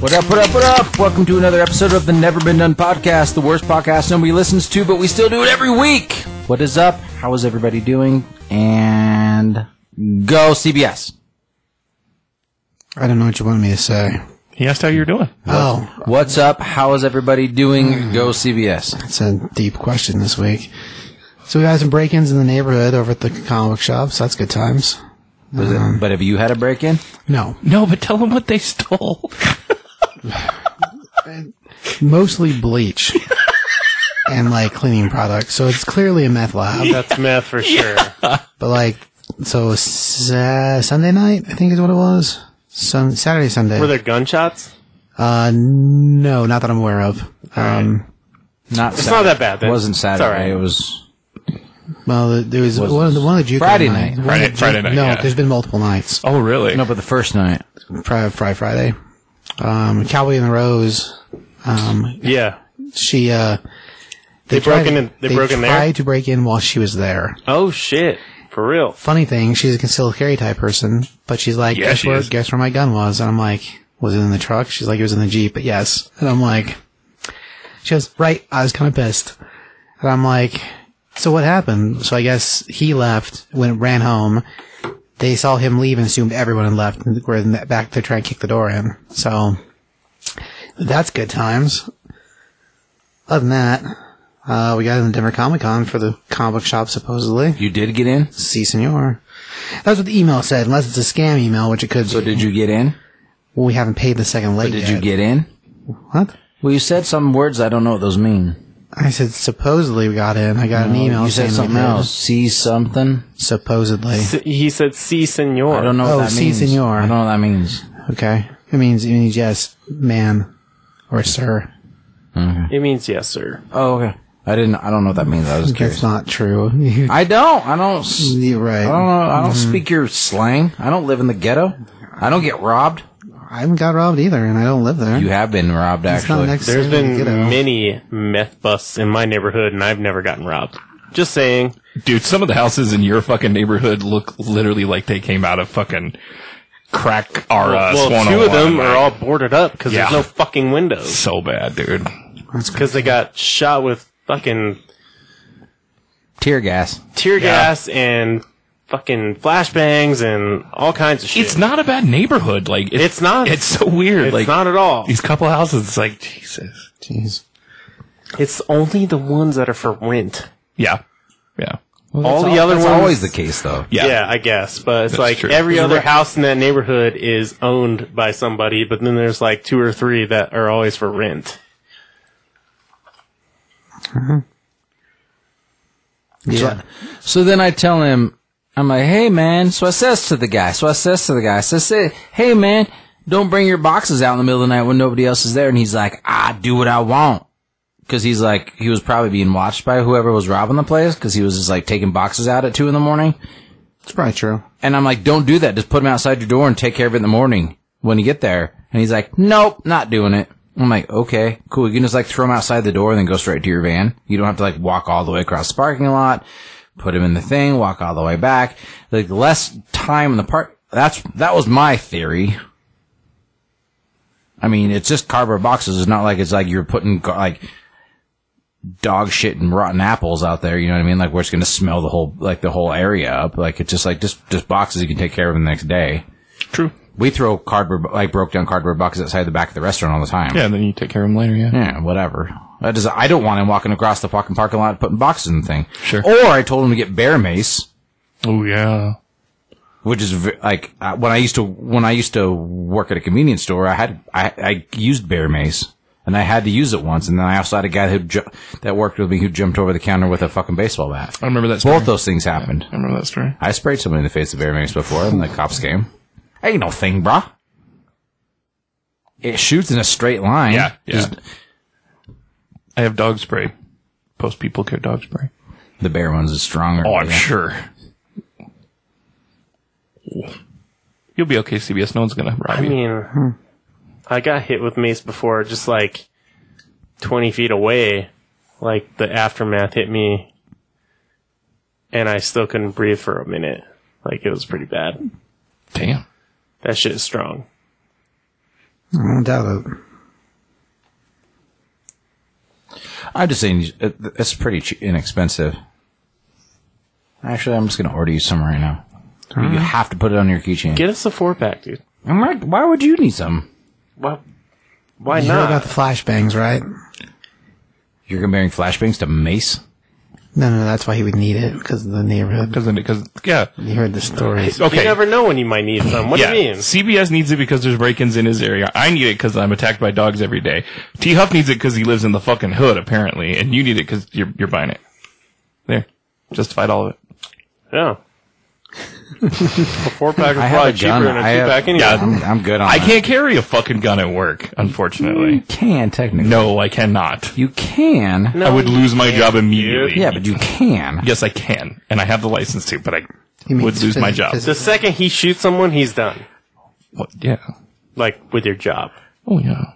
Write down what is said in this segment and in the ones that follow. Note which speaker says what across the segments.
Speaker 1: What up, what up, what up? Welcome to another episode of the Never Been Done podcast, the worst podcast nobody listens to, but we still do it every week. What is up? How is everybody doing? And go CBS.
Speaker 2: I don't know what you want me to say.
Speaker 3: He asked how you're doing.
Speaker 2: Oh,
Speaker 1: What's up? How is everybody doing? Go CBS.
Speaker 2: that's a deep question this week. So we've had some break-ins in the neighborhood over at the comic book shop, so that's good times.
Speaker 1: Was it, but have you had a break in?
Speaker 2: No,
Speaker 3: No, but tell him what they stole.
Speaker 2: mostly bleach and like cleaning products. So it's clearly a meth lab.
Speaker 4: That's meth for sure.
Speaker 2: But like, so s- uh, Sunday night, I think is what it was. Sun- Saturday, Sunday.
Speaker 4: Were there gunshots?
Speaker 2: uh, no, not that I'm aware of. Um,
Speaker 1: Not
Speaker 4: It's not that bad.
Speaker 1: It
Speaker 4: Then.
Speaker 1: wasn't
Speaker 4: It's all
Speaker 1: Saturday.
Speaker 4: right.
Speaker 1: It was
Speaker 2: well, there was
Speaker 1: Was-
Speaker 2: one of the one of the JUCO
Speaker 1: Friday
Speaker 2: nights-
Speaker 1: night.
Speaker 2: one of
Speaker 3: Friday-
Speaker 2: the Ju-
Speaker 3: Friday night,
Speaker 2: No,
Speaker 3: yeah.
Speaker 2: there's been multiple nights.
Speaker 3: Oh, really?
Speaker 1: no, but the first night.
Speaker 2: Fry, Fry Friday. Um, Cowboy and the Rose. Um,
Speaker 4: yeah.
Speaker 2: she uh,
Speaker 4: They broke in and- they broke in there?
Speaker 2: Tried to break in while she was there.
Speaker 4: Oh shit. For real.
Speaker 2: Funny thing, she's a concealed carry type person, but she's like,
Speaker 3: Yeah,
Speaker 2: guess
Speaker 3: she
Speaker 2: where?
Speaker 3: is.
Speaker 2: Guess where my gun was? And I'm like, was it in the truck? She's like, it was in the jeep. But yes, and I'm like, she goes, right. I was kind of pissed, and I'm like, so what happened? So I guess he left, went ran home. They saw him leave and assumed everyone had left, and were in that back to try and kick the door in. So that's good times. Other than that, uh, we got in the Denver Comic Con for the comic book shop, supposedly.
Speaker 1: You did get in?
Speaker 2: Si, senor. That's what the email said, unless it's a scam email, which it could
Speaker 1: So
Speaker 2: be.
Speaker 1: did you get in?
Speaker 2: Well, we haven't paid the second leg
Speaker 1: Did
Speaker 2: yet.
Speaker 1: you get in?
Speaker 2: What?
Speaker 1: Well, you said some words I don't know what those mean.
Speaker 2: I said supposedly we got in. I got an email
Speaker 1: You
Speaker 2: saying
Speaker 1: said
Speaker 2: we
Speaker 1: something
Speaker 2: did.
Speaker 1: else. See something?
Speaker 2: Supposedly.
Speaker 4: S- He said, "Si, senor."
Speaker 1: I don't know
Speaker 2: Oh,
Speaker 1: what that
Speaker 2: si,
Speaker 1: means.
Speaker 2: senor.
Speaker 1: I don't know what that means.
Speaker 2: Okay. It means, it means yes, man, or sir.
Speaker 4: It means yes, sir.
Speaker 1: Oh, okay. I didn't. I don't know what that means. I was curious.
Speaker 2: That's not true.
Speaker 1: I don't. I don't. s-
Speaker 2: You're right.
Speaker 1: I don't know. I don't speak your slang. I don't live in the ghetto. I don't get robbed.
Speaker 2: I haven't got robbed either, and I don't live there.
Speaker 1: You have been robbed,
Speaker 2: it's not
Speaker 1: actually.
Speaker 2: next
Speaker 4: There's
Speaker 2: to
Speaker 4: been
Speaker 2: the ghetto.
Speaker 4: many meth busts in my neighborhood, and I've never gotten robbed. Just saying.
Speaker 3: Dude, some of the houses in your fucking neighborhood look literally like they came out of fucking crack or uh,
Speaker 4: well,
Speaker 1: oh
Speaker 3: Swan
Speaker 4: two of
Speaker 3: 101,
Speaker 4: them
Speaker 3: like,
Speaker 4: are all boarded up because
Speaker 3: Yeah.
Speaker 4: there's no fucking windows
Speaker 3: so bad, dude.
Speaker 4: because they got shot with fucking
Speaker 1: Tear gas.
Speaker 4: tear gas and fucking flashbangs and all kinds of shit.
Speaker 3: It's not a bad neighborhood. Like it's,
Speaker 4: It's not.
Speaker 3: It's so weird.
Speaker 4: It's
Speaker 3: like
Speaker 4: not at all.
Speaker 3: these couple houses. It's like Jesus.
Speaker 2: Jeez.
Speaker 4: It's only the ones that are for rent.
Speaker 3: Yeah, yeah,
Speaker 4: all the other
Speaker 1: that's
Speaker 4: ones
Speaker 1: always the case, though.
Speaker 3: yeah.
Speaker 4: Yeah. I guess. But it's
Speaker 3: That's
Speaker 4: like
Speaker 3: true.
Speaker 4: every other house in that neighborhood is owned by somebody, but then there's like two or three that are always for rent.
Speaker 1: So, so then I tell him, I'm like, hey man. So I says to the guy, so I says to the guy, so I say, hey man, don't bring your boxes out in the middle of the night when nobody else is there. And he's like, I do what I want. Cause he's like, he was probably being watched by whoever was robbing the place. Cause he was just like taking boxes out at two in the morning.
Speaker 2: It's probably true.
Speaker 1: And I'm like, don't do that. Just put them outside your door and take care of it in the morning when you get there. And he's like, nope, not doing it. I'm like, okay, cool. You can just like throw them outside the door and then go straight to your van. You don't have to like walk all the way across the parking lot, put them in the thing, walk all the way back. Like less time in the park. That's, that was my theory. I mean, it's just cardboard boxes. It's not like it's like you're putting gar- like dog shit and rotten apples out there. You know what I mean? Like where it's going to smell the whole like the whole area up. Like it's just like just just boxes you can take care of 'em the next day.
Speaker 3: True.
Speaker 1: We throw cardboard like broke down cardboard boxes outside the back of the restaurant all the time.
Speaker 3: Yeah, and then you take care of them later. Yeah.
Speaker 1: Yeah, whatever. I just I don't want him walking across the fucking parking lot putting boxes in the thing.
Speaker 3: Sure.
Speaker 1: Or I told him to get bear mace,
Speaker 3: Oh yeah.
Speaker 1: which is v- like uh, when I used to when I used to work at a convenience store, I had I I used bear mace. And I had to use it once, and then I also had a guy who ju- that worked with me who jumped over the counter with a fucking baseball bat.
Speaker 3: I remember that. Story.
Speaker 1: Both those things happened.
Speaker 3: I remember that story.
Speaker 1: I sprayed someone in the face with bear mace before, and the cops came. Ain't no thing, brah. It shoots in a straight line.
Speaker 3: Yeah, yeah.
Speaker 1: Just-
Speaker 3: I have dog spray. Post people care dog spray.
Speaker 1: the bear ones is stronger.
Speaker 3: Oh, I'm
Speaker 1: Yeah.
Speaker 3: sure. You'll be okay, CBS. No one's gonna rob
Speaker 4: I
Speaker 3: you.
Speaker 4: mean, I got hit with mace before, just like 20 feet away. Like the aftermath hit me, and I still couldn't breathe for a minute. Like it was pretty bad.
Speaker 3: Damn.
Speaker 4: That shit is strong.
Speaker 2: I don't doubt it.
Speaker 1: I'm just saying uh, th- it's pretty che- inexpensive. Actually, I'm just gonna order you some right now.
Speaker 3: Uh-huh.
Speaker 1: You have to put it on your keychain.
Speaker 4: Get us a four pack, dude.
Speaker 1: I'm like, why would you need some?
Speaker 4: Why? Why
Speaker 2: You heard
Speaker 4: not?
Speaker 2: about the flashbangs, right?
Speaker 1: You're comparing flashbangs to mace?
Speaker 2: No, no, that's why he would need it because of the neighborhood.
Speaker 3: Because because yeah.
Speaker 2: You heard the stories.
Speaker 1: Oh.
Speaker 3: Okay.
Speaker 4: You never know when you might need some. What
Speaker 3: yeah,
Speaker 4: do you mean?
Speaker 3: CBS needs it because there's break-ins in his area. I need it because I'm attacked by dogs every day. T Huff needs it because he lives in the fucking hood, apparently, and you need it because you're you're buying it. There, justified all of it.
Speaker 4: Yeah. a four pack is
Speaker 1: I have
Speaker 4: probably
Speaker 1: a gun.
Speaker 4: cheaper than a two
Speaker 1: I have-
Speaker 4: pack anyway.
Speaker 3: Yeah.
Speaker 1: I'm, I'm good on
Speaker 3: I
Speaker 1: that.
Speaker 3: can't carry a fucking gun at work, unfortunately.
Speaker 1: You can, technically.
Speaker 3: No, I cannot.
Speaker 1: You can.
Speaker 4: No,
Speaker 3: I would lose my job immediately.
Speaker 1: Yeah, but you can.
Speaker 3: yes, I can, and I have the license to, but I
Speaker 2: means
Speaker 3: would lose my
Speaker 2: phys-
Speaker 3: job.
Speaker 2: phys-
Speaker 4: The second he shoots someone, he's done.
Speaker 3: What? Yeah.
Speaker 4: Like with your job.
Speaker 3: Oh yeah.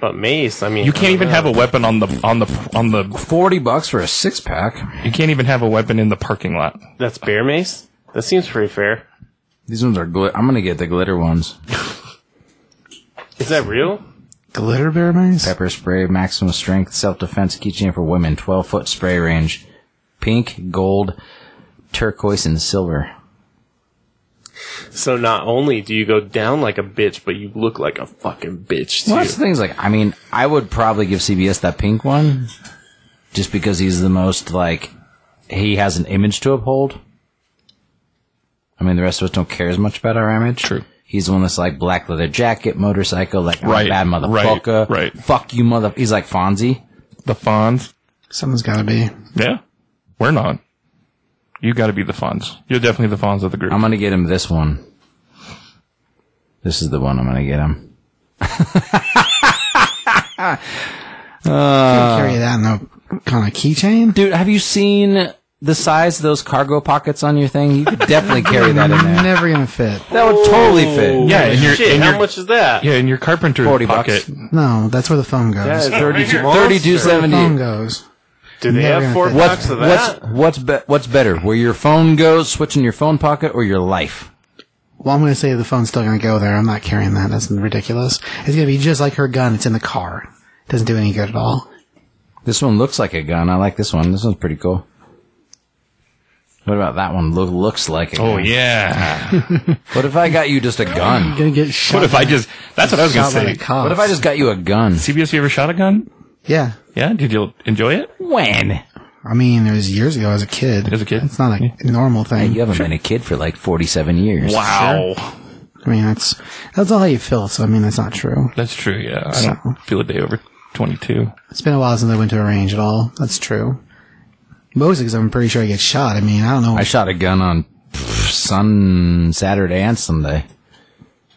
Speaker 4: But Mace, I mean,
Speaker 3: You
Speaker 4: I
Speaker 3: can't
Speaker 4: don't
Speaker 3: even
Speaker 4: know.
Speaker 3: have a weapon on the on the on the.
Speaker 1: 40 bucks for a six pack.
Speaker 3: You can't even have a weapon in the parking lot.
Speaker 4: That's bear mace. That seems pretty fair.
Speaker 1: These ones are glit. I'm going to get the glitter ones.
Speaker 4: Is that real?
Speaker 2: glitter bear mice.
Speaker 1: Pepper spray, maximum strength, self defense keychain for women, 12 foot spray range. Pink, gold, turquoise, and silver.
Speaker 4: So not only do you go down like a bitch, but you look like a fucking bitch too.
Speaker 1: Well, that's the thing. is, Like, I mean, I would probably give CBS that pink one just because he's the most, like, he has an image to uphold. I mean, the rest of us don't care as much about our image.
Speaker 3: True.
Speaker 1: He's the one that's like black leather jacket, motorcycle, like I'm a
Speaker 3: Right,
Speaker 1: bad motherfucker.
Speaker 3: right, right.
Speaker 1: Fuck you, mother. He's like Fonzie.
Speaker 3: The Fonz.
Speaker 2: Someone's got to be.
Speaker 3: Yeah. We're not. You got to be the Fonz. You're definitely the Fonz of the group.
Speaker 1: I'm gonna get him this one. This is the one I'm gonna get him.
Speaker 2: carry that in a kind of keychain.
Speaker 1: Dude, have you seen the size of those cargo pockets on your thing? You could definitely carry that in there.
Speaker 2: Never gonna fit.
Speaker 1: That would totally fit.
Speaker 3: yeah, and your
Speaker 4: Shit,
Speaker 3: and
Speaker 4: how
Speaker 3: your,
Speaker 4: much is that?
Speaker 3: yeah, and your carpenter
Speaker 1: 40
Speaker 3: pocket.
Speaker 1: bucks.
Speaker 2: No, that's where the phone goes.
Speaker 4: That is a
Speaker 1: 32
Speaker 4: monster.
Speaker 1: 32.70.
Speaker 2: phone goes.
Speaker 4: Do they
Speaker 2: Never
Speaker 4: have four
Speaker 2: gonna fit.
Speaker 1: What's
Speaker 4: bucks of that?
Speaker 1: what's what's be- what's better? Where your phone goes, switching your phone pocket, or your life?
Speaker 2: Well, I'm gonna say the phone's still gonna go there. I'm not carrying that. That's ridiculous. It's gonna be just like her gun. It's in the car. Doesn't do any good at all.
Speaker 1: This one looks like a gun. I like this one. This one's pretty cool. What about that one? Look, looks like a gun.
Speaker 3: Oh yeah.
Speaker 1: What if I got you just a gun?
Speaker 2: Gonna get shot.
Speaker 3: what if I just? That's what I was gonna
Speaker 2: shot by
Speaker 3: say.
Speaker 2: the cops?
Speaker 1: What if I just got you a gun?
Speaker 3: CBS, you ever shot a gun?
Speaker 2: Yeah.
Speaker 3: Yeah. Did you enjoy it
Speaker 1: When?
Speaker 2: I mean, it was years ago as a kid.
Speaker 3: as a kid?
Speaker 2: It's not a normal thing.
Speaker 1: You haven't been a kid for like 47 years.
Speaker 3: Wow.
Speaker 2: I mean, that's that's all how you feel. So I mean, that's not true.
Speaker 3: That's true. Yeah. I don't feel a day over 22.
Speaker 2: It's been a while since I went to a range at all. That's true. Mostly because I'm pretty sure I get shot. I mean, I don't know.
Speaker 1: I shot a gun on pff, Sun Saturday and Sunday.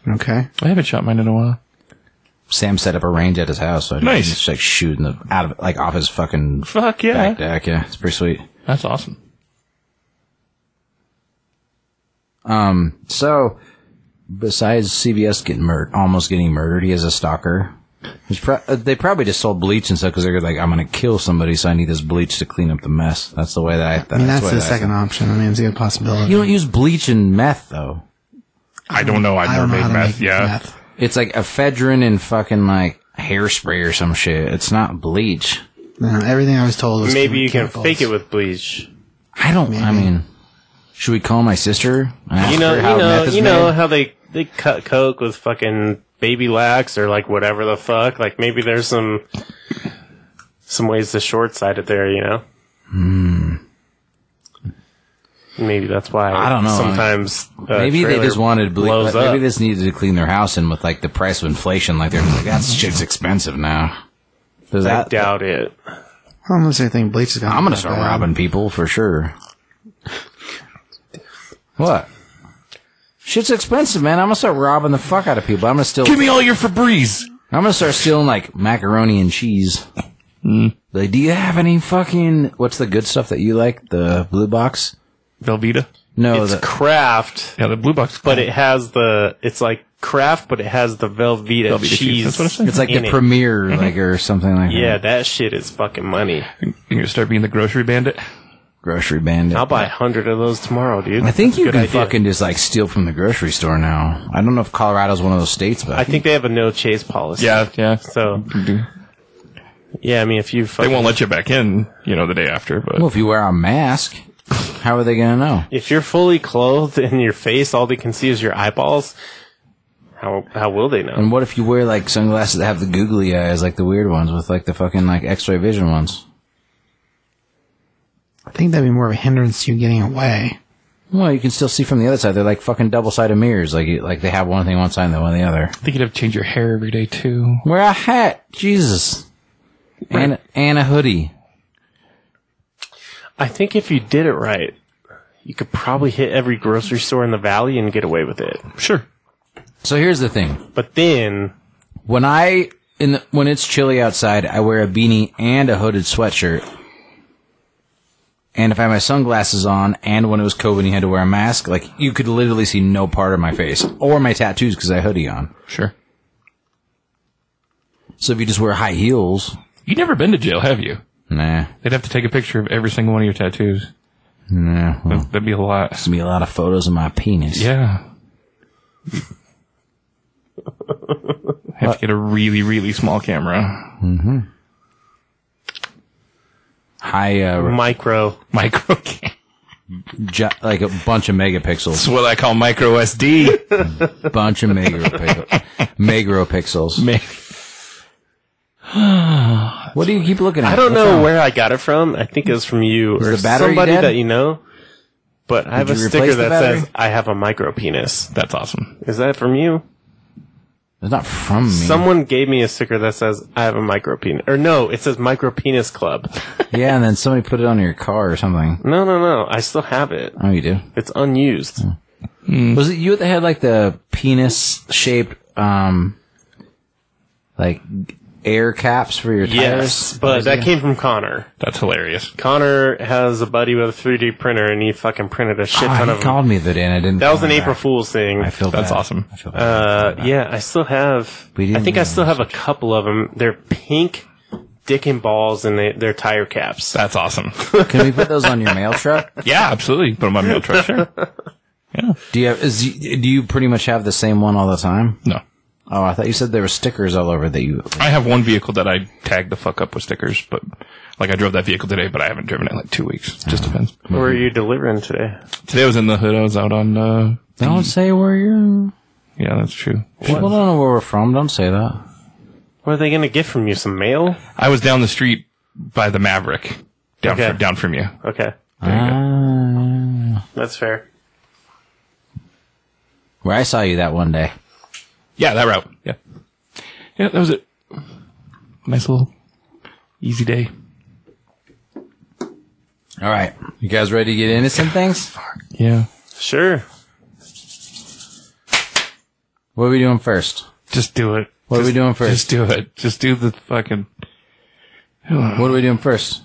Speaker 2: okay.
Speaker 3: I haven't shot mine in a while.
Speaker 1: Sam set up a range at his house. So I
Speaker 3: Nice.
Speaker 1: Just like shooting the, out of like off his fucking
Speaker 3: Fuck yeah.
Speaker 1: back deck. Yeah, it's pretty sweet.
Speaker 3: That's awesome.
Speaker 1: So, besides CBS getting murdered, almost getting murdered, he has a stalker. He's Pro- uh, they probably just sold bleach and stuff because they're like, I'm gonna kill somebody, so I need this bleach to clean up the mess. That's the way that I.
Speaker 2: I mean, that's,
Speaker 1: the way
Speaker 2: the
Speaker 1: that I-
Speaker 2: second option. I mean, it's a good possibility.
Speaker 1: you don't use bleach and meth though.
Speaker 3: I don't know. I've
Speaker 2: I
Speaker 3: never
Speaker 2: don't know
Speaker 3: made
Speaker 2: how to
Speaker 3: meth.
Speaker 2: make
Speaker 3: yeah.
Speaker 2: meth.
Speaker 1: It's like ephedrine and fucking like hairspray or some shit. It's not bleach.
Speaker 2: No, everything I was told was
Speaker 4: Maybe you can
Speaker 2: chemicals.
Speaker 4: fake it with bleach.
Speaker 1: I don't. I mean, should we call my sister? and ask
Speaker 4: You know,
Speaker 1: her
Speaker 4: you
Speaker 1: how
Speaker 4: know,
Speaker 1: meth is
Speaker 4: you know
Speaker 1: made?
Speaker 4: how they they cut coke with fucking baby lax or like whatever the fuck. Like maybe there's some some ways to short sight it there. You know. Hmm. Maybe that's why
Speaker 1: I don't know.
Speaker 4: Sometimes uh,
Speaker 1: Maybe they
Speaker 4: trailer
Speaker 1: just wanted bleach.
Speaker 4: blows
Speaker 1: Maybe
Speaker 4: up.
Speaker 1: they just needed to clean their house in with like the price of inflation. Like they're like that shit's expensive now. Does
Speaker 4: I
Speaker 1: that?
Speaker 4: doubt it.
Speaker 2: I don't necessarily think bleach is going.
Speaker 1: I'm gonna start robbing people for sure. What? Shit's expensive, man. I'm gonna start robbing the fuck out of people. I'm gonna steal.
Speaker 3: Give me all your Febreze.
Speaker 1: I'm gonna start stealing like macaroni and cheese.
Speaker 4: Hmm.
Speaker 1: Like, do you have any fucking what's the good stuff that you like? The blue box?
Speaker 3: Velveeta.
Speaker 1: No,
Speaker 4: It's
Speaker 1: the,
Speaker 4: craft,
Speaker 3: Yeah, the blue box.
Speaker 4: but it has the. It's like craft, but it has the Velveeta,
Speaker 3: Velveeta cheese,
Speaker 4: cheese.
Speaker 3: that's what I'm saying.
Speaker 1: it's like
Speaker 4: in
Speaker 1: the
Speaker 4: it.
Speaker 1: premiere, like or something like
Speaker 4: Mm-hmm. Yeah,
Speaker 1: that.
Speaker 4: that shit is fucking money.
Speaker 3: You're gonna start being the grocery bandit.
Speaker 1: Grocery bandit.
Speaker 4: I'll buy a hundred of those tomorrow, dude.
Speaker 1: I think you
Speaker 4: Good
Speaker 1: can
Speaker 4: idea.
Speaker 1: fucking just like steal from the grocery store now. I don't know if Colorado's one of those states, but
Speaker 4: I think they have a no chase policy.
Speaker 3: Yeah, yeah.
Speaker 4: So
Speaker 3: They
Speaker 4: yeah, I mean, if you fucking,
Speaker 3: won't let you back in, you know, the day after, but
Speaker 1: well, if you wear a mask, how are they gonna know?
Speaker 4: if you're fully clothed in your face, all they can see is your eyeballs. How how will they know?
Speaker 1: And what if you wear like sunglasses that have the googly eyes, like the weird ones with like the fucking like X-ray vision ones?
Speaker 2: I think that'd be more of a hindrance to you getting away.
Speaker 1: Well, you can still see from the other side. They're like fucking double-sided mirrors. Like you- like they have one thing on one side and then one on the other.
Speaker 3: I think you'd have to change your hair every day too.
Speaker 1: Wear a hat, Jesus, and and a hoodie.
Speaker 4: I think if you did it right, you could probably hit every grocery store in the valley and get away with it.
Speaker 3: Sure.
Speaker 1: So here's the thing.
Speaker 4: But then
Speaker 1: when I in the, when it's chilly outside, I wear a beanie and a hooded sweatshirt. And if I had my sunglasses on, and when it was COVID, and you had to wear a mask. Like you could literally see no part of my face or my tattoos because I had a hoodie on.
Speaker 3: Sure.
Speaker 1: So if you just wear high heels,
Speaker 3: You've never been to jail, have you?
Speaker 1: nah,
Speaker 3: They'd have to take a picture of every single one of your tattoos.
Speaker 1: nah. Well, there's
Speaker 3: That'd be a lot.
Speaker 1: gonna be a lot of photos of my penis.
Speaker 3: Yeah. have to get a really, really small camera.
Speaker 1: high uh,
Speaker 4: micro,
Speaker 3: Micro cam.
Speaker 1: ju- like a bunch of megapixels,
Speaker 3: That's what I call micro SD.
Speaker 1: bunch of megapixels, megapixels. What do you keep looking at?
Speaker 4: I don't
Speaker 1: What's
Speaker 4: know
Speaker 1: wrong?
Speaker 4: where I got it from. I think it was from you or
Speaker 1: the battery
Speaker 4: somebody
Speaker 1: dead?
Speaker 4: that you know. But I have
Speaker 1: Did
Speaker 4: a
Speaker 1: you
Speaker 4: sticker
Speaker 1: replace the
Speaker 4: that says
Speaker 1: battery?
Speaker 4: I have a micro penis.
Speaker 3: That's awesome.
Speaker 4: Is that from you?
Speaker 1: It's not from me.
Speaker 4: Someone gave me a sticker that says I have a micro penis. Or no, it says micro penis club.
Speaker 1: yeah, and then somebody put it on your car or something.
Speaker 4: No, no, no. I still have it.
Speaker 1: Oh, you do.
Speaker 4: It's unused.
Speaker 1: Was it you that had like the penis shaped, um, like air caps for your tires?
Speaker 4: Yes, but that came from Connor.
Speaker 3: That's hilarious.
Speaker 4: Connor has a buddy with a 3D printer, and he fucking printed a shit
Speaker 1: Oh,
Speaker 4: ton
Speaker 1: he
Speaker 4: of them.
Speaker 1: called me the day and I didn't.
Speaker 4: That was an
Speaker 1: call him
Speaker 4: April
Speaker 1: back.
Speaker 4: Fool's thing.
Speaker 1: I feel
Speaker 3: That's
Speaker 1: bad.
Speaker 3: awesome.
Speaker 1: I feel bad.
Speaker 4: Uh, yeah, I still have.
Speaker 1: We didn't
Speaker 4: I think
Speaker 1: do
Speaker 4: I
Speaker 1: that
Speaker 4: still have a couple of them. They're pink, dick and balls, and they, they're tire caps.
Speaker 3: That's awesome.
Speaker 4: Uh,
Speaker 1: Can we put those on your mail truck?
Speaker 3: yeah, absolutely. Put them on mail truck. Sure.
Speaker 1: Do you have, is, do you pretty much have the same one all the time?
Speaker 3: No.
Speaker 1: Oh, I thought you said there were stickers all over that you.
Speaker 3: I have one vehicle that I tagged the fuck up with stickers, but like I drove that vehicle today, but I haven't driven it in like two weeks. It
Speaker 1: Ah.
Speaker 3: just depends.
Speaker 4: Where are you delivering today?
Speaker 3: Today I was in the hood. I was out on, uh,
Speaker 1: Don't say where you're.
Speaker 3: yeah, that's true.
Speaker 1: People don't know where we're from. Don't say that.
Speaker 4: What are they going to get from you? Some mail?
Speaker 3: I was down the street by the Maverick, down
Speaker 4: Okay.
Speaker 3: fr- down from you.
Speaker 4: Okay,
Speaker 3: There you go.
Speaker 1: Ah.
Speaker 4: that's fair.
Speaker 1: Where I saw you that one day.
Speaker 3: Yeah, that route. Yeah, yeah, that was it. Nice little easy day.
Speaker 1: All right, you guys ready to get innocent things?
Speaker 3: Yeah,
Speaker 4: Sure.
Speaker 1: What are we doing first?
Speaker 3: just do it.
Speaker 1: What are we doing first?
Speaker 3: Just do it. Just do the fucking.
Speaker 1: What are we doing first?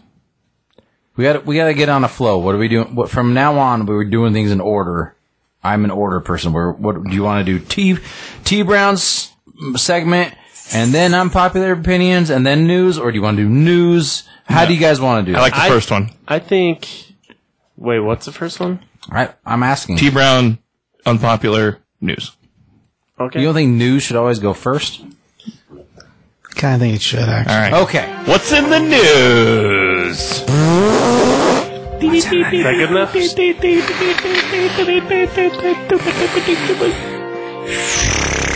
Speaker 1: We got to we got to get on a flow. What are we doing? What from now on we were doing things in order. I'm an order person. Where what do you want to do? T T Brown's segment, and then unpopular opinions, and then news, or do you want to do news? How do you guys want to do?
Speaker 3: I like the
Speaker 4: I-
Speaker 3: first one.
Speaker 4: I think. Wait, what's the first one?
Speaker 1: I, I'm asking.
Speaker 3: T Brown, unpopular news.
Speaker 4: Okay.
Speaker 1: you don't think news should always go first?
Speaker 2: Kind of think it should actually.
Speaker 3: All right.
Speaker 1: Okay.
Speaker 3: What's in the news?
Speaker 4: Is that good enough?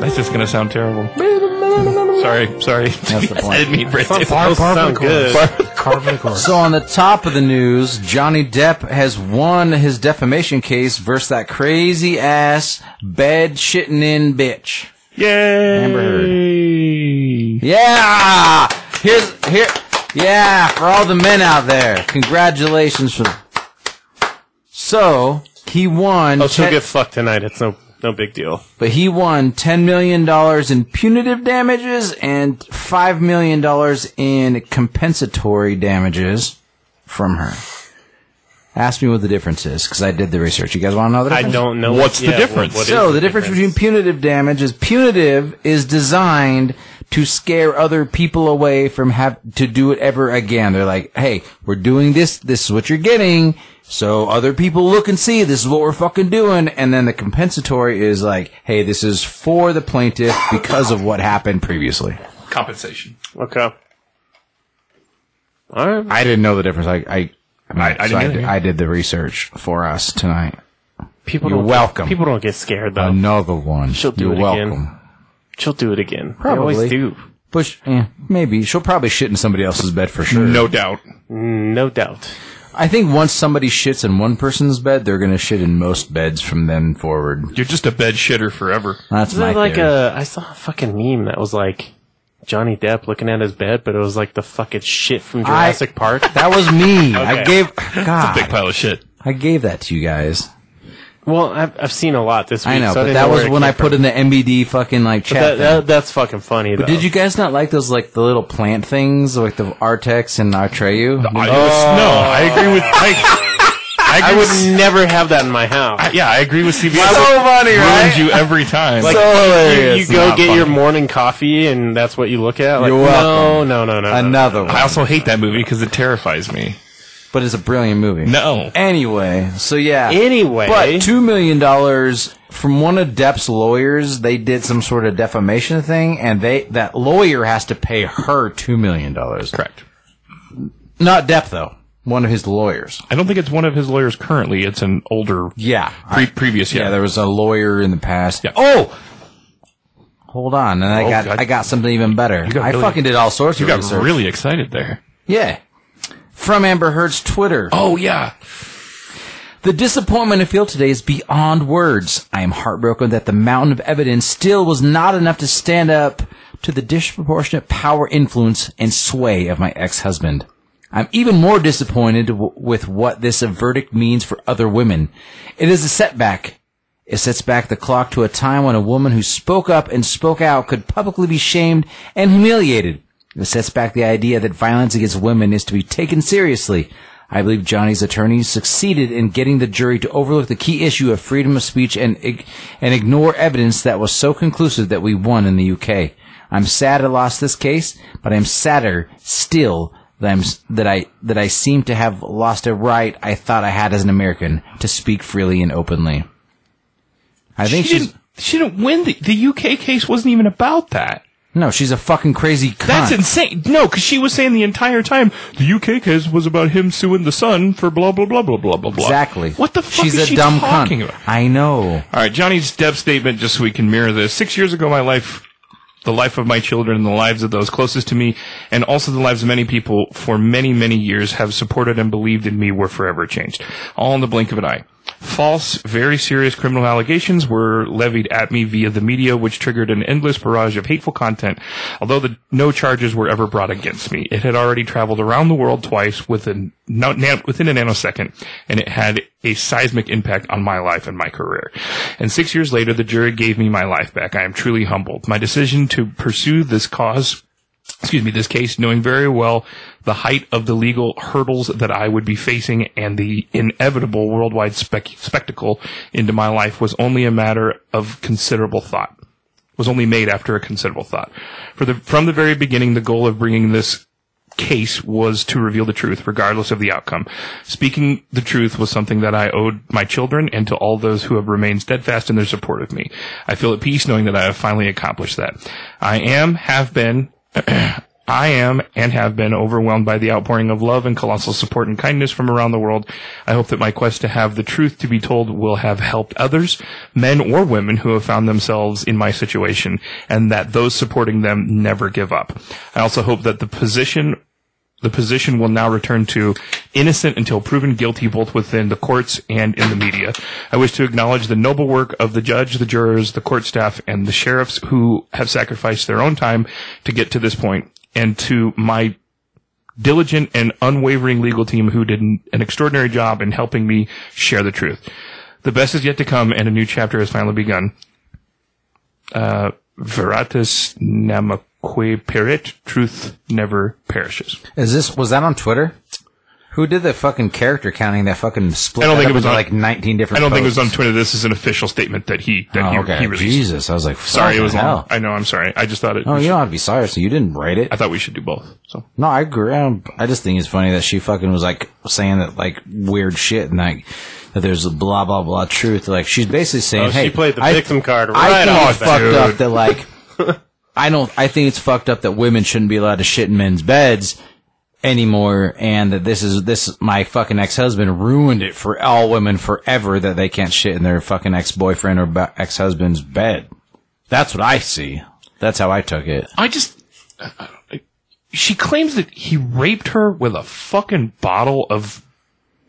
Speaker 3: That's just gonna sound terrible. sorry, sorry.
Speaker 1: That's the point.
Speaker 3: I didn't mean Brett
Speaker 4: It's
Speaker 3: did.
Speaker 4: supposed to sound good.
Speaker 1: So on the top of the news, Johnny Depp has won his defamation case versus that crazy ass bed shitting in bitch.
Speaker 3: Yay!
Speaker 1: Amber Yeah! Here's here Yeah, for all the men out there. Congratulations for So he won
Speaker 4: Oh, she'll
Speaker 1: ten-
Speaker 4: get fucked tonight. It's no no big deal.
Speaker 1: but he won ten million dollars in punitive damages and five million dollars in compensatory damages from her. Ask me what the difference is because I did the research. You guys want to know the
Speaker 4: I
Speaker 1: difference?
Speaker 4: don't know.
Speaker 3: What's the
Speaker 4: yeah,
Speaker 3: difference?
Speaker 4: what is
Speaker 1: So the difference between punitive damage is punitive is designed to scare other people away from have to do it ever again. They're like, "Hey, we're doing this. This is what you're getting." So other people look and see this is what we're fucking doing, and then the compensatory is like, "Hey, this is for the plaintiff because of what happened previously."
Speaker 3: Compensation.
Speaker 4: Okay. All right.
Speaker 1: I didn't know the difference. I I
Speaker 3: I didn't
Speaker 1: so
Speaker 3: either,
Speaker 1: did-
Speaker 3: yeah.
Speaker 1: I did the research for us tonight.
Speaker 4: People
Speaker 1: You're
Speaker 4: don't
Speaker 1: welcome. Um,
Speaker 4: people don't get scared though.
Speaker 1: Another one.
Speaker 4: She'll do
Speaker 1: You're
Speaker 4: it
Speaker 1: welcome.
Speaker 4: again. She'll do it again. They
Speaker 1: Probably.
Speaker 4: always do.
Speaker 1: Push, eh, maybe she'll probably shit in somebody else's bed for sure.
Speaker 3: No doubt.
Speaker 4: No doubt.
Speaker 1: I think once somebody shits in one person's bed, they're gonna shit in most beds from then forward.
Speaker 3: You're just a bed shitter forever.
Speaker 1: That's
Speaker 4: Is
Speaker 1: my
Speaker 4: there like
Speaker 1: theory.
Speaker 4: a? I saw a fucking meme that was like Johnny Depp looking at his bed, but it was like the fucking shit from Jurassic Park.
Speaker 1: that was me. I
Speaker 4: Okay.
Speaker 1: gave
Speaker 3: Big
Speaker 1: God.
Speaker 3: pile of shit.
Speaker 1: I gave that to you guys.
Speaker 4: Well, I've, I've seen a lot this week.
Speaker 1: I know,
Speaker 4: so
Speaker 1: but
Speaker 4: didn't
Speaker 1: that
Speaker 4: where
Speaker 1: was
Speaker 4: it
Speaker 1: when
Speaker 4: came
Speaker 1: I put in the MBD fucking like
Speaker 4: from.
Speaker 1: chat.
Speaker 4: That,
Speaker 1: thing.
Speaker 4: that, that's fucking funny though.
Speaker 1: Did you guys not like those like the little plant things like the Artex and Artreyu?
Speaker 3: I, no, I agree with. I, I, agree
Speaker 4: I would
Speaker 3: with-
Speaker 4: never have that in my house.
Speaker 3: yeah, I agree with CBS.
Speaker 1: funny,
Speaker 3: ruins you every time.
Speaker 4: Like,
Speaker 1: So
Speaker 4: you,
Speaker 1: hilarious.
Speaker 4: you go
Speaker 3: Not
Speaker 4: get your
Speaker 3: funny.
Speaker 4: morning coffee, and that's what you look at. Like,
Speaker 1: You're welcome.
Speaker 4: No, no, no, no. no.
Speaker 1: Another
Speaker 3: I
Speaker 1: one,
Speaker 3: also hate that movie because it terrifies me.
Speaker 1: but it's a brilliant movie.
Speaker 3: No.
Speaker 1: Anyway, so yeah.
Speaker 4: Anyway,
Speaker 1: But two million dollars from one of Depp's lawyers. They did some sort of defamation thing, and they that lawyer has to pay her two million dollars.
Speaker 3: Correct.
Speaker 1: Not Depp though. One of his lawyers.
Speaker 3: I don't think it's one of his lawyers currently. It's an older,
Speaker 1: Yeah.
Speaker 3: pre- previous.
Speaker 1: yeah,
Speaker 3: Yeah,
Speaker 1: there was a lawyer in the past.
Speaker 3: Yeah.
Speaker 1: Oh, hold on, and I
Speaker 3: Oh,
Speaker 1: got
Speaker 3: God.
Speaker 1: I got something even better.
Speaker 3: got
Speaker 1: I
Speaker 3: really-
Speaker 1: fucking did all sorts
Speaker 3: you
Speaker 1: of
Speaker 3: got
Speaker 1: research.
Speaker 3: really excited there.
Speaker 1: yeah. From Amber Heard's Twitter.
Speaker 3: Oh yeah,
Speaker 1: The disappointment I feel today is beyond words. I am heartbroken that the mountain of evidence still was not enough to stand up to the disproportionate power, influence, and sway of my ex-husband. I'm even more disappointed w- with what this verdict means for other women. It is a setback. It sets back the clock to a time when a woman who spoke up and spoke out could publicly be shamed and humiliated. It sets back the idea that violence against women is to be taken seriously. I believe Johnny's attorneys succeeded in getting the jury to overlook the key issue of freedom of speech and ig- and ignore evidence that was so conclusive that we won in the UK. I'm sad I lost this case, but I'm sadder still that I'm s- that I that I seem to have lost a right I thought I had as an American to speak freely and openly. I
Speaker 3: she
Speaker 1: think she's
Speaker 3: didn't. She didn't win. The, the UK case wasn't even about that.
Speaker 1: no, she's a fucking crazy cunt.
Speaker 3: That's insane. No, because she was saying the entire time the UK case was about him suing the son for blah blah blah blah blah blah blah.
Speaker 1: Exactly.
Speaker 3: What the fuck
Speaker 1: She's
Speaker 3: is
Speaker 1: a
Speaker 3: she
Speaker 1: dumb
Speaker 3: talking
Speaker 1: cunt.
Speaker 3: about?
Speaker 1: I know.
Speaker 3: All right, Johnny's Depp statement, just so we can mirror this. Six years ago, my life, the life of my children, and the lives of those closest to me, and also the lives of many people for many, many years have supported and believed in me were forever changed. All in the blink of an eye. False, very serious criminal allegations were levied at me via the media, which triggered an endless barrage of hateful content. Although the, no charges were ever brought against me, it had already traveled around the world twice within, no, nan, within a nanosecond, and it had a seismic impact on my life and my career. And six years later, the jury gave me my life back. I am truly humbled. My decision to pursue this cause excuse me, this case, knowing very well the height of the legal hurdles that I would be facing and the inevitable worldwide spec- spectacle into my life was only a matter of considerable thought. Was only made after a considerable thought. For the, from the very beginning, the goal of bringing this case was to reveal the truth, regardless of the outcome. Speaking the truth was something that I owed my children and to all those who have remained steadfast in their support of me. I feel at peace knowing that I have finally accomplished that. I am, have been, I am and have been overwhelmed by the outpouring of love and colossal support and kindness from around the world. I hope that my quest to have the truth to be told will have helped others, men or women who have found themselves in my situation, and that those supporting them never give up. I also hope that the position the position will now return to innocent until proven guilty both within the courts and in the media. I wish to acknowledge the noble work of the judge, the jurors, the court staff, and the sheriffs who have sacrificed their own time to get to this point and to my diligent and unwavering legal team who did an, an extraordinary job in helping me share the truth. The best is yet to come and a new chapter has finally begun. Uh, Veritas namaque perit. Truth never perishes.
Speaker 1: Is this was that on Twitter? Who did the fucking character counting that fucking split?
Speaker 3: I don't
Speaker 1: that up
Speaker 3: think it was
Speaker 1: into,
Speaker 3: on-
Speaker 1: like 19 different
Speaker 3: I don't think it was on
Speaker 1: posts?
Speaker 3: Twitter. This is an official statement that he that he,
Speaker 1: Oh, okay.
Speaker 3: he released.
Speaker 1: Jesus. I was like,
Speaker 3: Sorry, it
Speaker 1: fucking
Speaker 3: was
Speaker 1: hell. Oh,
Speaker 3: long. I know. I'm sorry. I just thought it.
Speaker 1: No, you don't have to be sorry. So you didn't write it.
Speaker 3: I thought we should do both. So
Speaker 1: No, I agree. I, don't- I just think it's funny that she fucking was like saying that like weird shit and like that there's a blah blah blah truth. Like she's basically saying,
Speaker 4: Oh,
Speaker 1: "Hey,
Speaker 4: she played the
Speaker 1: I,
Speaker 4: victim card
Speaker 1: I
Speaker 4: right
Speaker 1: think
Speaker 4: off
Speaker 1: it's
Speaker 4: the
Speaker 1: fucked
Speaker 3: bat.
Speaker 1: up
Speaker 3: Dude.
Speaker 1: that like I don't. I think it's fucked up that women shouldn't be allowed to shit in men's beds." Anymore, and that this is this my fucking ex husband ruined it for all women forever that they can't shit in their fucking ex boyfriend or ex husband's bed. That's what I see. That's how I took it.
Speaker 3: I just. uh, She claims that he raped her with a fucking bottle of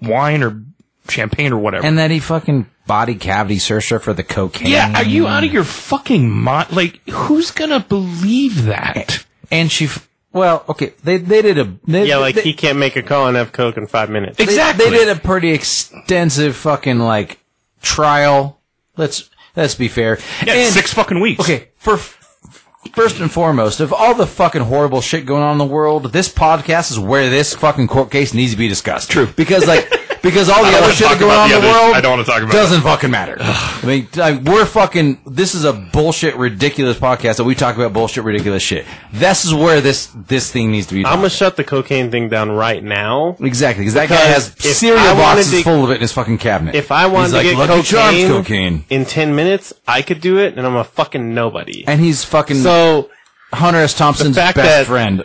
Speaker 3: wine or champagne or whatever.
Speaker 1: And then he fucking body cavity searched her for the cocaine.
Speaker 3: yeah, are
Speaker 1: Mm.
Speaker 3: you out of your fucking mind? Like, who's gonna believe that?
Speaker 1: And she, f- well, okay, they they did a they,
Speaker 4: Yeah, like
Speaker 1: they,
Speaker 4: he can't make a call and have coke in five minutes.
Speaker 1: they- They, did a pretty extensive fucking like trial. Let's let's be fair.
Speaker 3: Yeah,
Speaker 1: And-
Speaker 3: six fucking weeks.
Speaker 1: Okay, for f- first and foremost, of all the fucking horrible shit going on in the world, this podcast is where this fucking court case needs to be discussed. True, because like because all the
Speaker 3: don't
Speaker 1: other
Speaker 3: wanna
Speaker 1: shit
Speaker 3: talk
Speaker 1: going
Speaker 3: about
Speaker 1: on
Speaker 3: the
Speaker 1: in the
Speaker 3: others.
Speaker 1: world,
Speaker 3: I don't wanna talk about
Speaker 1: doesn't fucking matter. I mean, like, we're fucking. This is a bullshit, ridiculous podcast that we talk about bullshit, ridiculous shit. This is where this this thing needs to be.
Speaker 4: I'm
Speaker 1: Done.
Speaker 4: gonna shut the cocaine thing down right now.
Speaker 1: Exactly, because that guy
Speaker 4: Because
Speaker 1: has
Speaker 4: if
Speaker 1: cereal
Speaker 4: I wanted
Speaker 1: boxes
Speaker 4: to-
Speaker 1: full of it in his fucking cabinet.
Speaker 4: If I
Speaker 1: want
Speaker 4: wanted to get
Speaker 1: Lucky
Speaker 4: cocaine,
Speaker 1: Charms cocaine,
Speaker 4: in ten minutes, I could do it, and I'm a fucking nobody.
Speaker 1: and he's fucking
Speaker 4: so
Speaker 1: Hunter S. Thompson's
Speaker 4: the fact
Speaker 1: best
Speaker 4: that-
Speaker 1: friend.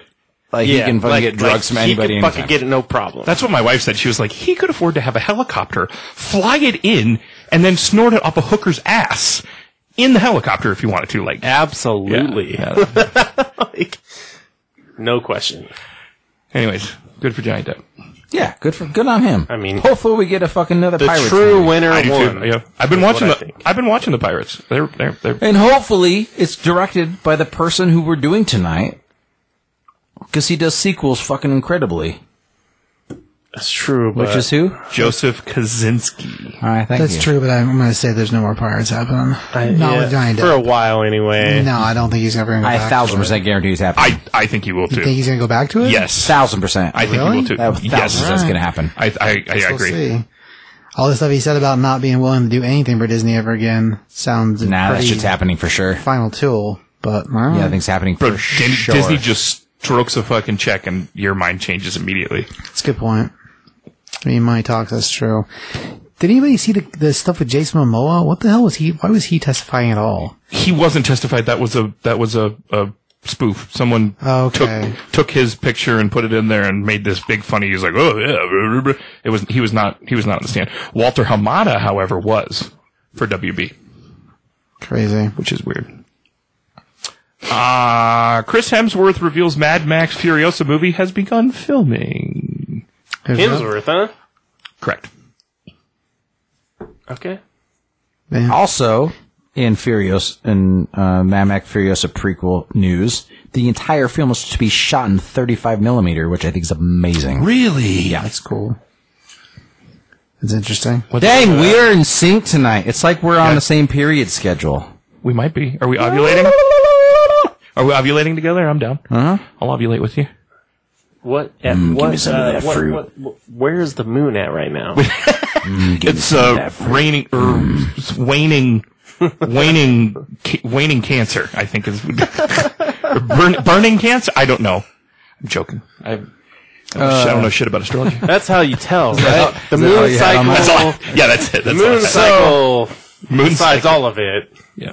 Speaker 1: Like he
Speaker 4: yeah,
Speaker 1: can fucking
Speaker 4: like,
Speaker 1: get drugs from
Speaker 4: like,
Speaker 1: anybody.
Speaker 4: He could
Speaker 1: anytime.
Speaker 4: fucking get it no problem.
Speaker 3: That's what my wife said. She was like, he could afford to have a helicopter, fly it in, and then snort it off a hooker's ass in the helicopter if you wanted to. Like,
Speaker 4: absolutely like no question.
Speaker 3: anyways, good for Johnny Depp.
Speaker 1: Yeah, good for good on him.
Speaker 4: I mean-
Speaker 1: hopefully we get a fucking another
Speaker 4: The
Speaker 1: Pirates
Speaker 4: true
Speaker 1: movie.
Speaker 4: winner
Speaker 3: I do
Speaker 4: won.
Speaker 3: too. Yeah, I've been
Speaker 4: That's
Speaker 3: watching
Speaker 4: what I
Speaker 3: the.
Speaker 4: think.
Speaker 3: I've been watching the Pirates. They're they're they're.
Speaker 1: and hopefully it's directed by the person who we're doing tonight, because he does sequels fucking incredibly.
Speaker 4: That's true,
Speaker 1: Which
Speaker 4: but
Speaker 1: is who?
Speaker 3: Joseph Kaczynski.
Speaker 1: All right, thank
Speaker 2: That's
Speaker 1: you.
Speaker 2: true, but I'm going to say there's no more pirates happening. Not with Johnny
Speaker 4: for a
Speaker 2: Depp.
Speaker 4: while anyway.
Speaker 2: No, I don't think he's ever going to go
Speaker 1: I
Speaker 2: back.
Speaker 1: a thousand
Speaker 2: to it.
Speaker 1: percent guarantee it's happening.
Speaker 3: I I think he will
Speaker 2: You think
Speaker 3: too.
Speaker 2: he's going to go back to it?
Speaker 3: Yes,
Speaker 1: thousand percent.
Speaker 3: I think
Speaker 2: Really?
Speaker 3: he will too.
Speaker 1: a thousand
Speaker 3: Yes,
Speaker 1: percent is gonna happen.
Speaker 3: I I, I
Speaker 2: We'll
Speaker 3: agree.
Speaker 2: see. All the stuff he said about not being willing to do anything for Disney ever again sounds
Speaker 1: Nah, that
Speaker 2: pretty
Speaker 1: shit's happening for sure.
Speaker 2: final tool, but
Speaker 1: Yeah, I think it's happening
Speaker 3: Bro,
Speaker 1: for
Speaker 3: Din-
Speaker 1: sure.
Speaker 3: Disney just strokes a fucking check and your mind changes immediately.
Speaker 2: That's a good point. I mean, money talks. That's true. Did anybody see the, the stuff with Jason Momoa? What the hell was he? Why was he testifying at all?
Speaker 3: He wasn't testified. That was a that was a, a spoof. Someone
Speaker 2: Okay.
Speaker 3: took took his picture and put it in there and made this big funny. He's like, oh yeah. blah, blah, blah." It was he was not he was not on the stand. Walter Hamada, however, was for WB,
Speaker 2: Crazy.
Speaker 3: which is weird. Uh, Chris Hemsworth reveals Mad Max Furiosa movie has begun filming.
Speaker 2: There's no-
Speaker 4: Hemsworth, huh?
Speaker 3: Correct.
Speaker 4: Okay.
Speaker 1: Also, in Furious, in uh, Mad Max Furiosa prequel news, the entire film was to be shot in 35 millimeter, which I think is amazing.
Speaker 3: Really? Yeah.
Speaker 2: That's cool. That's interesting.
Speaker 1: Dang, we are in sync tonight. It's like we're on the same period schedule.
Speaker 3: We might be. Are we ovulating? Are we ovulating together? I'm down. Uh-huh. I'll ovulate with you.
Speaker 4: What? At what,
Speaker 1: Mm, some of
Speaker 4: uh,
Speaker 1: that
Speaker 4: what-
Speaker 1: fruit.
Speaker 4: what- what- where is the moon at right now?
Speaker 3: It's uh, raining, er, it's waning, waning, ca- waning cancer. I think is Burn, burning cancer. I don't know. I'm joking. I, I don't know sh- I don't know shit about astrology.
Speaker 4: That's how you tell, right? The
Speaker 1: that all
Speaker 4: moon
Speaker 1: you had on
Speaker 4: cycle.
Speaker 1: that?
Speaker 3: That's all. I- yeah, that's it. That's all I
Speaker 4: Moon
Speaker 3: have.
Speaker 4: cycle.
Speaker 3: Moon
Speaker 4: Besides
Speaker 3: cycle.
Speaker 4: all of it.
Speaker 3: Yeah.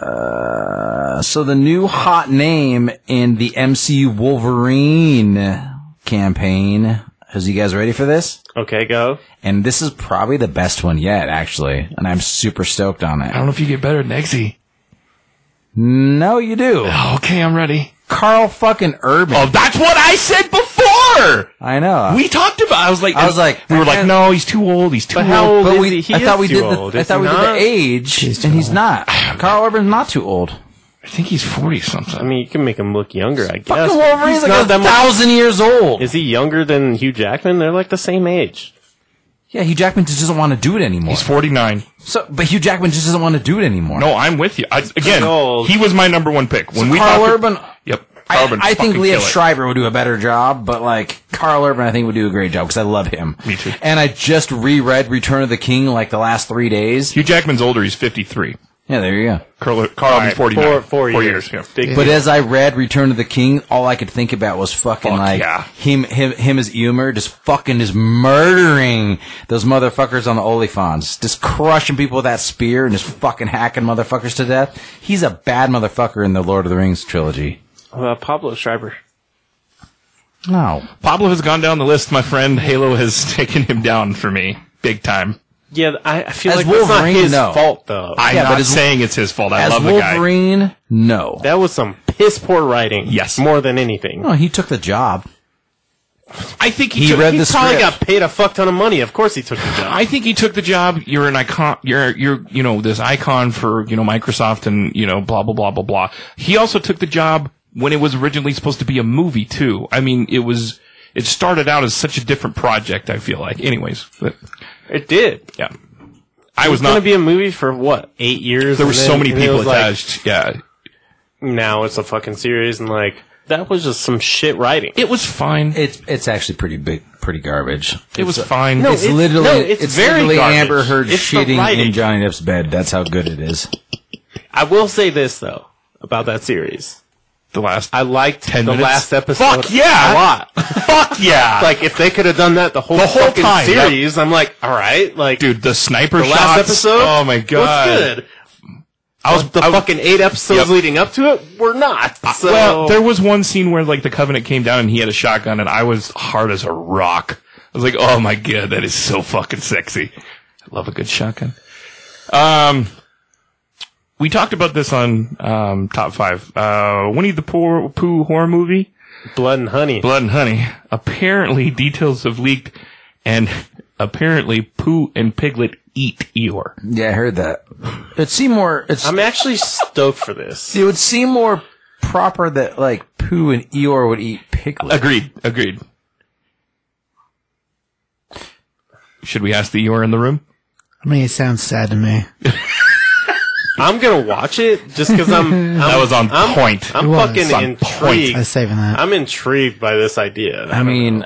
Speaker 1: Uh, so the new hot name in the MCU Wolverine campaign. Is you guys ready for this?
Speaker 4: Okay, go.
Speaker 1: And this is probably the best one yet, actually. And I'm super stoked on
Speaker 3: I
Speaker 1: it.
Speaker 3: don't know if you get better than Eggsy. Oh,
Speaker 1: No, you do.
Speaker 3: Okay, I'm ready.
Speaker 1: Carl fucking Urban.
Speaker 3: Oh, that's what I said before.
Speaker 1: I know.
Speaker 3: We talked about. I was like,
Speaker 1: I was like,
Speaker 3: we were like,
Speaker 1: man.
Speaker 3: no, he's too old. He's too
Speaker 4: But
Speaker 3: old.
Speaker 4: how old
Speaker 1: But
Speaker 4: is
Speaker 1: we,
Speaker 4: he? He
Speaker 1: I
Speaker 4: is
Speaker 1: thought we
Speaker 4: too
Speaker 1: did.
Speaker 4: old.
Speaker 1: The, I
Speaker 4: is
Speaker 1: thought
Speaker 4: he
Speaker 1: we
Speaker 4: not?
Speaker 1: did the age, and he's not. Carl Urban's not too old.
Speaker 3: I think he's forty something.
Speaker 4: I mean, you can make him look younger, I guess.
Speaker 1: Fucking
Speaker 4: but
Speaker 1: Wolverine's
Speaker 4: he's
Speaker 1: like
Speaker 4: not
Speaker 1: a
Speaker 4: that much-
Speaker 1: thousand years old.
Speaker 4: Is he younger than Hugh Jackman? They're like the same age.
Speaker 1: yeah, Hugh Jackman just doesn't want to do it anymore.
Speaker 3: He's 49.
Speaker 1: So, but Hugh Jackman just doesn't want to do it anymore.
Speaker 3: No, I'm with you. I, again,
Speaker 4: old.
Speaker 3: he was my number one pick. When we
Speaker 1: Oh. Carl
Speaker 3: talked-
Speaker 1: Urban.
Speaker 3: Yep. Carbon
Speaker 1: I, I think
Speaker 3: fucking
Speaker 1: Leah
Speaker 3: kill it.
Speaker 1: Shriver would do a better job, but like Carl Urban, I think would do a great job because I love him.
Speaker 3: Me too.
Speaker 1: And I just reread Return of the King like the last three days.
Speaker 3: Hugh Jackman's older. He's 53.
Speaker 1: Yeah, there you go.
Speaker 3: Carl, Carl Urban's 49.
Speaker 4: Four, four, years.
Speaker 3: years. yeah.
Speaker 4: Big
Speaker 1: But as I read Return of the King, all I could think about was fucking
Speaker 3: Fuck
Speaker 1: like
Speaker 3: yeah.
Speaker 1: him, him, him as Emer, just fucking just murdering those motherfuckers on the Olifants, just crushing people with that spear and just fucking hacking motherfuckers to death. He's a bad motherfucker in the Lord of the Rings trilogy.
Speaker 4: uh, Pablo Schreiber.
Speaker 1: No,
Speaker 3: Pablo has gone down the list, my friend. Halo has taken him down for me. Big time.
Speaker 4: Yeah, I, I feel
Speaker 1: As
Speaker 4: like that's not
Speaker 1: Wolverine,
Speaker 4: his
Speaker 1: no.
Speaker 4: fault though.
Speaker 3: I'm
Speaker 1: Yeah, but
Speaker 3: not
Speaker 1: as-
Speaker 3: saying it's his fault. I
Speaker 1: as
Speaker 3: love the guy.
Speaker 1: Wolverine, no.
Speaker 4: that was some piss poor writing.
Speaker 3: Yes. Oh,
Speaker 4: more than anything.
Speaker 1: No, he took the job.
Speaker 3: I think he,
Speaker 1: He
Speaker 3: took,
Speaker 1: read
Speaker 3: he
Speaker 1: the
Speaker 3: probably
Speaker 1: script.
Speaker 3: got
Speaker 4: Got paid a fuck ton of money. Of course, he took the job.
Speaker 3: I think he took the job. You're an icon. You're you're you know this icon for you know Microsoft and you know blah blah blah blah blah. He also took the job when it was originally supposed to be a movie too. I mean, it was it started out as such a different project. I feel like, anyways, but
Speaker 4: It did.
Speaker 3: yeah, I
Speaker 4: It
Speaker 3: was
Speaker 4: was going to
Speaker 3: not.
Speaker 4: be a movie for what eight years.
Speaker 3: there were
Speaker 4: and then-
Speaker 3: so many
Speaker 4: and it
Speaker 3: people
Speaker 4: was like,
Speaker 3: attached. yeah,
Speaker 4: now it's a fucking series, and like that was just some shit writing.
Speaker 3: it was fine. It,
Speaker 1: It's it's actually pretty big, pretty garbage.
Speaker 3: was fine.
Speaker 4: No,
Speaker 1: It's, literally
Speaker 4: no,
Speaker 1: it's,
Speaker 4: it's very
Speaker 1: literally
Speaker 4: garbage.
Speaker 1: Amber Heard
Speaker 4: It's the
Speaker 1: shitting
Speaker 4: writing.
Speaker 1: in Johnny Depp's bed. That's how good it is.
Speaker 4: I will say this though about that series.
Speaker 3: the last.
Speaker 4: I liked
Speaker 3: 10
Speaker 4: the
Speaker 3: minutes?
Speaker 4: last episode.
Speaker 3: Fuck yeah!
Speaker 4: a lot.
Speaker 3: fuck yeah!
Speaker 4: like if they could have done that the whole
Speaker 3: The whole
Speaker 4: fucking
Speaker 3: time, that-
Speaker 4: series, I'm like, all right, like
Speaker 3: dude, the sniper
Speaker 4: the
Speaker 3: shots.
Speaker 4: last episode.
Speaker 3: Oh my god!
Speaker 4: was good.
Speaker 3: I was
Speaker 4: The
Speaker 3: I,
Speaker 4: fucking eight episodes
Speaker 3: Yep.
Speaker 4: leading up to it were not. So
Speaker 3: Well, there was one scene where like the Covenant came down and he had a shotgun, and I was hard as a rock. I was like, "Oh my god, that is so fucking sexy." I love a good shotgun. Um, we talked about this on um, top five. Uh, Winnie the Pooh Pooh horror movie,
Speaker 4: blood and honey.
Speaker 3: Blood and Honey. Apparently, details have leaked, and apparently, Pooh and Piglet eat Eeyore.
Speaker 1: Yeah, I heard that. It seemed more. It's,
Speaker 4: I'm actually stoked for this.
Speaker 1: it would seem more proper that like Pooh and Eeyore would eat Piglet.
Speaker 3: Agreed. Agreed. Should we ask the Eeyore in the room?
Speaker 2: I mean, it sounds sad to me.
Speaker 4: I'm gonna watch it just because I'm, I'm.
Speaker 3: That was on
Speaker 4: I'm,
Speaker 3: point.
Speaker 4: I'm
Speaker 2: It was
Speaker 4: fucking
Speaker 3: on
Speaker 4: intrigued.
Speaker 2: I was saving that.
Speaker 4: I'm intrigued by this idea.
Speaker 1: I mean,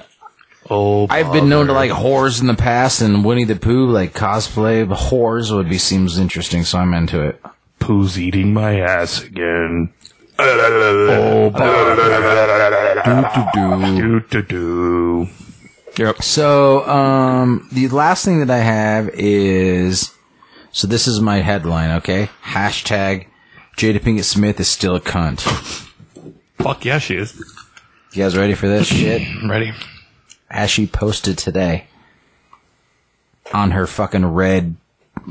Speaker 4: oh,
Speaker 1: I've been known to like whores in the past, and Winnie the Pooh like cosplay but whores would be seems interesting, so I'm into it.
Speaker 3: Pooh's eating my ass again. oh,
Speaker 1: Doo-doo-doo.
Speaker 3: do do do. Yep.
Speaker 1: So, um, the last thing that I have is, so this is my headline, okay? Hashtag Jada Pinkett Smith is still a cunt.
Speaker 3: Fuck yeah, she is.
Speaker 1: You guys ready for this shit?
Speaker 3: I'm ready.
Speaker 1: As she posted today on her fucking red,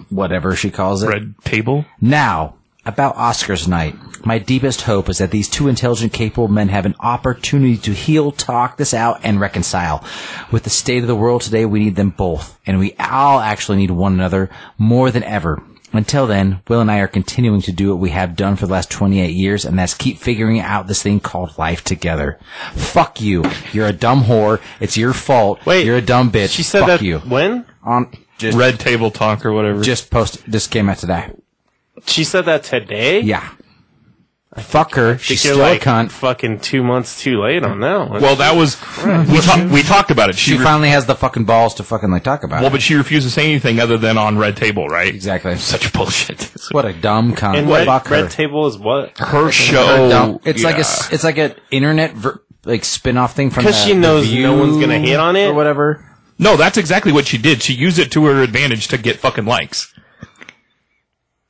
Speaker 1: whatever she calls it.
Speaker 3: Red table.
Speaker 1: Now, about Oscars night. My deepest hope is that these two intelligent, capable men have an opportunity to heal, talk this out, and reconcile. With the state of the world today, we need them both, and we all actually need one another more than ever. Until then, Will and I are continuing to do what we have done for the last 28 years, and that's keep figuring out this thing called life together. Fuck you. You're a dumb whore. It's your fault.
Speaker 4: Wait,
Speaker 1: You're a dumb bitch.
Speaker 4: She said
Speaker 1: Fuck
Speaker 4: that
Speaker 1: you.
Speaker 4: when
Speaker 1: On, just,
Speaker 3: Red table talk or whatever.
Speaker 1: just post, just came out today.
Speaker 4: she said that today.
Speaker 1: Yeah. Fuck her. She's
Speaker 4: You're
Speaker 1: still
Speaker 4: like
Speaker 1: a cunt.
Speaker 4: fucking two months too late on that one.
Speaker 3: well, that was we, ta- we talked about it. She,
Speaker 1: She
Speaker 3: re-
Speaker 1: finally has the fucking balls to fucking like talk about
Speaker 3: well,
Speaker 1: it.
Speaker 3: but she refused to say anything other than on red table, right?
Speaker 1: Exactly.
Speaker 3: Such bullshit.
Speaker 1: What a dumb cunt.
Speaker 4: and red,
Speaker 1: Fuck her.
Speaker 4: red table is what
Speaker 3: Her
Speaker 1: Her
Speaker 3: show.
Speaker 1: dumb- it's like a s- it's like an internet ver- like spin off thing from
Speaker 4: because
Speaker 1: the-
Speaker 4: she
Speaker 1: The
Speaker 4: knows no
Speaker 1: View
Speaker 4: one's gonna hit on it.
Speaker 1: or whatever.
Speaker 3: no. That's exactly what she did. She used it to her advantage to get fucking likes.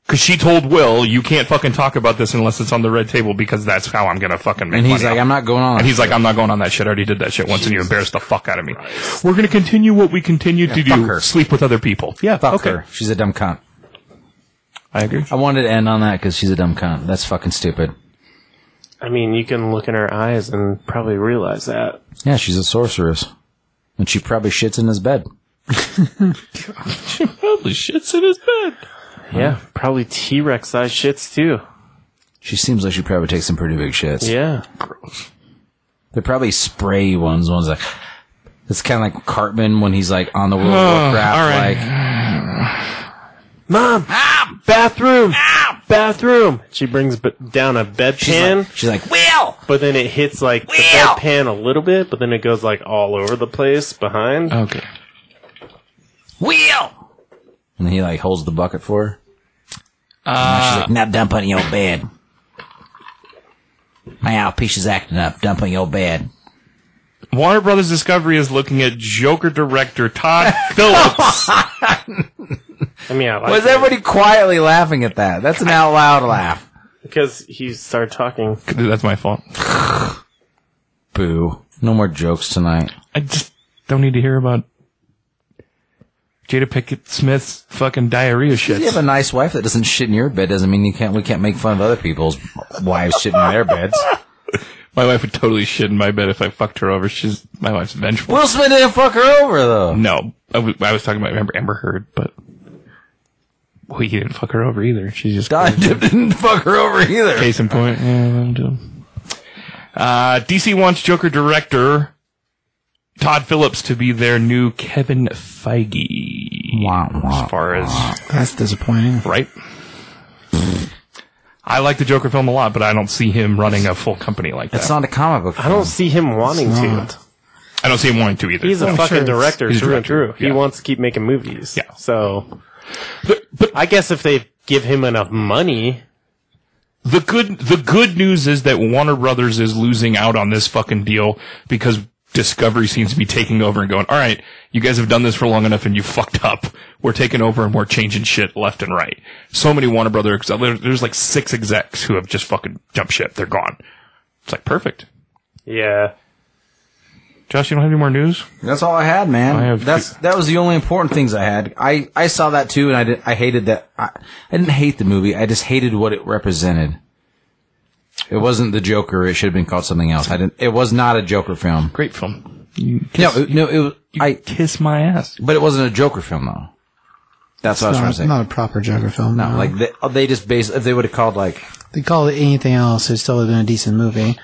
Speaker 3: Because she told Will, "You can't fucking talk about this unless it's on the red table because that's how I'm gonna fucking make
Speaker 1: And he's
Speaker 3: money
Speaker 1: like,
Speaker 3: off
Speaker 1: I'm not going on.
Speaker 3: And he's like, I'm not going on that shit. I already did that shit once, and you embarrassed the fuck out of me. We're going to continue what we continued to
Speaker 1: fuck
Speaker 3: do:
Speaker 1: her.
Speaker 3: sleep with other people. Yeah,
Speaker 1: fuck
Speaker 3: okay.
Speaker 1: her. She's a dumb cunt.
Speaker 3: I agree.
Speaker 1: I wanted to end on that because she's a dumb cunt. That's fucking stupid.
Speaker 4: I mean, you can look in her eyes and probably realize that.
Speaker 1: Yeah, she's a sorceress, and she probably shits in his bed.
Speaker 3: Holy shit's in his bed.
Speaker 4: Yeah, probably T Rex sized shits too.
Speaker 1: She seems like she probably takes some pretty big shits.
Speaker 4: Yeah,
Speaker 1: They're probably spray ones. Ones like it's kind of like Cartman when he's like on the World of Warcraft.
Speaker 3: all right.
Speaker 1: Like
Speaker 4: mom, bathroom. bathroom. She brings b- down a bedpan,
Speaker 1: She's like, Will!
Speaker 4: but then it hits like the
Speaker 1: Wheel!
Speaker 4: bedpan a little bit, but then it goes like all over the place behind.
Speaker 3: Okay.
Speaker 1: Will! And he like holds the bucket for her. And she's like, now dump on your bed. Now, Pisha's acting up. Dump on your bed.
Speaker 3: Warner Brothers Discovery is looking at Joker director Todd Phillips.
Speaker 4: I mean, I like
Speaker 1: Was
Speaker 4: it
Speaker 1: everybody quietly laughing at that? That's an out loud laugh.
Speaker 4: because he started talking.
Speaker 3: That's my fault.
Speaker 1: Boo. No more jokes tonight.
Speaker 3: I just don't need to hear about Jada Pickett Smith's fucking diarrhea
Speaker 1: You have
Speaker 3: shits.
Speaker 1: a nice wife that doesn't shit in your bed doesn't mean you can't. We can't make fun of other people's wives shitting in their beds.
Speaker 3: My wife would totally shit in my bed if I fucked her over. She's my wife's vengeful.
Speaker 1: Will Smith didn't fuck her over though.
Speaker 3: No, I w- I was talking about Amber, Amber Heard, but well, he didn't fuck her over either. She's just
Speaker 1: Don Jim didn't fuck her over either.
Speaker 3: Case in point. Yeah, let him do him. Uh, DC wants Joker director Todd Phillips to be their new Kevin Feige.
Speaker 1: Wah, wah,
Speaker 3: as far as
Speaker 2: That's disappointing.
Speaker 3: right. I like the Joker film a lot, but I don't see him running a full company like that.
Speaker 1: It's not a comic book.
Speaker 4: I don't see him wanting to.
Speaker 3: I don't see him wanting to either.
Speaker 4: He's a fucking
Speaker 2: sure.
Speaker 4: director
Speaker 3: He's a
Speaker 4: through
Speaker 3: director,
Speaker 4: and through.
Speaker 3: yeah.
Speaker 4: He wants to keep making movies.
Speaker 3: Yeah.
Speaker 4: So
Speaker 3: but, but
Speaker 4: I guess if they give him enough money,
Speaker 3: the good the good news is that Warner Brothers is losing out on this fucking deal because Discovery seems to be taking over and going, all right, you guys have done this for long enough and you fucked up. We're taking over and we're changing shit left and right. So many Warner Brothers, there- there's like six execs who have just fucking jumped ship. They're gone. It's like perfect.
Speaker 4: yeah.
Speaker 3: Josh, you don't have any more news?
Speaker 1: That's all I had, man.
Speaker 3: I have
Speaker 1: That's that was the only important things I had. I, I saw that too, and I did, I hated that. I, I didn't hate the movie. I just hated what it represented. It wasn't the Joker. It should have been called something else. I didn't. It was not a Joker film.
Speaker 3: Great film.
Speaker 1: No, it, no. It was. I.
Speaker 3: Kiss my ass.
Speaker 1: But it wasn't a Joker film though. That's what I was trying to
Speaker 2: Not,
Speaker 1: say.
Speaker 2: not a proper Joker film.
Speaker 1: No, like they, they just base if they would have called like
Speaker 2: they call it anything else, it still would have been a decent movie.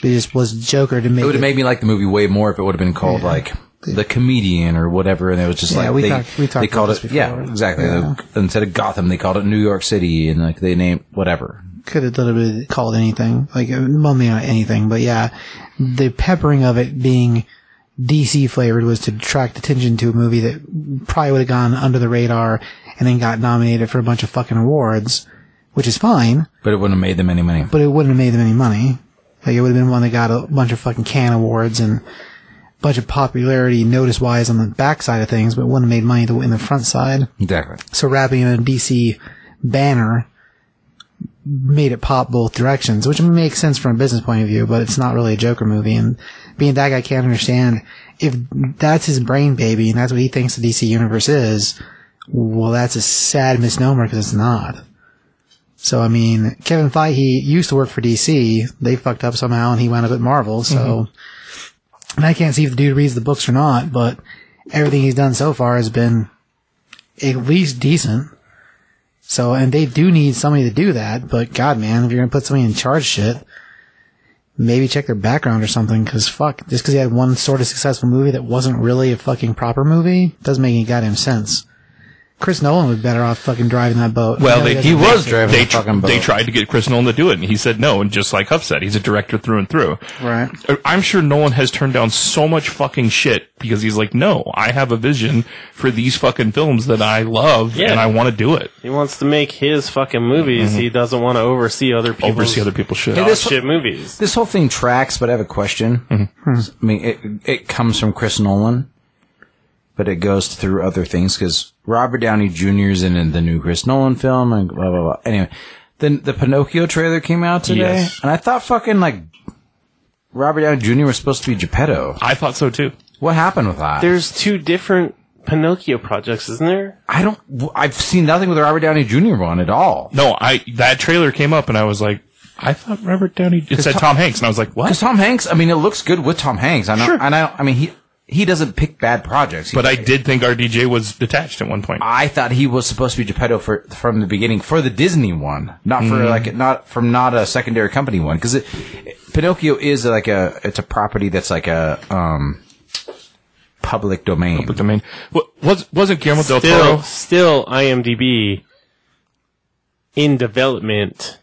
Speaker 2: But it just was Joker to make
Speaker 1: it would
Speaker 2: it.
Speaker 1: have made me like the movie way more if it would have been called like the comedian or whatever, and it was just
Speaker 2: Yeah,
Speaker 1: like
Speaker 2: we
Speaker 1: they,
Speaker 2: talked- we talked
Speaker 1: they called
Speaker 2: about
Speaker 1: it
Speaker 2: this
Speaker 1: yeah
Speaker 2: before.
Speaker 1: exactly
Speaker 2: Yeah.
Speaker 1: They- instead of Gotham they called it New York City and like they named whatever
Speaker 2: could have literally called anything. Like, uh, well, maybe not anything, but yeah, the peppering of it being DC flavored was to attract attention to a movie that probably would have gone under the radar and then got nominated for a bunch of fucking awards, which is fine,
Speaker 1: but it wouldn't have made them any money.
Speaker 2: but it wouldn't have made them any money. Like, it would have been one that got a bunch of fucking can awards and a bunch of popularity notice wise on the back side of things, but wouldn't have made money the- in the front side.
Speaker 1: Exactly.
Speaker 2: So wrapping in a DC banner made it pop both directions, which makes sense from a business point of view, but it's not really a Joker movie. And being that guy can't understand if that's his brain baby and that's what he thinks the DC universe is. Well, that's a sad misnomer because it's not. So, I mean, Kevin Feige used to work for DC. They fucked up somehow and he wound up at Marvel. So,
Speaker 3: Mm-hmm.
Speaker 2: and I can't see if the dude reads the books or not, but everything he's done so far has been at least decent. So, and they do need somebody to do that, but god man, if you're gonna put somebody in charge of shit, maybe check their background or something, cause fuck, just cause he had one sort of successful movie that wasn't really a fucking proper movie, doesn't make any goddamn sense. Chris Nolan was better off fucking driving that boat. I
Speaker 3: Well,
Speaker 2: know
Speaker 3: they,
Speaker 2: doesn't
Speaker 1: he
Speaker 2: make
Speaker 1: was
Speaker 2: sense.
Speaker 1: driving
Speaker 3: they,
Speaker 1: the fucking boat.
Speaker 3: they tried to get Chris Nolan to do it, and he said no. And just like Huff said, he's a director through and through.
Speaker 2: Right.
Speaker 3: I'm sure Nolan has turned down so much fucking shit because he's like, no, I have a vision for these fucking films that I love
Speaker 4: Yeah.
Speaker 3: and I want to do it.
Speaker 4: He wants to make his fucking movies. He doesn't want to oversee other people's
Speaker 3: Mm-hmm. Oversee other people's shit. Oh,
Speaker 1: Hey,
Speaker 4: dog
Speaker 1: this-
Speaker 4: shit movies.
Speaker 1: This whole thing tracks, but I have a question.
Speaker 3: Mm-hmm.
Speaker 1: I mean, it it comes from Chris Nolan, but it goes through other things because Robert Downey Jr. is in the new Chris Nolan film and blah blah blah. Anyway, then the Pinocchio trailer came out today,
Speaker 3: Yes.
Speaker 1: and I thought fucking like Robert Downey Jr. was supposed to be Geppetto.
Speaker 3: I thought so too.
Speaker 1: What happened with that?
Speaker 4: There's two different Pinocchio projects, isn't there?
Speaker 1: I don't. I've seen nothing with Robert Downey Jr. on at all.
Speaker 3: No, I that trailer came up and I was like, I thought Robert Downey. It said Tom, Hanks, and I was like,
Speaker 1: Because
Speaker 3: what?
Speaker 1: Tom Hanks, I mean, it looks good with Tom Hanks. I know,
Speaker 3: Sure.
Speaker 1: and I, I mean, he he doesn't pick bad projects. He
Speaker 3: But I did think RDJ was detached at one point.
Speaker 1: I thought he was supposed to be Geppetto for, from the beginning for the Disney one, not for like not from not a secondary company one because it, Pinocchio is like a it's a property that's like a um public domain.
Speaker 3: But I mean, wa- was wasn't Guillermo del
Speaker 4: Still,
Speaker 3: Toro?
Speaker 4: still IMDb in development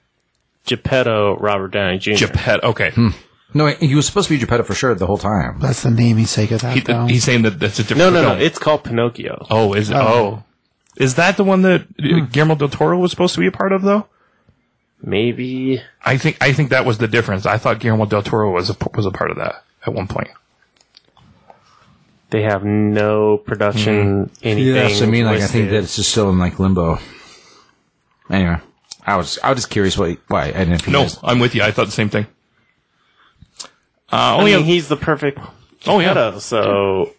Speaker 4: Geppetto Robert Downey Jr.
Speaker 3: Geppetto. Okay.
Speaker 1: No, he he was supposed to be Geppetto for sure the whole time.
Speaker 2: That's the naming sake of that,
Speaker 3: He-
Speaker 2: though.
Speaker 3: he's saying that that's a
Speaker 4: no,
Speaker 3: different.
Speaker 4: no, no.
Speaker 3: film.
Speaker 4: It's called Pinocchio.
Speaker 3: oh, is it? Oh. Is that the one that uh, Guillermo del Toro was supposed to be a part of, though?
Speaker 4: Maybe
Speaker 3: I think I think that was the difference. I thought Guillermo del Toro was a, was a part of that at one point.
Speaker 4: they have no production anything.
Speaker 1: Yes, I mean, like I think
Speaker 4: listed.
Speaker 1: that it's just still in like limbo. Anyway, I was I was just curious what why I didn't.
Speaker 3: No, I'm with you. I thought the same thing. Uh,
Speaker 4: I
Speaker 3: only
Speaker 4: mean,
Speaker 3: a-
Speaker 4: he's the perfect
Speaker 3: oh yeah,
Speaker 4: Geppetto. So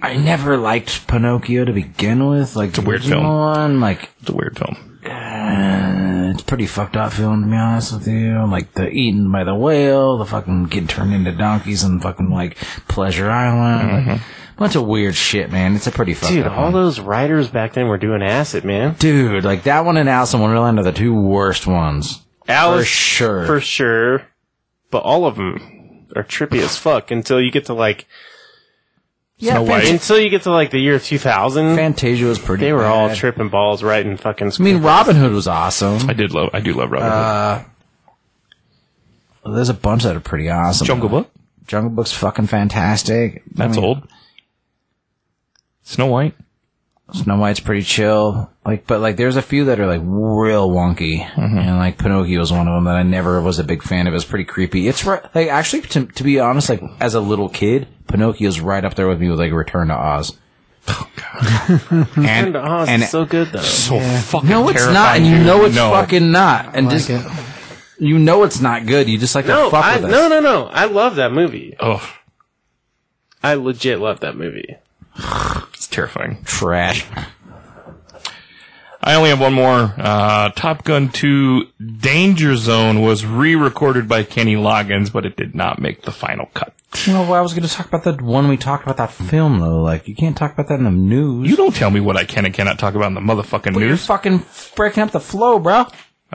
Speaker 1: I never liked Pinocchio to begin with. Like it's a
Speaker 3: weird film.
Speaker 1: One, like
Speaker 3: it's a weird film.
Speaker 1: uh, it's a pretty fucked up film to be honest with you. Like the eaten by the whale, the fucking getting turned into donkeys and fucking like Pleasure Island, like, bunch of weird shit, man. It's a pretty fucked
Speaker 4: Mm-hmm. dude,
Speaker 1: up.
Speaker 4: all
Speaker 1: one.
Speaker 4: those writers back then were doing acid, man.
Speaker 1: Dude, like that one and Alice in Wonderland are the two worst ones.
Speaker 4: Alice
Speaker 1: For sure.
Speaker 4: for sure, but all of them are trippy as fuck until you get to like
Speaker 1: yeah,
Speaker 3: Snow White.
Speaker 4: until you get to like the year two thousand.
Speaker 1: Fantasia was pretty.
Speaker 4: They were all
Speaker 1: bad.
Speaker 4: tripping balls right in fucking
Speaker 1: I
Speaker 4: school.
Speaker 1: mean, Robin Hood was awesome.
Speaker 3: I did love. I do love Robin Hood.
Speaker 1: Uh, There's a bunch that are pretty awesome.
Speaker 3: Jungle Book.
Speaker 1: Jungle Book's fucking fantastic. I
Speaker 3: That's
Speaker 1: mean,
Speaker 3: old. Snow White.
Speaker 1: Snow White's pretty chill. Like, but like, there's a few that are like real wonky, and like Pinocchio was one of them that I never was a big fan of. It was pretty creepy. It's right, like actually, to, to be honest, like as a little kid, Pinocchio's right up there with me with like Return to Oz.
Speaker 4: Return to Oz
Speaker 1: and-
Speaker 4: is so good though.
Speaker 3: So fucking
Speaker 1: No, it's not,
Speaker 3: terrifying,
Speaker 1: and you
Speaker 3: dude.
Speaker 1: know it's
Speaker 3: No.
Speaker 1: fucking not, and just
Speaker 2: Like it.
Speaker 1: you know it's not good. You just like to
Speaker 4: No,
Speaker 1: fuck
Speaker 4: I,
Speaker 1: with us.
Speaker 4: no, no, no. I love that movie.
Speaker 3: Oh,
Speaker 4: I legit love that movie.
Speaker 3: it's terrifying.
Speaker 1: Trash.
Speaker 3: I only have one more. Uh, Top Gun 2 Danger Zone was re-recorded by Kenny Loggins, but it did not make the final cut.
Speaker 1: No, well, I was going to talk about that one we talked about that film though. Like, you can't talk about that in the news.
Speaker 3: You don't tell me what I can and cannot talk about in the motherfucking
Speaker 1: You're
Speaker 3: news.
Speaker 1: fucking breaking up the flow, bro.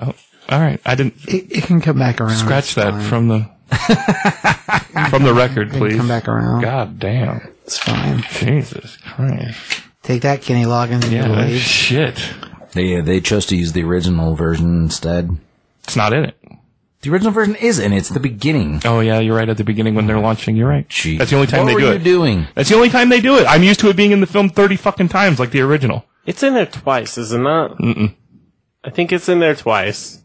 Speaker 3: Oh, all right. I didn't
Speaker 2: It, it can come back around. It's
Speaker 3: scratch that
Speaker 2: fine.
Speaker 3: from the from the record,
Speaker 2: It can
Speaker 3: please.
Speaker 2: come back around.
Speaker 3: God damn.
Speaker 2: It's fine.
Speaker 3: Jesus Christ.
Speaker 2: Take that, Kenny Loggins.
Speaker 3: Yeah,
Speaker 2: Yeah,
Speaker 3: that shit.
Speaker 1: Yeah, they chose to use the original version instead.
Speaker 3: It's not in it.
Speaker 1: The original version is in it. It's the beginning.
Speaker 3: Oh yeah, you're right. At the beginning when they're launching, you're right.
Speaker 1: Jeez.
Speaker 3: That's the only time
Speaker 1: what
Speaker 3: they
Speaker 1: were
Speaker 3: do
Speaker 1: you
Speaker 3: it.
Speaker 1: doing?
Speaker 3: That's the only time they do it. I'm used to it being in the film thirty fucking times, like the original.
Speaker 4: It's in there twice, is it not? Mm-mm. I think it's in there twice.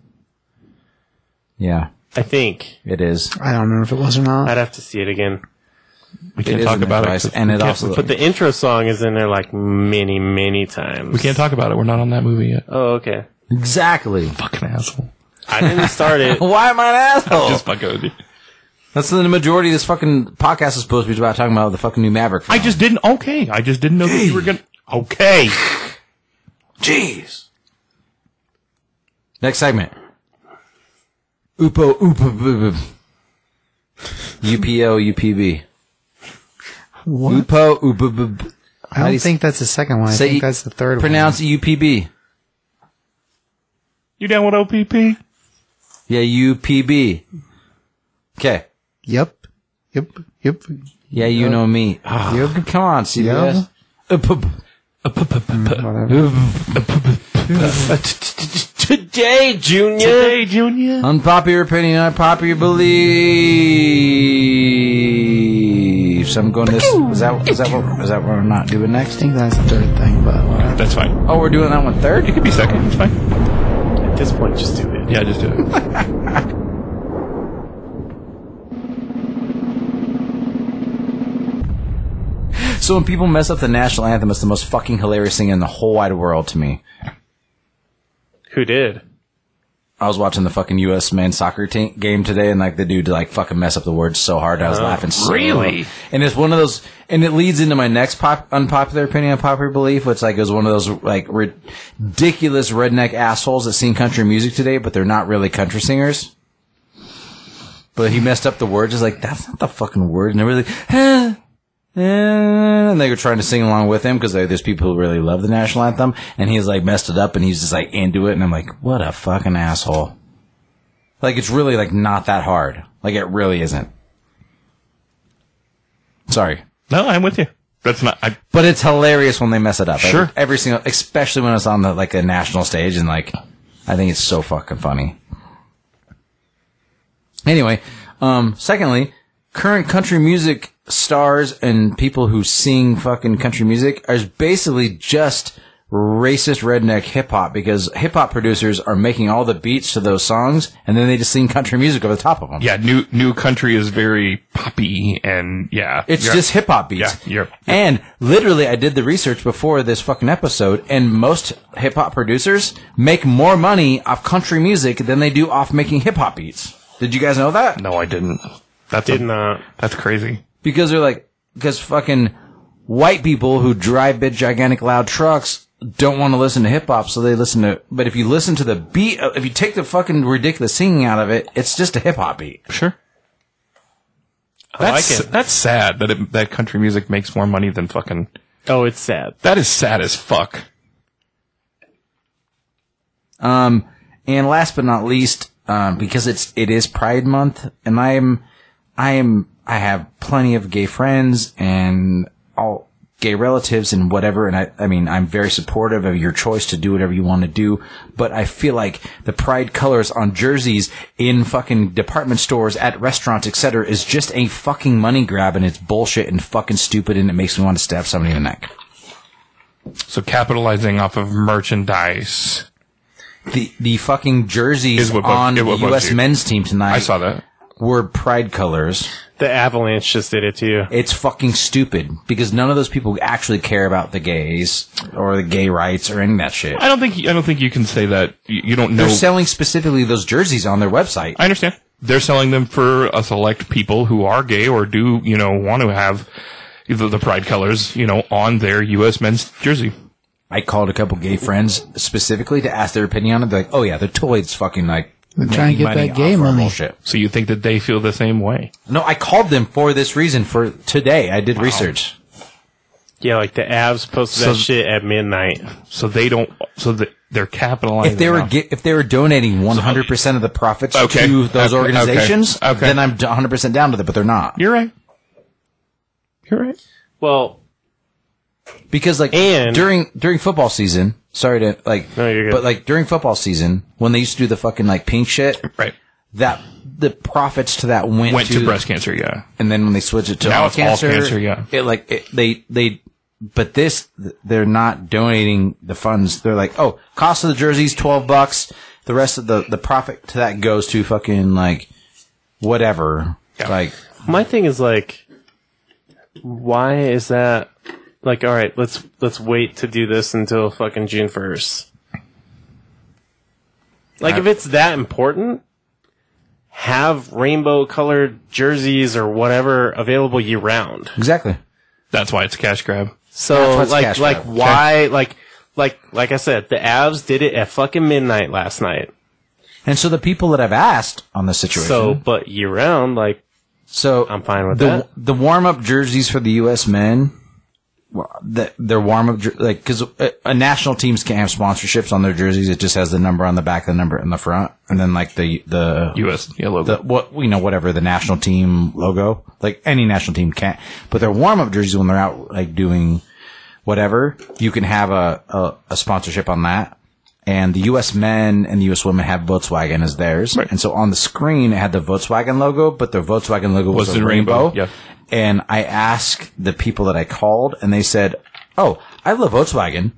Speaker 1: Yeah,
Speaker 4: I think.
Speaker 1: it is.
Speaker 2: I don't remember if it was or not.
Speaker 4: I'd have to see it again.
Speaker 3: We
Speaker 1: It
Speaker 3: can't
Speaker 1: is
Speaker 3: talk
Speaker 1: in the
Speaker 3: about
Speaker 1: twice,
Speaker 3: it, 'cause
Speaker 1: and
Speaker 3: we
Speaker 1: it
Speaker 3: can't-
Speaker 1: also.
Speaker 4: But the intro song is in there like many, many times.
Speaker 3: we can't talk about it. We're not on that movie yet.
Speaker 4: Oh, okay.
Speaker 1: exactly.
Speaker 3: Fucking asshole.
Speaker 4: I didn't start it.
Speaker 1: Why am I an asshole?
Speaker 3: Just fucking with you.
Speaker 1: That's the majority of this fucking podcast is supposed to be about talking about the fucking new Maverick.
Speaker 3: I
Speaker 1: film.
Speaker 3: just didn't. Okay, I just didn't know that you were gonna. Okay.
Speaker 1: Jeez. Next segment. Upo Upo Upo UPO UPB.
Speaker 2: What?
Speaker 1: Upo Upo.
Speaker 2: I don't think that's the second one. I
Speaker 1: Say-
Speaker 2: think that's the third
Speaker 1: Pronounce it UPB.
Speaker 3: You down with OPP?
Speaker 1: Yeah, UPB. Okay.
Speaker 2: one. Yep. Yep. Yep.
Speaker 1: Yeah, you know me. Ah,
Speaker 2: Yep.
Speaker 1: Come on, Uh, CBS. Up, up.
Speaker 2: Whatever.
Speaker 4: Today, Junior.
Speaker 3: Hey, Junior.
Speaker 1: Unpopular opinion, unpopular beliefs. I'm going this. Is that is that what is that what we're not doing
Speaker 2: I
Speaker 1: next?
Speaker 2: think that's the third thing, but whatever.
Speaker 3: That's fine.
Speaker 1: Oh, we're doing that one third.
Speaker 3: It could be second. It's fine.
Speaker 4: At this point, just do it.
Speaker 3: Yeah, just do it.
Speaker 1: So when people mess up the national anthem, it's the most fucking hilarious thing in the whole wide world to me.
Speaker 4: Who did?
Speaker 1: I was watching the fucking U.S. men's soccer team game today, and like the dude like fucking mess up the words so hard, I was laughing. So
Speaker 3: really?
Speaker 1: hard. And it's one of those, and it leads into my next pop, unpopular opinion, unpopular belief, which like is one of those like ri- ridiculous redneck assholes that sing country music today, but they're not really country singers. But he messed up the words. It's like that's not the fucking word, and everything. Really, Eh, and they were trying to sing along with him because there's people who really love the national anthem, and he's like messed it up, and he's just like into it, and I'm like, what a fucking asshole. Like it's really like not that hard. Like it really isn't. Sorry,
Speaker 3: No, I'm with you. That's not. I,
Speaker 1: but it's hilarious when they mess it up.
Speaker 3: Sure.
Speaker 1: every, every single, especially when it's on the like a national stage and like I think it's so fucking funny. Anyway, um, secondly, current country music stars and people who sing fucking country music are basically just racist redneck hip hop because hip hop producers are making all the beats to those songs and then they just sing country music over the top of them.
Speaker 3: Yeah, new new country is very poppy and yeah.
Speaker 1: It's
Speaker 3: You're-
Speaker 1: just hip hop beats.
Speaker 3: Yeah, you're-
Speaker 1: And literally, I did the research before this fucking episode, and most hip hop producers make more money off country music than they do off making hip hop beats. Did you guys know that?
Speaker 3: No, I didn't. uh, That's
Speaker 4: Did
Speaker 3: a-
Speaker 4: not.
Speaker 3: That's crazy.
Speaker 1: Because they're like, because fucking white people who drive big, gigantic, loud trucks don't want to listen to hip hop, so they listen to. But if you listen to the beat, if you take the fucking ridiculous singing out of it, it's just a hip hop beat.
Speaker 3: Sure.
Speaker 4: like
Speaker 3: That's
Speaker 4: it.
Speaker 3: that's sad that it, that country music makes more money than fucking.
Speaker 4: Oh, it's sad.
Speaker 3: That is sad as fuck.
Speaker 1: Um, and last but not least, um, because it's it is Pride Month, and I'm I am I have plenty of gay friends and all gay relatives and whatever, and I I mean I'm very supportive of your choice to do whatever you want to do, but I feel like the pride colors on jerseys in fucking department stores at restaurants etc is just a fucking money grab, and it's bullshit and fucking stupid, and it makes me want to stab somebody in the neck.
Speaker 3: So capitalizing off of merchandise.
Speaker 1: The the fucking jerseys
Speaker 3: Is what bug-
Speaker 1: on
Speaker 3: it
Speaker 1: the
Speaker 3: what bugs
Speaker 1: U.S.
Speaker 3: you.
Speaker 1: men's team tonight.
Speaker 3: I saw that.
Speaker 1: were pride colors,
Speaker 4: The Avalanche just did it to you.
Speaker 1: it's fucking stupid because none of those people actually care about the gays or the gay rights or any of that shit.
Speaker 3: I don't think I don't think you can say that. You, you don't know.
Speaker 1: They're selling specifically those jerseys on their website.
Speaker 3: I understand. They're selling them for a select people who are gay or do you know want to have the, the pride colors you know on their U.S. men's jersey.
Speaker 1: I called a couple gay friends specifically to ask their opinion on it. They're like, oh yeah, the toys fucking like.
Speaker 2: They're trying to
Speaker 1: making
Speaker 2: get that
Speaker 1: off
Speaker 2: gay
Speaker 1: our
Speaker 2: money.
Speaker 1: Bullshit.
Speaker 3: So you think that they feel the same way?
Speaker 1: No, I called them for this reason for today. I did research.
Speaker 4: Yeah, like the Avs posted
Speaker 3: So-
Speaker 4: that shit at midnight.
Speaker 3: So they don't. So that they're capitalizing.
Speaker 1: If they were
Speaker 3: on-
Speaker 1: gi- if they were donating 100 percent of the profits
Speaker 3: Okay.
Speaker 1: to those
Speaker 3: Okay, okay,
Speaker 1: organizations,
Speaker 3: okay.
Speaker 1: then I'm 100 percent down with it. But they're not
Speaker 3: you're right. You're right.
Speaker 4: Well,
Speaker 1: because like
Speaker 4: And-
Speaker 1: during during football season, sorry to like,
Speaker 4: No, you're good.
Speaker 1: but like during football season when they used to do the fucking like pink shit,
Speaker 3: Right.
Speaker 1: that the profits to that went,
Speaker 3: Went to breast cancer. Yeah.
Speaker 1: and then when they switched it to
Speaker 3: Now
Speaker 1: all
Speaker 3: it's all
Speaker 1: cancer,
Speaker 3: cancer, yeah.
Speaker 1: it like it, they they. But this, they're not donating the funds. They're like, oh, cost of the jerseys twelve bucks. The rest of the the profit to that goes to fucking like whatever.
Speaker 3: Yeah.
Speaker 1: Like
Speaker 4: my thing is like, why is that? Like, all right, let's let's wait to do this until fucking June first. Like, if it's that important, have rainbow colored jerseys or whatever available year round.
Speaker 1: exactly.
Speaker 3: That's why it's a cash grab.
Speaker 1: That's
Speaker 4: So
Speaker 1: what's
Speaker 4: like
Speaker 1: cash
Speaker 4: like
Speaker 1: grab.
Speaker 4: why like like like I said, the Avs did it at fucking midnight last night.
Speaker 1: And so the people that I've asked on this situation,
Speaker 4: So but year round, like
Speaker 1: So
Speaker 4: I'm fine with
Speaker 1: the,
Speaker 4: that.
Speaker 1: The warm up jerseys for the U.S. men, well, the, their warm up jer- like because a, a national teams can't have sponsorships on their jerseys. It just has the number on the back, the number in the front, and then like the the
Speaker 3: U.S. Yeah, logo.
Speaker 1: the what you know whatever the national team logo like any national team can't but their warm-up jerseys when they're out like doing whatever you can have a, a, a sponsorship on that and the us men and the us women have volkswagen as theirs
Speaker 3: Right.
Speaker 1: and so on the screen it had the volkswagen logo but the volkswagen logo was,
Speaker 3: Was
Speaker 1: a
Speaker 3: the
Speaker 1: rainbow,
Speaker 3: rainbow, yeah.
Speaker 1: and i asked the people that i called and they said oh i love volkswagen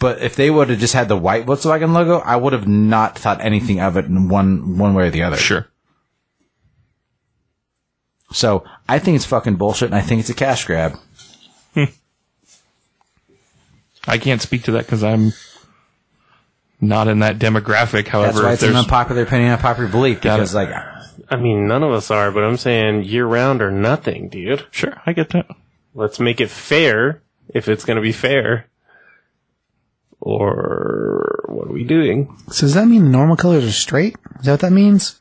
Speaker 1: but if they would have just had the white Volkswagen logo, I would have not thought anything of it in one one way or the other.
Speaker 3: sure.
Speaker 1: So I think it's fucking bullshit, and I think it's a cash grab.
Speaker 3: I can't speak to that because I'm not in that demographic. However,
Speaker 1: That's why
Speaker 3: if
Speaker 1: it's an
Speaker 3: there's-
Speaker 1: unpopular opinion, unpopular belief. Because
Speaker 3: it.
Speaker 1: like,
Speaker 4: I mean none of us are, but I'm saying year round or nothing, dude.
Speaker 3: sure, I get that.
Speaker 4: Let's make it fair if it's gonna be fair. Or what are we doing?
Speaker 2: So does that mean the normal colors are straight? Is that what that means?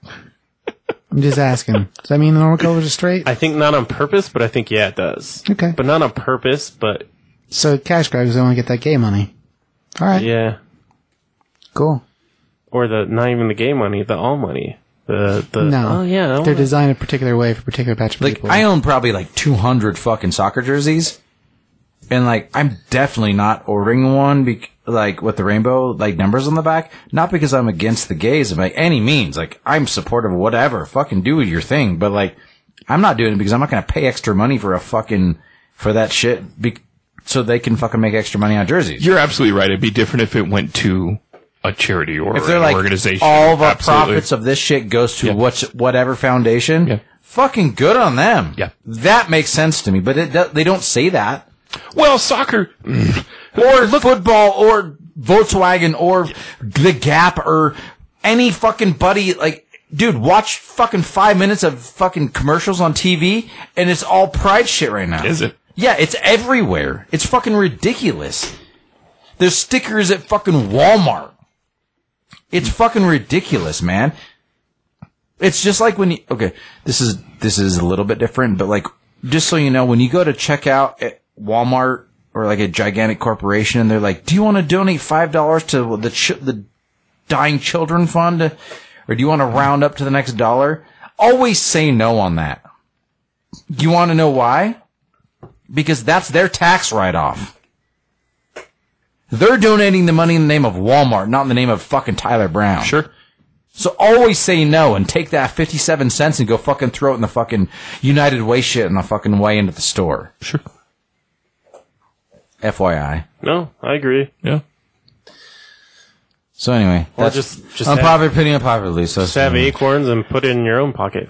Speaker 2: I'm just asking. Does that mean the normal colors are straight?
Speaker 4: I think not on purpose, but I think yeah it does.
Speaker 2: Okay.
Speaker 4: But not on purpose, but
Speaker 2: So cash grabs don't want to get that gay money. All right.
Speaker 4: yeah.
Speaker 2: Cool.
Speaker 4: Or the not even the gay money, the all money. The the
Speaker 2: No.
Speaker 4: oh yeah. all
Speaker 2: They're
Speaker 4: money.
Speaker 2: designed a particular way for a particular batch of
Speaker 1: like
Speaker 2: people.
Speaker 1: I own probably like two hundred fucking soccer jerseys, and like I'm definitely not ordering one. Bec- like with the rainbow like numbers on the back, not because I'm against the gays by any means. Like I'm supportive of whatever, fucking do your thing, but like I'm not doing it because I'm not going to pay extra money for a fucking for that shit be- so they can fucking make extra money on jerseys.
Speaker 3: You're absolutely right. It'd be different if it went to a charity or
Speaker 1: if they're
Speaker 3: an
Speaker 1: like
Speaker 3: organization.
Speaker 1: all the
Speaker 3: Absolutely.
Speaker 1: profits of this shit goes to what's whatever foundation,
Speaker 3: Yeah.
Speaker 1: fucking good on them.
Speaker 3: Yeah.
Speaker 1: That makes sense to me, but it do- they don't say that.
Speaker 3: Well, soccer.
Speaker 1: or football or Volkswagen or the Gap or any fucking buddy like dude watch fucking 5 minutes of fucking commercials on TV and it's all pride shit right now.
Speaker 3: Is it?
Speaker 1: Yeah, it's everywhere. It's fucking ridiculous. There's stickers at fucking Walmart. It's fucking ridiculous, man. It's just like when you okay, this is this is a little bit different, but like just so you know, when you go to check out at Walmart or like a gigantic corporation, and they're like, "Do you want to donate five dollars to the ch- the dying children fund, or do you want to round up to the next dollar?" Always say no on that. You want to know why? Because that's their tax write off. They're donating the money in the name of Walmart, not in the name of fucking Tyler Brown.
Speaker 3: Sure.
Speaker 1: So always say no and take that 57 cents and go fucking throw it in the fucking United Way shit on the fucking way into the store.
Speaker 3: Sure.
Speaker 1: FYI.
Speaker 4: No, I agree.
Speaker 3: Yeah.
Speaker 1: So anyway,
Speaker 4: Or
Speaker 1: that's
Speaker 4: just just have,
Speaker 1: unpopular opinion, unpopular belief, So
Speaker 4: just have acorns and put it in your own pocket.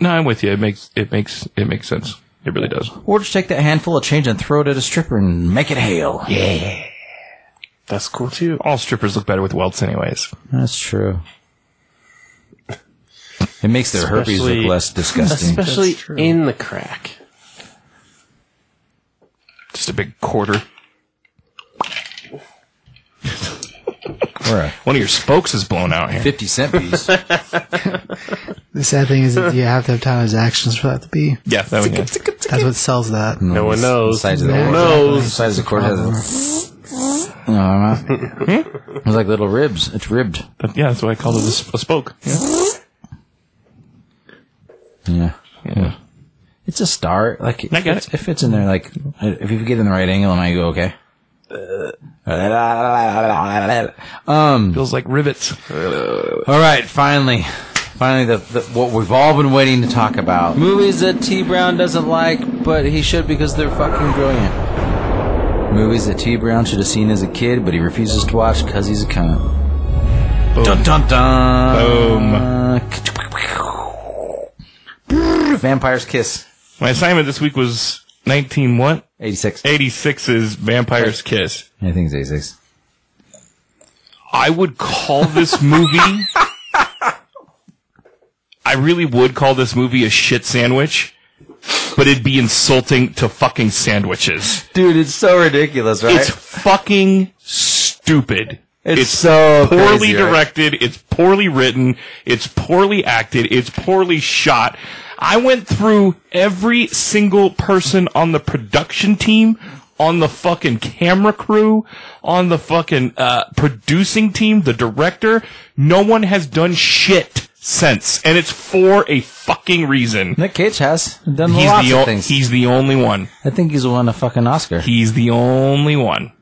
Speaker 3: No, I'm with you. It makes it makes it makes sense. It really does.
Speaker 1: or just take that handful of change and throw it at a stripper and make it hail. Yeah,
Speaker 4: That's cool too.
Speaker 3: All strippers look better with welts, anyways.
Speaker 1: that's true. It makes their herpes
Speaker 4: Especially-
Speaker 1: look less disgusting.
Speaker 4: Especially in the crack.
Speaker 3: Just a big quarter.
Speaker 1: or a
Speaker 3: One of your spokes is blown out here.
Speaker 1: 50 cent piece.
Speaker 2: The sad thing is that you have to have Tyler's actions for that to be.
Speaker 3: Yeah, that would yeah.
Speaker 2: That's what sells that.
Speaker 4: No one
Speaker 1: The
Speaker 4: knows.
Speaker 1: size of the
Speaker 2: No
Speaker 1: court.
Speaker 4: knows.
Speaker 1: The size of the court has a... No, I'm not. Hmm? It's like little ribs. It's ribbed.
Speaker 3: That- yeah, that's why I called it a, sp- a spoke. Yeah.
Speaker 1: Yeah.
Speaker 3: yeah.
Speaker 1: It's a start. Like
Speaker 3: I get
Speaker 1: it's- if it's in there, like if you get in the right angle, and I go okay. Um.
Speaker 3: Feels like rivets.
Speaker 1: All right. Finally, finally, the, the what we've all been waiting to talk about: movies that T Brown doesn't like, but he should because they're fucking brilliant. Movies that T Brown should have seen as a kid, but he refuses to watch because he's a cunt. Dun dun dun. Boom. Vampire's Kiss,
Speaker 3: My assignment this week was 19 what?
Speaker 1: eighty-six.
Speaker 3: 86's Vampire's Kiss.
Speaker 1: I think it's eighty-six.
Speaker 3: I would call this movie. I really would call this movie a shit sandwich, but it'd be insulting to fucking sandwiches.
Speaker 1: Dude, it's so ridiculous, right?
Speaker 3: It's fucking stupid.
Speaker 1: It's so
Speaker 3: poorly
Speaker 1: crazy, right?
Speaker 3: directed. It's poorly written. It's poorly acted. It's poorly shot. I went through every single person on the production team, on the fucking camera crew, on the fucking uh, producing team, the director. No one has done shit since, and it's for a fucking reason.
Speaker 1: Nick Cage has done
Speaker 3: He's
Speaker 1: lots
Speaker 3: the
Speaker 1: of
Speaker 3: o-
Speaker 1: things.
Speaker 3: he's the only one.
Speaker 1: I think he's won a fucking Oscar.
Speaker 3: He's the only one.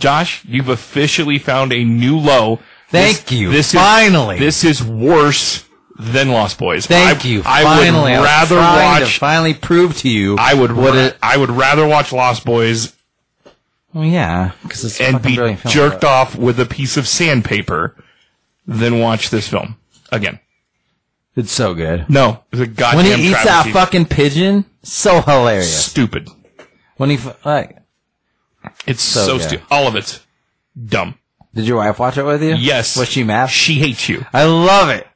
Speaker 3: Josh, you've officially found a new low.
Speaker 1: Thank
Speaker 3: This-
Speaker 1: you.
Speaker 3: This
Speaker 1: Finally.
Speaker 3: Is, this is worse than Lost Boys.
Speaker 1: Thank
Speaker 3: I,
Speaker 1: you.
Speaker 3: I
Speaker 1: finally, I
Speaker 3: would
Speaker 1: was
Speaker 3: rather
Speaker 1: trying
Speaker 3: watch.
Speaker 1: to finally prove to you.
Speaker 3: I would
Speaker 1: What
Speaker 3: ra-
Speaker 1: it-
Speaker 3: I would rather watch Lost Boys
Speaker 1: well, yeah, because it's a
Speaker 3: and
Speaker 1: fucking
Speaker 3: be
Speaker 1: brilliant film,
Speaker 3: jerked
Speaker 1: but-
Speaker 3: off with a piece of sandpaper than watch this film again.
Speaker 1: It's so good.
Speaker 3: No, it's a goddamn
Speaker 1: When he eats that
Speaker 3: travesty.
Speaker 1: fucking pigeon, so hilarious.
Speaker 3: stupid.
Speaker 1: When he fu- like,
Speaker 3: It's so,
Speaker 1: good.
Speaker 3: stupid. All of it's dumb.
Speaker 1: did your wife watch it with you?
Speaker 3: Yes.
Speaker 1: Was she mad?
Speaker 3: She hates you.
Speaker 1: I love it.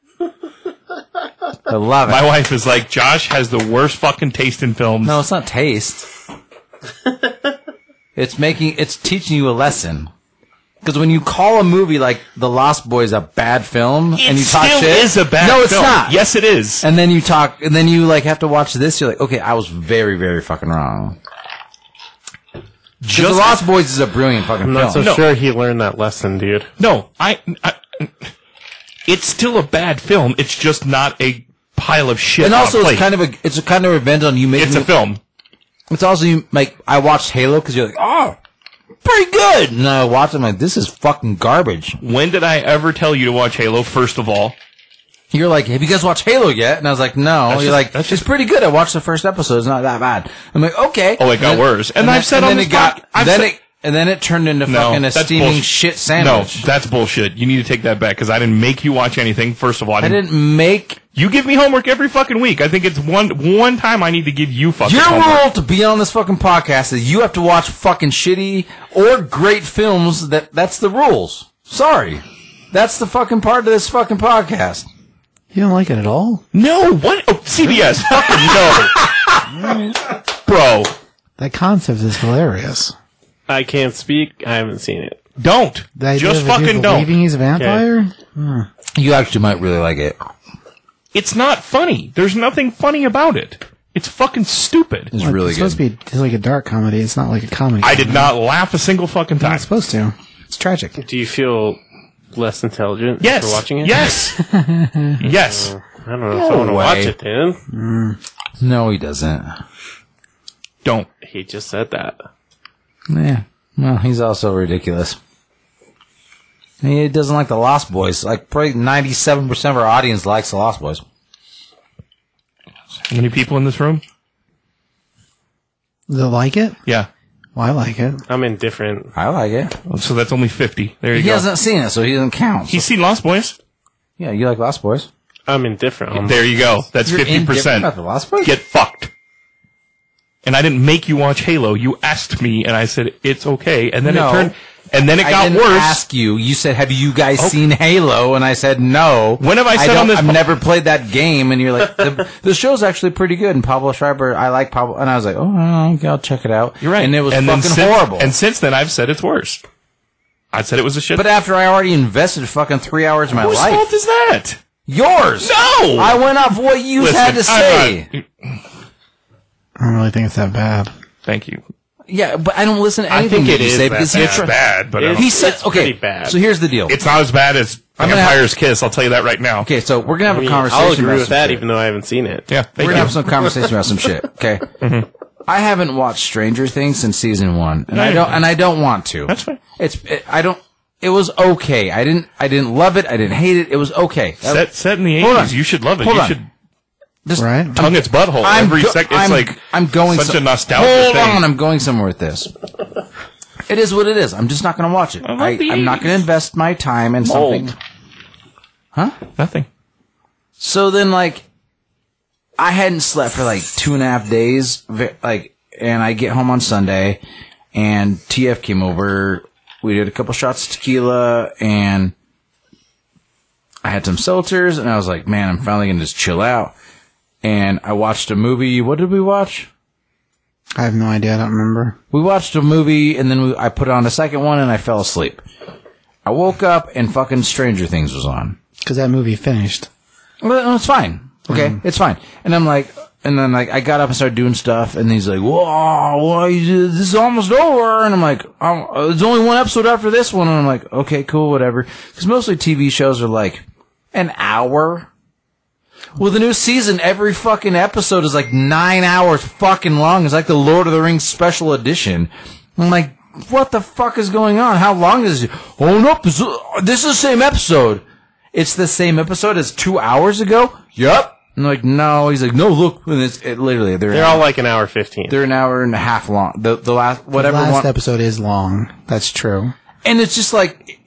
Speaker 1: I love it.
Speaker 3: My wife is like, Josh has the worst fucking taste in films.
Speaker 1: no, it's not taste. it's making. It's teaching you a lesson. Because when you call a movie like The Lost Boys a bad film and you talk
Speaker 3: still
Speaker 1: shit,
Speaker 3: is a bad
Speaker 1: no, it's
Speaker 3: film.
Speaker 1: not.
Speaker 3: Yes, it is.
Speaker 1: and then you talk, and then you like have to watch this. You're like, okay, I was very, very fucking wrong. 'Cause
Speaker 3: Just
Speaker 1: the Lost Boys is a brilliant fucking
Speaker 4: I'm
Speaker 1: film.
Speaker 4: not so
Speaker 3: No.
Speaker 4: sure he learned that lesson, dude.
Speaker 3: no, I, I. It's still a bad film. It's just not a pile of shit.
Speaker 1: and
Speaker 3: on
Speaker 1: also,
Speaker 3: a
Speaker 1: it's
Speaker 3: plate.
Speaker 1: kind of a it's a kind of revenge on you making.
Speaker 3: It's a film.
Speaker 1: It's also you like I watched Halo because you're like, oh, pretty good. And I watched it, I'm like, this is fucking garbage.
Speaker 3: When did I ever tell you to watch Halo? First of all,
Speaker 1: You're like, have you guys watched Halo yet? And I was like, no. You're
Speaker 3: just-
Speaker 1: like,
Speaker 3: that's
Speaker 1: it's pretty good. I watched the first episode. It's not that bad. I'm like, okay.
Speaker 3: Oh, it got worse. And I've said on
Speaker 1: then
Speaker 3: this
Speaker 1: it got,
Speaker 3: pod- I've
Speaker 1: then
Speaker 3: said-
Speaker 1: it, and then it turned into
Speaker 3: no,
Speaker 1: fucking a
Speaker 3: that's
Speaker 1: steaming
Speaker 3: bullsh-
Speaker 1: shit sandwich.
Speaker 3: No, that's bullshit. You need to take that back because I didn't make you watch anything. First of all, I
Speaker 1: I
Speaker 3: didn't.
Speaker 1: didn't make
Speaker 3: You give me homework every fucking week. I think it's one one time I need to give you fucking
Speaker 1: Your
Speaker 3: homework.
Speaker 1: rule to be on this fucking podcast is you have to watch fucking shitty or great films. That that's the rules. Sorry, that's the fucking part of this fucking podcast.
Speaker 2: You don't like it at all?
Speaker 3: No, what? Oh, CBS. fucking no, bro.
Speaker 2: That concept is hilarious.
Speaker 4: I can't speak. I haven't seen it.
Speaker 3: Don't.
Speaker 2: The idea
Speaker 3: Just
Speaker 2: of a dude
Speaker 3: fucking don't.
Speaker 2: believing he's a vampire.
Speaker 1: You actually might really like it.
Speaker 3: It's not funny. There's nothing funny about it. It's fucking stupid.
Speaker 1: It's
Speaker 2: Like,
Speaker 1: really
Speaker 2: it's
Speaker 1: good.
Speaker 2: supposed to be it's like a dark comedy. It's not like a comedy.
Speaker 3: I did not laugh a single fucking
Speaker 2: It's
Speaker 3: time.
Speaker 2: not supposed to. It's tragic.
Speaker 4: Do you feel less intelligent
Speaker 3: Yes.
Speaker 4: after watching it?
Speaker 3: Yes. yes.
Speaker 4: I don't know if I want to
Speaker 1: way.
Speaker 4: watch it then.
Speaker 1: no, he doesn't.
Speaker 3: Don't.
Speaker 4: He just said that.
Speaker 1: Yeah. Well, he's also ridiculous. He doesn't like the Lost Boys. Like probably ninety-seven percent of our audience likes the Lost Boys.
Speaker 3: How many people in this room?
Speaker 2: They like it.
Speaker 3: Yeah.
Speaker 2: Well, I like it.
Speaker 4: I'm indifferent.
Speaker 1: I like it.
Speaker 3: So that's only 50. There you
Speaker 1: He
Speaker 3: go.
Speaker 1: hasn't seen it, so he doesn't count.
Speaker 3: He's seen Lost Boys?
Speaker 1: yeah, you like Lost Boys?
Speaker 4: I'm indifferent. I'm-
Speaker 3: There you go. That's
Speaker 1: You're indifferent
Speaker 3: 50%.
Speaker 1: about the Lost Boys.
Speaker 3: Get fucked. And I didn't make you watch Halo. You asked me, and I said it's okay. And then
Speaker 1: No.
Speaker 3: it turned, and then it
Speaker 1: I
Speaker 3: got
Speaker 1: didn't
Speaker 3: worse.
Speaker 1: ask you. You said, "Have you guys seen Halo?" And I said, "No."
Speaker 3: When have I said
Speaker 1: don't-
Speaker 3: on this
Speaker 1: I've
Speaker 3: po-
Speaker 1: never played that game. And you're like, "The, the show's actually pretty good." And Pablo Schreiber, I like Pablo, and I was like, "Oh, well, okay, I'll check it out."
Speaker 3: You're right.
Speaker 1: And it was
Speaker 3: then
Speaker 1: fucking
Speaker 3: since-
Speaker 1: horrible.
Speaker 3: And since then, I've said it's worse. I said it was a shit.
Speaker 1: but after I already invested fucking three hours of my
Speaker 3: whose
Speaker 1: life,
Speaker 3: fault is that?
Speaker 1: yours.
Speaker 3: No.
Speaker 1: I went off what you
Speaker 3: Listen,
Speaker 1: had to
Speaker 3: I'm
Speaker 1: say.
Speaker 3: not-
Speaker 2: I don't really think it's that bad.
Speaker 3: thank you.
Speaker 1: yeah, but I don't listen to anything that you say because
Speaker 3: it's
Speaker 1: you're
Speaker 3: bad, but I
Speaker 4: It's-
Speaker 3: don't-
Speaker 1: He said,
Speaker 4: It's pretty
Speaker 1: "Okay."
Speaker 4: bad.
Speaker 1: So here's the deal.
Speaker 3: it's not as bad as
Speaker 1: gonna have-
Speaker 3: Vampire's Kiss. I'll tell you that right now.
Speaker 1: okay, so we're gonna
Speaker 4: I
Speaker 1: have a
Speaker 4: mean,
Speaker 1: conversation.
Speaker 4: I'll agree
Speaker 1: about
Speaker 4: with
Speaker 1: some
Speaker 4: that,
Speaker 1: shit.
Speaker 4: even though I haven't seen it.
Speaker 3: Yeah, thank
Speaker 1: We're
Speaker 3: you.
Speaker 1: gonna have some conversation about some shit, okay? I haven't watched Stranger Things since season one, and I
Speaker 3: you're
Speaker 1: don't,
Speaker 3: fine.
Speaker 1: and I don't want to.
Speaker 3: That's fine.
Speaker 1: It's, it, I don't. It was okay. I didn't, I didn't love it. I didn't hate it. It was okay.
Speaker 3: set set in the
Speaker 1: Hold
Speaker 3: eighties.
Speaker 1: on.
Speaker 3: You should love it.
Speaker 1: Hold
Speaker 3: you
Speaker 1: on.
Speaker 3: should
Speaker 1: Just-
Speaker 2: Right?
Speaker 3: tongue its butthole
Speaker 1: I'm
Speaker 3: every
Speaker 1: go-
Speaker 3: second.
Speaker 1: I'm-
Speaker 3: It's like
Speaker 1: I'm going
Speaker 3: such
Speaker 1: so-
Speaker 3: a nostalgia
Speaker 1: Hold
Speaker 3: thing.
Speaker 1: on, I'm going somewhere with this. It is what it is. I'm just not going to watch it.
Speaker 3: love
Speaker 1: I,
Speaker 3: the
Speaker 1: I'm not going to invest my time in
Speaker 3: Mold.
Speaker 1: something.
Speaker 3: nothing.
Speaker 1: So then, like, I hadn't slept for like two and a half days. ve- Like, and I get home on Sunday, and TF came over. We did a couple shots of tequila, and I had some seltzers, and I was like, man, I'm finally gonna just chill out. And I watched a movie. What did we watch?
Speaker 2: I have no idea. I don't remember.
Speaker 1: We watched a movie, and then we, I put on a second one, and I fell asleep. I woke up, and fucking Stranger Things was on.
Speaker 2: Because that movie finished.
Speaker 1: Well, no, it's fine. Okay, it's fine. And I'm like, and then like I got up and started doing stuff, and he's like, "Whoa, why you- this is almost over?" And I'm like, um, uh, "There's only one episode after this one." And I'm like, "Okay, cool, whatever." Because mostly TV shows are like an hour. Well, the new season, every fucking episode is like nine hours fucking long. It's like the Lord of the Rings special edition. I'm like, what the fuck is going on? How long is it? Oh no, this is- this is the same episode it's the same episode as two hours ago. Yep. I'm like, no. He's like, no. Look, and it's it, literally they're
Speaker 4: They're all like an hour 15.
Speaker 1: they're an hour and a half long. The the last whatever
Speaker 2: Last
Speaker 1: one,
Speaker 2: episode is long. That's true.
Speaker 1: and it's just like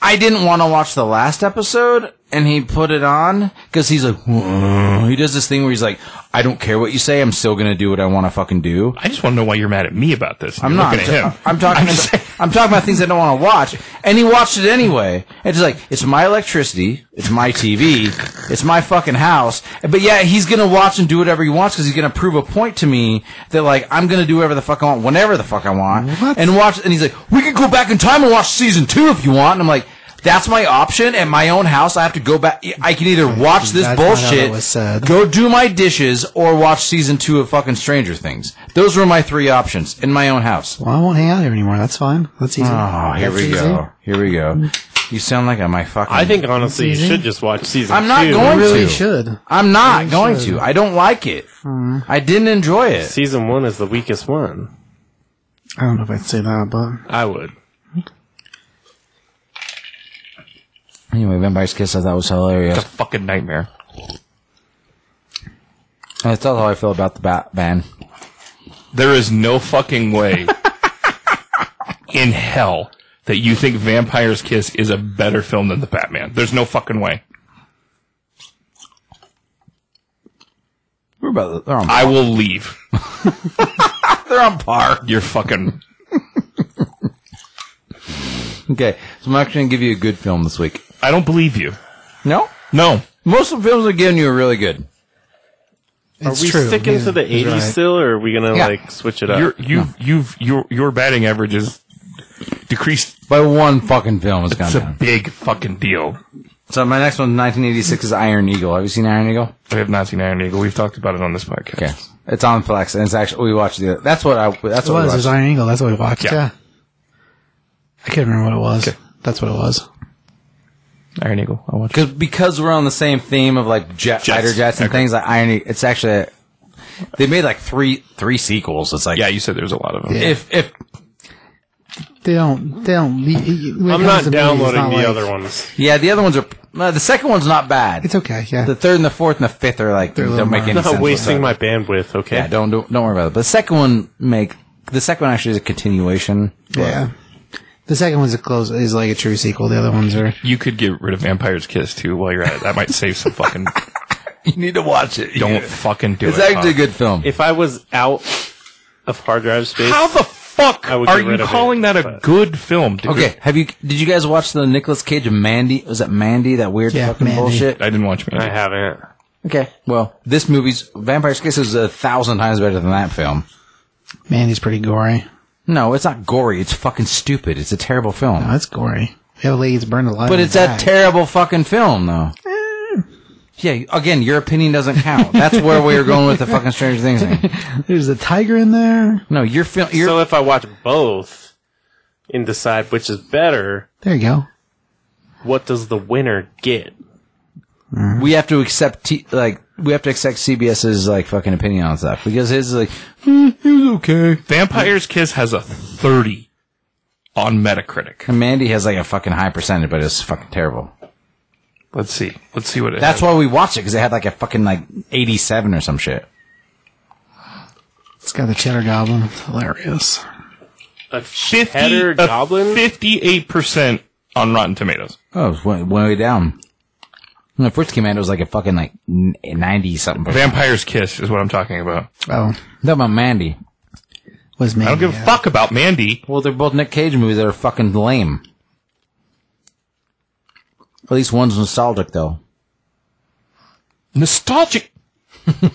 Speaker 1: I didn't want to watch the last episode, and he put it on because he's like, "Whoa." he does this thing where he's like, I don't care what you say, I'm still gonna do what I want to fucking do.
Speaker 3: I just want to know why you're mad at me about this.
Speaker 1: I'm
Speaker 3: You're
Speaker 1: not.
Speaker 3: looking at him.
Speaker 1: I'm talking.
Speaker 3: I'm
Speaker 1: about, I'm talking about things I don't want to watch, and he watched it anyway. It's like it's my electricity, it's my TV, it's my fucking house. But yeah, he's gonna watch and do whatever he wants because he's gonna prove a point to me that like I'm gonna do whatever the fuck I want, whenever the fuck I want,
Speaker 2: What?
Speaker 1: and watch. And he's like, we can go back in time and watch season two if you want. And I'm like. That's my option at my own house. I have to go back. I can either watch this
Speaker 2: That's not how
Speaker 1: bullshit,
Speaker 2: that was said.
Speaker 1: go do my dishes, or watch season two of fucking Stranger Things. Those were my three options in my own house.
Speaker 2: Well, I won't hang out here anymore. That's fine. That's easy.
Speaker 1: Oh, here
Speaker 2: That's
Speaker 1: we
Speaker 2: easy.
Speaker 1: go. Here we go. You sound like my fucking.
Speaker 4: I think honestly, you
Speaker 2: Easy.
Speaker 4: should just watch season.
Speaker 1: I'm not
Speaker 4: two.
Speaker 1: going
Speaker 2: You really
Speaker 1: to.
Speaker 2: should.
Speaker 1: I'm not going
Speaker 2: should.
Speaker 1: to. I don't like it. I didn't enjoy it.
Speaker 4: Season one is the weakest one.
Speaker 2: I don't know if I'd say that, but
Speaker 4: I would.
Speaker 1: Anyway, Vampire's Kiss I thought was
Speaker 3: It's
Speaker 1: hilarious.
Speaker 3: a fucking nightmare.
Speaker 1: That's all how I feel about the Bat Band.
Speaker 3: There is no fucking way in hell that you think Vampire's Kiss is a better film than The Batman. There's no fucking way.
Speaker 1: We're about they're on,
Speaker 3: I will leave.
Speaker 1: they're on par.
Speaker 3: You're fucking.
Speaker 1: Okay, so I'm actually gonna give you a good film this week.
Speaker 3: I don't believe you.
Speaker 1: No,
Speaker 3: No.
Speaker 1: most of the films I've given you are really good.
Speaker 4: Are
Speaker 2: it's
Speaker 4: we
Speaker 2: true.
Speaker 4: sticking
Speaker 2: Yeah,
Speaker 4: to the
Speaker 2: he's
Speaker 4: '80s
Speaker 2: right.
Speaker 4: still, or are we gonna
Speaker 1: Yeah.
Speaker 4: like switch it up?
Speaker 3: Your you you've your your batting average is decreased.
Speaker 1: By one fucking film, it's gone
Speaker 3: It's a
Speaker 1: down.
Speaker 3: big fucking deal.
Speaker 1: So my next one, 1986, is Iron Eagle. Have you seen Iron Eagle?
Speaker 3: I have not seen Iron Eagle. We've talked about it on this podcast.
Speaker 1: Okay, it's on Plex, and it's actually we watched the. That's what I. That's
Speaker 2: It
Speaker 1: what
Speaker 2: was. It
Speaker 1: we
Speaker 2: was
Speaker 1: watched.
Speaker 2: Iron Eagle. That's what we watched.
Speaker 3: Yeah.
Speaker 2: Yeah. I can't remember what it was. That's what it was.
Speaker 3: Iron Eagle. I'll watch. it.
Speaker 1: Because because we're on the same theme of like jet
Speaker 3: Jets.
Speaker 1: fighter jets and
Speaker 3: Okay.
Speaker 1: things like Iron. Eagle, it's actually they made like three three sequels. It's like
Speaker 3: Yeah, you said there's a lot of them.
Speaker 1: If if
Speaker 2: They don't. They don't. le- when it comes
Speaker 4: I'm not
Speaker 2: to movies, it's
Speaker 4: downloading
Speaker 2: not
Speaker 4: the
Speaker 2: like-
Speaker 4: other ones.
Speaker 1: yeah, the other ones are uh, the second one's not bad.
Speaker 2: It's okay. Yeah.
Speaker 1: the third and the fourth and the fifth are like
Speaker 2: They're a little
Speaker 1: don't make
Speaker 2: more-
Speaker 1: any
Speaker 2: Not
Speaker 1: sense.
Speaker 4: Not wasting
Speaker 1: whatsoever.
Speaker 4: my bandwidth. Okay.
Speaker 1: Yeah, don't, don't don't worry about it. But the second one make the second one actually is a continuation.
Speaker 2: yeah. The second one's a close. Is like a true sequel. The other ones are.
Speaker 3: You could get rid of Vampire's Kiss too while you're at it. That might save some fucking.
Speaker 1: You need to watch it.
Speaker 3: Don't fucking do
Speaker 1: It's
Speaker 3: it.
Speaker 1: actually a
Speaker 3: Bob.
Speaker 1: good film.
Speaker 4: If I was out of hard drive space,
Speaker 3: How the fuck
Speaker 4: I would
Speaker 3: are
Speaker 4: get
Speaker 3: you
Speaker 4: rid of it,
Speaker 3: calling that a
Speaker 4: but-
Speaker 3: good film? Dude?
Speaker 1: Okay, have you did you guys watch the Nicolas Cage Mandy? Was that Mandy? That weird
Speaker 2: Yeah,
Speaker 1: fucking
Speaker 2: Mandy.
Speaker 1: bullshit.
Speaker 3: I didn't watch
Speaker 4: I
Speaker 3: Mandy.
Speaker 4: haven't.
Speaker 1: Okay, well, this movie's Vampire's Kiss is a thousand times better than that film.
Speaker 2: Man, he's pretty gory.
Speaker 1: No, it's not gory. It's fucking stupid. It's a terrible film.
Speaker 2: Oh, that's gory. We have a lady that's burned alive.
Speaker 1: but
Speaker 2: in
Speaker 1: it's
Speaker 2: the
Speaker 1: a
Speaker 2: back.
Speaker 1: terrible fucking film, though. Yeah, again, your opinion doesn't count. That's where we were going with the fucking Stranger Things thing.
Speaker 2: There's a tiger in there.
Speaker 1: No, your film. Your,
Speaker 4: so if I watch both and decide which is better,
Speaker 2: There you go.
Speaker 4: what does the winner get?
Speaker 1: we have to accept t- like we have to accept CBS's like fucking opinion on stuff because his is like "Hmm, it was okay.
Speaker 3: Vampire's Kiss has a 30 on Metacritic.
Speaker 1: And Mandy has like a fucking high percentage, but it's fucking terrible.
Speaker 3: Let's see. Let's see what it
Speaker 1: That's
Speaker 3: has.
Speaker 1: why we watched it because it had like a fucking like eighty seven or some shit.
Speaker 2: It's got the cheddar goblin. It's hilarious.
Speaker 4: A
Speaker 3: 50
Speaker 4: cheddar
Speaker 3: a
Speaker 4: goblin?
Speaker 3: 58% on Rotten Tomatoes.
Speaker 1: Oh, it's way, way down. When it first came out, it was like a fucking like ninety something percent.
Speaker 3: Vampire's Kiss is what I'm talking about.
Speaker 2: Oh,
Speaker 1: That about Mandy.
Speaker 2: was man.
Speaker 3: I don't give a fuck about Mandy.
Speaker 1: Well, they're both Nick Cage movies that are fucking lame. At least one's nostalgic though.
Speaker 3: Nostalgic.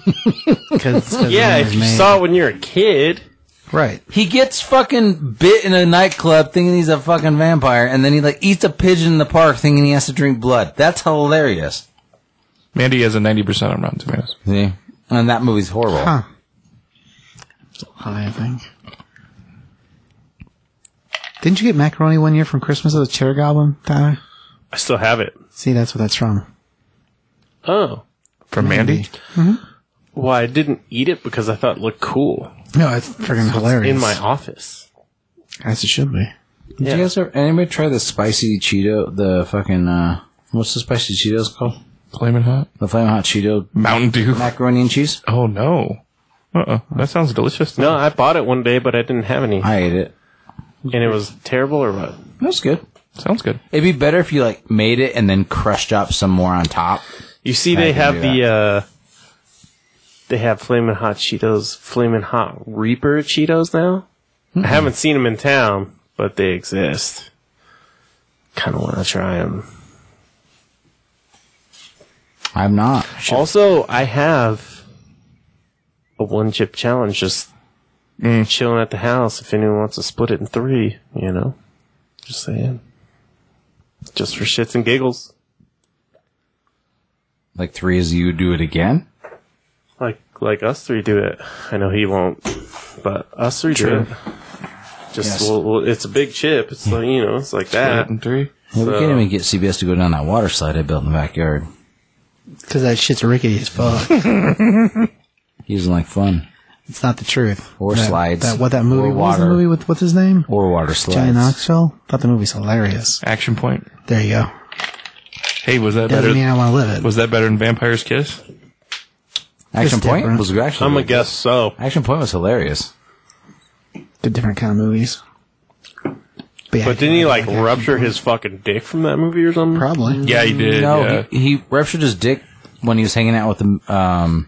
Speaker 2: Oh,
Speaker 4: Yeah, if you saw it when you're a kid,
Speaker 2: right.
Speaker 1: He gets fucking bit in a nightclub thinking he's a fucking vampire, and then he like eats a pigeon in the park thinking he has to drink blood. That's hilarious.
Speaker 3: Mandy has a 90% on Rotten Tomatoes.
Speaker 1: See? And that movie's horrible.
Speaker 2: Huh. High, I think. Didn't you get macaroni one year from Christmas as a cheddar goblin, Tyler?
Speaker 4: I still have it.
Speaker 2: See, that's what that's from.
Speaker 4: Oh.
Speaker 3: From Mandy?
Speaker 4: Well, I didn't eat it because I thought it looked cool
Speaker 2: No, it's freaking hilarious.
Speaker 4: in my office.
Speaker 2: As it should be.
Speaker 1: Did you guys ever anybody try the spicy Cheeto the fucking uh what's the spicy Cheetos called?
Speaker 3: Flamin' Hot?
Speaker 1: The flaming hot Cheeto
Speaker 3: Mountain Dew.
Speaker 1: macaroni and cheese?
Speaker 3: Oh, no. Uh-uh. That sounds delicious.
Speaker 4: No, I bought it one day, but I didn't have any.
Speaker 1: I ate it.
Speaker 4: And it was terrible or what?
Speaker 1: That was good.
Speaker 3: Sounds good.
Speaker 1: It'd be better if you like made it and then crushed up some more on top.
Speaker 4: You see,
Speaker 1: I
Speaker 4: they
Speaker 1: can
Speaker 4: have
Speaker 1: do
Speaker 4: the, uh, they have Flamin' Hot Cheetos, Flamin' Hot Reaper Cheetos now.
Speaker 1: Hmm.
Speaker 4: I haven't seen them in town, but they exist. Kind of want to try them.
Speaker 1: I'm not.
Speaker 4: Also, I have a one chip challenge just
Speaker 1: Mm.
Speaker 4: chilling at the house. If anyone wants to split it in three, you know, just saying, just for shits and giggles,
Speaker 1: Like three is you do it again?
Speaker 4: like like us three do it. I know he won't, but us three do it. Just
Speaker 1: Yes.
Speaker 4: we'll, we'll, it's a big chip. It's like you know, it's like that.
Speaker 3: Mountain Dew.
Speaker 1: Well, we
Speaker 4: So-
Speaker 1: can't even get CBS to go down that water slide I built in the backyard.
Speaker 2: Because that shit's rickety as fuck.
Speaker 1: He doesn't like fun.
Speaker 2: It's not the truth.
Speaker 1: Or
Speaker 2: That-
Speaker 1: slides.
Speaker 2: That, what that movie?
Speaker 1: Or
Speaker 2: What was the
Speaker 1: water.
Speaker 2: movie with what's his name?
Speaker 1: Or water slides.
Speaker 2: Johnny Knoxville. Thought the movie's hilarious.
Speaker 3: Action point.
Speaker 2: There you go.
Speaker 3: Hey, was that
Speaker 2: Doesn't
Speaker 3: better?
Speaker 2: mean I want to live it.
Speaker 3: Was that better than Vampire's Kiss?
Speaker 1: Action
Speaker 2: It's
Speaker 1: Point
Speaker 2: different.
Speaker 1: was actually.
Speaker 4: I'm gonna guess so.
Speaker 1: Action Point was hilarious.
Speaker 2: the different kind of movies. yeah,
Speaker 4: But didn't he like rupture his fucking dick from that movie or something?
Speaker 2: probably?
Speaker 3: Yeah, he did.
Speaker 1: No,
Speaker 3: yeah.
Speaker 1: he, he ruptured his dick when he was hanging out with the um,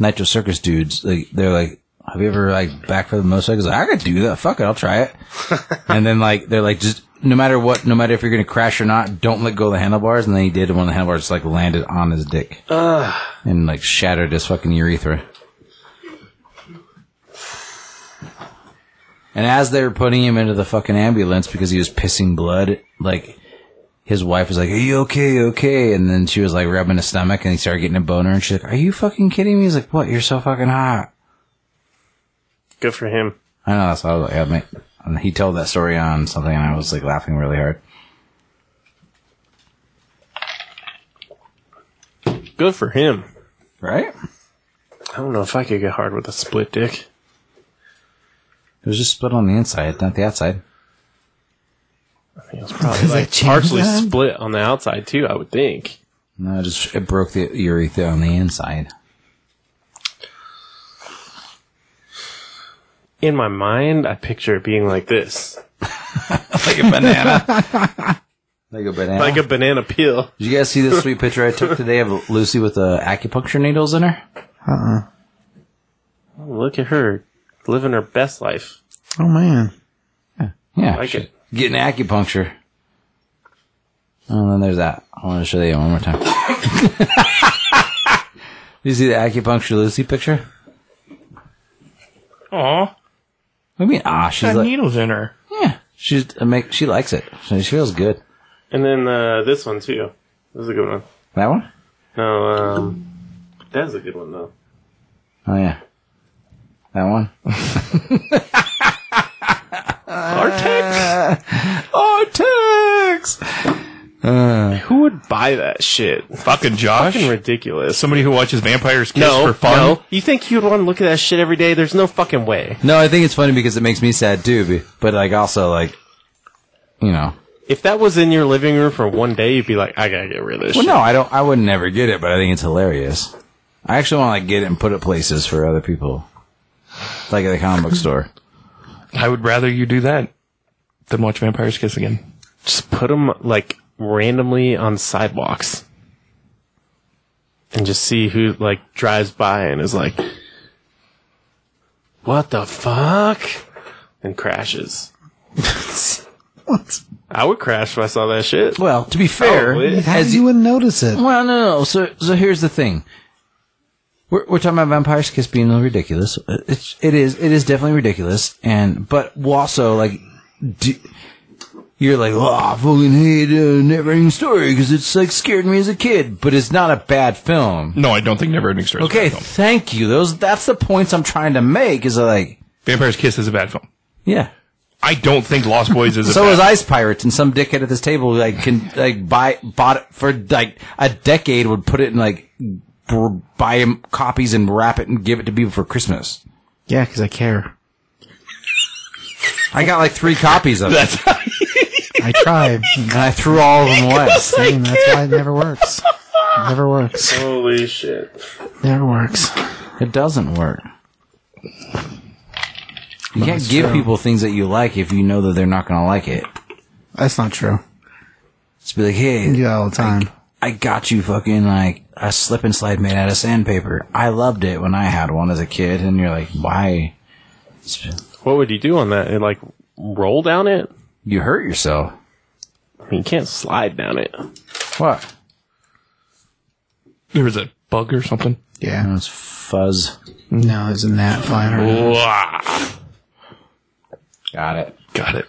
Speaker 1: Nitro Circus dudes. Like they're like, "Have you ever like back for the motorcycle?" He's like, "I could do that. Fuck it, I'll try it." and then like they're like, "Just no matter what, no matter if you're gonna crash or not, don't let go of the handlebars." And then he did, and one of the handlebars just, like landed on his dick and like shattered his fucking urethra. And as they were putting him into the fucking ambulance because he was pissing blood, like his wife was like, "Are you okay? You Okay?" And then she was like rubbing his stomach, and he started getting a boner. And she's like, "Are you fucking kidding me?" He's like, "What? You're so fucking hot."
Speaker 4: Good for him.
Speaker 1: I know. That's what I was like, yeah, mate. And he told that story on something, and I was like laughing really hard.
Speaker 4: Good for him.
Speaker 1: Right?
Speaker 4: I don't know if I could get hard with a split dick.
Speaker 1: It was just split on the inside, not the outside.
Speaker 4: I think it's probably like
Speaker 2: change
Speaker 4: partially
Speaker 2: that?
Speaker 4: split on the outside too. I would think.
Speaker 1: No, it just it broke the urethra on the inside.
Speaker 4: In my mind, I picture it being like this,
Speaker 1: like a banana. like a banana.
Speaker 4: like a banana peel.
Speaker 1: Did you guys see this sweet picture I took today of Lucy with the acupuncture needles in her?
Speaker 4: Look at her living her best life.
Speaker 2: Oh man,
Speaker 1: Yeah,
Speaker 4: Like
Speaker 1: she's
Speaker 4: it.
Speaker 1: getting acupuncture. Oh, And then there's that. I want to show you one more time. you see the acupuncture Lucy picture?
Speaker 3: Aw,
Speaker 1: What do you mean? Ah, she's
Speaker 3: got
Speaker 1: like,
Speaker 3: needles in her.
Speaker 1: yeah, she's I make she likes it. She, she feels good.
Speaker 4: And then uh, this one too. This is a good one.
Speaker 1: That one?
Speaker 4: No, um, that's a good one though.
Speaker 1: Oh yeah, that one.
Speaker 4: Artex.
Speaker 1: Artex.
Speaker 4: Who would buy that shit?
Speaker 3: Fucking Josh.
Speaker 4: Fucking ridiculous.
Speaker 3: Somebody who watches Vampire's Kiss
Speaker 4: No,
Speaker 3: for fun.
Speaker 4: no. You think you'd want to look at that shit every day? There's no fucking way.
Speaker 1: No, I think it's funny because it makes me sad too. be- But like also like, you know.
Speaker 4: If that was in your living room for one day, you'd be like, I gotta get rid of this
Speaker 1: Well,
Speaker 4: shit.
Speaker 1: no, I don't. I would never get it, but I think it's hilarious. I actually want to like get it and put it places for other people, like at the comic book store.
Speaker 3: I would rather you do that than watch Vampire's Kiss again.
Speaker 4: Just put them like randomly on sidewalks, and just see who like drives by and is like, "What the fuck?" and crashes.
Speaker 2: what?
Speaker 4: I would crash if I saw that shit.
Speaker 1: Well, to be fair,
Speaker 4: Oh, it-
Speaker 2: How did
Speaker 1: as
Speaker 2: you
Speaker 1: you,
Speaker 2: wouldn't notice it?
Speaker 1: well, no, no. So, so here's the thing. We're, we're talking about Vampire's Kiss being a little ridiculous. Uh, It's, it is. It is definitely ridiculous. And but also like, do, you're like, oh, I fucking hate uh, Neverending Story because it's like scared me as a kid. But it's not a bad film.
Speaker 3: No, I don't think Neverending Story.
Speaker 1: Okay,
Speaker 3: is a bad film.
Speaker 1: thank you. Those that's the points I'm trying to make. Is like,
Speaker 3: Vampire's Kiss is a bad film.
Speaker 1: yeah.
Speaker 3: I don't think Lost Boys is. A
Speaker 1: So
Speaker 3: bad
Speaker 1: was Ice Pirates, and some dickhead at this table like can like buy bought it for like a decade would put it in like br- buy him copies and wrap it and give it to people for Christmas.
Speaker 2: Yeah, because I care.
Speaker 1: I got like three copies of it,
Speaker 3: That's how
Speaker 2: I try.
Speaker 1: and I threw all of them away.
Speaker 2: and that's why it never works. Never works.
Speaker 4: Holy shit!
Speaker 2: Never works.
Speaker 1: It doesn't work. You can't give people things that you like if you know that they're not going to like it.
Speaker 2: That's not true.
Speaker 1: Just be like, hey,
Speaker 2: You do that all the time.
Speaker 1: I got you fucking like a slip and slide made out of sandpaper. I loved it when I had one as a kid, and you're like, why?
Speaker 4: What would you do on that? It like roll down it?
Speaker 1: You hurt yourself.
Speaker 4: I mean, you can't slide down it.
Speaker 1: What?
Speaker 3: there was a bug or something.
Speaker 2: Yeah.
Speaker 1: It's fuzz.
Speaker 2: No, isn't that flying around?
Speaker 3: Blah.
Speaker 1: Got it.
Speaker 3: Got it.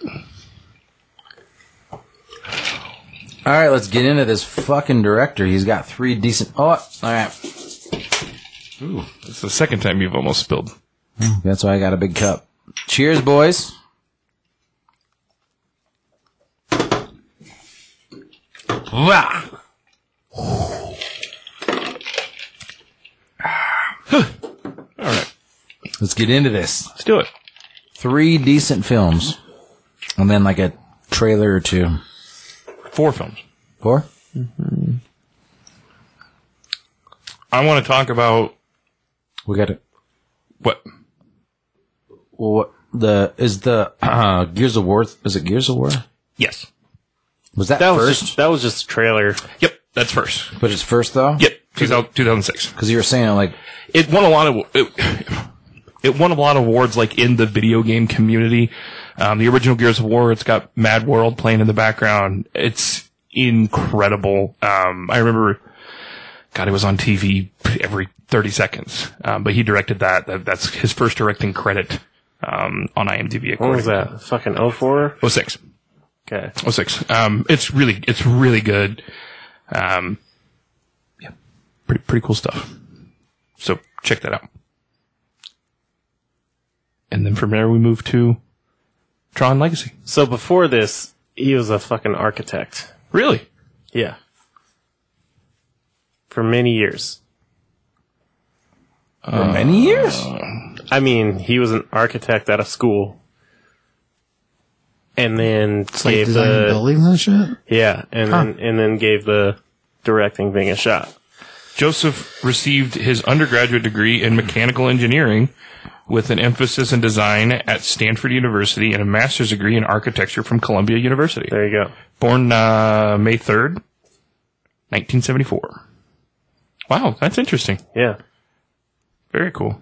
Speaker 1: All right, let's get into this fucking director. He's got three decent. Oh, all right.
Speaker 3: Ooh, it's the second time you've almost spilled.
Speaker 1: That's why I got a big cup. Cheers, boys.
Speaker 3: Blah. All right.
Speaker 1: get into this.
Speaker 3: Let's do it.
Speaker 1: Three decent films, and then like a trailer or two.
Speaker 3: Four films.
Speaker 1: 4
Speaker 3: I want to talk about
Speaker 1: We got it.
Speaker 3: what
Speaker 1: Well, what the is the uh, Gears of War? Is it Gears of War?
Speaker 3: Yes.
Speaker 1: Was that,
Speaker 4: That was
Speaker 1: first?
Speaker 4: just, that was just a trailer.
Speaker 3: Yep, that's first.
Speaker 1: but it's first though.
Speaker 3: Yep, 2000, 2006.
Speaker 1: Because you were saying like
Speaker 3: It won a lot of it, it won a lot of awards like in the video game community. Um, the original Gears of War, it's got Mad World playing in the background. It's incredible. Um, I remember God, it was on TV every 30 seconds. Um, but he directed that. that. That's his first directing credit um, on IMDb.
Speaker 4: What was
Speaker 3: according- Oh,
Speaker 4: that? Fucking 04?
Speaker 3: 06.
Speaker 4: Okay.
Speaker 3: 06. Um, it's really, it's really good. Um, yeah, pretty, pretty cool stuff. So check that out. And then from there we move to Tron Legacy.
Speaker 4: So before this, he was a fucking architect.
Speaker 3: Really?
Speaker 4: Yeah. For many years.
Speaker 1: for many years.
Speaker 4: Uh, I mean, he was an architect out of school. And then
Speaker 2: Like
Speaker 4: gave
Speaker 2: designing
Speaker 4: the
Speaker 2: buildings and shit.
Speaker 4: yeah, and then and then gave the directing thing a shot.
Speaker 3: Joseph received his undergraduate degree in mechanical engineering with an emphasis in design at Stanford University and a master's degree in architecture from Columbia University.
Speaker 4: There you go.
Speaker 3: Born uh, May 3rd, 1974. Wow, that's interesting.
Speaker 4: Yeah.
Speaker 3: Very cool.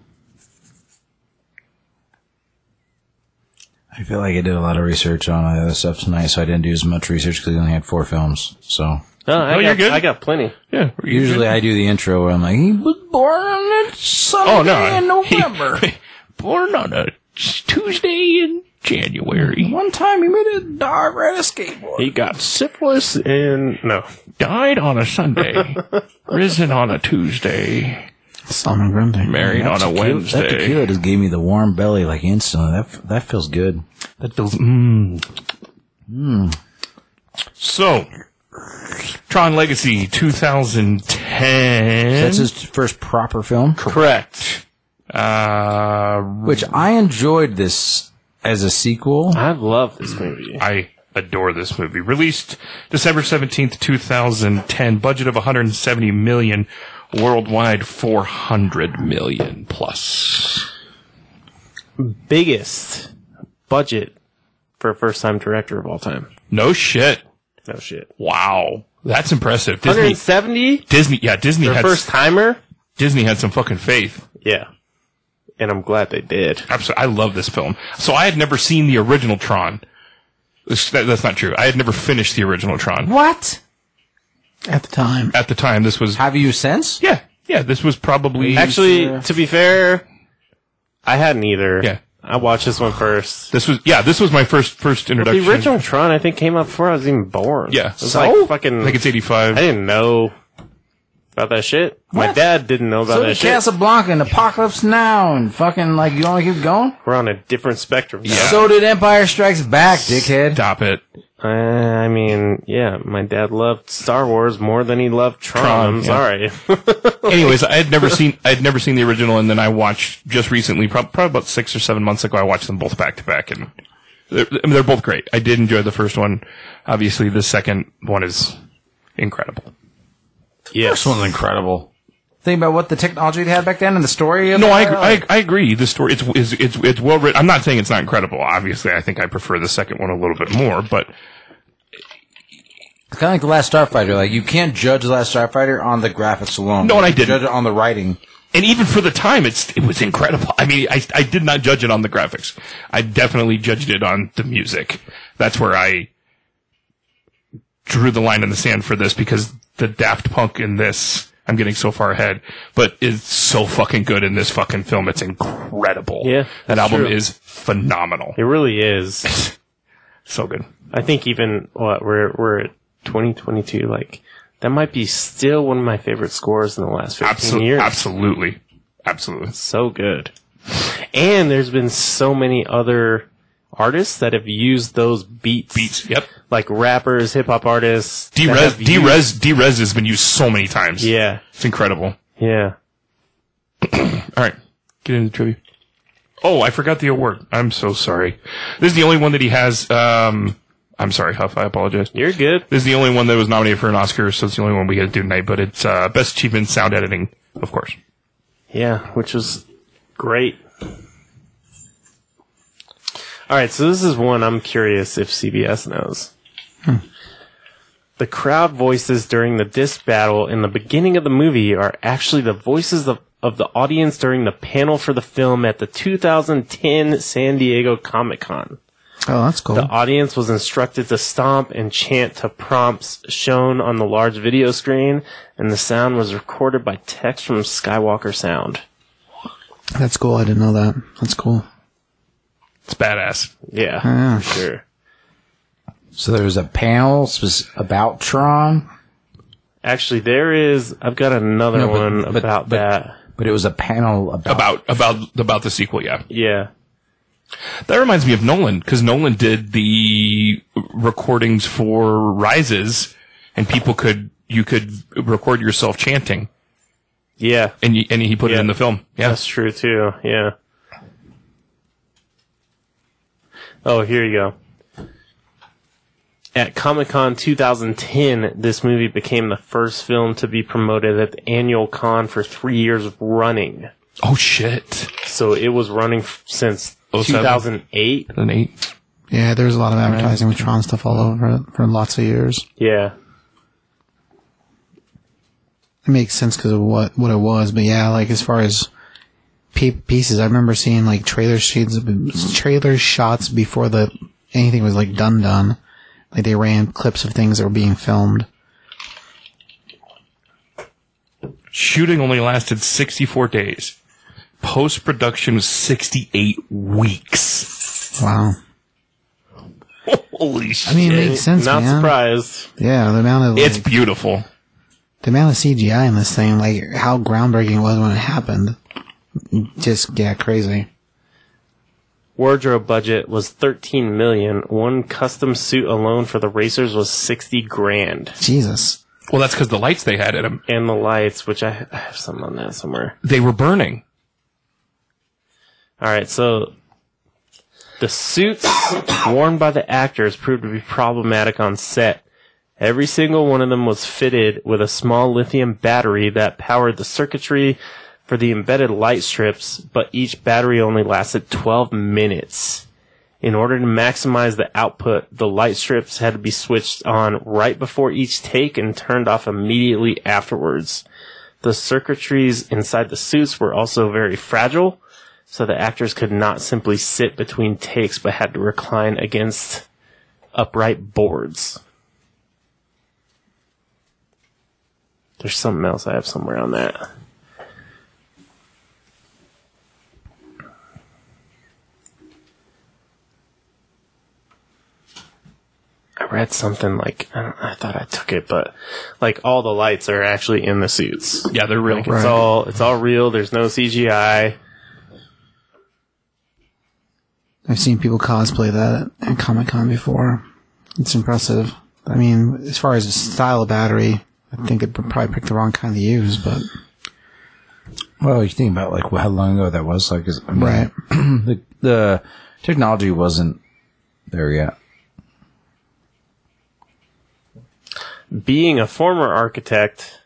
Speaker 1: I feel like I did a lot of research on other stuff tonight, so I didn't do as much research because I only had four films. So
Speaker 4: No,
Speaker 3: No,
Speaker 4: I got,
Speaker 3: you're good.
Speaker 4: I got plenty.
Speaker 3: Yeah.
Speaker 1: usually I do the intro where I'm like, he was born on a Sunday
Speaker 3: Oh, no.
Speaker 1: in November.
Speaker 3: born on a Tuesday in January.
Speaker 1: One time he made a dog ride a skateboard.
Speaker 4: He got syphilis and no.
Speaker 3: Died on a Sunday. risen on a Tuesday.
Speaker 2: Solomon Grundy.
Speaker 3: Married on a
Speaker 1: That
Speaker 3: Wednesday.
Speaker 1: tequila just gave me the warm belly like instantly. That f- that feels mm. good.
Speaker 3: That feels mmm. So, Tron Legacy 2010.
Speaker 1: That's his first proper film,
Speaker 4: Correct.
Speaker 3: uh,
Speaker 1: which I enjoyed this as a sequel.
Speaker 4: I love this movie.
Speaker 3: I adore this movie. Released December 17th, 2010, budget of 170 million, worldwide 400 million plus.
Speaker 4: Biggest budget for a first time director of all time.
Speaker 3: No shit.
Speaker 4: No shit.
Speaker 3: Wow. That's impressive. Disney
Speaker 4: 170?
Speaker 3: Disney yeah, Disney
Speaker 4: For
Speaker 3: had
Speaker 4: first timer?
Speaker 3: Disney had some fucking faith.
Speaker 4: Yeah. And I'm glad they did.
Speaker 3: Absolutely. I love this film. So I had never seen the original Tron. This- that- that's not true. I had never finished the original Tron.
Speaker 1: What
Speaker 2: At the time.
Speaker 3: At the time, this was
Speaker 1: have you since?
Speaker 3: yeah, yeah. This was probably
Speaker 4: Actually, to be fair, I hadn't either.
Speaker 3: uh, Yeah.
Speaker 4: I watched this one first.
Speaker 3: this was yeah. This was my first first introduction.
Speaker 4: The original Tron, I think, came out before I was even born.
Speaker 3: Yeah.
Speaker 4: It was like fucking.
Speaker 3: I think it's eighty five.
Speaker 4: I didn't know about that shit. My
Speaker 1: What?
Speaker 4: dad didn't know about
Speaker 1: So
Speaker 4: that
Speaker 1: did
Speaker 4: shit.
Speaker 1: Casablanca and Apocalypse Now and fucking like you want to keep going?
Speaker 4: We're on a different spectrum. now.
Speaker 1: So did Empire Strikes Back, dickhead.
Speaker 3: Stop it.
Speaker 4: Uh, I mean, yeah, my dad loved Star Wars more than he loved Tron.
Speaker 3: Tron,
Speaker 4: I'm
Speaker 3: yeah.
Speaker 4: sorry.
Speaker 3: Anyways, I had never seen I had never seen the original, and then I watched just recently, prob- probably about six or seven months ago. I watched them both back to back, and they're, I mean, they're both great. I did enjoy the first one. Obviously, the second one is incredible.
Speaker 4: yes.
Speaker 1: incredible. Think about what the technology they had back then and the story. Of Oh,
Speaker 3: No,
Speaker 1: it,
Speaker 3: I agree,
Speaker 1: like,
Speaker 3: I, I agree. The story it's is it's it's well written. I'm not saying it's not incredible. Obviously, I think I prefer the second one a little bit more, but
Speaker 1: It's kind of like the Last Starfighter. Like you can't judge the Last Starfighter on the graphics alone.
Speaker 3: No, and I
Speaker 1: You
Speaker 3: didn't.
Speaker 1: judge it on the writing.
Speaker 3: and even for the time, it's it was incredible. I mean, I I did not judge it on the graphics. I definitely judged it on the music. That's where I drew the line in the sand for this because the Daft Punk in this. I'm getting so far ahead, but it's so fucking good in this fucking film. It's incredible.
Speaker 4: Yeah,
Speaker 3: that
Speaker 4: that's
Speaker 3: album
Speaker 4: true.
Speaker 3: is phenomenal.
Speaker 4: It really is.
Speaker 3: So good.
Speaker 4: I think even what we're we're at 2022. Like that might be still one of my favorite scores in the last 15
Speaker 3: Absolutely,
Speaker 4: years.
Speaker 3: absolutely, absolutely.
Speaker 4: so good. And there's been so many other artists that have used those beats,
Speaker 3: Beats. Yep.
Speaker 4: like rappers, hip hop artists. that
Speaker 3: D-Rez,
Speaker 4: have used-
Speaker 3: D-Rez, D-Rez has been used so many times.
Speaker 4: Yeah,
Speaker 3: It's incredible.
Speaker 4: yeah.
Speaker 3: All right. Get into the trivia. Oh, I forgot the award. I'm so sorry. This is the only one that he has. Um, I'm sorry, Huff. I apologize.
Speaker 4: You're good.
Speaker 3: This is the only one that was nominated for an Oscar, so it's the only one we get to do tonight. But it's uh, best achievement in sound editing, of course.
Speaker 4: Yeah, which was great. All right, so this is one I'm curious if CBS knows. The crowd voices during the disc battle in the beginning of the movie are actually the voices of, of the audience during the panel for the film at the 2010 San Diego Comic Con.
Speaker 2: Oh, that's cool.
Speaker 4: The audience was instructed to stomp and chant to prompts shown on the large video screen, and the sound was recorded by text from Skywalker Sound.
Speaker 2: That's cool. I didn't know that. That's cool.
Speaker 3: It's badass.
Speaker 4: Yeah,
Speaker 2: Yeah.
Speaker 4: for sure.
Speaker 1: So there's a panel spec- about Tron,
Speaker 4: Actually, there is. I've got another
Speaker 1: No, but-
Speaker 4: one
Speaker 1: but-
Speaker 4: about
Speaker 1: but-
Speaker 4: that.
Speaker 1: but it was a panel about.
Speaker 3: About about about the sequel, yeah.
Speaker 4: Yeah,
Speaker 3: That reminds me of Nolan because Nolan did the recordings for Rises, and people could you could record yourself chanting,
Speaker 4: yeah,
Speaker 3: and you, and he put it
Speaker 4: Yeah.
Speaker 3: in the film. Yeah,
Speaker 4: that's true too. Yeah. Oh, here you go. At Comic Con 2010, this movie became the first film to be promoted at the annual con for three years running.
Speaker 3: Oh shit.
Speaker 4: So it was running f- since
Speaker 3: 07.
Speaker 4: 2008.
Speaker 3: An eight.
Speaker 2: Yeah, there's a lot of advertising with Tron stuff all over it for lots of years.
Speaker 4: Yeah.
Speaker 2: It makes sense because of what what it was, but yeah, like as far as pe- pieces, I remember seeing like trailer sheets, trailer shots before the anything was like done done. Like they ran clips of things that were being filmed.
Speaker 3: Shooting only lasted 64 days. Post production was 68 weeks.
Speaker 2: Wow,
Speaker 3: Holy shit.
Speaker 2: I mean, it makes sense,
Speaker 4: Not
Speaker 2: man.
Speaker 4: surprised.
Speaker 2: Yeah, the amount of like,
Speaker 3: it's beautiful.
Speaker 2: the amount of CGI in this thing, like how groundbreaking it was when it happened. Just yeah, crazy.
Speaker 4: Wardrobe budget was 13 million. One custom suit alone for the racers was 60 grand.
Speaker 2: Jesus.
Speaker 3: Well, that's because the lights they had in them,
Speaker 4: And the lights, which I, I have some on that somewhere.
Speaker 3: they were burning.
Speaker 4: All right, so the suits worn by the actors proved to be problematic on set. Every single one of them was fitted with a small lithium battery that powered the circuitry for the embedded light strips, but each battery only lasted 12 minutes. In order to maximize the output, the light strips had to be switched on right before each take and turned off immediately afterwards. The circuitries inside the suits were also very fragile, so the actors could not simply sit between takes but had to recline against upright boards. There's something else I have somewhere on that. I read something like I, don't, I thought I took it, but like all the lights are actually in the suits.
Speaker 3: Yeah, they're real.
Speaker 4: It's all it's all real. There's no CGI.
Speaker 2: I've seen people cosplay that at Comic Con before. It's impressive. I mean, as far as the style of battery, I think it probably picked the wrong kind to use, but
Speaker 1: Well, you think about like how long ago that was. Like, is, I mean,
Speaker 2: right.
Speaker 3: Mm-hmm.
Speaker 1: the, the technology wasn't there yet.
Speaker 4: Being a former architect,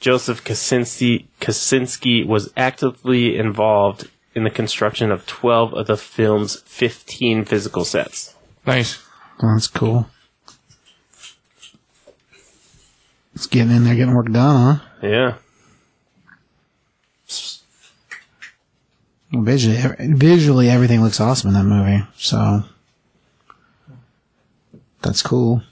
Speaker 4: Joseph Kaczynski, Kaczynski was actively involved in the construction of 12 of the film's 15 physical sets.
Speaker 3: Nice.
Speaker 2: Well, that's cool. It's getting in there, getting work done, huh?
Speaker 4: Yeah.
Speaker 2: Well, visually, ev- visually everything looks awesome in that movie. So that's cool.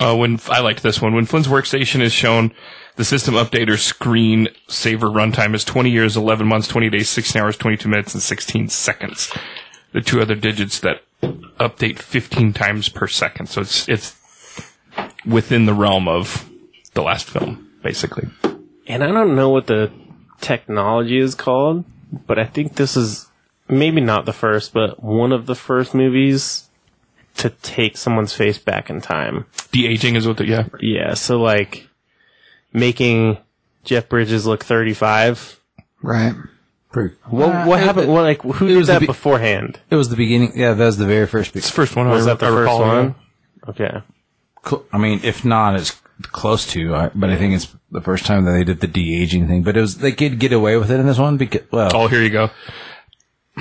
Speaker 3: Uh, when I liked this one, when Flynn's workstation is shown, the system updater screen saver runtime is 20 years, 11 months, 20 days, 16 hours, 22 minutes, and 16 seconds. The two other digits that update 15 times per second. So it's it's within the realm of the last film, basically.
Speaker 4: And I don't know what the technology is called, but I think this is maybe not the first, but one of the first movies to take someone's face back in time.
Speaker 3: De aging is what the yeah.
Speaker 4: Yeah, so like making Jeff Bridges look 35.
Speaker 2: Right.
Speaker 1: Pretty-
Speaker 4: What
Speaker 1: Uh,
Speaker 4: what
Speaker 1: it-
Speaker 4: happened? What, like who did
Speaker 1: was the
Speaker 4: that
Speaker 1: be-
Speaker 4: beforehand?
Speaker 1: It was the beginning. Yeah, that was the very first. Be-
Speaker 3: It's the first one.
Speaker 4: Was
Speaker 3: I,
Speaker 4: that the
Speaker 3: I
Speaker 4: first
Speaker 3: recall, yeah.
Speaker 4: one? Okay.
Speaker 1: cl- I mean, if not, it's close to. I- But I think it's the first time that they did the de aging thing. But it was they could get away with it in this one because well,
Speaker 3: Oh, here you go.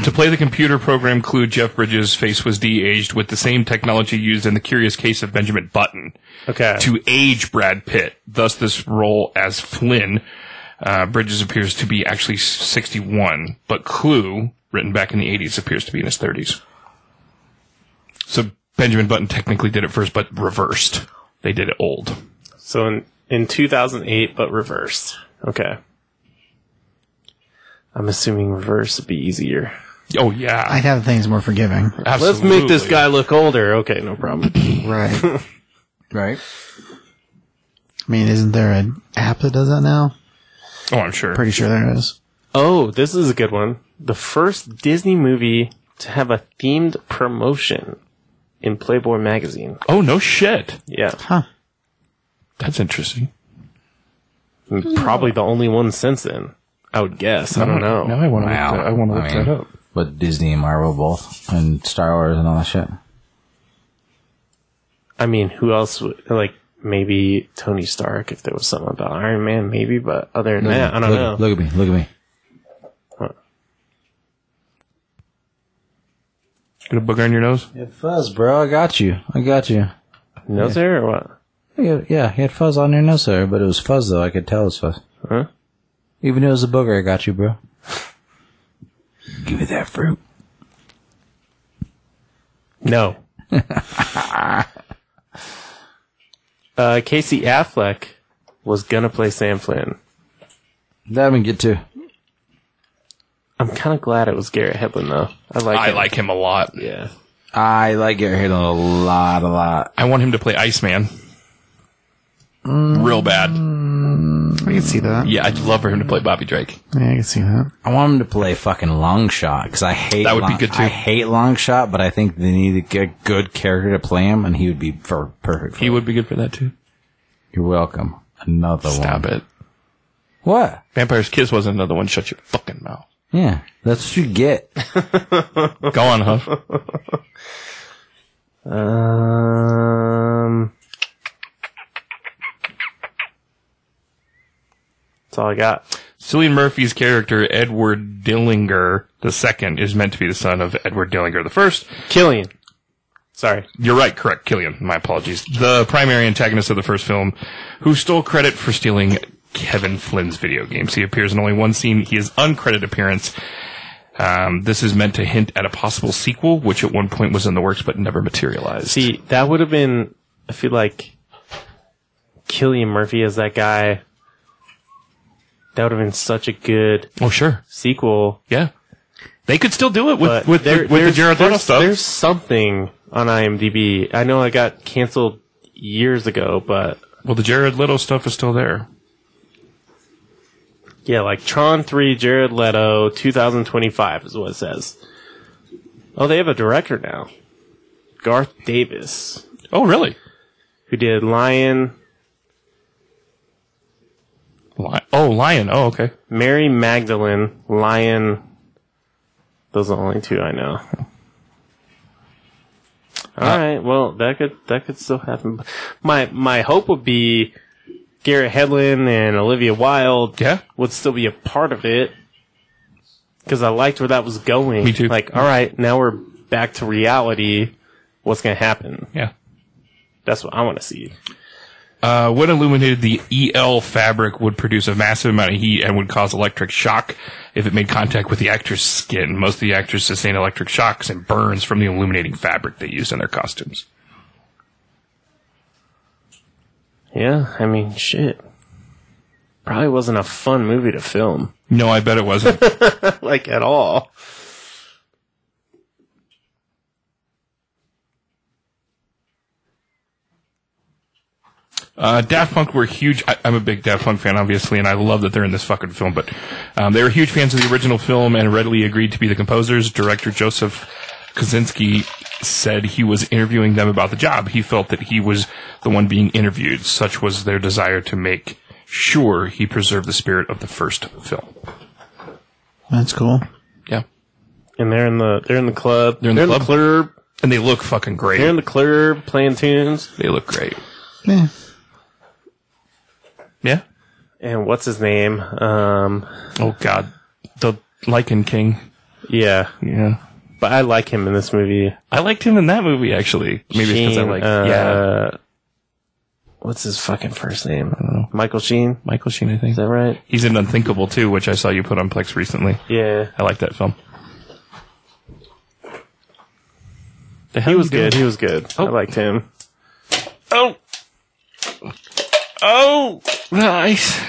Speaker 3: To play the computer program clue, Jeff Bridges' face was de-aged with the same technology used in the Curious Case of Benjamin Button
Speaker 4: Okay.
Speaker 3: to age Brad Pitt. Thus, this role as Flynn, uh, Bridges appears to be actually 61, but Clue, written back in the 80s, appears to be in his 30s. So Benjamin Button technically did it first, but reversed. They did it old.
Speaker 4: So in in 2008, but reversed. Okay. I'm assuming reverse would be easier.
Speaker 3: Oh yeah,
Speaker 2: I have things more forgiving.
Speaker 3: absolutely.
Speaker 4: Let's make this guy look older. Okay, no problem.
Speaker 2: Right. I
Speaker 1: right.
Speaker 2: mean, isn't there an app that does that now?
Speaker 3: Oh, I'm sure.
Speaker 2: Pretty sure there is.
Speaker 4: Oh, this is a good one. The first Disney movie to have a themed promotion in Playboy magazine.
Speaker 3: oh no shit.
Speaker 4: Yeah.
Speaker 2: Huh.
Speaker 3: That's interesting.
Speaker 4: And Probably the only one since then. I would guess. I don't know.
Speaker 3: Now I want to.
Speaker 1: Wow.
Speaker 3: Look that, I want to look
Speaker 1: mean,
Speaker 3: that up.
Speaker 1: But Disney and Marvel both, and Star Wars and all that shit.
Speaker 4: I mean, who else would, like, maybe Tony Stark if there was something about Iron Man, maybe, but other than that, I don't
Speaker 1: look,
Speaker 4: know.
Speaker 1: Look at me. Look at me.
Speaker 3: Get a bug on your nose.
Speaker 1: You had fuzz, bro. I got you. I got you.
Speaker 4: No, there or what?
Speaker 1: Yeah, yeah, he had fuzz on your nose there, but it was fuzz though. I could tell it was fuzz.
Speaker 4: Huh?
Speaker 1: Even though it was a booger, I got you, bro. Give me that fruit.
Speaker 4: No. uh, Casey Affleck was gonna play Sam Flynn.
Speaker 1: That we get to.
Speaker 4: I'm kind of glad it was Garrett Hedlund though. I like.
Speaker 3: I
Speaker 4: him.
Speaker 3: like him a lot.
Speaker 4: Yeah.
Speaker 1: I like Garrett Hedlund a lot, a lot.
Speaker 3: I want him to play Iceman.
Speaker 4: Mm.
Speaker 3: Real bad.
Speaker 2: I can see that.
Speaker 3: Yeah, I'd love for him to play Bobby Drake.
Speaker 2: Yeah, I can see that.
Speaker 1: I want him to play fucking long shot because I hate
Speaker 3: That would be
Speaker 1: Long-
Speaker 3: good, too.
Speaker 1: I hate long shot, but I think they need to get a good character to play him, and he would be for perfect. For
Speaker 3: He
Speaker 1: it.
Speaker 3: would be good for that too.
Speaker 1: You're welcome. Another
Speaker 3: Stop
Speaker 1: one.
Speaker 3: it.
Speaker 1: What?
Speaker 3: Vampire's Kiss was another one. Shut your fucking mouth.
Speaker 1: Yeah, that's what you get.
Speaker 3: Go on, huh?
Speaker 4: Um. That's all I got.
Speaker 3: Cillian Murphy's character Edward Dillinger II is meant to be the son of Edward Dillinger the first.
Speaker 4: Killian. Sorry.
Speaker 3: You're right, correct, Killian. My apologies. The primary antagonist of the first film, who stole credit for stealing Kevin Flynn's video games. He appears in only one scene. He is uncredited appearance. Um, this is meant to hint at a possible sequel, which at one point was in the works but never materialized.
Speaker 4: See, that would have been. I feel like Killian Murphy as that guy. That would have been such a good
Speaker 3: oh sure,
Speaker 4: sequel
Speaker 3: yeah, they could still do it with
Speaker 4: but
Speaker 3: with,
Speaker 4: there-
Speaker 3: with, with the
Speaker 4: there's-
Speaker 3: Jared Leto
Speaker 4: there's,
Speaker 3: stuff.
Speaker 4: There's something on IMDb. I know I got canceled years ago, but
Speaker 3: Well, the Jared Leto stuff is still there.
Speaker 4: yeah, like Tron 3 Jared Leto 2025 is what it says. Oh, they have a director now. Garth Davis,
Speaker 3: Oh really?
Speaker 4: who did Lion,
Speaker 3: Li- oh Lion. Oh okay.
Speaker 4: Mary Magdalene, Lion. Those are the only two I know. All right, well that could that could still happen. My my hope would be Garrett Hedlund and Olivia Wilde
Speaker 3: Yeah.
Speaker 4: would still be a part of it because I liked where that was going.
Speaker 3: Me too.
Speaker 4: Like, all right, now we're back to reality. What's gonna happen?
Speaker 3: Yeah.
Speaker 4: That's what I want to see.
Speaker 3: Uh, when illuminated, the EL fabric would produce a massive amount of heat and would cause electric shock if it made contact with the actor's skin. Most of the actors sustained electric shocks and burns from the illuminating fabric they used in their costumes.
Speaker 4: Yeah, I mean, shit. Probably wasn't a fun movie to film,
Speaker 3: No, I bet it wasn't.
Speaker 4: like at all.
Speaker 3: uh, Daft Punk were huge. I, I'm a big Daft Punk fan, obviously, and I love that they're in this fucking film. But um, they were huge fans of the original film and readily agreed to be the composers. Director Joseph Kaczynski said he was interviewing them about the job. He felt that he was the one being interviewed. Such was their desire to make sure he preserved the spirit of the first film.
Speaker 2: That's cool.
Speaker 3: Yeah.
Speaker 4: And they're in the they're in the club.
Speaker 3: They're in the club.
Speaker 4: club.
Speaker 3: And they look fucking great.
Speaker 4: They're in the club playing tunes.
Speaker 3: they look great.
Speaker 2: Yeah.
Speaker 3: Yeah.
Speaker 4: And what's his name? Um,
Speaker 3: Oh God, the Lycan King.
Speaker 4: yeah,
Speaker 3: Yeah.
Speaker 4: but I like him in this movie.
Speaker 3: I liked him in that movie actually. Maybe it's because I
Speaker 4: Sheen,
Speaker 3: like
Speaker 4: uh,
Speaker 3: yeah
Speaker 4: What's his fucking first name? Michael Sheen. Is
Speaker 3: Michael Sheen. I think
Speaker 4: that right?
Speaker 3: he's in Unthinkable too, which I saw you put on Plex recently.
Speaker 4: Yeah,
Speaker 3: I like that film. The hell
Speaker 4: he was
Speaker 3: you doing?
Speaker 4: good. He was good. I liked him.
Speaker 3: Oh. Oh, nice.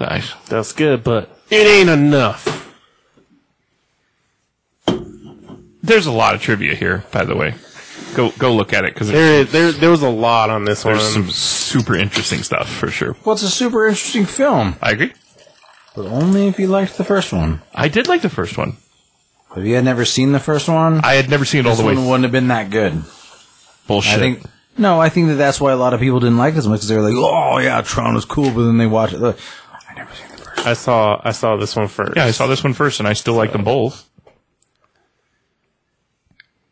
Speaker 3: Nice.
Speaker 4: That's good, but it ain't enough.
Speaker 3: There's a lot of trivia here, by the way. Go go look at it because there's,
Speaker 4: There, there, there was a lot on this one.
Speaker 3: some super interesting stuff for sure.
Speaker 1: Well, it's a super interesting film,
Speaker 3: I agree.
Speaker 1: but only if you liked the first one.
Speaker 3: I did like the first one.
Speaker 1: If you had never seen the first one,
Speaker 3: I had never seen it all
Speaker 1: this
Speaker 3: the way.
Speaker 1: one wouldn't have been that good.
Speaker 3: Bullshit.
Speaker 1: I think no, I think that that's why a lot of people didn't like it as much because they were like, "Oh yeah, Tron was cool," but then they watch it. Like, I never seen the first.
Speaker 4: I saw, I saw this one first.
Speaker 3: Yeah, I saw this one first, and I still like them both.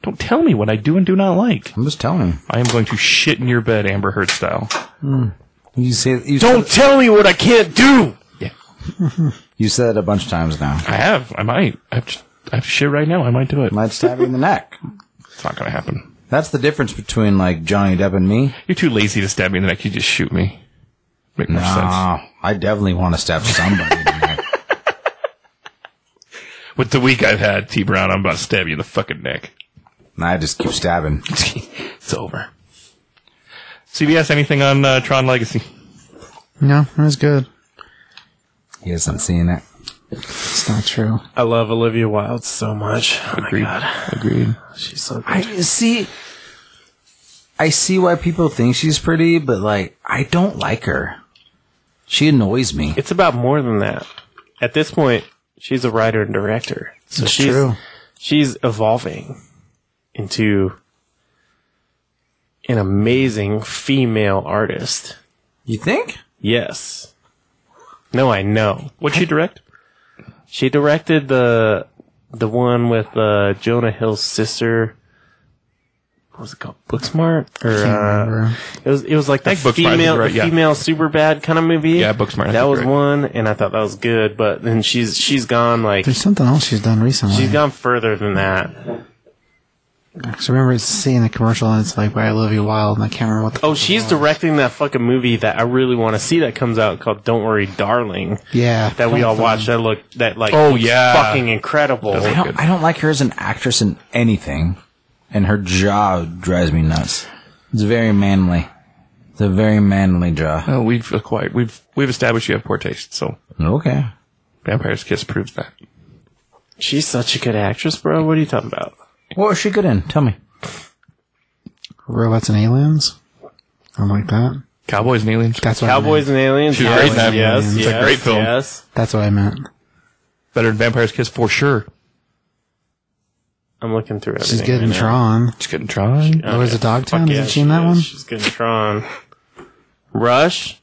Speaker 3: Don't tell me what I do and do not like.
Speaker 1: I'm just telling you.
Speaker 3: I am going to shit in your bed, Amber Heard style.
Speaker 1: You say you
Speaker 4: Don't tell me what I can't do.
Speaker 1: You said it a bunch of times now.
Speaker 3: I have. I might. I have, I have shit right now. I might do it.
Speaker 1: Might stab you in the neck.
Speaker 3: It's not going to happen.
Speaker 1: That's the difference between like Johnny Depp and me.
Speaker 3: You're too lazy to stab me in the neck. You just shoot me. Make more sense.
Speaker 1: Ah, I definitely want to stab somebody. in the neck.
Speaker 3: With the week I've had, T Brown, I'm about to stab you in the fucking neck.
Speaker 1: And I just keep stabbing.
Speaker 3: It's over. CBS, anything on uh, Tron Legacy?
Speaker 2: No, that was good.
Speaker 1: He hasn't seen it.
Speaker 2: It's not true.
Speaker 4: I love Olivia Wilde so much. Oh my
Speaker 3: Agreed.
Speaker 4: god,
Speaker 3: Agreed.
Speaker 4: she's so good.
Speaker 1: I see. I see why people think she's pretty, but like I don't like her. She annoys me.
Speaker 4: it's about more than that. At this point, she's a writer and director, so
Speaker 2: It's
Speaker 4: she's
Speaker 2: true.
Speaker 4: she's evolving into an amazing female artist.
Speaker 1: You think?
Speaker 4: Yes. No, I know.
Speaker 3: What'd she direct?
Speaker 4: She directed the the one with uh, Jonah Hill's sister. What was it called? Booksmart, or uh,
Speaker 2: Remember.
Speaker 4: it was it was like the
Speaker 3: think Booksmart is
Speaker 4: female
Speaker 3: right,
Speaker 4: the
Speaker 3: yeah.
Speaker 4: female super bad kind of movie.
Speaker 3: Yeah, Booksmart, I
Speaker 4: That
Speaker 3: think
Speaker 4: was
Speaker 3: right.
Speaker 4: one, and I thought that was good. But then she's she's gone like
Speaker 2: There's something else she's done recently.
Speaker 4: she's gone further than that.
Speaker 2: 'Cause I remember seeing a commercial and it's like by Olivia Wilde and I can't remember what the
Speaker 4: Oh, she's directing that fucking movie that I really want to see that comes out called Don't Worry, Darling.
Speaker 2: Yeah.
Speaker 4: That we all watched. That look that like
Speaker 3: Oh, yeah.
Speaker 4: fucking incredible.
Speaker 1: I don't, I don't like her as an actress in anything, and her jaw drives me nuts. It's very manly. It's a very manly jaw.
Speaker 3: Oh, we've acquired. We've we've established you have poor taste. So
Speaker 1: Okay.
Speaker 3: Vampire's Kiss proves that.
Speaker 4: She's such a good actress, bro. What are you talking about?
Speaker 1: What was she good in? Tell me.
Speaker 2: Robots and aliens. I'm like that.
Speaker 3: Cowboys and Aliens.
Speaker 2: That's what
Speaker 4: Cowboys and Aliens.
Speaker 3: She was great in that.
Speaker 4: Yes,
Speaker 3: It's a
Speaker 4: yes,
Speaker 3: great film.
Speaker 4: Yes.
Speaker 2: I meant. That's what I meant.
Speaker 3: Better than Vampire's Kiss for sure.
Speaker 4: I'm looking through everything.
Speaker 2: She's good in
Speaker 4: right now.
Speaker 2: Tron.
Speaker 3: Just getting Tron.
Speaker 2: There was a dog
Speaker 4: Fuck
Speaker 2: town.
Speaker 4: yeah,
Speaker 2: Isn't she in that
Speaker 4: is.
Speaker 2: one?
Speaker 4: She's good in Tron. Rush.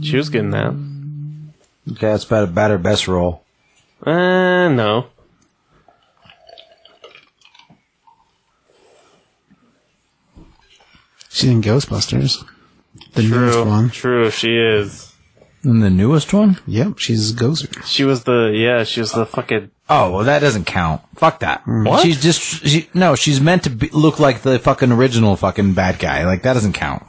Speaker 4: She was good in that.
Speaker 1: Okay, that's about about her best role.
Speaker 4: Uh, no.
Speaker 2: She's in Ghostbusters. The newest
Speaker 4: True.
Speaker 2: one.
Speaker 4: True. She is.
Speaker 1: In the newest one?
Speaker 2: Yep, she's Gozer.
Speaker 4: She was the yeah. She was the fucking
Speaker 1: Oh, well, that doesn't count. Fuck that.
Speaker 3: What?
Speaker 1: She's just she, no. She's meant to be, look like the fucking original fucking bad guy. Like that doesn't count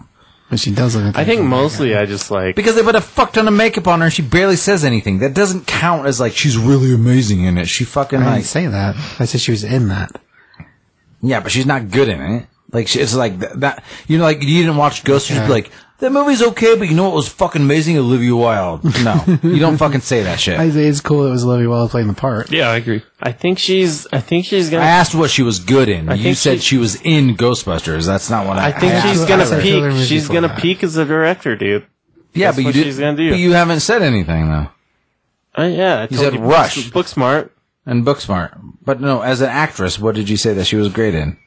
Speaker 2: But she does look. Like
Speaker 4: I think mostly I just like
Speaker 1: because they put a fuck ton of makeup on her and she barely says anything. That doesn't count as like she's really amazing in it. She fucking
Speaker 2: I
Speaker 1: like
Speaker 2: didn't say that. I said she was in that.
Speaker 1: yeah, but she's not good in it. Like she, it's like th- that. You know, like you didn't watch Ghost. You'd
Speaker 2: Yeah.
Speaker 1: be like that movie's okay, but you know what was fucking amazing? Olivia Wilde. No, you don't fucking say that shit.
Speaker 2: I
Speaker 1: I,
Speaker 2: say it's cool. It was Olivia Wilde playing the part.
Speaker 3: Yeah, I agree.
Speaker 4: I think she's I think she's gonna
Speaker 1: asked what she was good in. you
Speaker 4: think
Speaker 1: said
Speaker 4: she-
Speaker 1: she, was in Ghostbusters. That's not what I.
Speaker 4: I think
Speaker 1: asked.
Speaker 4: she's
Speaker 2: I
Speaker 4: gonna
Speaker 2: said
Speaker 4: peak.
Speaker 2: Taylor Murphy
Speaker 4: She's
Speaker 2: for
Speaker 4: gonna
Speaker 2: that.
Speaker 4: peak as a director, dude.
Speaker 1: Yeah,
Speaker 4: That's
Speaker 1: but you
Speaker 4: what
Speaker 1: did,
Speaker 4: she's gonna do.
Speaker 1: But you haven't said anything though.
Speaker 4: Uh, yeah, I told
Speaker 1: said
Speaker 4: you
Speaker 1: Rush.
Speaker 4: Book smart.
Speaker 1: And Booksmart, but no, as an actress, what did you say that she was great in?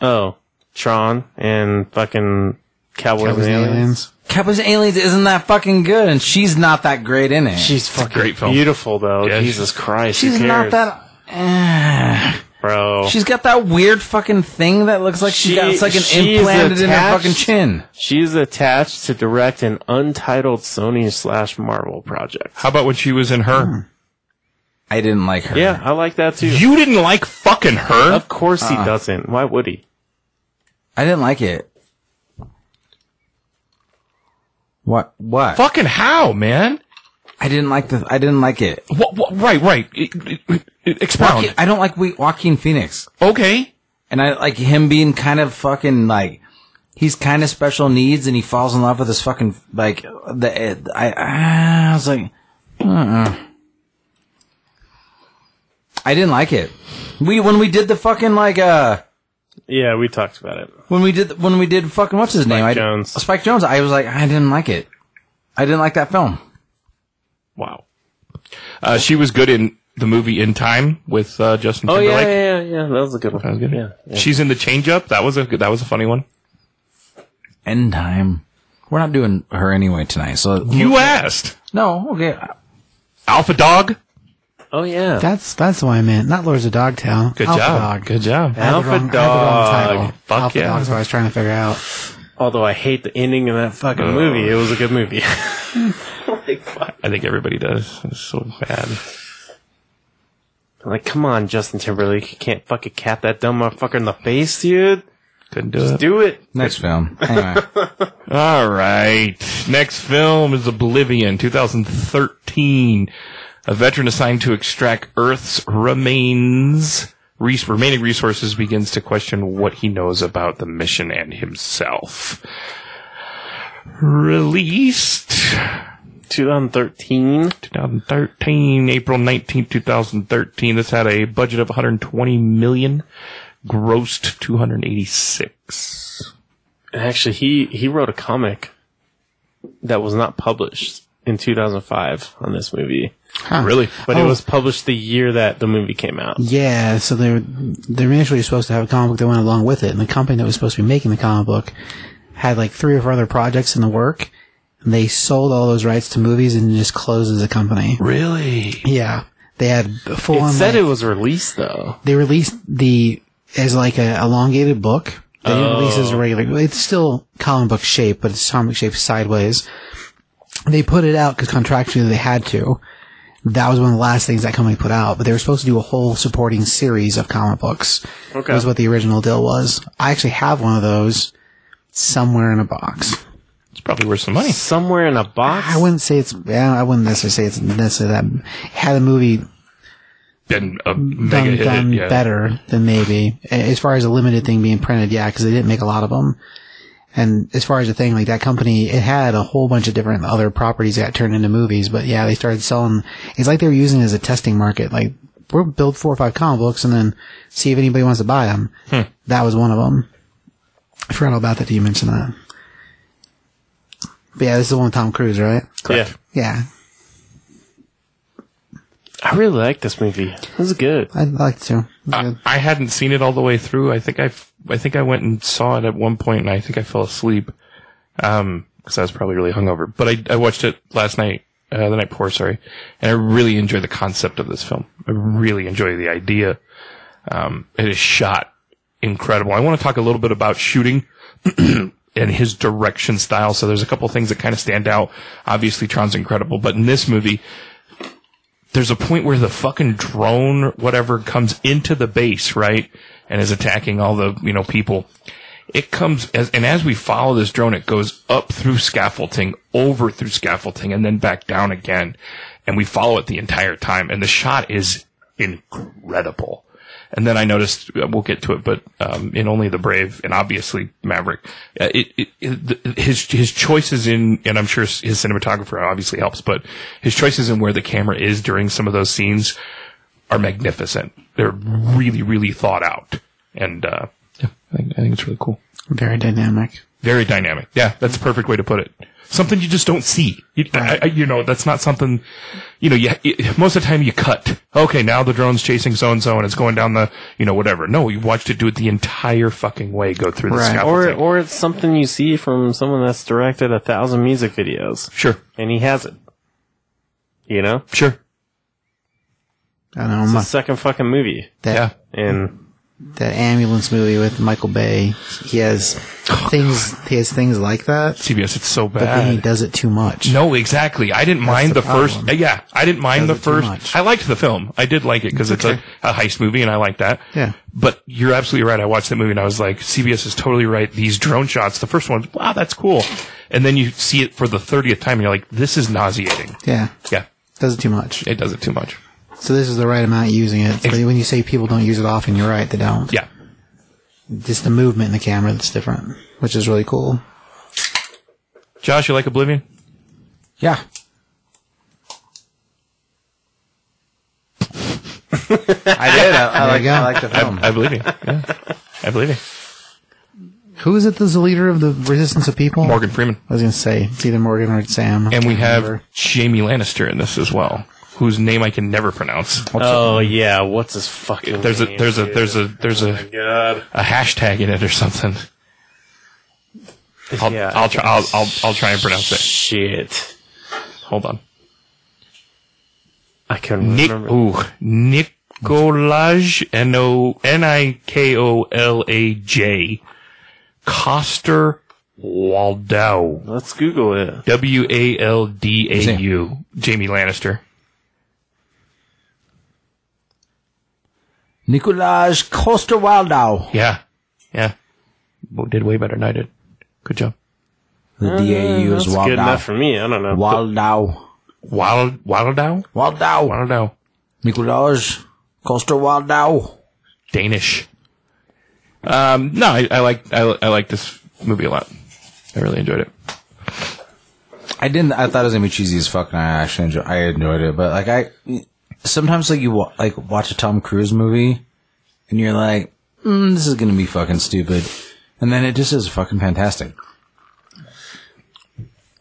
Speaker 4: Oh, Tron and fucking Cowboys,
Speaker 2: Cowboys and Aliens.
Speaker 1: Cowboys and Aliens isn't that fucking good, and she's not that great in it.
Speaker 4: She's fucking
Speaker 3: great film.
Speaker 4: beautiful though.
Speaker 3: Yeah,
Speaker 4: Jesus Christ, who
Speaker 1: she's not
Speaker 4: cares?
Speaker 1: that. Eh.
Speaker 4: bro.
Speaker 1: She's got that weird fucking thing that looks like she,
Speaker 4: She-
Speaker 1: got it's like an
Speaker 4: she is
Speaker 1: implanted in her
Speaker 4: attached.
Speaker 1: fucking chin.
Speaker 4: She's attached to direct an untitled Sony slash Marvel project.
Speaker 3: How about when she was in
Speaker 2: Hmm.
Speaker 3: her?
Speaker 1: I didn't like her.
Speaker 4: Yeah, I like that too.
Speaker 3: You didn't like fucking her?
Speaker 4: of course he doesn't. Why would he?
Speaker 1: I didn't like it. What? What?
Speaker 3: Fucking how, man?
Speaker 1: I didn't like the. I didn't like it.
Speaker 3: What, what, right, right. It- it- it- Expound.
Speaker 1: I don't like we, Joaquin Phoenix,
Speaker 3: Okay.
Speaker 1: and I like him being kind of fucking like he's kind of special needs, and he falls in love with his fucking like the. I I, I was like, uh. I didn't like it. We when we did the fucking like uh
Speaker 4: Yeah, we talked about it.
Speaker 1: when we did when we did fucking what's his name? I-
Speaker 4: Jones.
Speaker 1: Spike Jones. I was like, I didn't like it. I didn't like that film.
Speaker 3: Wow. Uh, she was good in the movie In Time with uh, Justin
Speaker 4: Oh yeah,
Speaker 3: Timberlake.
Speaker 4: yeah, yeah, yeah. That was a good one.
Speaker 3: That was good.
Speaker 4: Yeah, yeah.
Speaker 3: She's in the change up. That was a good, that was a funny one.
Speaker 1: End time. We're not doing her anyway tonight. So
Speaker 3: You asked.
Speaker 1: no, okay.
Speaker 3: Alpha Dog.
Speaker 4: Oh yeah.
Speaker 2: That's that's what I meant. Not Lords of Dogtown.
Speaker 3: Good
Speaker 2: Alpha
Speaker 3: job.
Speaker 2: Dog.
Speaker 3: Good
Speaker 2: I had
Speaker 3: job.
Speaker 2: the
Speaker 4: Alpha
Speaker 2: wrong- I had the wrong
Speaker 4: Dog.
Speaker 2: title.
Speaker 3: Fuck
Speaker 2: Alpha
Speaker 3: yeah.
Speaker 2: Dog's what I was trying to figure out.
Speaker 4: Although I hate the ending of that fucking movie, it was a good movie. like, fuck.
Speaker 3: I think everybody does. It's so bad.
Speaker 4: like, come on, Justin Timberlake, you can't fucking cap that dumb motherfucker in the face, dude.
Speaker 3: Couldn't do it.
Speaker 4: Do it.
Speaker 1: Next film. Anyway,
Speaker 3: All right. Next film is Oblivion, 2013. A veteran assigned to extract Earth's remains, res- remaining resources, begins to question what he knows about the mission and himself. Released
Speaker 4: 2013.
Speaker 3: 2013, April 19th, 2013. This had a budget of 120 million, grossed 286.
Speaker 4: Actually, he he wrote a comic that was not published in 2005 on this movie,
Speaker 3: Really?
Speaker 4: but it
Speaker 2: Oh.
Speaker 4: was published the year that the movie came out.
Speaker 2: Yeah, so they were they were initially supposed to have a comic book that went along with it, and the company that was supposed to be making the comic book had like three or four other projects in the work, and they sold all those rights to movies and just closed as a company.
Speaker 3: Really?
Speaker 2: Yeah, they had full
Speaker 4: It
Speaker 2: on.
Speaker 4: said
Speaker 2: like-
Speaker 4: it was released though.
Speaker 2: they released the as like a elongated book. They didn't release it as a regular. It's still comic book shape, but it's comic shape sideways. They put it out because contractually they had to. That was one of the last things that company put out, but they were supposed to do a whole supporting series of comic books.
Speaker 4: Okay.
Speaker 2: was what the original deal was. I actually have one of those somewhere in a box.
Speaker 3: It's probably worth some money.
Speaker 4: Somewhere in a box.
Speaker 2: I wouldn't say it's. Yeah, I wouldn't necessarily say it's necessarily that. Had a movie
Speaker 3: been a mega
Speaker 2: done,
Speaker 3: hit.
Speaker 2: done
Speaker 3: yeah.
Speaker 2: better than maybe as far as a limited thing being printed. Yeah, because they didn't make a lot of them. And as far as the thing, like that company, it had a whole bunch of different other properties that got turned into movies. But yeah, they started selling. It's like they were using it as a testing market. Like we'll build four or five comic books and then see if anybody wants to buy them.
Speaker 3: Hmm.
Speaker 2: That was one of them. I forgot all about that. You mentioned that. But yeah, this is the one with Tom Cruise, right?
Speaker 4: Yeah.
Speaker 2: Yeah,
Speaker 4: I really like this movie. It was good.
Speaker 2: I'd like to. It's
Speaker 3: I,
Speaker 2: good.
Speaker 3: I hadn't seen it all the way through. I think I, f- I think I went and saw it at one point, and I think I fell asleep, um, because I was probably really hungover. But I, I watched it last night, uh, the night before, sorry, and I really enjoy the concept of this film. I really enjoy the idea. Um, it is shot incredible. I want to talk a little bit about shooting. and his direction style. So there's a couple things that kind of stand out. Obviously, Tron's incredible, but in this movie, there's a point where the fucking drone, whatever, comes into the base, right, and is attacking all the you know people. It comes as, and as we follow this drone, it goes up through scaffolding, over through scaffolding, and then back down again. And we follow it the entire time. And the shot is incredible. And then I noticed uh, we'll get to it, but um, in only the brave and obviously Maverick, uh, it, it, it, th- his his choices in and I'm sure his cinematographer obviously helps, but his choices in where the camera is during some of those scenes are magnificent. They're really really thought out, and uh, yeah, I, think- I I think it's really cool.
Speaker 2: Very dynamic.
Speaker 3: Very dynamic. Yeah, that's the perfect way to put it. Something you just don't see. You, I, I, you know, that's not something. You know, you, it, most of the time you cut. Okay, now the drone's chasing so and so, and it's going down the, you know, whatever. No, you watched it do it the entire fucking way, go through the
Speaker 2: Right.
Speaker 3: scaffold
Speaker 4: Or
Speaker 3: thing.
Speaker 4: or it's something you see from someone that's directed a thousand music videos,
Speaker 3: sure,
Speaker 4: and he has it. You know,
Speaker 3: sure,
Speaker 2: I don't know.
Speaker 4: it's the
Speaker 2: my-
Speaker 4: second fucking movie,
Speaker 2: that,
Speaker 3: yeah.
Speaker 4: and
Speaker 2: that ambulance movie with Michael Bay, he has things, he has things like that,
Speaker 3: CBS, it's so
Speaker 2: but then he
Speaker 3: Oh, bad.
Speaker 2: does it too much.
Speaker 3: No, exactly. I didn't mind
Speaker 2: the
Speaker 3: the, first.
Speaker 2: problem.
Speaker 3: Yeah, I didn't mind
Speaker 2: Does it
Speaker 3: the
Speaker 2: too
Speaker 3: first.
Speaker 2: much.
Speaker 3: I liked the film. I did like it because it's, a, a heist movie, and I like that.
Speaker 2: Yeah.
Speaker 3: But you're absolutely right. I watched that movie and I was like, CBS is totally right. These drone shots, the first one, wow, that's cool. And then you see it for the 30th time and you're like, this is nauseating.
Speaker 2: Yeah.
Speaker 3: Yeah.
Speaker 2: Does it too much.
Speaker 3: It does it too much.
Speaker 2: So this is the right amount using it. But when you say people don't use it often, you're right, they don't.
Speaker 3: Yeah.
Speaker 2: Just the movement in the camera that's different, which is really cool.
Speaker 3: Josh, you like Oblivion?
Speaker 1: Yeah. I did. I, I like.
Speaker 2: you go.
Speaker 1: I like the film.
Speaker 3: I believe you. Yeah. I believe you.
Speaker 2: Who is it that's the leader of the Resistance of People?
Speaker 3: Morgan Freeman.
Speaker 2: I was going to say, it's either Morgan or it's Sam.
Speaker 3: And we have
Speaker 2: Remember.
Speaker 3: Jamie Lannister in this as well, whose name I can never pronounce.
Speaker 4: oh yeah, what's his fucking?
Speaker 3: There's a,
Speaker 4: name,
Speaker 3: there's a,
Speaker 4: dude?
Speaker 3: there's a, there's a,
Speaker 4: God.
Speaker 3: a hashtag in it or something. I'll,
Speaker 4: Yeah.
Speaker 3: I'll try, I'll, I'll, I'll try and pronounce it.
Speaker 4: Shit,
Speaker 3: Hold on.
Speaker 4: I can
Speaker 3: Nick,
Speaker 4: remember.
Speaker 3: ooh, Nikolaj, N-O, N-I-K-O-L-A-J, Coster Waldau,
Speaker 4: Let's Google it.
Speaker 3: W-A-L-D-A-U, Jamie Lannister.
Speaker 1: Nicolaj Costa Waldau.
Speaker 3: Yeah, yeah. Well, did way better than I did. Good job.
Speaker 1: The DAU is
Speaker 4: Oh, That's good enough
Speaker 1: Waldau.
Speaker 4: for me. I don't know.
Speaker 1: Waldau.
Speaker 3: Wild, Waldau?
Speaker 1: Waldau.
Speaker 3: Waldau.
Speaker 1: Nicolaj Costa Waldau.
Speaker 3: Danish. Um, no, I, I like, I, I like this movie a lot. I really enjoyed it.
Speaker 1: I didn't. I thought it was gonna be cheesy as fuck, and I actually enjoyed. I enjoyed it, but like I sometimes like you wa- like watch a Tom Cruise movie, and you're like, mm, this is gonna be fucking stupid, and then it just is fucking fantastic.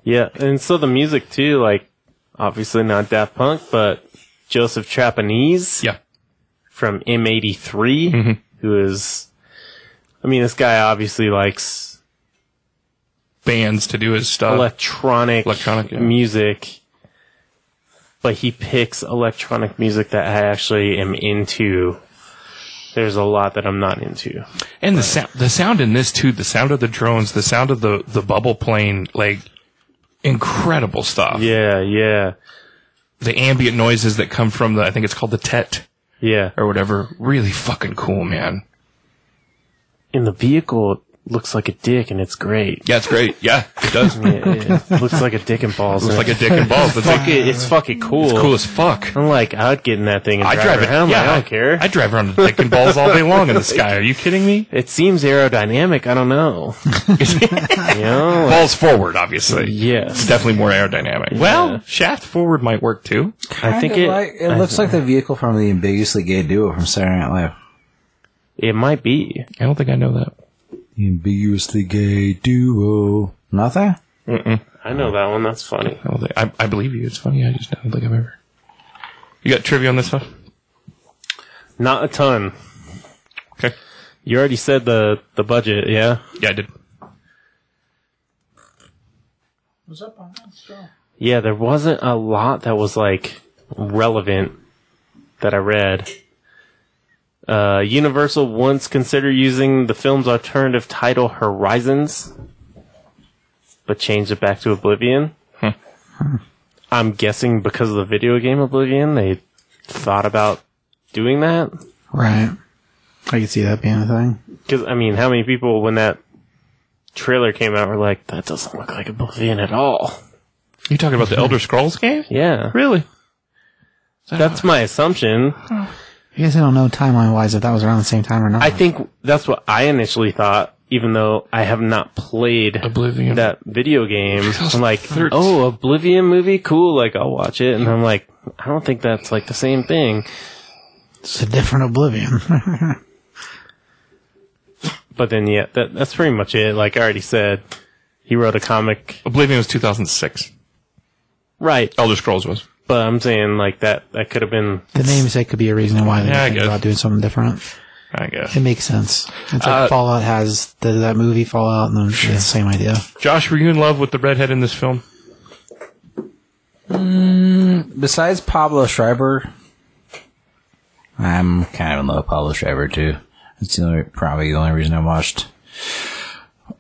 Speaker 4: Yeah, and so the music too, like obviously not Daft Punk, but Joseph Trapanese
Speaker 3: Yeah.
Speaker 4: from M83,
Speaker 3: Mm-hmm.
Speaker 4: who is, I mean, this guy obviously likes
Speaker 3: Bands to do his stuff.
Speaker 4: electronic,
Speaker 3: Uh, electronic, yeah.
Speaker 4: music, but he picks electronic music that I actually am into. There's a lot that I'm not into.
Speaker 3: And the sound, the sound in this too, the sound of the drones, the sound of the the bubble plane, like incredible stuff.
Speaker 4: Yeah, yeah,
Speaker 3: The ambient noises that come from the, I think it's called the Tet
Speaker 4: yeah.
Speaker 3: or whatever, really fucking cool, man.
Speaker 4: And the vehicle looks like a dick, and it's great.
Speaker 3: Yeah, it's great. Yeah, it does. It's
Speaker 4: Yeah, yeah. looks like a dick and balls. and
Speaker 3: like a dick and balls. It's like
Speaker 4: fucking, it's fucking cool.
Speaker 3: cool as fuck.
Speaker 4: I'm like, I'd get in that thing and
Speaker 3: I
Speaker 4: drive,
Speaker 3: drive it.
Speaker 4: around.
Speaker 3: yeah,
Speaker 4: like, I don't care.
Speaker 3: I drive around with dick and balls all day long in the sky. Are you kidding me?
Speaker 4: it seems aerodynamic. I don't know. you know? like,
Speaker 3: Balls forward, obviously. It's
Speaker 4: Oh, yes.
Speaker 3: definitely more aerodynamic. Well, shaft forward might work too.
Speaker 4: I think
Speaker 1: Kinda
Speaker 4: it. uh,
Speaker 1: like, it looks like the vehicle from the ambiguously gay duo from Saturday Night Live.
Speaker 4: It might be.
Speaker 3: I don't think I know that.
Speaker 1: The ambiguously gay duo. Not that.
Speaker 4: I know that one. That's funny.
Speaker 3: I, don't think, I, I believe you. It's funny. I just don't think I've ever. You got trivia on this stuff?
Speaker 4: Not a ton.
Speaker 3: Okay.
Speaker 4: You already said the the budget. Yeah.
Speaker 3: Yeah, I did.
Speaker 4: Yeah. There wasn't a lot that was like relevant that I read. Uh, Universal once considered using the film's alternative title Horizons, but changed it back to Oblivion. Hmm. I'm guessing because of the video game Oblivion, they thought about doing that.
Speaker 2: Right. I could see that being a thing.
Speaker 4: Because, I mean, how many people, when that trailer came out, were like, that doesn't look like Oblivion at all?
Speaker 3: You talking about the Elder Scrolls game?
Speaker 4: Yeah.
Speaker 3: Really?
Speaker 4: That's my assumption.
Speaker 2: I guess I don't know timeline wise if that was around the same time or not.
Speaker 4: I think that's what I initially thought, even though I have not played
Speaker 3: Oblivion.
Speaker 4: that video game. I'm like, oh, Oblivion movie? Cool. Like, I'll watch it. And I'm like, I don't think that's like the same thing.
Speaker 2: it's a different Oblivion.
Speaker 4: But then, yeah, that, that's pretty much it. Like I already said, he wrote a comic.
Speaker 3: Oblivion was 2006.
Speaker 4: Right.
Speaker 3: Elder Scrolls was.
Speaker 4: But I'm saying, like, that, that could have been.
Speaker 2: The namesake could be a reason why they're
Speaker 3: Yeah, I
Speaker 2: thinking
Speaker 3: guess.
Speaker 2: about doing something different.
Speaker 3: I guess.
Speaker 2: It makes sense. It's like
Speaker 3: Uh,
Speaker 2: Fallout has the, that movie Fallout, and then it's the same idea.
Speaker 3: Josh, were you in love with the redhead in this film?
Speaker 1: Besides Pablo Schreiber, I'm kind of in love with Pablo Schreiber too. It's the only, probably the only reason I watched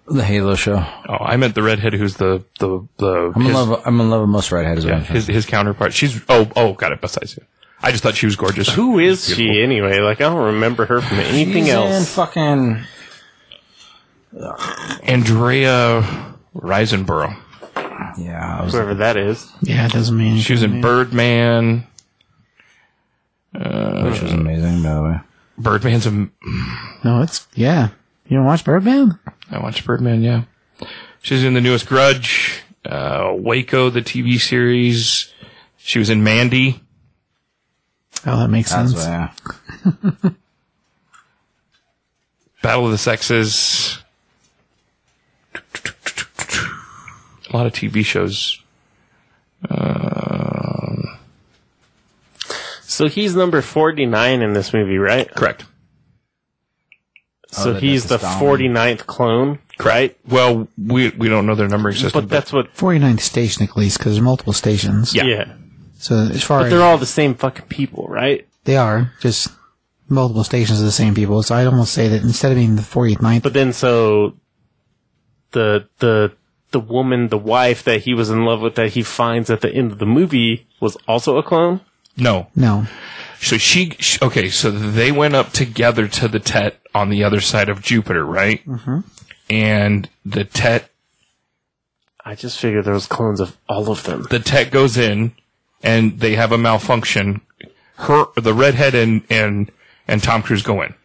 Speaker 1: the Halo show.
Speaker 3: Oh, I meant the redhead who's the the the
Speaker 1: I'm
Speaker 3: his,
Speaker 1: in love. I'm in love with most redheads.
Speaker 3: yeah,
Speaker 1: Yeah,
Speaker 3: his his counterpart. She's oh oh got it. Besides you, I just thought she was gorgeous.
Speaker 4: Who is
Speaker 3: Beautiful.
Speaker 4: she anyway? Like, I don't remember her from anything
Speaker 1: And
Speaker 4: else.
Speaker 1: fucking
Speaker 3: Andrea Risenborough.
Speaker 1: yeah. I was-
Speaker 4: Whoever that is.
Speaker 2: Yeah, it doesn't mean
Speaker 3: She was in Birdman.
Speaker 1: which was amazing, by the way.
Speaker 3: Birdman's a
Speaker 2: No, it's yeah. You don't watch Birdman?
Speaker 3: I watched Birdman, yeah. She's in the newest Grudge, uh, Waco, the TV series. She was in Mandy.
Speaker 2: Oh, that makes
Speaker 1: That's
Speaker 2: sense.
Speaker 1: why. yeah.
Speaker 3: Battle of the Sexes. A lot of TV shows. Um,
Speaker 4: So he's number 49 in this movie, right?
Speaker 3: Correct.
Speaker 4: So
Speaker 1: that-
Speaker 4: he's the
Speaker 1: that's Stalin.
Speaker 4: 49th clone, right?
Speaker 3: Well, we we don't know their numbering system.
Speaker 4: But that's what.
Speaker 2: 49th station at least, because there's multiple stations.
Speaker 3: Yeah.
Speaker 4: Yeah.
Speaker 2: So as far
Speaker 4: But
Speaker 2: as
Speaker 4: they're all the same fucking people, right?
Speaker 2: they are, just multiple stations of the same people. So I'd almost say that instead of being the 49th,
Speaker 4: But then so the the the woman, the wife that he was in love with that he finds at the end of the movie was also a clone?
Speaker 3: no.
Speaker 2: no,
Speaker 3: So she, sh okay, so they went up together to the Tet on the other side of Jupiter, right? Mm-hmm. And the Tet,
Speaker 4: I just figured there was clones of all of them.
Speaker 3: the Tet goes in and they have a malfunction. Her, the redhead and, and, and Tom Cruise go in.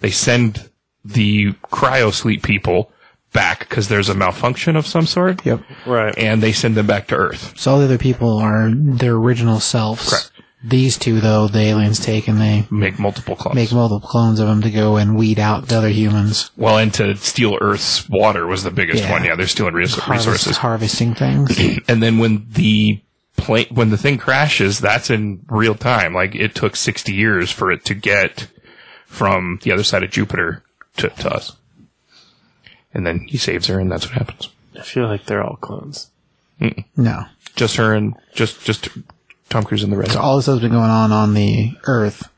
Speaker 3: They send the cryo sleep people back because there's a malfunction of some sort.
Speaker 2: yep.
Speaker 4: Right.
Speaker 3: And they send them back to Earth.
Speaker 2: So all the other people are their original selves.
Speaker 3: Correct.
Speaker 2: These two, though, the aliens take and they
Speaker 3: Make multiple clones.
Speaker 2: make multiple clones of them to go and weed out the other humans.
Speaker 3: well, and to steal Earth's water was the biggest
Speaker 2: Yeah.
Speaker 3: one. Yeah, they're stealing res-
Speaker 2: Harvest-
Speaker 3: resources.
Speaker 2: harvesting things.
Speaker 3: and then when the plane when the thing crashes that's in real time like it took 60 years for it to get from the other side of jupiter to, to us and then he saves her and that's what happens
Speaker 4: I feel like they're all clones.
Speaker 2: no.
Speaker 3: just her and just just tom cruise and the rest
Speaker 2: So all this has been going on on the Earth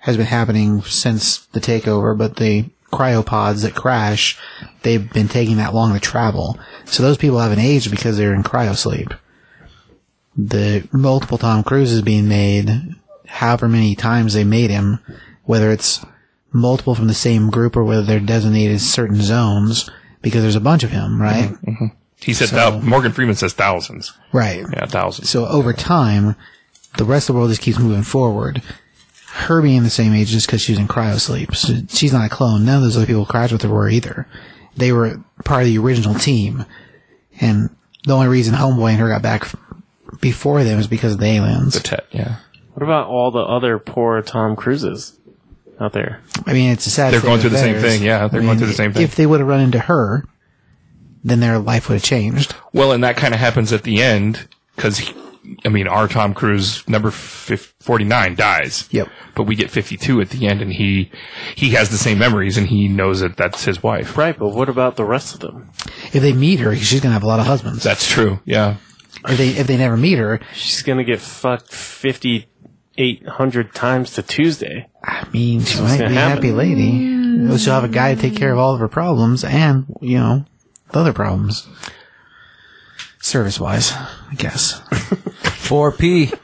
Speaker 2: has been happening since the takeover, but the cryopods that crash, they've been taking that long to travel. So those people haven't aged because they're in cryosleep. The multiple Tom Cruises being made, however many times they made him, whether it's multiple from the same group or whether they're designated certain zones, because there's a bunch of him, right?
Speaker 3: he said thou- morgan freeman says thousands
Speaker 2: Right.
Speaker 3: yeah thousands
Speaker 2: So over time, the rest of the world just keeps moving forward. Her being the same age just because she was in cryosleep. So she's not a clone. None of those other people who crashed with her were either. They were part of the original team. And the only reason Homeboy and her got back f- before them is because of the aliens.
Speaker 3: Tet, yeah
Speaker 4: What about all the other poor Tom Cruises out there?
Speaker 2: I mean, it's a sad.
Speaker 3: They're
Speaker 2: state
Speaker 3: going
Speaker 2: of
Speaker 3: through the same
Speaker 2: affairs.
Speaker 3: thing, yeah, they're
Speaker 2: I
Speaker 3: going
Speaker 2: mean,
Speaker 3: through the same thing.
Speaker 2: If they would have run into her, then their life would have changed.
Speaker 3: well and that kind of happens at the end because i mean our tom cruise number fif- 49 dies
Speaker 2: Yep.
Speaker 3: but we get 52 at the end and he he has the same memories and he knows that that's his wife
Speaker 4: Right, but what about the rest of them?
Speaker 2: If they meet her, she's gonna have a lot of husbands.
Speaker 3: that's true yeah
Speaker 2: if they if they never meet her,
Speaker 4: She's gonna get fucked 5,800 times to Tuesday.
Speaker 2: I mean, she might be
Speaker 4: gonna
Speaker 2: a happy
Speaker 4: happen.
Speaker 2: lady. She'll have a guy to take care of all of her problems and, you know, the other problems. Service wise, I guess.
Speaker 1: 4P. It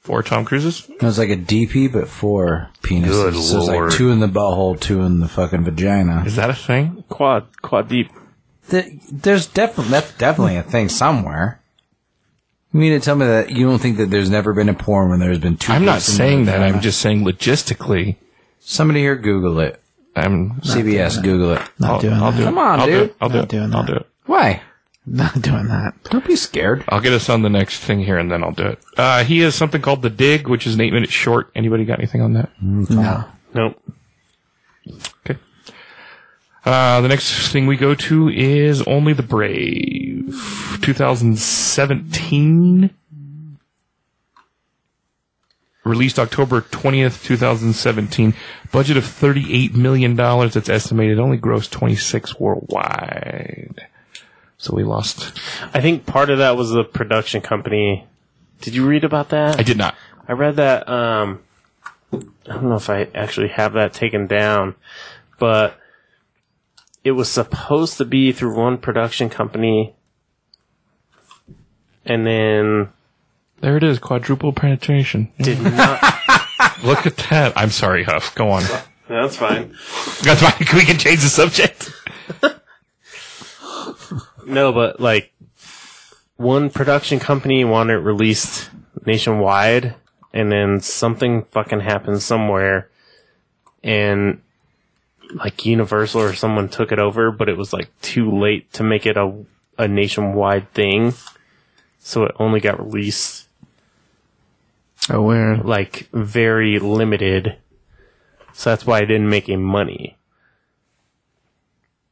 Speaker 3: four tom cruises
Speaker 1: was like a DP, but four penises.
Speaker 3: Good
Speaker 1: so it's
Speaker 3: lord.
Speaker 1: like two in the butthole, two in the fucking vagina.
Speaker 3: is that a thing
Speaker 4: Quad, quad deep.
Speaker 1: Th- There's definitely that's definitely a thing somewhere. You mean to tell me that you don't think that there's never been a porn when there's been two?
Speaker 3: i'm not
Speaker 1: dicks in the
Speaker 3: saying that i'm
Speaker 1: vagina?
Speaker 3: just saying logistically
Speaker 1: somebody here Google it.
Speaker 3: i'm
Speaker 1: CBS, Google it.
Speaker 2: Not
Speaker 3: I'll,
Speaker 2: doing
Speaker 3: I'll
Speaker 2: that.
Speaker 3: do it.
Speaker 1: Come on,
Speaker 3: I'll do
Speaker 1: dude.
Speaker 3: it. I'll do
Speaker 2: Not
Speaker 3: it.
Speaker 2: doing
Speaker 3: I'll
Speaker 2: that.
Speaker 3: do it.
Speaker 1: Why?
Speaker 2: Not doing that.
Speaker 1: Don't be scared.
Speaker 3: I'll get us on the next thing here, and then I'll do it. Uh, he has something called the dig, which is an eight-minute short. Anybody got anything on that?
Speaker 2: No.
Speaker 4: Nope.
Speaker 3: Okay. Uh, the next thing we go to is Only the Brave, 2017. Released October 20th, 2017. Budget of $38 million. That's estimated. Only grossed 26 worldwide. So we lost.
Speaker 4: I think part of that was the production company. Did you read about that?
Speaker 3: I did not.
Speaker 4: I read that. Um, I don't know if I actually have that taken down, but it was supposed to be through one production company, and then
Speaker 3: There it is. Quadruple penetration.
Speaker 4: did not.
Speaker 3: Look at that. I'm sorry, Huff. Go on.
Speaker 4: That's fine.
Speaker 3: That's fine. We can change the subject.
Speaker 4: No, but like one production company wanted it released nationwide, and then something fucking happened somewhere, and like Universal or someone took it over, but it was like too late to make it a a nationwide thing, so it only got released
Speaker 3: Oh, where?
Speaker 4: like very limited. So that's why it didn't make any money.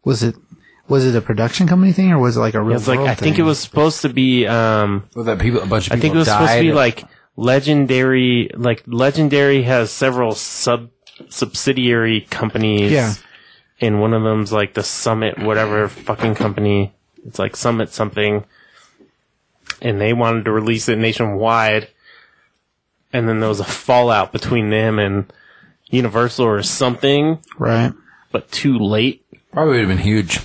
Speaker 2: Was it was it a production company thing or was it like a real?
Speaker 4: It's like
Speaker 2: world
Speaker 4: I think it
Speaker 2: thing?
Speaker 4: was supposed to be um
Speaker 1: Well, that people, a bunch of
Speaker 4: I
Speaker 1: people
Speaker 4: think it was supposed to
Speaker 1: died.
Speaker 4: be like legendary. Like legendary has several sub subsidiary companies.
Speaker 2: Yeah.
Speaker 4: And one of them's like the Summit, whatever fucking company. It's like Summit something. And they wanted to release it nationwide. And then there was a fallout between them and Universal or something,
Speaker 2: right.
Speaker 4: but too late
Speaker 1: probably would have been huge.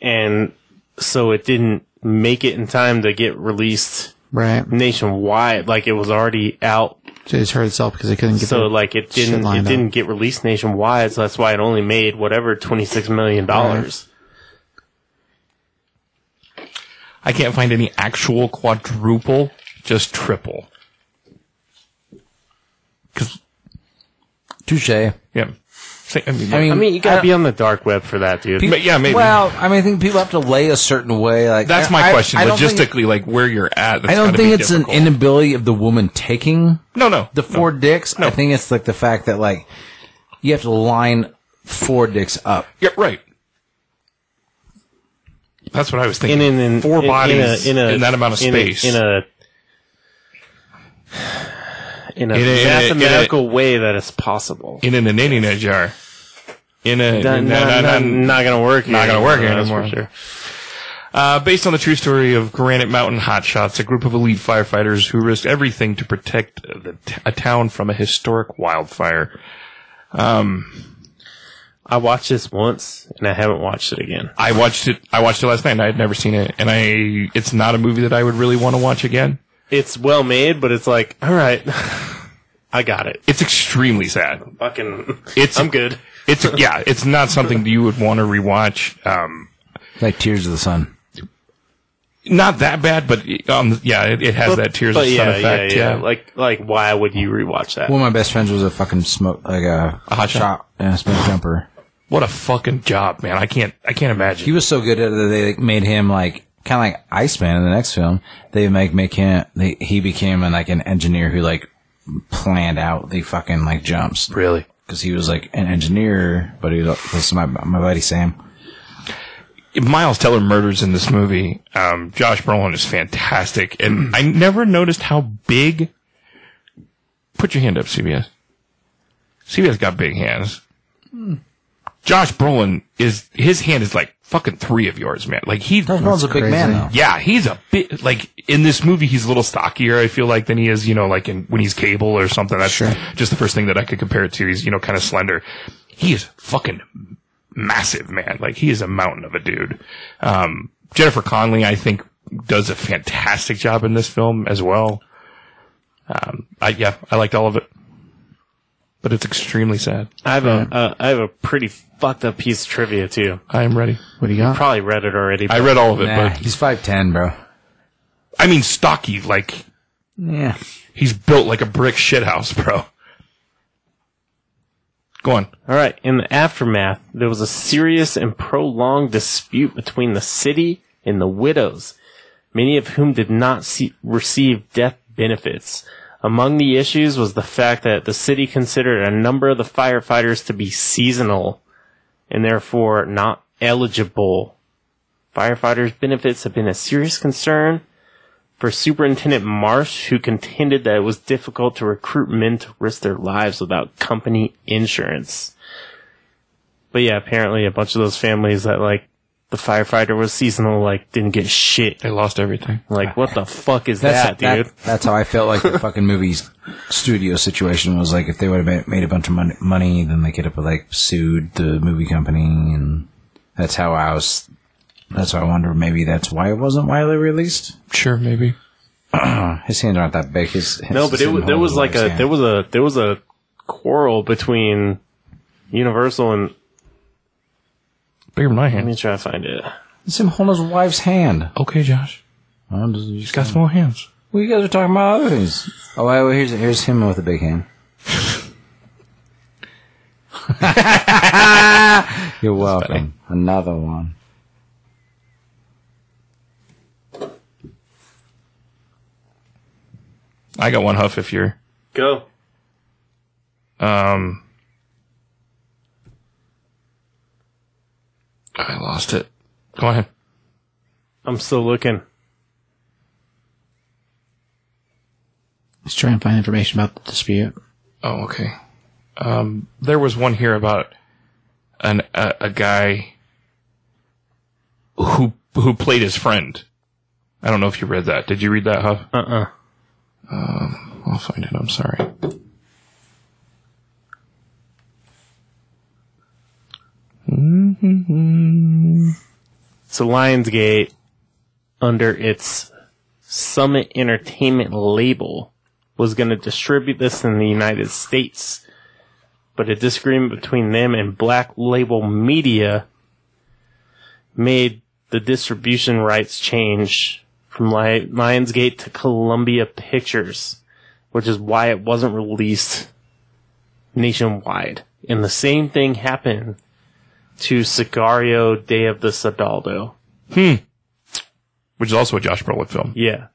Speaker 4: and so it didn't make it in time to get released
Speaker 2: Right.
Speaker 4: nationwide. Like it was already out,
Speaker 2: So it just hurt itself because it couldn't get.
Speaker 4: so
Speaker 2: the-
Speaker 4: like it
Speaker 2: shit
Speaker 4: didn't it
Speaker 2: lined up.
Speaker 4: didn't get released nationwide. So that's why it only made whatever twenty six million dollars.
Speaker 3: I can't find any actual quadruple, just triple. Because,
Speaker 1: Touche. I
Speaker 3: yeah. Say- I mean,
Speaker 1: mean,
Speaker 4: I mean, you gotta
Speaker 1: I-
Speaker 4: be on the dark web for that, dude.
Speaker 3: but yeah, maybe.
Speaker 1: Well, I mean, I think people have to lay a certain way. Like
Speaker 3: that's
Speaker 1: I-
Speaker 3: my
Speaker 1: I-
Speaker 3: question.
Speaker 1: I don't think-
Speaker 3: Logistically, like where you're at. That's
Speaker 1: I don't
Speaker 3: gotta
Speaker 1: think
Speaker 3: be
Speaker 1: it's
Speaker 3: difficult.
Speaker 1: an inability of the woman taking
Speaker 3: No, no.
Speaker 1: the
Speaker 3: no.
Speaker 1: four dicks. I think it's like the fact that like you have to line four dicks up.
Speaker 3: Yeah, right. That's what I was
Speaker 4: in
Speaker 3: thinking.
Speaker 4: in, in
Speaker 3: four
Speaker 4: in- in a-
Speaker 3: bodies in,
Speaker 4: in, a,
Speaker 3: that amount of
Speaker 4: in a-
Speaker 3: space.
Speaker 4: in a in a,
Speaker 3: In a- in a-
Speaker 4: mathematical way that is possible.
Speaker 3: in, an inanina jar. In a.
Speaker 4: Not,
Speaker 3: in a-
Speaker 4: not, not, not gonna work.
Speaker 3: Not gonna work
Speaker 4: that's
Speaker 3: anymore.
Speaker 4: for sure.
Speaker 3: Uh, based on the true story of Granite Mountain Hotshots, a group of elite firefighters who risked everything to protect the t- a town from a historic wildfire. Um,
Speaker 4: I watched this once and I haven't watched it again.
Speaker 3: I watched it. I watched it last night. and I had never seen it, and I. It's not a movie that I would really want to watch again.
Speaker 4: It's well made, but it's like, all right, I got it.
Speaker 3: It's extremely sad.
Speaker 4: Fucking,
Speaker 3: It's
Speaker 4: I'm good.
Speaker 3: It's yeah. It's not something that you would want to rewatch. Um,
Speaker 1: Like Tears of the Sun.
Speaker 3: not that bad, but um, yeah, it, it has that tears of
Speaker 4: But
Speaker 3: sun
Speaker 4: yeah,
Speaker 3: effect.
Speaker 4: yeah,
Speaker 3: Yeah,
Speaker 4: yeah, Like, like, why would you rewatch that?
Speaker 1: One of my best friends was a fucking smoke, like a,
Speaker 3: A hot shot.
Speaker 1: and a smoke jumper.
Speaker 3: what a fucking job, man. I can't. I can't imagine.
Speaker 1: He was so good at it that they like, made him like kind of like Iceman in the next film. They like make him. They, he became an, like an engineer who like planned out the fucking like jumps
Speaker 3: really.
Speaker 1: because he was like an engineer, but he was this is my my buddy Sam.
Speaker 3: Miles Teller murders in this movie. Um, Josh Brolin is fantastic, and I never noticed how big. Put your hand up, CBS. CBS got big hands. Josh Brolin is his hand is like fucking three of yours, man. Like he,
Speaker 1: Josh Brolin's a big
Speaker 2: crazy.
Speaker 1: man though.
Speaker 3: yeah, he's a bit like in this movie he's a little stockier. I feel like than he is, you know, like in when he's Cable or something. That's
Speaker 2: Sure.
Speaker 3: just the first thing that I could compare it to. He's you know kind of slender. He is fucking massive, man. Like he is a mountain of a dude. Um, Jennifer Conley, I think, does a fantastic job in this film as well. Um, I, yeah, I liked all of it, but it's extremely sad.
Speaker 4: I have a, uh, I have a pretty fucked up piece of trivia too.
Speaker 3: I am ready.
Speaker 2: What do you got?
Speaker 4: Probably read it already.
Speaker 3: I read all of it,
Speaker 1: Nah,
Speaker 3: but
Speaker 1: he's five ten, bro.
Speaker 3: I mean stocky, like
Speaker 1: Yeah.
Speaker 3: He's built like a brick shithouse, bro. Go on.
Speaker 4: All right. In the aftermath, there was a serious and prolonged dispute between the city and the widows, many of whom did not see- receive death benefits. Among the issues was the fact that the city considered a number of the firefighters to be seasonal and therefore not eligible. Firefighters' benefits have been a serious concern for Superintendent Marsh, who contended that it was difficult to recruit men to risk their lives without company insurance. But yeah, apparently a bunch of those families that like the firefighter was seasonal like didn't get shit.
Speaker 3: They lost everything.
Speaker 4: Like what the fuck is
Speaker 1: That's
Speaker 4: that, dude?
Speaker 1: that- that's how I felt like the fucking movie's studio situation was like. If they would have made, made a bunch of money, money, then they could have like sued the movie company, and that's how I was. That's why I wonder maybe that's why it wasn't widely released.
Speaker 3: Sure, maybe.
Speaker 1: His hands aren't that big. His, his
Speaker 4: No, but it was, there was like a there was a there was a quarrel between Universal and
Speaker 3: Bigger than my
Speaker 4: let me
Speaker 3: hand.
Speaker 4: try to find it.
Speaker 1: it's him holding his wife's hand.
Speaker 3: Okay, Josh.
Speaker 1: Oh, does he-
Speaker 3: He's got small hands.
Speaker 1: Well, you guys are talking about other things. Oh, wait, well, here's here's him with a big hand. You're welcome. Another one.
Speaker 3: I got one huff if you're.
Speaker 4: Go.
Speaker 3: Um, I lost it. Go ahead.
Speaker 4: I'm still looking.
Speaker 2: Let's try and find information about the dispute.
Speaker 3: Oh, okay. Um, there was one here about an a, a guy who who played his friend. I don't know if you read that. Did you read that, Huff? Um,
Speaker 4: Uh uh
Speaker 3: I'll find it. I'm sorry.
Speaker 4: So Lionsgate, under its Summit Entertainment label, was going to distribute this in the United States, but a disagreement between them and Black Label Media made the distribution rights change from Li- Lionsgate to Columbia Pictures, which is why it wasn't released nationwide. And the same thing happened to Sicario Day of the Sodaldo.
Speaker 3: Which is also a Josh Brolin film.
Speaker 4: Yeah.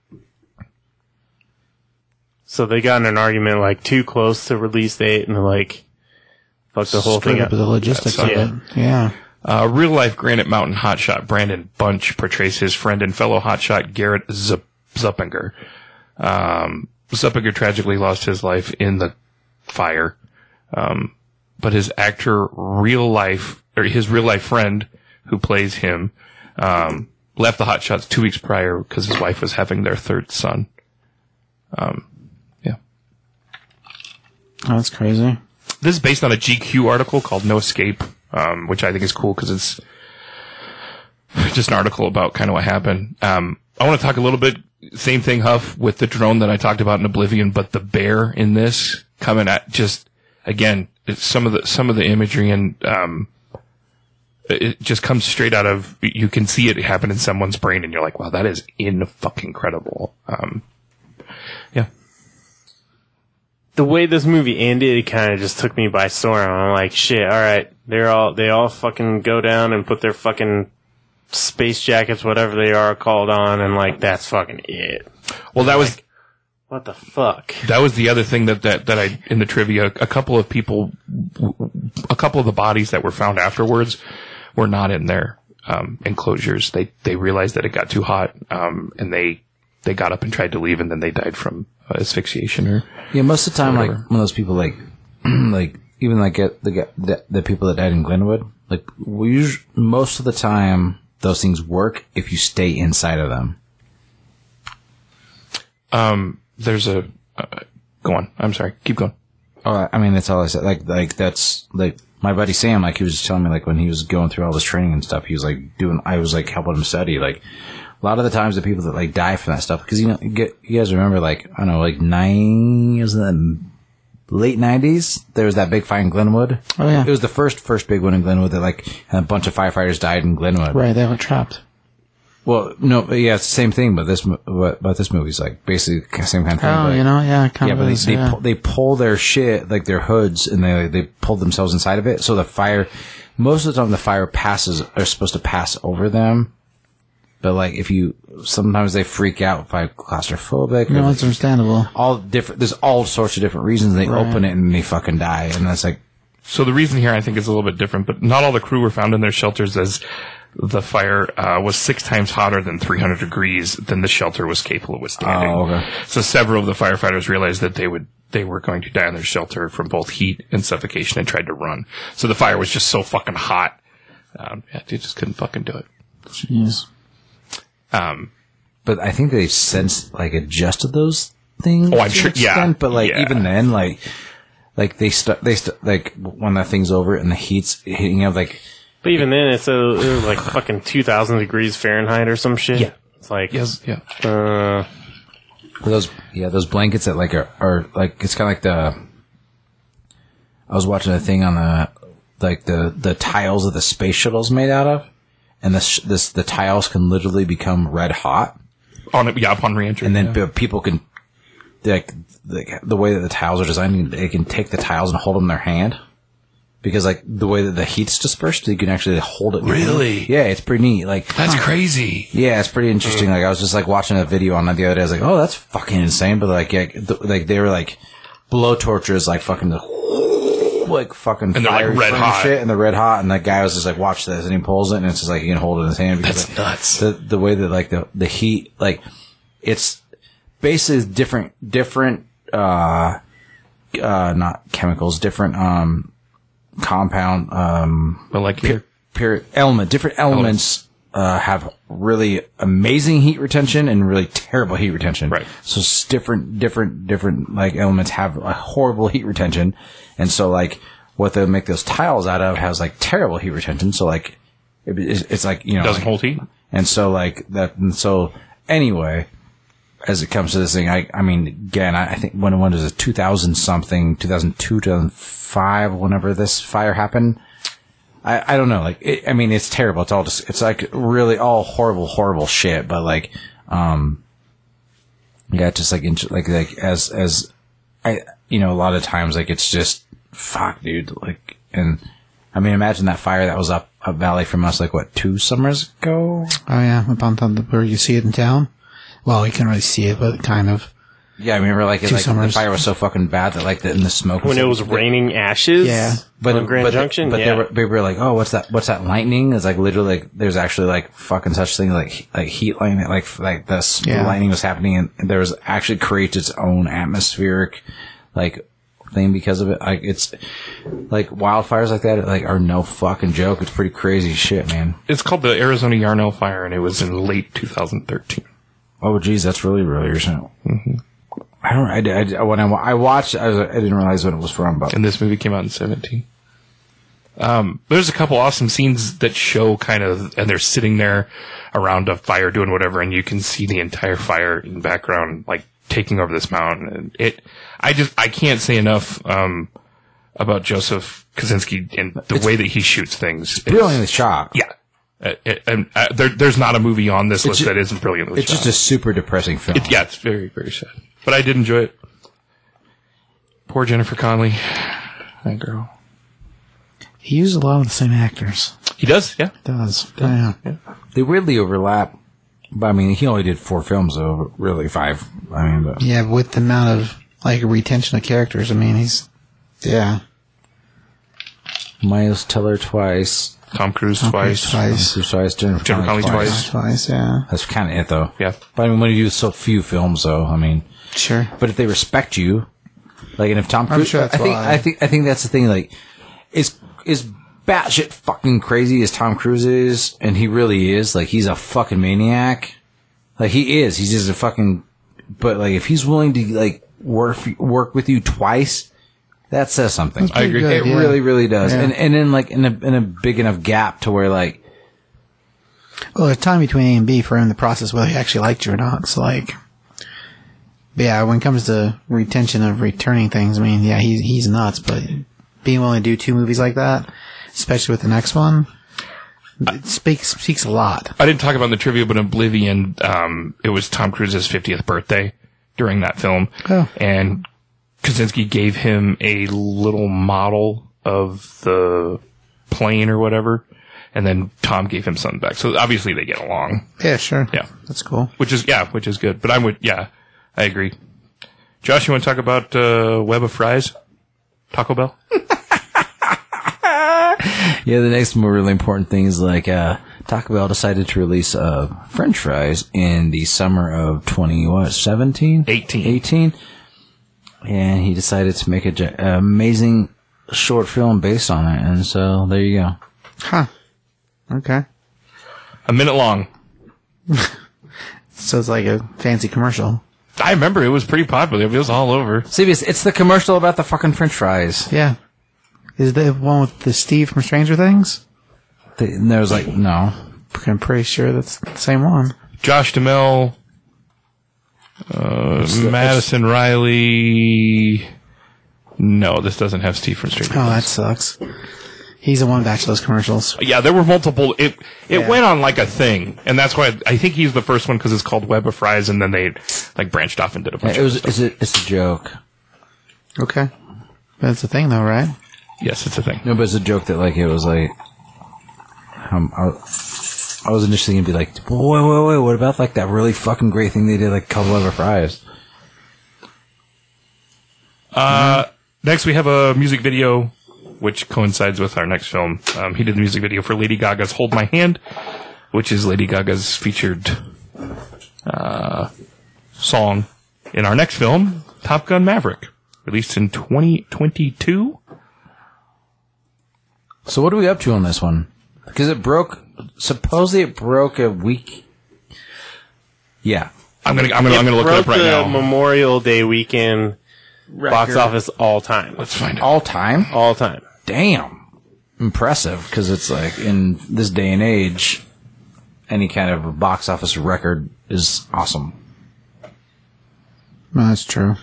Speaker 4: So they got in an argument like too close to release date and like fuck the whole
Speaker 2: Straight
Speaker 4: thing
Speaker 2: up
Speaker 4: up.
Speaker 2: the logistics of
Speaker 4: That's-
Speaker 2: it. Yeah.
Speaker 3: Uh, real life Granite Mountain hotshot Brandon Bunch portrays his friend and fellow hotshot Garrett Zup- Zuppinger. Um, Zuppinger tragically lost his life in the fire, um, but his actor real life or his real life friend who plays him um, left the hotshots two weeks prior because his wife was having their third son.
Speaker 2: Oh, that's crazy.
Speaker 3: this is based on a GQ article called No Escape, um, which I think is cool because it's just an article about kind of what happened. Um, I want to talk a little bit, same thing, Huff, with the drone that I talked about in Oblivion, but the bear in this coming at just again it's some of the some of the imagery and um, it just comes straight out of you can see it happen in someone's brain, and you're like, wow, that is in fucking incredible. Um, yeah,
Speaker 4: The way this movie ended, it kind of just took me by storm. I'm like, shit, all right, they're all they all fucking go down and put their fucking space jackets, whatever they are, called on, and like that's fucking it.
Speaker 3: well, that was
Speaker 4: What the fuck?
Speaker 3: that was the other thing that, that, that I in the trivia. A couple of people, a couple of the bodies that were found afterwards, were not in their um, enclosures. They they realized that it got too hot, um, and they they got up and tried to leave, and then they died from uh, asphyxiation. Or
Speaker 1: Yeah, most of the time, like
Speaker 3: Whatever.
Speaker 1: one of those people, like like even like at the, guy- the the people that died in Glenwood, like we usually, most of the time those things work if you stay inside of them.
Speaker 3: um, there's a uh, go on. I'm sorry. Keep going.
Speaker 1: Oh, I- I mean that's all I said. Like like that's like my buddy Sam. Like he was telling me like when he was going through all this training and stuff, he was like doing. I was like helping him study. Like a lot of the times the people that like die from that stuff because you know you, get, you guys remember like I don't know like nine was that late nineties there was that big fire in Glenwood.
Speaker 2: Oh, yeah.
Speaker 1: It was the first first big one in Glenwood that like a bunch of firefighters died in Glenwood.
Speaker 2: Right, they were trapped.
Speaker 1: Well, no, but yeah, it's the same thing. But this mo- but, but this movie's like basically the same kind of thing.
Speaker 2: Oh,
Speaker 1: but-
Speaker 2: you know, yeah, kind
Speaker 1: yeah,
Speaker 2: of.
Speaker 1: but they
Speaker 2: is,
Speaker 1: they,
Speaker 2: yeah.
Speaker 1: Pull, they pull their shit like their hoods, and they they pull themselves inside of it. So the fire, most of the time, the fire passes are supposed to pass over them. But like if you, sometimes they freak out if I'm claustrophobic. or
Speaker 2: no,
Speaker 1: like,
Speaker 2: that's
Speaker 1: Oh,
Speaker 2: understandable.
Speaker 1: all different. There's all sorts of different reasons they open it and they fucking die, and that's like
Speaker 3: so the reason here I think is a little bit different, but not all the crew were found in their shelters as the fire uh, was six times hotter than 300 degrees than the shelter was capable of withstanding.
Speaker 1: Oh, okay.
Speaker 3: So several of the firefighters realized that they would they were going to die in their shelter from both heat and suffocation and tried to run. So the fire was just so fucking hot. Um, yeah, they just couldn't fucking do it.
Speaker 1: But I think they since like adjusted those things.
Speaker 3: Oh, I'm
Speaker 1: to
Speaker 3: sure-
Speaker 1: an
Speaker 3: yeah,
Speaker 1: extent, But like
Speaker 3: yeah.
Speaker 1: even then, like like they stu- they stu- like when that thing's over and the heat's hitting up, like
Speaker 4: But even then, it's uh it was like fucking 2,000 degrees Fahrenheit or some shit.
Speaker 3: Yeah.
Speaker 4: It's like,
Speaker 3: Yes, yeah.
Speaker 4: uh,
Speaker 1: those yeah those blankets that like are, are like it's kind of like the. I was watching a thing on the like the the tiles that the space shuttle's made out of, and this this the tiles can literally become red hot.
Speaker 3: On it, yeah, upon reentry.
Speaker 1: and then p- people can like, like the way that the tiles are designed they can take the tiles and hold them in their hand because like the way that the heat's dispersed you can actually hold it
Speaker 3: Really?
Speaker 1: yeah it's pretty neat like
Speaker 3: that's crazy.
Speaker 1: yeah it's pretty interesting like i was just like watching a video on that the other day i was like oh that's fucking insane but like yeah, th- like they were like blow torches like fucking the like fucking
Speaker 3: And they're, like,
Speaker 1: fiery
Speaker 3: red
Speaker 1: fucking
Speaker 3: hot.
Speaker 1: shit and they're red hot and that guy was just like watch this and he pulls it and it's just like he can hold it in his hand because
Speaker 3: That's
Speaker 1: like,
Speaker 3: nuts.
Speaker 1: the the way that like the the heat like it's basically different different uh uh not chemicals different um compound um
Speaker 3: But like here,
Speaker 1: pure element different elements uh have really amazing heat retention and really terrible heat retention
Speaker 3: Right.
Speaker 1: so it's different different different like elements have a horrible heat retention and so like what they make those tiles out of has like terrible heat retention so like it, it's, it's like you know
Speaker 3: doesn't
Speaker 1: like-
Speaker 3: hold heat.
Speaker 1: and so like that. And so anyway, as it comes to this thing, I I mean, again, I, I think when when was it two thousand something, two thousand two, two thousand five, whenever this fire happened. I, I don't know. Like, it, I mean, it's terrible. It's all just, it's like really all horrible, horrible shit. But like, um, yeah, it's just like, int- like, like as, as I, you know, a lot of times, like, it's just, fuck, dude. Like, and I mean, imagine that fire that was up, up valley from us, like, what, two summers ago?
Speaker 2: Oh yeah, up on top where you see it in town. Well, you can really see it, but kind of.
Speaker 1: Yeah, I remember like, it, like the
Speaker 2: summers.
Speaker 1: fire was so fucking bad that like the, in the smoke
Speaker 4: when it was raining ashes
Speaker 2: Yeah.
Speaker 1: but
Speaker 4: on Grand
Speaker 1: but,
Speaker 4: Junction.
Speaker 1: But
Speaker 4: yeah.
Speaker 1: they, were, they were like, oh, what's that? What's that lightning? It's like literally like there's actually like fucking such thing like he- like heat lightning, like like the s-
Speaker 2: Yeah.
Speaker 1: lightning was happening, and there was actually creates its own atmospheric like thing because of it. Like it's like wildfires like that like are no fucking joke. It's pretty crazy shit, man.
Speaker 3: It's called the Arizona Yarnell Fire, and it was in late 2013.
Speaker 1: Oh, geez, that's really really recent.
Speaker 2: Mm-hmm.
Speaker 1: I don't. I, did- I, did- when I, wa- I watched, I, was, I didn't realize what it was from, but
Speaker 3: and this movie came out in 17. Um, there's a couple awesome scenes that show kind of, and they're sitting there around a fire doing whatever, and you can see the entire fire in the background, like taking over this mountain. And it, I just, I can't say enough, um, about Joseph Kaczynski and the way that he shoots things. It's-
Speaker 1: brilliantly shot.
Speaker 3: Yeah. Uh, it- and uh, there, there's not a movie on this list
Speaker 1: ju-
Speaker 3: that isn't brilliantly
Speaker 1: It's
Speaker 3: shot.
Speaker 1: just a super depressing film.
Speaker 3: yeah, it's very, very sad. But I did enjoy it. Poor Jennifer Connelly. That girl.
Speaker 2: He used a lot of the same actors.
Speaker 3: He does, yeah.
Speaker 2: Does yeah.
Speaker 1: They weirdly overlap. But I mean, he only did four films, though. Really, five. I mean, but
Speaker 2: Yeah, with the amount of like retention of characters, I mean, he's yeah,
Speaker 1: Miles Teller twice,
Speaker 3: Tom Cruise twice.
Speaker 2: twice,
Speaker 1: Cruise Jennifer,
Speaker 3: Jennifer
Speaker 1: Connelly
Speaker 3: Connelly twice.
Speaker 2: twice, yeah,
Speaker 1: That's kind of it, though.
Speaker 3: Yeah.
Speaker 1: But I mean, when you do so few films, though, I mean,
Speaker 2: sure.
Speaker 1: but if they respect you, like, and if Tom
Speaker 2: I'm
Speaker 1: Cruise,
Speaker 2: sure that's
Speaker 1: I think,
Speaker 2: why.
Speaker 1: I think, I think that's the thing. Like, is is batshit fucking crazy as Tom Cruise is, and he really is. Like, he's a fucking maniac. Like he is. He's just a fucking. But like, if he's willing to like work work with you twice, that says something.
Speaker 3: I agree.
Speaker 2: Pretty
Speaker 3: It
Speaker 1: It
Speaker 2: yeah.
Speaker 1: really, really does.
Speaker 2: Yeah.
Speaker 1: And and in like in a in a big enough gap to where like
Speaker 2: Well, there's time between A and B for him to process whether he actually liked you or not. So, like, but yeah, when it comes to retention of returning things, I mean, yeah, he's he's nuts. But being willing to do two movies like that, especially with the next one, it speaks speaks a lot.
Speaker 3: I didn't talk about in the trivia, but Oblivion, um, it was Tom Cruise's 50th birthday during that film.
Speaker 2: Oh.
Speaker 3: And Kaczynski gave him a little model of the plane or whatever. And then Tom gave him something back. So obviously they get along,
Speaker 2: Yeah, sure.
Speaker 3: Yeah.
Speaker 2: that's cool.
Speaker 3: which is, yeah, which is good. But I'm with, yeah, I agree. Josh, you want to talk about, uh, Web of Fries? Taco Bell?
Speaker 1: Yeah, the next more really important thing is like uh, Taco Bell decided to release uh, French fries in the summer of twenty what seventeen
Speaker 3: 18.
Speaker 1: eighteen, and he decided to make a ge- an amazing short film based on it, and so there you go.
Speaker 2: Huh. Okay.
Speaker 3: A minute long.
Speaker 2: So it's like a fancy commercial.
Speaker 3: I remember it was pretty popular. It was all over.
Speaker 1: CBS, it's the commercial about the fucking French fries.
Speaker 2: Yeah. Is the one with the Steve from Stranger Things?
Speaker 1: The- and there was like no,
Speaker 2: I'm pretty sure that's the same one.
Speaker 3: Josh Duhamel, uh, Madison Riley. No, this doesn't have Steve from Stranger.
Speaker 2: Oh, that sucks. He's the one back to those commercials.
Speaker 3: Yeah, there were multiple. It it went on like a thing, and that's why I think he's the first one because it's called Web of Fries, and then they like branched off and did a bunch.
Speaker 1: it
Speaker 3: of
Speaker 1: was it's a, it's a joke.
Speaker 2: Okay. That's the thing though, right?
Speaker 3: yes, it's a thing.
Speaker 1: No, but it's a joke that like it was like, um, I, I was initially gonna be like, wait, wait, wait, what about like that really fucking great thing they did like couple over fries?
Speaker 3: Next, we have a music video, which coincides with our next film. Um, he did the music video for Lady Gaga's "Hold My Hand," which is Lady Gaga's featured uh, song in our next film, Top Gun: Maverick, released in 2022.
Speaker 1: So what are we up to on this one? Because it broke. Supposedly it broke a week. Yeah,
Speaker 3: I'm gonna I'm gonna I'm gonna look it up
Speaker 4: broke
Speaker 3: right
Speaker 4: the
Speaker 3: now.
Speaker 4: Memorial Day weekend box
Speaker 2: Record.
Speaker 4: office all time.
Speaker 3: Let's find it.
Speaker 1: all time.
Speaker 4: All time.
Speaker 1: Damn, impressive. Because it's like in this day and age, any kind of box office record is awesome.
Speaker 2: No, that's true.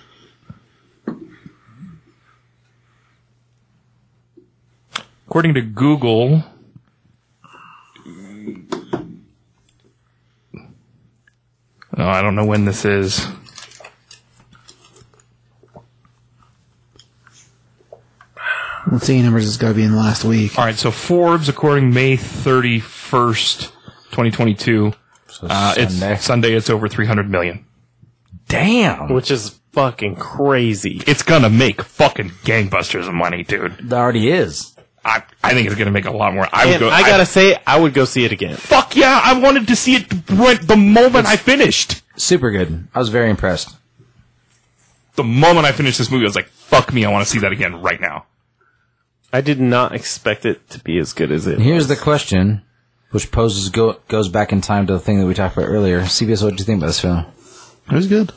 Speaker 3: According to Google, oh, I don't know when this is.
Speaker 2: Let's see numbers has gotta be in the last week.
Speaker 3: All right, so Forbes, according May 31st, 2022,
Speaker 1: So
Speaker 3: uh,
Speaker 1: Sunday.
Speaker 3: it's Sunday, it's over 300 million.
Speaker 1: Damn,
Speaker 4: Which is fucking crazy.
Speaker 3: It's gonna make fucking gangbusters of money, dude.
Speaker 1: that already is.
Speaker 3: I, I think it's gonna make a lot more. I would
Speaker 4: And
Speaker 3: go,
Speaker 4: I gotta say, I would go see it again.
Speaker 3: fuck yeah, I wanted to see it when- the moment I finished.
Speaker 1: Super good. I was very impressed.
Speaker 3: The moment I finished this movie, I was like, fuck me, I wanna see that again right now.
Speaker 4: I did not expect it to be as good as it.
Speaker 1: Here's the question, which poses go, goes back in time to the thing that we talked about earlier. CBS, what do you think about this film?
Speaker 2: It was good.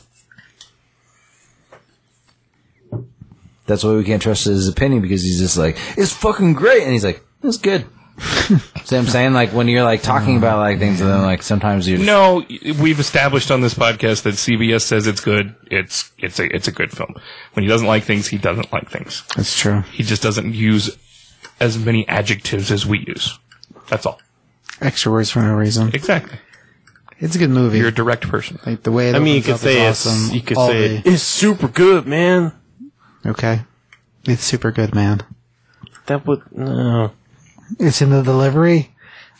Speaker 1: That's why we can't trust his opinion because he's just like, it's fucking great, and he's like, it's good. See what I'm saying? Like when you're like talking about like things, and then like sometimes you
Speaker 3: No, we've established on this podcast that CBS says it's good. It's, it's a, it's a good film. When he doesn't like things, he doesn't like things.
Speaker 2: That's true.
Speaker 3: He just doesn't use as many adjectives as we use. That's all.
Speaker 2: Extra words for no reason.
Speaker 3: Exactly.
Speaker 2: It's a good movie.
Speaker 3: You're a direct person.
Speaker 2: like the way it
Speaker 4: I mean, you
Speaker 2: opens
Speaker 4: could
Speaker 2: up is
Speaker 4: say
Speaker 2: awesome.
Speaker 4: it's you could
Speaker 2: All
Speaker 4: say
Speaker 2: the-
Speaker 4: it's super good, man.
Speaker 2: okay. It's super good, man.
Speaker 4: That would no.
Speaker 2: It's in the delivery.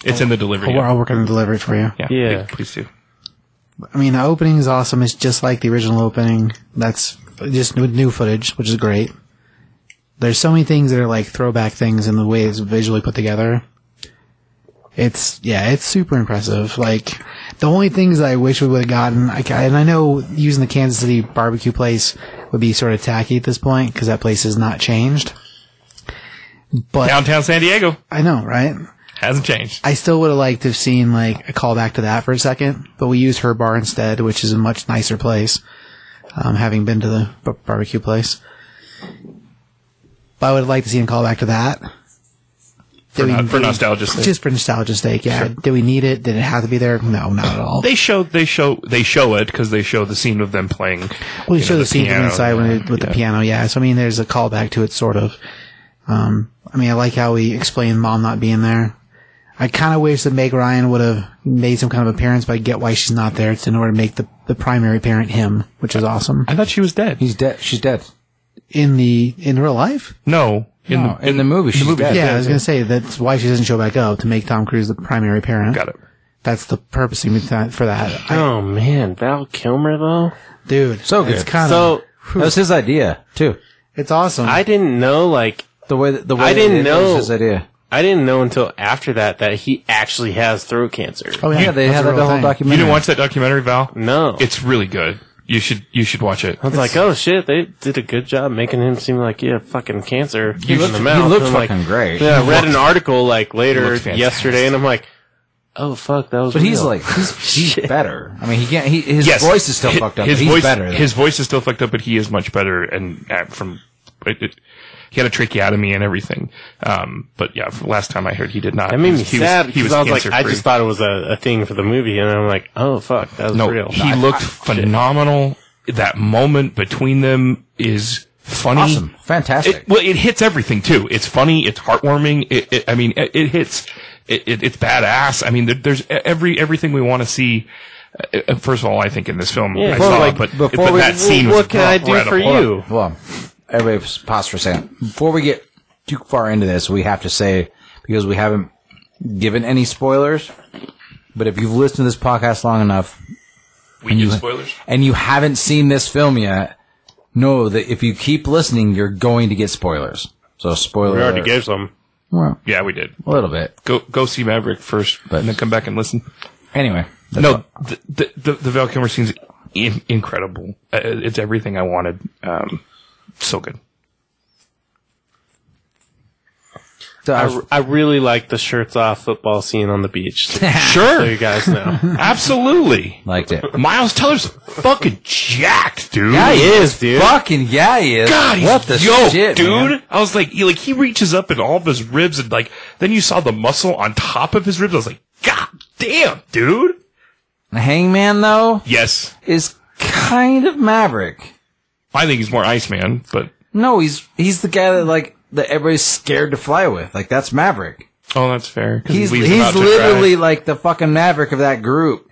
Speaker 3: It's in the delivery.
Speaker 2: I'll- I'll work on the delivery for you.
Speaker 3: Yeah.
Speaker 4: Yeah.
Speaker 3: Please do.
Speaker 2: I mean, the opening is awesome. It's just like the original opening. That's just with new footage, which is great. There's so many things that are like throwback things in the way it's visually put together. It's, yeah, it's super impressive. Like, the only things I wish we would have gotten, I, ca- and I know using the Kansas City barbecue place would be sort of tacky at this point, because that place has not changed. But,
Speaker 3: Downtown San Diego
Speaker 2: I know, right?
Speaker 3: hasn't changed.
Speaker 2: I still would have liked to have seen like a callback to that for a second, but we used her bar instead, which is a much nicer place. Um, having been to the b- barbecue place, but I would have liked to see a callback to that. Did
Speaker 3: For,
Speaker 2: we-
Speaker 3: no- for
Speaker 2: did we-
Speaker 3: nostalgia's sake.
Speaker 2: just for nostalgia's sake, yeah. Did we need it? Did it have to be there? No, not at all.
Speaker 3: They show they show they show it because they show the scene of them playing.
Speaker 2: Well, you
Speaker 3: you
Speaker 2: show
Speaker 3: know,
Speaker 2: the scene from
Speaker 3: piano.
Speaker 2: inside when it, with
Speaker 3: Yeah.
Speaker 2: the piano, yeah. So I mean, there's a callback to it, sort of. Um, I mean, I like how we explain mom not being there. I kind of wish that Meg Ryan would have made some kind of appearance, but I get why she's not there. It's in order to make the, the primary parent him, which is awesome.
Speaker 3: I thought she was dead.
Speaker 1: he's dead. She's dead.
Speaker 2: In the in real life,
Speaker 3: No, in
Speaker 1: No, in, the movie, she's dead.
Speaker 2: yeah, I was gonna say that's why she doesn't show back up to make Tom Cruise the primary parent.
Speaker 3: got it.
Speaker 2: That's the purpose of that for that, I,
Speaker 4: Oh man, Val Kilmer though.
Speaker 2: dude.
Speaker 1: So good.
Speaker 2: It's kind of
Speaker 4: So
Speaker 1: That was his idea too.
Speaker 2: it's awesome.
Speaker 4: I didn't know like
Speaker 1: The way that, the way
Speaker 4: I
Speaker 1: that
Speaker 4: didn't
Speaker 1: it- it was
Speaker 4: know.
Speaker 1: his idea.
Speaker 4: I didn't know until after that that he actually has throat cancer.
Speaker 2: Oh
Speaker 1: Yeah, they
Speaker 2: that's
Speaker 1: had
Speaker 2: a
Speaker 1: that
Speaker 2: real
Speaker 1: whole
Speaker 2: thing.
Speaker 1: documentary.
Speaker 3: You didn't watch that documentary, Val?
Speaker 4: No,
Speaker 3: It's really good. You should you should watch it.
Speaker 4: I was like, oh shit, they did a good job making him seem like yeah, fucking cancer.
Speaker 1: He looked,
Speaker 4: in the
Speaker 1: he
Speaker 4: mouth.
Speaker 1: looked
Speaker 4: I'm like,
Speaker 1: fucking great.
Speaker 4: Yeah, I read an article like later
Speaker 3: looked fantastic.
Speaker 4: yesterday, and I'm like, oh fuck, that was.
Speaker 1: But he's
Speaker 4: real.
Speaker 1: like he's, he's better. I mean, he can't. He, his
Speaker 3: Yes.
Speaker 1: voice is still
Speaker 3: Hi-
Speaker 1: fucked up.
Speaker 3: His
Speaker 1: but he's
Speaker 3: voice,
Speaker 1: better.
Speaker 3: His voice is still fucked up, but he is much better. And uh, from it, it, he had a tracheotomy and everything. Um, but yeah, from last time I heard, he did not.
Speaker 4: that made
Speaker 3: He was-
Speaker 4: me
Speaker 3: he was-
Speaker 4: sad
Speaker 3: He was,
Speaker 4: because I was like, I
Speaker 3: cancer-free.
Speaker 4: just thought it was a, a thing for the movie, and I'm like, oh fuck, that was
Speaker 3: no.
Speaker 4: real.
Speaker 3: He looked phenomenal. that moment between them is funny.
Speaker 1: awesome, fantastic.
Speaker 3: It, well, it hits everything too. It's funny. It's heartwarming. It, it I mean, it, it hits. It, it, it's badass. I mean, there, there's e, every everything we want to see. Uh, uh, First of all, I think in this film, I
Speaker 4: before,
Speaker 3: saw,
Speaker 4: like,
Speaker 3: but,
Speaker 1: before
Speaker 3: but
Speaker 1: we-
Speaker 3: that scene was
Speaker 4: what can I do for
Speaker 3: incredible.
Speaker 1: Hold
Speaker 4: you?
Speaker 1: on, hold on. Everybody, pause for a second. Before we get too far into this, we have to say because we haven't given any spoilers. But if you've listened to this podcast long enough,
Speaker 3: We do spoilers.
Speaker 1: and you haven't seen this film yet, know that if you keep listening, you're going to get spoilers. So spoiler.
Speaker 4: We already
Speaker 1: alert.
Speaker 4: gave some.
Speaker 1: well,
Speaker 3: Yeah, we did.
Speaker 1: a little bit.
Speaker 3: Go go see Maverick first, and then come back and listen.
Speaker 1: Anyway,
Speaker 3: No, the the, the, the Val Kilmer scene's in, incredible. Uh, it's everything I wanted. Um, so good.
Speaker 1: So I
Speaker 4: I,
Speaker 1: was-
Speaker 4: I really like the shirts off football scene on the beach. so
Speaker 3: Sure,
Speaker 4: you guys know.
Speaker 3: absolutely.
Speaker 1: liked it.
Speaker 3: Miles Teller's fucking jacked, dude.
Speaker 4: is, dude.
Speaker 1: Fucking yeah, he is.
Speaker 3: God, he's
Speaker 1: what the
Speaker 3: yoked,
Speaker 1: shit,
Speaker 3: dude?
Speaker 1: man?
Speaker 3: I was like, he, like he reaches up and all of his ribs, and like then you saw the muscle on top of his ribs. I was like, God damn, dude.
Speaker 1: The Hangman though
Speaker 3: Yes,
Speaker 1: is kind of Maverick.
Speaker 3: I think he's more Iceman, but
Speaker 1: No, he's he's the guy that like that everybody's scared to fly with. Like that's Maverick.
Speaker 3: oh, that's fair. 'cause he
Speaker 1: He's
Speaker 3: leaves them
Speaker 1: he's
Speaker 3: out to dry.
Speaker 1: literally like the fucking Maverick of that group.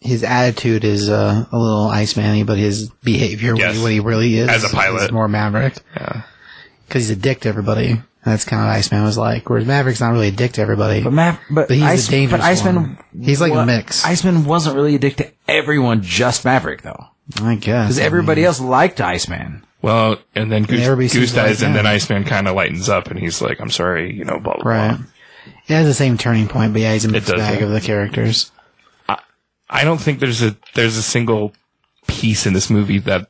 Speaker 2: His attitude is uh, a little Iceman-y, but his behavior, what he-
Speaker 3: Yes.
Speaker 2: what he really is,
Speaker 3: As a pilot.
Speaker 2: is more Maverick. Yeah, because he's a dick to everybody. And that's kind of what Iceman was like. Whereas Maverick's not really a dick to everybody.
Speaker 1: But Mav, but,
Speaker 2: But he's a
Speaker 1: Ice,
Speaker 2: dangerous
Speaker 1: but Iceman,
Speaker 2: one. He's like a
Speaker 1: wa-
Speaker 2: mix.
Speaker 1: Iceman wasn't really a dick to everyone, just Maverick though,
Speaker 2: I guess
Speaker 1: because everybody
Speaker 2: Mm-hmm.
Speaker 1: else liked Iceman.
Speaker 3: Well, and then Goose,
Speaker 2: everybody
Speaker 3: Goose
Speaker 2: seems like,
Speaker 3: dies, and
Speaker 2: yeah.
Speaker 3: then Iceman kind of lightens up, and he's like, "I'm sorry, you know, blah blah."
Speaker 2: right.
Speaker 3: blah.
Speaker 2: It has the same turning point, but yeah, he's a mixed
Speaker 3: does,
Speaker 2: bag
Speaker 3: yeah.
Speaker 2: of the characters.
Speaker 3: I don't think there's a there's a single piece in this movie that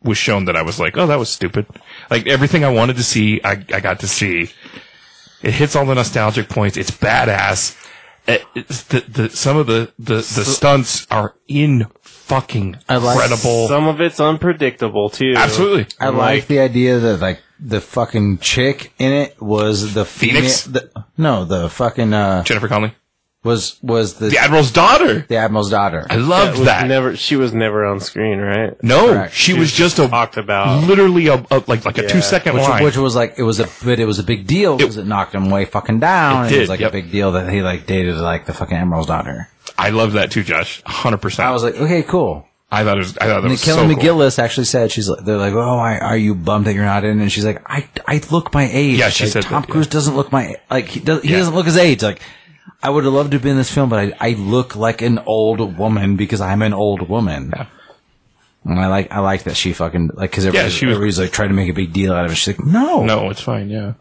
Speaker 3: was shown that I was like, "Oh, that was stupid." Like everything I wanted to see, I I got to see. It hits all the nostalgic points. It's badass. It- it's the, the some of the the, the stunts are in fucking
Speaker 1: like
Speaker 3: incredible.
Speaker 4: Some of it's unpredictable too.
Speaker 3: Absolutely.
Speaker 1: I like, the idea that like the fucking chick in it was the
Speaker 3: Phoenix?
Speaker 1: female- the, no, the fucking uh
Speaker 3: Jennifer Connelly,
Speaker 1: was was the
Speaker 3: the admiral's daughter.
Speaker 1: the admiral's daughter.
Speaker 3: I loved
Speaker 4: Was
Speaker 3: that.
Speaker 4: Never, she was never on screen, right?
Speaker 3: no,
Speaker 1: Correct.
Speaker 3: she was just a
Speaker 4: Talked about.
Speaker 3: literally a, a like like a two second
Speaker 1: Which,
Speaker 3: line.
Speaker 1: which was like it was a but it was a big deal because it, knocked him way fucking down.
Speaker 3: It
Speaker 1: and it was
Speaker 3: did,
Speaker 1: like
Speaker 3: yep.
Speaker 1: a big deal that he like dated like the fucking admiral's daughter.
Speaker 3: I love that too, Josh. Hundred percent.
Speaker 1: I was like, okay, cool.
Speaker 3: I thought it was. I thought that was so
Speaker 1: Kelly
Speaker 3: cool.
Speaker 1: McGillis actually said she's like, they're like, oh, I, are you bummed that you're not in? And she's like, I, I look my age.
Speaker 3: Yeah, she
Speaker 1: Like,
Speaker 3: said
Speaker 1: Tom
Speaker 3: that, yeah.
Speaker 1: Cruise doesn't look my like he does. He
Speaker 3: Yeah.
Speaker 1: doesn't look his age. Like, I would have loved to be in this film, but I, I look like an old woman because I'm an old woman.
Speaker 3: Yeah.
Speaker 1: And I like I like that she fucking like because everybody's,
Speaker 3: she was-
Speaker 1: everybody's like trying to make a big deal out of it. She's like, no,
Speaker 3: No, it's fine. Yeah.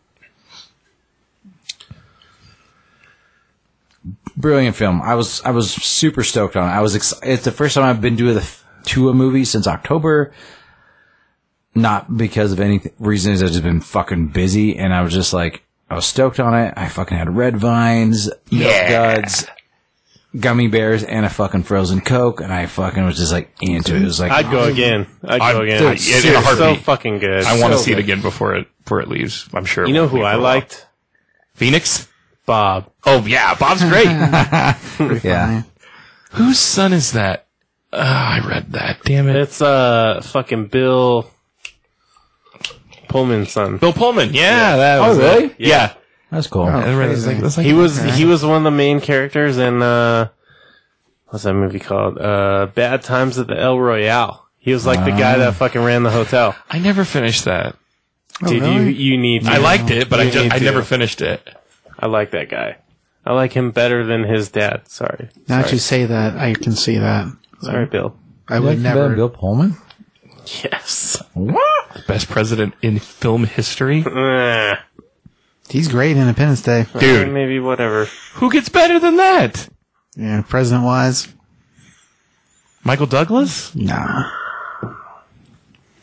Speaker 1: brilliant film. I was I was super stoked on it. I was ex- it's the first time I've been to the to a movie since October. Not because of any reason, is I've just been fucking busy, and I was just like, I was stoked on it. I fucking had red vines, milk
Speaker 3: Yeah.
Speaker 1: duds, gummy bears, and a fucking frozen coke, and I fucking was just like into it. It was like
Speaker 4: I'd go again. I'd go
Speaker 3: I'm-
Speaker 4: again.
Speaker 3: dude,
Speaker 4: It's
Speaker 3: in- in a
Speaker 4: so
Speaker 3: heartbeat.
Speaker 4: fucking good.
Speaker 3: I want to
Speaker 4: So
Speaker 3: see it
Speaker 4: good.
Speaker 3: again before it before it leaves. I'm sure. it
Speaker 4: You know
Speaker 3: won't
Speaker 4: who
Speaker 3: leave
Speaker 4: I
Speaker 3: for a while.
Speaker 4: liked?
Speaker 3: Phoenix.
Speaker 4: Bob.
Speaker 3: Oh yeah, Bob's great.
Speaker 1: yeah,
Speaker 3: Whose son is that? Uh, I read that. Damn it.
Speaker 4: It's uh fucking Bill Pullman's son.
Speaker 3: Bill Pullman. Yeah, that was. Oh really? Yeah.
Speaker 1: that's cool.
Speaker 3: I read that. That's like-
Speaker 4: He was he was one of the main characters in uh what's that movie called? Uh Bad Times at the El Royale. He was like the guy that fucking ran the hotel.
Speaker 3: I never finished that.
Speaker 4: Dude, you you need to.
Speaker 3: I liked it, but I
Speaker 4: You
Speaker 3: just
Speaker 4: need
Speaker 3: I
Speaker 4: to.
Speaker 3: never finished it.
Speaker 4: I like that guy. I like him better than his dad. Sorry.
Speaker 2: Now that you say that, I can see that.
Speaker 4: Sorry, Bill.
Speaker 2: I would never.
Speaker 1: Bill Pullman.
Speaker 4: Yes.
Speaker 1: What?
Speaker 3: Best president in film history.
Speaker 4: Ah,
Speaker 2: Do He's great Independence Day.
Speaker 3: Dude.
Speaker 4: Eh, maybe whatever.
Speaker 3: Who gets better than that?
Speaker 2: Yeah, president wise,
Speaker 3: Michael Douglas?
Speaker 2: nah,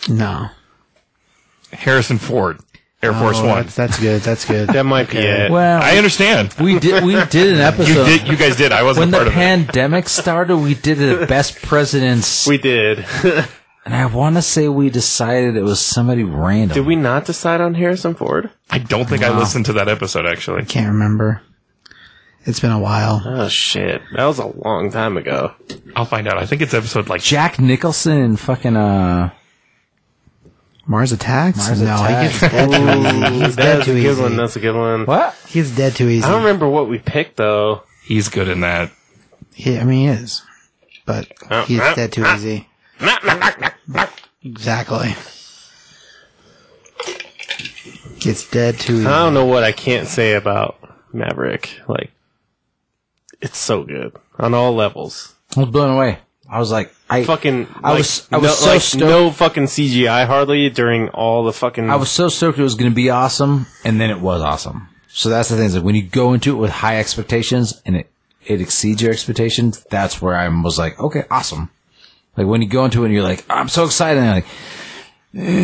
Speaker 2: no.
Speaker 3: Harrison Ford. Air Force
Speaker 2: Oh,
Speaker 3: One.
Speaker 2: That's, that's good. That's good.
Speaker 4: That might be it.
Speaker 1: Well,
Speaker 3: I understand.
Speaker 1: we did we did an
Speaker 3: You
Speaker 1: episode
Speaker 3: did you guys did. I
Speaker 1: when
Speaker 3: wasn't a part
Speaker 1: the
Speaker 3: of it.
Speaker 1: pandemic started. We did the best presidents,
Speaker 4: We did.
Speaker 1: and I want to say we decided it was somebody random.
Speaker 4: Did we not decide on Harrison Ford?
Speaker 3: I don't think I listened to that episode actually.
Speaker 2: Can't remember. It's been a while.
Speaker 4: Oh shit, that was a long time ago.
Speaker 3: I'll find out. I think it's episode like
Speaker 1: Jack Nicholson and fucking uh
Speaker 2: Mars Attacks.
Speaker 1: Mars
Speaker 2: no,
Speaker 1: Attacks.
Speaker 2: he gets dead too easy. He's dead
Speaker 4: That's a
Speaker 2: too
Speaker 4: good
Speaker 2: easy.
Speaker 4: one. That's a good one.
Speaker 1: what?
Speaker 2: He gets dead too easy.
Speaker 4: I don't remember what we picked though.
Speaker 3: he's good in that.
Speaker 2: He, I mean, he is, but he's dead too easy. Exactly. Gets dead too easy.
Speaker 4: I don't know what I can't say about Maverick. Like, it's so good on all levels.
Speaker 1: I was blown away. I was like, I
Speaker 4: Fucking,
Speaker 1: I
Speaker 4: like,
Speaker 1: was- I was
Speaker 4: no,
Speaker 1: so
Speaker 4: like,
Speaker 1: stoked.
Speaker 4: no fucking CGI hardly during all the fucking.
Speaker 1: I was so stoked it was going to be awesome, and then it was awesome. So that's the thing is like when you go into it with high expectations and it it exceeds your expectations, that's where I was like, okay, awesome. Like when you go into it and you're like, I'm so excited, and you're like,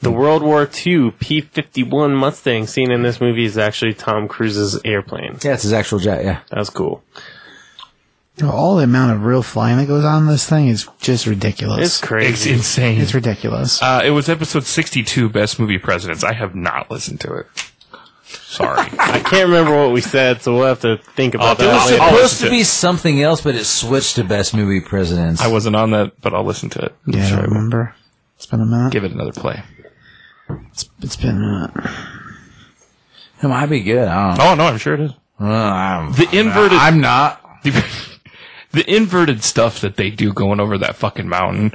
Speaker 4: the World War II P fifty one Mustang seen in this movie is actually Tom Cruise's airplane.
Speaker 1: yeah, it's his actual jet, yeah.
Speaker 4: That's cool.
Speaker 2: All the amount of real flying that goes on in this thing is just
Speaker 4: It's
Speaker 2: ridiculous.
Speaker 3: It's
Speaker 4: crazy.
Speaker 3: insane.
Speaker 2: It's ridiculous.
Speaker 3: uh, it was episode 62, Best Movie Presidents. I have not listened to it. Sorry.
Speaker 4: I can't remember what we said, so we'll have to think about
Speaker 3: I'll do
Speaker 4: that.
Speaker 3: it.
Speaker 4: later.
Speaker 3: I'll
Speaker 1: supposed
Speaker 3: listen
Speaker 1: to
Speaker 3: to it.
Speaker 1: be something else, but it switched to best movie presidents.
Speaker 3: I wasn't on that, but I'll listen to it. I'm
Speaker 2: yeah, I
Speaker 3: sure I
Speaker 2: don't
Speaker 3: will.
Speaker 2: remember. It's been a minute.
Speaker 3: Give it another play.
Speaker 2: It's, it's been a minute.
Speaker 1: it might be good. I
Speaker 3: Oh, no, I'm sure it is.
Speaker 1: don't know. I'm,
Speaker 3: The inverted.
Speaker 1: I'm not.
Speaker 3: the, the inverted stuff that they do going over that fucking mountain.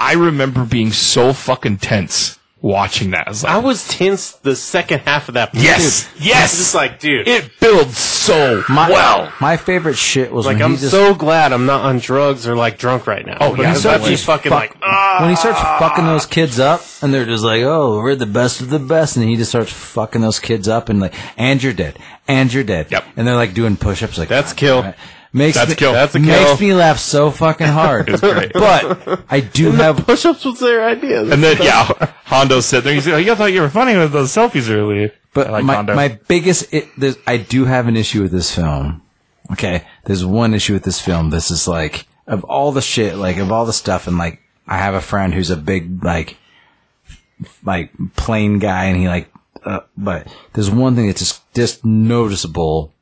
Speaker 3: I remember being so fucking tense watching that. I was
Speaker 4: I
Speaker 3: like,
Speaker 4: was tense the second half of that.
Speaker 3: yes, yes.
Speaker 4: It's just like, dude.
Speaker 3: it builds so
Speaker 1: My,
Speaker 3: well.
Speaker 1: my favorite shit was
Speaker 4: like
Speaker 1: when
Speaker 4: I'm
Speaker 1: he just
Speaker 4: so glad I'm not on drugs or like drunk right now.
Speaker 3: Oh, yeah,
Speaker 4: Because
Speaker 3: so
Speaker 4: I'd be
Speaker 3: just
Speaker 4: fucking like, ah.
Speaker 1: when he starts fucking those kids up, and they're just like, "Oh, we're the best of the best," and he just starts fucking those kids up, and like, "And you're dead, and you're dead,"
Speaker 3: Yep.
Speaker 1: and they're like doing push-ups, like
Speaker 4: That's
Speaker 1: "God
Speaker 4: kill.
Speaker 1: damn it." Makes
Speaker 3: That's
Speaker 1: me,
Speaker 3: kill. That's a
Speaker 1: Makes
Speaker 4: kill.
Speaker 1: me laugh so fucking hard.
Speaker 3: great.
Speaker 1: But I do have.
Speaker 4: Push-ups was their idea.
Speaker 3: And then, yeah, Hondo said there. He's like, I thought you were funny with those selfies earlier.
Speaker 1: But
Speaker 3: I like
Speaker 1: my
Speaker 3: Hondo.
Speaker 1: my biggest it, there's- I do have an issue with this film. Okay, there's one issue with this film. This is like of all the shit, like of all the stuff, and like I have a friend who's a big like like plain guy, and he like, uh, but there's one thing that's just just noticeable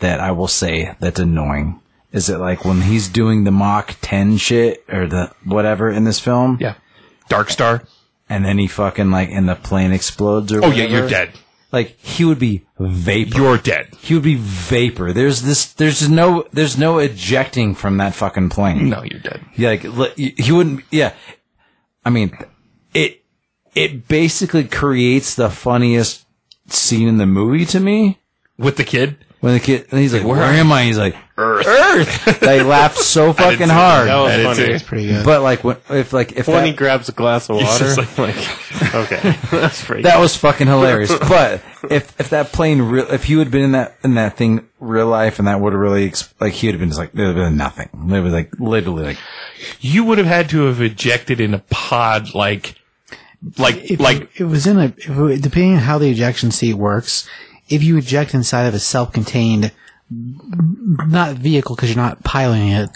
Speaker 1: that I will say that's annoying. Is it like when he's doing the Mach 10 shit or the whatever in this film,
Speaker 3: yeah, Dark Star.
Speaker 1: and then he fucking like and the plane explodes or
Speaker 3: Oh yeah, you're
Speaker 1: whatever?
Speaker 3: dead.
Speaker 1: Like he would be vapor
Speaker 3: You're dead.
Speaker 1: he would be vapor. There's this. There's no. There's no ejecting from that fucking plane.
Speaker 3: No, you're dead.
Speaker 1: Yeah, like li- he wouldn't. Yeah, I mean, it. It basically creates the funniest scene in the movie to me
Speaker 3: With the kid.
Speaker 1: when the kid and he's like, "Where, am I?" He's like, "Earth." Earth. they laugh so fucking
Speaker 3: see
Speaker 4: that
Speaker 1: hard.
Speaker 4: was
Speaker 3: That is
Speaker 4: funny.
Speaker 3: it.
Speaker 2: Pretty good.
Speaker 1: But like, when, if like if
Speaker 4: When he
Speaker 1: that,
Speaker 4: grabs a glass of
Speaker 3: He's
Speaker 4: water,
Speaker 3: just
Speaker 4: like, okay, that's pretty.
Speaker 1: that was fucking hilarious. but if if that plane, real, if he would have been in that in that thing real life, and that would have really ex- like he would have been just like there would have been nothing. It was like literally like.
Speaker 3: You would have had to have ejected in a pod, like, like,
Speaker 2: if
Speaker 3: like
Speaker 2: you- it was in a if it- depending on how the ejection seat works if you eject inside of a self-contained not vehicle because you're not piloting it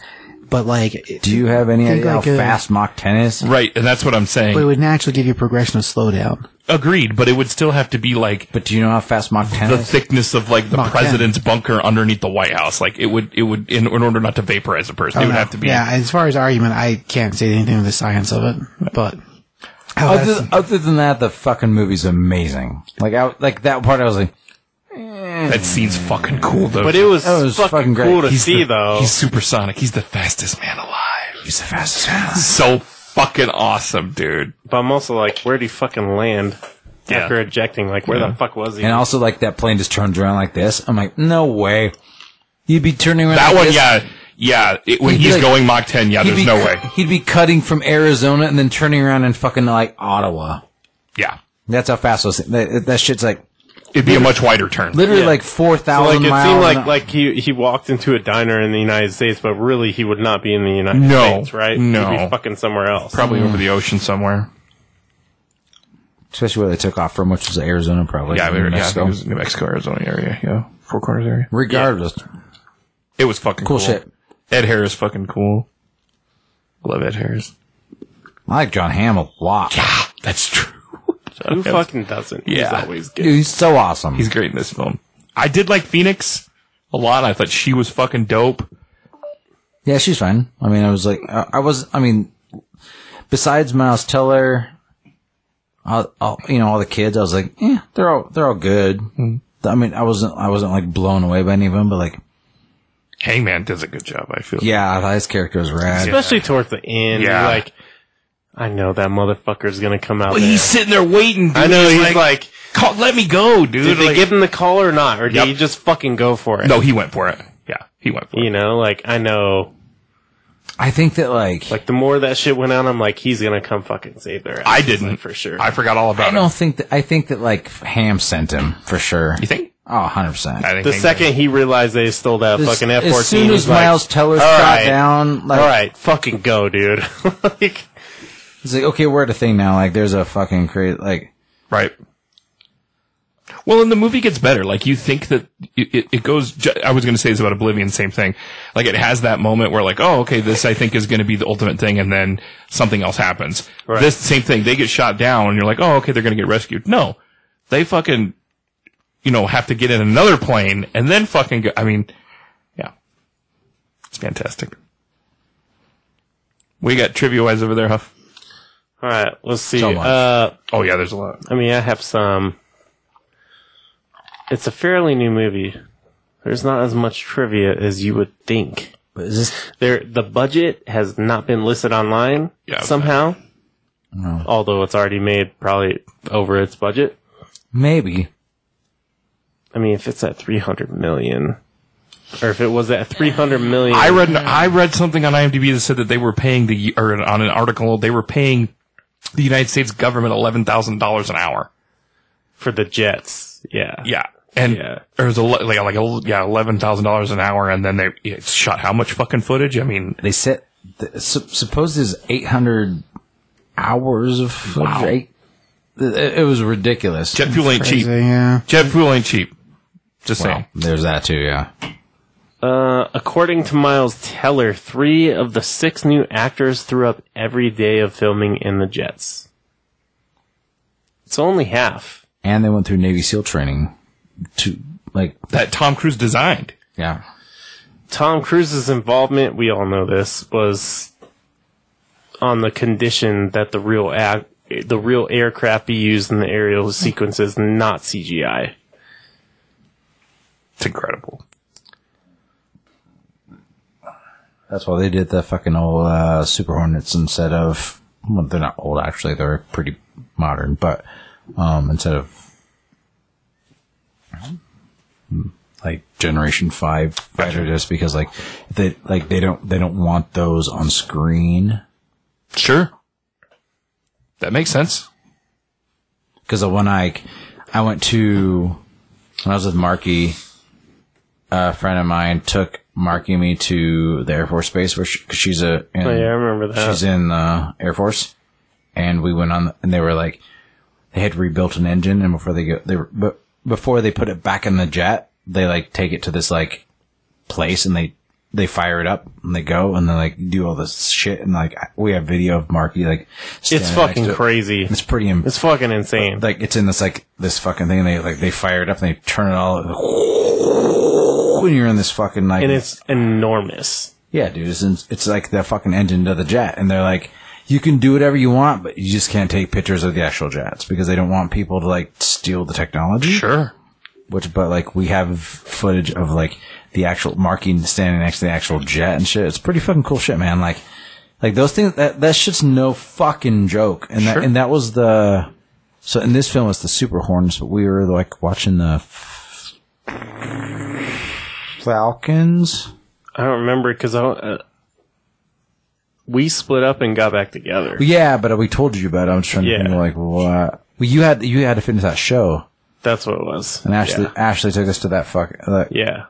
Speaker 2: but like it,
Speaker 1: Do you have any
Speaker 2: Think
Speaker 1: idea
Speaker 2: like
Speaker 1: how
Speaker 2: a-
Speaker 1: fast Mach 10 is?
Speaker 3: Right, and that's what I'm saying.
Speaker 2: but it would naturally give you a progression of slowdown
Speaker 3: Agreed, but it would still have to be like
Speaker 1: But do you know how fast Mach 10
Speaker 3: the
Speaker 1: is?
Speaker 3: thickness of like the
Speaker 2: Mach 10.
Speaker 3: president's bunker underneath the White House. Like it would, it would, in, in order not to vaporize a person, it would have to be.
Speaker 2: Oh, yeah as far as argument i can't say anything of the science of it but oh, that's-
Speaker 1: Other, other than that, the fucking movie's amazing. Like, I, like that part, I was like,
Speaker 3: That scene's fucking cool though.
Speaker 4: but it was,
Speaker 1: That was
Speaker 4: fucking,
Speaker 1: fucking great.
Speaker 4: cool to
Speaker 3: He's
Speaker 4: see,
Speaker 3: the-
Speaker 4: though.
Speaker 3: he's supersonic. He's the fastest man alive.
Speaker 1: he's the fastest man.
Speaker 3: So fucking awesome, dude.
Speaker 4: But I'm also like, where do you fucking land
Speaker 3: Yeah.
Speaker 4: after ejecting? Like, where the fuck was he?
Speaker 1: And also, like, that plane just turns around like this. I'm like, no way. You'd be turning around.
Speaker 3: That
Speaker 1: like
Speaker 3: one,
Speaker 1: this.
Speaker 3: yeah, yeah. It, when
Speaker 1: He'd be
Speaker 3: he's
Speaker 1: like-
Speaker 3: going Mach 10, yeah,
Speaker 1: He'd
Speaker 3: there's
Speaker 1: be-
Speaker 3: no way.
Speaker 1: He'd be cutting from Arizona and then turning around and fucking, like, Ottawa.
Speaker 3: Yeah,
Speaker 1: That's how fast those that, that shit's like
Speaker 3: It'd be a much wider turn.
Speaker 1: literally
Speaker 4: Yeah.
Speaker 1: like four
Speaker 4: Like
Speaker 1: thousand
Speaker 4: it
Speaker 1: miles.
Speaker 4: seemed
Speaker 1: an
Speaker 4: like
Speaker 1: hour.
Speaker 4: like he he walked into a diner in the United States, but really he would not be in the United
Speaker 3: No.
Speaker 4: States, right?
Speaker 3: No.
Speaker 4: He'd be fucking somewhere else.
Speaker 3: Probably over the ocean somewhere.
Speaker 1: especially where they took off from, which was Arizona, probably.
Speaker 3: Yeah, we were,
Speaker 1: New
Speaker 3: yeah, I think
Speaker 1: Mexico.
Speaker 3: it was New Mexico, Arizona area. Yeah, Four Corners area.
Speaker 1: Regardless,
Speaker 3: It was fucking
Speaker 1: cool
Speaker 3: cool.
Speaker 1: shit.
Speaker 3: Ed Harris, fucking cool. Love Ed Harris.
Speaker 1: I like John Hamm a lot.
Speaker 3: That's true.
Speaker 4: Who fucking doesn't? He's
Speaker 3: Yeah.
Speaker 4: always good.
Speaker 1: Dude, he's so awesome.
Speaker 3: He's great in this film. I did like Phoenix a lot. I thought she was fucking dope.
Speaker 1: yeah, she's fine. I mean, I was like, uh, I, I was, I mean, besides Miles Teller, all, all, you know, all the kids, I was like, yeah, they're all they're all good.
Speaker 3: Mm-hmm.
Speaker 1: I mean, I wasn't I wasn't like blown away by any of them, but like,
Speaker 3: Hangman does a good job, I feel.
Speaker 1: yeah, I thought his character was rad.
Speaker 4: Especially towards the end. you're
Speaker 3: Yeah.
Speaker 4: Like, I know that motherfucker's gonna come out
Speaker 3: But
Speaker 4: there.
Speaker 3: he's sitting there waiting, dude.
Speaker 4: I know, he's like,
Speaker 3: "Call- let me go, dude.
Speaker 4: did they
Speaker 3: Like-
Speaker 4: give him the call or not? Or did
Speaker 3: Yep.
Speaker 4: he just fucking go for it?
Speaker 3: no, he went for it. Yeah, he went for it.
Speaker 4: You know, like, I know.
Speaker 1: I think that like,
Speaker 4: Like, the more that shit went on, I'm like, he's gonna come fucking save their ass.
Speaker 3: I didn't.
Speaker 4: For sure.
Speaker 3: I forgot all about
Speaker 1: I
Speaker 3: it.
Speaker 1: don't think that I think that like Ham sent him for sure.
Speaker 3: You think?
Speaker 1: Oh, 100 percent.
Speaker 3: I think
Speaker 4: the
Speaker 3: Hangman-
Speaker 4: second he realized they stole that
Speaker 1: As-
Speaker 4: fucking F-14,
Speaker 1: As soon as
Speaker 4: he's like,
Speaker 1: Miles Teller
Speaker 4: "All
Speaker 1: shot
Speaker 4: right,
Speaker 1: down, like,
Speaker 4: all right, fucking go, dude. like,
Speaker 1: it's like, okay, we're at a thing now. Like, there's a fucking crazy, like,
Speaker 3: Right. Well, and the movie gets better. Like you think that it, it, it goes. ju- I was going to say it's about Oblivion, same thing. Like it has that moment where, like, oh, okay, this I think is going to be the ultimate thing, and then something else happens.
Speaker 4: Right.
Speaker 3: This same thing. They get shot down, and you're like, oh, okay, they're going to get rescued. No, they fucking, you know, have to get in another plane, and then fucking. Go, I mean, yeah, it's fantastic. We got trivia wise over there, Huff.
Speaker 4: all right, let's see.
Speaker 1: So much.
Speaker 4: uh,
Speaker 3: Oh yeah, there's a lot.
Speaker 4: I mean, I have some. It's a fairly new movie. There's not as much trivia as you would think.
Speaker 1: but is this
Speaker 4: There, the budget has not been listed online
Speaker 3: Yeah, okay.
Speaker 4: somehow. Although it's already made probably over its budget.
Speaker 1: maybe?
Speaker 4: I mean, if it's at 300 million, or if it was at 300 million,
Speaker 3: I read I read something on IMDb that said that they were paying the or on an article they were paying the United States government eleven thousand dollars an hour.
Speaker 4: for the Jets, yeah,
Speaker 3: Yeah, and
Speaker 4: Yeah.
Speaker 3: or it was a, le- like, like a, yeah eleven thousand dollars an hour, and then they it shot how much fucking footage? I mean,
Speaker 1: They said, the, su- suppose there's 800 hours of footage.
Speaker 3: Wow.
Speaker 1: Eight- it, it was ridiculous.
Speaker 3: jet fuel ain't
Speaker 2: Crazy,
Speaker 3: cheap.
Speaker 2: yeah.
Speaker 3: Jet fuel ain't cheap. Just saying.
Speaker 1: There's that too, yeah.
Speaker 4: Uh, according to Miles Teller, three of the six new actors threw up every day of filming in the Jets. It's only half.
Speaker 1: And they went through Navy SEAL training to, like,
Speaker 3: That Tom Cruise designed.
Speaker 1: yeah.
Speaker 4: Tom Cruise's involvement, we all know this, was on the condition that the real act, the real aircraft be used in the aerial sequences, not CGI.
Speaker 3: It's incredible.
Speaker 1: That's why they did the fucking old uh, Super Hornets instead of. Well, they're not old actually; they're pretty modern. But um, instead of Hmm, like Generation Five fighter, just because like if they like they don't they don't want those on screen
Speaker 3: Sure, that makes sense.
Speaker 1: because when I I went to when I was with Marky, a friend of mine took Marky and me to the Air Force Base where she, 'cause she's a in-
Speaker 4: Oh, yeah, I remember that.
Speaker 1: she's in the Air Force, and we went on, and they were like, they had rebuilt an engine, and before they go, they were, but before they put it back in the jet, they like take it to this like place, and they they fire it up, and they go, and they like do all this shit, and like we have video of Marky like
Speaker 4: It's
Speaker 1: standing next to
Speaker 4: fucking
Speaker 1: it.
Speaker 4: crazy.
Speaker 1: It's pretty. Im-
Speaker 4: It's fucking insane.
Speaker 1: like it's in this like this fucking thing. And they like they fire it up and they turn it all. when you're in this fucking like
Speaker 4: And it's enormous.
Speaker 1: yeah, dude, it's, in- it's like the fucking engine to the jet, and they're like, you can do whatever you want, but you just can't take pictures of the actual jets because they don't want people to like steal the technology.
Speaker 3: Sure.
Speaker 1: Which, but like, we have footage of like the actual marking standing next to the actual jet and shit. It's pretty fucking cool shit, man. Like, like those things. That that shit's no fucking joke. And that
Speaker 3: Sure.
Speaker 1: and that was the. So in this film, it's the super horns, but we were like watching the f- Falcons.
Speaker 4: I don't remember because I. Uh, we split up and got back together.
Speaker 1: Yeah, but we told you about. it. I'm just trying
Speaker 4: Yeah.
Speaker 1: to think like what Well, you had you had to fit into that show,
Speaker 4: That's what it was.
Speaker 1: and Ashley Ashley took us to that fuck. that-
Speaker 4: Yeah.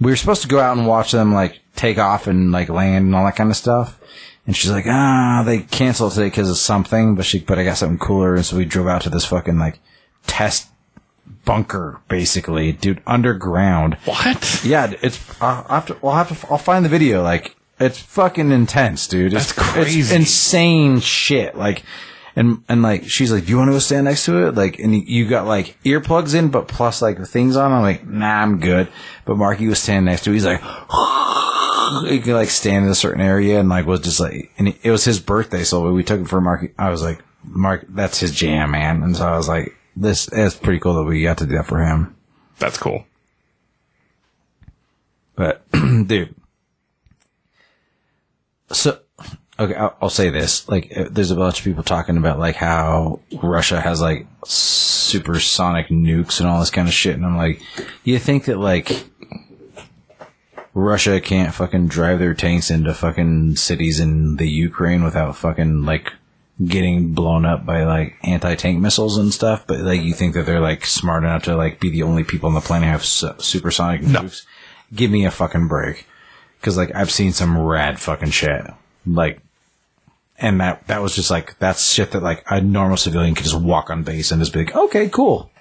Speaker 1: we were supposed to go out and watch them like take off and like land and all that kind of stuff. And she's like, ah, they canceled today because of something, but she, but I got something cooler. And so we drove out to this fucking like test bunker, basically, dude, underground.
Speaker 3: What?
Speaker 1: Yeah, it's, I'll have to, we'll have to, I'll find the video. Like, it's fucking intense, dude. It's,
Speaker 3: That's
Speaker 1: It's
Speaker 3: crazy.
Speaker 1: insane shit. Like, and, and like, she's like, do you want to go stand next to it? Like, and you got like earplugs in, but plus like the things on. I'm like, nah, I'm good. But Marky was standing next to it. He's like, he could like stand in a certain area and like was just like, and it was his birthday. So we took him for Marky. I was like, Mark, that's his jam, man. And so I was like, this is pretty cool that we got to do that for him.
Speaker 3: That's cool.
Speaker 1: But dude, so okay, I'll, I'll say this: like, uh, there's a bunch of people talking about like how Russia has like supersonic nukes and all this kind of shit, and I'm like, you think that like Russia can't fucking drive their tanks into fucking cities in the Ukraine without fucking like getting blown up by like anti-tank missiles and stuff but like you think that they're like smart enough to like be the only people on the planet who have su- supersonic nukes give me a fucking break. Cause like I've seen some rad fucking shit. Like, and that, that was just like, that's shit that like a normal civilian could just walk on base and just be like, okay, cool.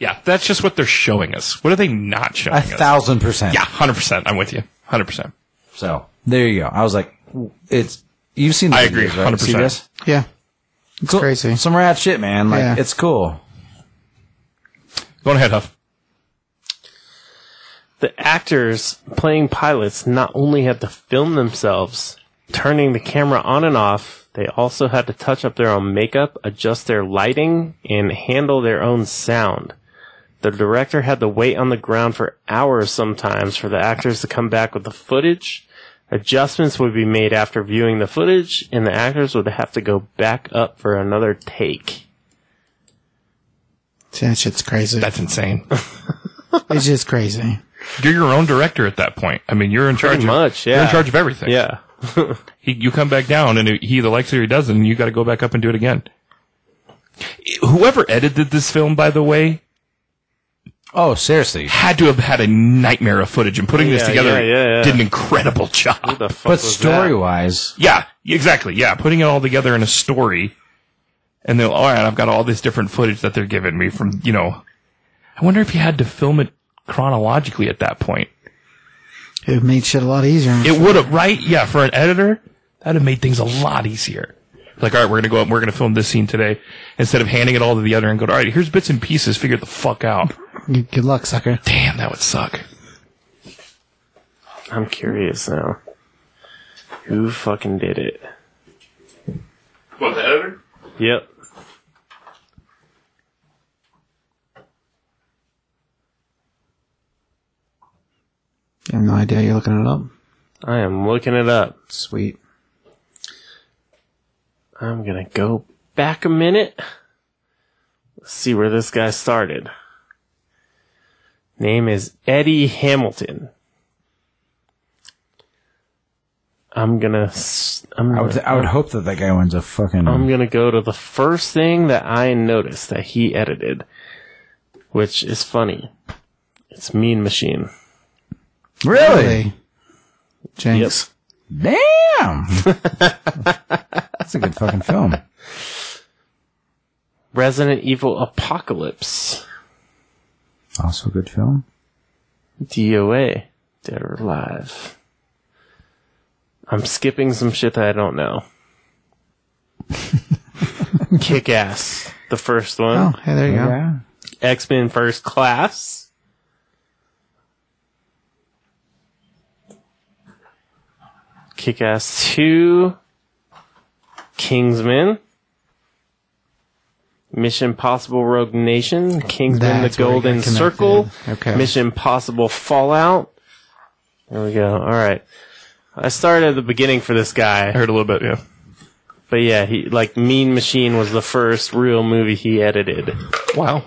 Speaker 3: Yeah, that's just what they're showing us. What are they not showing
Speaker 1: A
Speaker 3: us?
Speaker 1: thousand percent.
Speaker 3: Yeah, hundred percent. I'm with you. Hundred percent.
Speaker 1: So there you go. I was like, it's, you've seen the
Speaker 3: I agree,
Speaker 1: videos, right?
Speaker 3: 100%.
Speaker 1: See this?
Speaker 2: Yeah. It's
Speaker 1: Cool.
Speaker 2: crazy.
Speaker 1: Some rad shit, man. Like,
Speaker 2: Yeah.
Speaker 1: it's cool.
Speaker 3: Go on ahead, Huff.
Speaker 4: The actors playing pilots not only had to film themselves turning the camera on and off, they also had to touch up their own makeup, adjust their lighting, and handle their own sound. The director had to wait on the ground for hours sometimes for the actors to come back with the footage. Adjustments would be made after viewing the footage, and the actors would have to go back up for another take.
Speaker 2: That shit's crazy.
Speaker 3: That's insane.
Speaker 2: it's just crazy.
Speaker 3: You're your own director at that point. I mean, you're in charge.
Speaker 4: Pretty
Speaker 3: of,
Speaker 4: much, yeah.
Speaker 3: You're in charge of everything.
Speaker 4: Yeah.
Speaker 3: He, you come back down, and he either likes it or he doesn't, and you got to go back up and do it again. Whoever edited this film, by the way,
Speaker 1: Oh, seriously.
Speaker 3: had to have had a nightmare of footage, and putting this
Speaker 4: Yeah,
Speaker 3: together
Speaker 4: yeah, yeah, yeah.
Speaker 3: did an incredible job.
Speaker 4: The fuck
Speaker 1: But
Speaker 4: was that?
Speaker 1: story wise,
Speaker 3: Yeah, exactly. Yeah, putting it all together in a story, and they're all right. I've got all this different footage that they're giving me from you know. I wonder if you had to film it chronologically at that point.
Speaker 2: It made shit a lot easier.
Speaker 3: It would have, right? Yeah, for an editor, that'd have made things a lot easier. Like, all right, we're gonna go up, and we're gonna film this scene today, instead of handing it all to the other and go, all right, here's bits and pieces, figure the fuck out.
Speaker 2: Good good luck, sucker.
Speaker 3: Damn, that would suck.
Speaker 4: I'm curious now. Who fucking did it?
Speaker 3: What the editor?
Speaker 4: Yep.
Speaker 2: I have no idea you're looking it up.
Speaker 4: I am looking it up.
Speaker 2: Sweet.
Speaker 4: I'm gonna go back a minute. Let's see where this guy started. Name is Eddie Hamilton. I'm gonna. s- I'm
Speaker 1: I
Speaker 4: gonna,
Speaker 1: would, I would hope that that guy wins a fucking,
Speaker 3: Um,
Speaker 4: I'm gonna go to the first thing that I noticed that he edited, which is funny. It's Mean Machine.
Speaker 1: really?
Speaker 2: Hey. Jinx.
Speaker 1: Damn. That's a good fucking film.
Speaker 4: Resident Evil Apocalypse.
Speaker 1: Also a good film.
Speaker 4: DOA. Dead or Alive. I'm skipping some shit that I don't know. Kick Ass, the first one.
Speaker 2: Oh, hey, there you go.
Speaker 1: Yeah.
Speaker 4: X Men First Class. Kick Ass 2. Kingsman. Mission Possible Rogue Nation. Kingsman
Speaker 2: That's
Speaker 4: The
Speaker 2: where it got
Speaker 4: Golden
Speaker 2: connected.
Speaker 4: Circle.
Speaker 2: Okay.
Speaker 4: Mission Impossible Fallout. There we go. All right. I started at the beginning for this guy.
Speaker 3: I
Speaker 2: Er-
Speaker 3: heard a little bit. Yeah,
Speaker 4: But yeah, he like Mean Machine was the first real movie he edited.
Speaker 3: wow.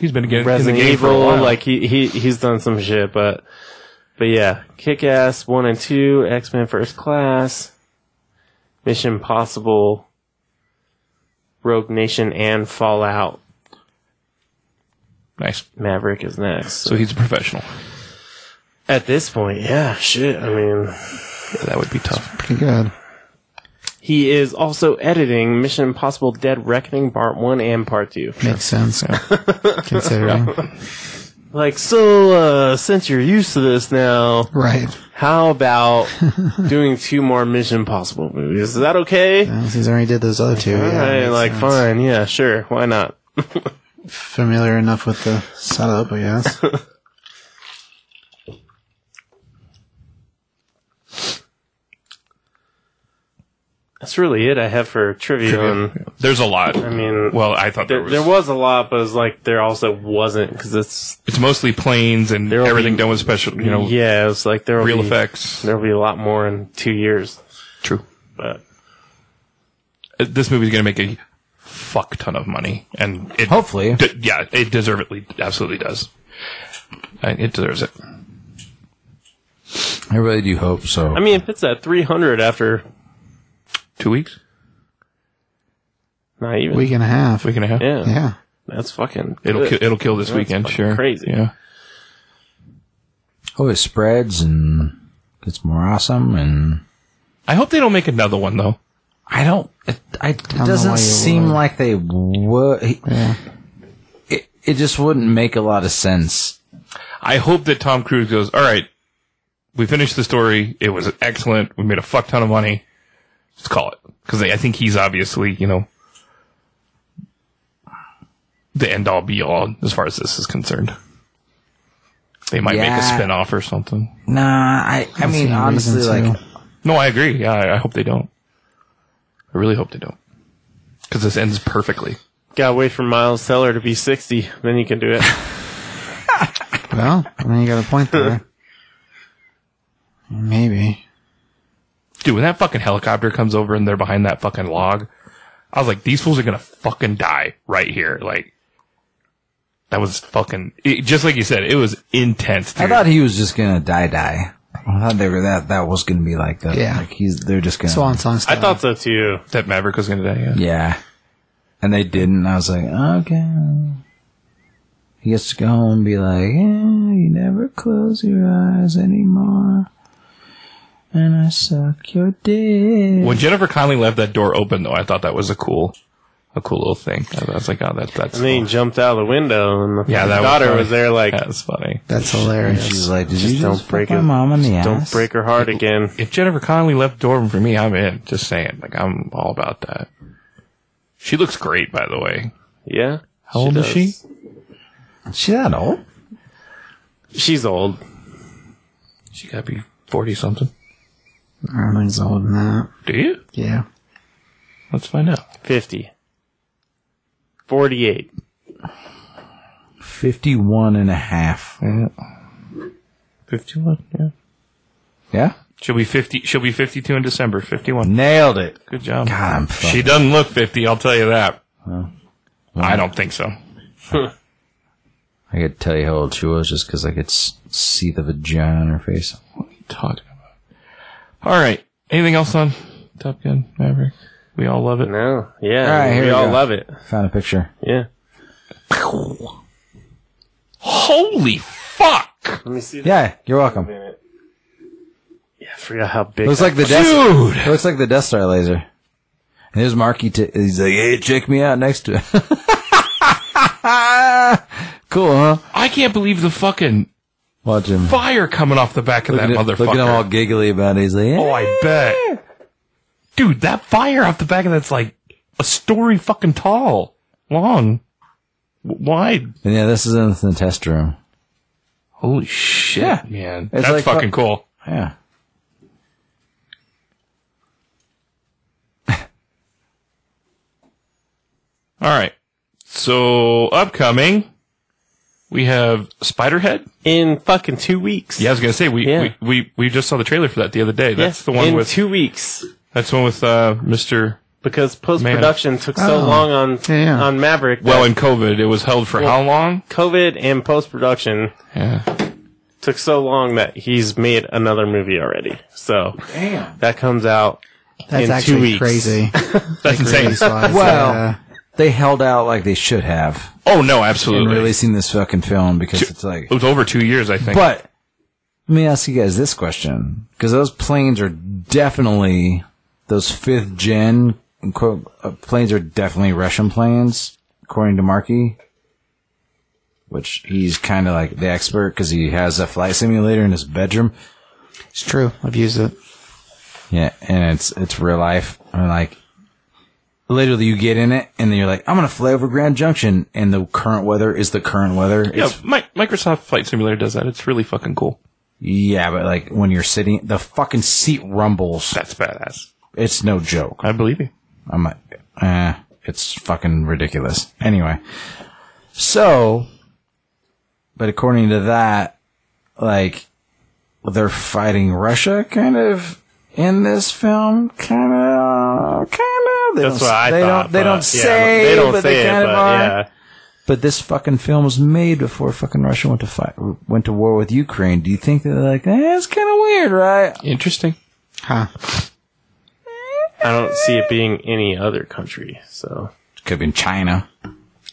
Speaker 3: He's been again in the
Speaker 4: Resident
Speaker 3: game for a
Speaker 4: Evil,
Speaker 3: while.
Speaker 4: like he he he's done some shit, but but yeah, Kick Ass one and two, X Men First Class, Mission Impossible, Rogue Nation and Fallout
Speaker 3: Nice.
Speaker 4: Maverick is next.
Speaker 3: So he's a professional.
Speaker 4: At this point, yeah, shit. I mean,
Speaker 3: That would be tough.
Speaker 2: Pretty good.
Speaker 4: he is also editing Mission Impossible Dead Reckoning Part 1 and Part 2.
Speaker 2: Makes sense. Considering.
Speaker 4: Like, so, uh, since you're used to this now,
Speaker 2: right.
Speaker 4: how about doing two more Mission Impossible movies? Is that okay?
Speaker 2: Well, Since I already did those other two. yeah,
Speaker 4: Alright,
Speaker 2: makes
Speaker 4: like,
Speaker 2: sense.
Speaker 4: fine, yeah, sure, why not?
Speaker 2: Familiar enough with the setup, I guess.
Speaker 4: That's really it I have for trivia. on-
Speaker 3: There's a lot.
Speaker 4: Um, I mean,
Speaker 3: well, I thought there,
Speaker 4: there,
Speaker 3: was.
Speaker 4: there was a lot, but it's like, there also wasn't, because it's,
Speaker 3: It's mostly planes and
Speaker 4: There will
Speaker 3: everything
Speaker 4: be-
Speaker 3: done with special, you know,
Speaker 4: yeah, it's like, there will
Speaker 3: real
Speaker 4: be,
Speaker 3: effects.
Speaker 4: There'll be a lot more in two years,
Speaker 3: True.
Speaker 4: but.
Speaker 3: Uh, This movie's going to make a fuck ton of money, and it
Speaker 1: Hopefully.
Speaker 3: d- yeah, it deservedly absolutely does. Uh, It deserves it.
Speaker 1: I really do hope so.
Speaker 4: I mean, if it's at 300 after
Speaker 3: Two weeks,
Speaker 4: not even.
Speaker 2: Week and a half.
Speaker 3: week and a half.
Speaker 4: yeah,
Speaker 2: Yeah.
Speaker 4: That's fucking.
Speaker 3: It'll
Speaker 4: good.
Speaker 3: kill, it'll kill this
Speaker 4: That's
Speaker 3: weekend.
Speaker 4: fucking
Speaker 3: Sure,
Speaker 4: crazy.
Speaker 3: Yeah,
Speaker 1: oh, it spreads and gets more awesome and
Speaker 3: I hope they don't make another one though.
Speaker 1: I don't. It, I, it
Speaker 2: know why
Speaker 1: doesn't
Speaker 2: you
Speaker 1: seem
Speaker 2: would.
Speaker 1: like they would. It, it just wouldn't make a lot of sense.
Speaker 3: I hope that Tom Cruise goes. All right, we finished the story. It was excellent. We made a fuck ton of money. Let's call it because I think he's obviously you know the end all be all as far as this is concerned. They might make a
Speaker 1: Yeah.
Speaker 3: spin off or something.
Speaker 1: Nah, I. I mean,
Speaker 2: see a reason
Speaker 1: honestly, like,
Speaker 2: to.
Speaker 3: No, I agree. Yeah, I, I hope they don't. I really hope they don't. Because this ends perfectly.
Speaker 4: Gotta wait for Miles Teller to be 60, then you can do it.
Speaker 2: Well, I mean, you got a point there. Maybe.
Speaker 3: Dude, when that fucking helicopter comes over and they're behind that fucking log, I was like, these fools are gonna fucking die right here. Like, that was fucking, it, just like you said, it was intense, dude.
Speaker 1: I thought he was just gonna die. Die. I thought they were that. That was gonna be like the.
Speaker 2: Yeah.
Speaker 1: Like he's. They're just gonna.
Speaker 2: Swan song
Speaker 4: I
Speaker 2: style.
Speaker 4: thought so too.
Speaker 3: that Maverick was gonna die, yeah.
Speaker 1: Yeah. And they didn't. and I was like, okay. He gets to go home and be like, yeah, you never close your eyes anymore. And I suck your dick.
Speaker 3: When Jennifer Connelly left that door open, though, I thought that was a cool, a cool little thing. I was like, oh, that, that's,
Speaker 4: And then he jumped out of the window, and
Speaker 3: Yeah,
Speaker 4: his
Speaker 3: that was
Speaker 4: daughter was,
Speaker 3: funny.
Speaker 4: there, like,
Speaker 3: that's funny.
Speaker 2: That's
Speaker 1: She's
Speaker 2: hilarious.
Speaker 1: like, did
Speaker 4: Just
Speaker 1: you
Speaker 4: don't
Speaker 1: just
Speaker 4: break
Speaker 1: break my
Speaker 4: it.
Speaker 1: mom in the
Speaker 4: don't
Speaker 1: ass?
Speaker 4: break her heart again.
Speaker 3: if Jennifer Connelly left the door open for me, I'm in. Just saying, like I'm all about that. She looks great, by the way.
Speaker 4: Yeah.
Speaker 3: How old is she?
Speaker 4: does.
Speaker 1: She that old?
Speaker 4: She's old.
Speaker 3: She gotta be forty something.
Speaker 2: I don't think it's older than that.
Speaker 3: Do you?
Speaker 2: Yeah.
Speaker 3: Let's find out.
Speaker 4: 50. 48.
Speaker 1: 51 and a half.
Speaker 3: Fifty-one. Yeah.
Speaker 1: Yeah?
Speaker 3: She'll be fifty. She'll be fifty-two in December. Fifty-one.
Speaker 1: Nailed it.
Speaker 3: Good job.
Speaker 1: God, I'm fucking-
Speaker 3: she doesn't look fifty. I'll tell you that. I don't think so.
Speaker 1: I could tell you how old she was just because I could s- see the vagina on her face.
Speaker 3: What are you talking about? All right. Anything else on Top Gun Maverick? We all love it.
Speaker 4: No. Yeah.
Speaker 1: All right, here
Speaker 4: we
Speaker 1: we
Speaker 4: all
Speaker 1: go.
Speaker 4: love it.
Speaker 1: Found a picture.
Speaker 4: Yeah.
Speaker 3: Holy fuck,
Speaker 4: Let me see. Yeah.
Speaker 1: Yeah, you're welcome. It
Speaker 4: I forgot how big.
Speaker 1: looks
Speaker 4: that-
Speaker 1: like the Death
Speaker 3: dude!
Speaker 1: It looks like the Death Star laser. And there's Marky. T- he's like, hey, check me out next to it. cool, huh?
Speaker 3: I can't believe the fucking
Speaker 1: Watch him.
Speaker 3: fire coming off the back of
Speaker 1: Look
Speaker 3: that
Speaker 1: at, him,
Speaker 3: motherfucker.
Speaker 1: look at him all giggly about it. He's like,
Speaker 3: Oh,
Speaker 1: yeah.
Speaker 3: I bet. Dude, that fire off the back of that's like a story fucking tall, long, w- wide.
Speaker 1: And yeah, this is in the test room.
Speaker 3: Holy shit,
Speaker 1: Yeah.
Speaker 3: man.
Speaker 1: It's like
Speaker 3: that's fucking cool.
Speaker 1: Yeah.
Speaker 3: All right. So, upcoming, we have Spiderhead.
Speaker 4: in fucking two weeks.
Speaker 3: Yeah, I was going to say, we,
Speaker 4: Yeah.
Speaker 3: we, we, we just saw the trailer for that the other day. That's
Speaker 4: Yeah,
Speaker 3: the one
Speaker 4: in
Speaker 3: with,
Speaker 4: two weeks.
Speaker 3: that's the one with, uh, Mr.
Speaker 4: because post production took so
Speaker 2: Oh.
Speaker 4: long on
Speaker 2: Yeah, yeah.
Speaker 4: on Maverick.
Speaker 3: Well,
Speaker 4: that
Speaker 3: in COVID, it was held for how long?
Speaker 4: COVID and post production
Speaker 3: Yeah.
Speaker 4: took so long that he's made another movie already. So that comes out
Speaker 2: That's
Speaker 4: in two
Speaker 2: actually
Speaker 4: weeks.
Speaker 2: crazy.
Speaker 3: That's insane.
Speaker 2: Wow.
Speaker 1: Well, they held out like they should have
Speaker 3: Oh no,
Speaker 1: in
Speaker 3: absolutely.
Speaker 1: releasing this fucking film because it's like.
Speaker 3: It was over two years, I think.
Speaker 1: But let me ask you guys this question because those planes are definitely those fifth gen quote uh, planes are definitely Russian planes, according to Marky. Which he's kind of like the expert because he has a flight simulator in his bedroom.
Speaker 2: It's true. I've used it.
Speaker 1: Yeah, and it's it's real life. And like, literally, you get in it, and then you're like, I'm gonna fly over Grand Junction, and the current weather is the current weather.
Speaker 3: yeah,
Speaker 1: It's-
Speaker 3: Mi- Microsoft Flight Simulator does that. It's really fucking cool.
Speaker 1: yeah, but like when you're sitting, the fucking seat rumbles.
Speaker 3: That's badass.
Speaker 1: It's no joke.
Speaker 3: I believe you.
Speaker 1: I'm like, eh, it's fucking ridiculous. Anyway, so, but according to that, like, they're fighting Russia, kind of in this film, kind of, kind of.
Speaker 4: That's what I
Speaker 1: they
Speaker 4: thought.
Speaker 1: Don't, they
Speaker 4: but-
Speaker 1: don't
Speaker 4: yeah,
Speaker 1: say,
Speaker 4: they don't
Speaker 1: but
Speaker 4: say
Speaker 1: they kind
Speaker 4: it,
Speaker 1: of
Speaker 4: but
Speaker 1: are.
Speaker 4: yeah.
Speaker 1: But this fucking film was made before fucking Russia went to fight, went to war with Ukraine. Do you think they're like, eh, it's kind of weird, right?
Speaker 3: Interesting.
Speaker 2: Huh.
Speaker 4: I don't see it being any other country. So
Speaker 1: Could have been China.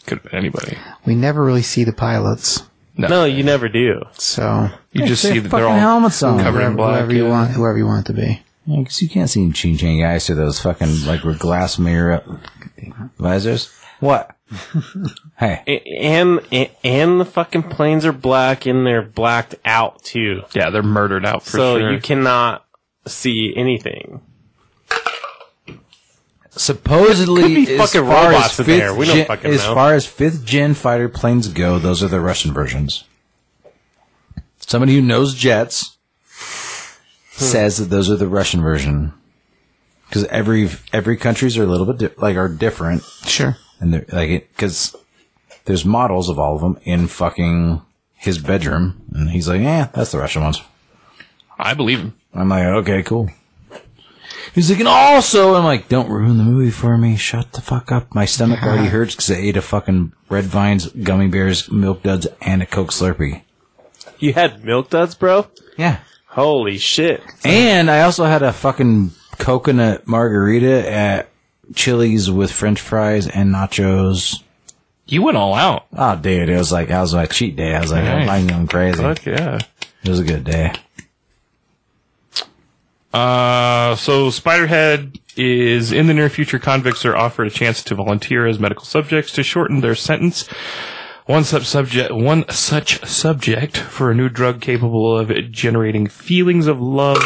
Speaker 3: Could have been anybody.
Speaker 2: We never really see the pilots.
Speaker 4: no, you never do.
Speaker 2: So
Speaker 3: You just
Speaker 1: They
Speaker 3: see
Speaker 1: have
Speaker 3: that
Speaker 1: fucking
Speaker 3: they're all
Speaker 1: helmets on.
Speaker 3: covered in black.
Speaker 2: whoever you
Speaker 3: yeah.
Speaker 2: want, whoever you want it to be.
Speaker 1: Yeah, 'cause you can't see in Ching Chang guys through those fucking like with glass mirror visors. What? hey,
Speaker 4: A- And, and and the fucking planes are black and they're blacked out too.
Speaker 3: Yeah, they're murdered out for
Speaker 4: so
Speaker 3: sure.
Speaker 4: you cannot see anything.
Speaker 1: supposedly
Speaker 4: Could be
Speaker 1: as
Speaker 4: fucking
Speaker 1: far as
Speaker 4: robots in
Speaker 1: fifth
Speaker 4: there. We don't
Speaker 1: gen-
Speaker 4: fucking
Speaker 1: as
Speaker 4: know.
Speaker 1: far as fifth gen fighter planes go, those are the Russian versions. Somebody who knows jets says that those are the Russian version because every every countries are a little bit di- like are different.
Speaker 2: Sure.
Speaker 1: and they're like it because there's models of all of them in fucking his bedroom, and he's like, "Yeah, that's the Russian ones."
Speaker 3: I believe him.
Speaker 1: I'm like, "Okay, cool." He's like, and also, I'm like, "Don't ruin the movie for me. Shut the fuck up. My stomach already hurts because I ate a fucking red vines, gummy bears, milk duds, and a Coke Slurpee."
Speaker 4: You had milk duds, bro.
Speaker 1: Yeah,
Speaker 4: Holy shit!
Speaker 1: and I also had a fucking coconut margarita at Chili's with French fries and nachos.
Speaker 3: You went all out.
Speaker 1: Oh, dude, it was like that was my cheat day. I was like,
Speaker 3: Nice.
Speaker 1: I'm going crazy.
Speaker 3: Fuck yeah.
Speaker 1: It was a good day.
Speaker 3: Uh, so Spiderhead is in the near future. Convicts are offered a chance to volunteer as medical subjects to shorten their sentence. One such subject, one such subject for a new drug capable of generating feelings of love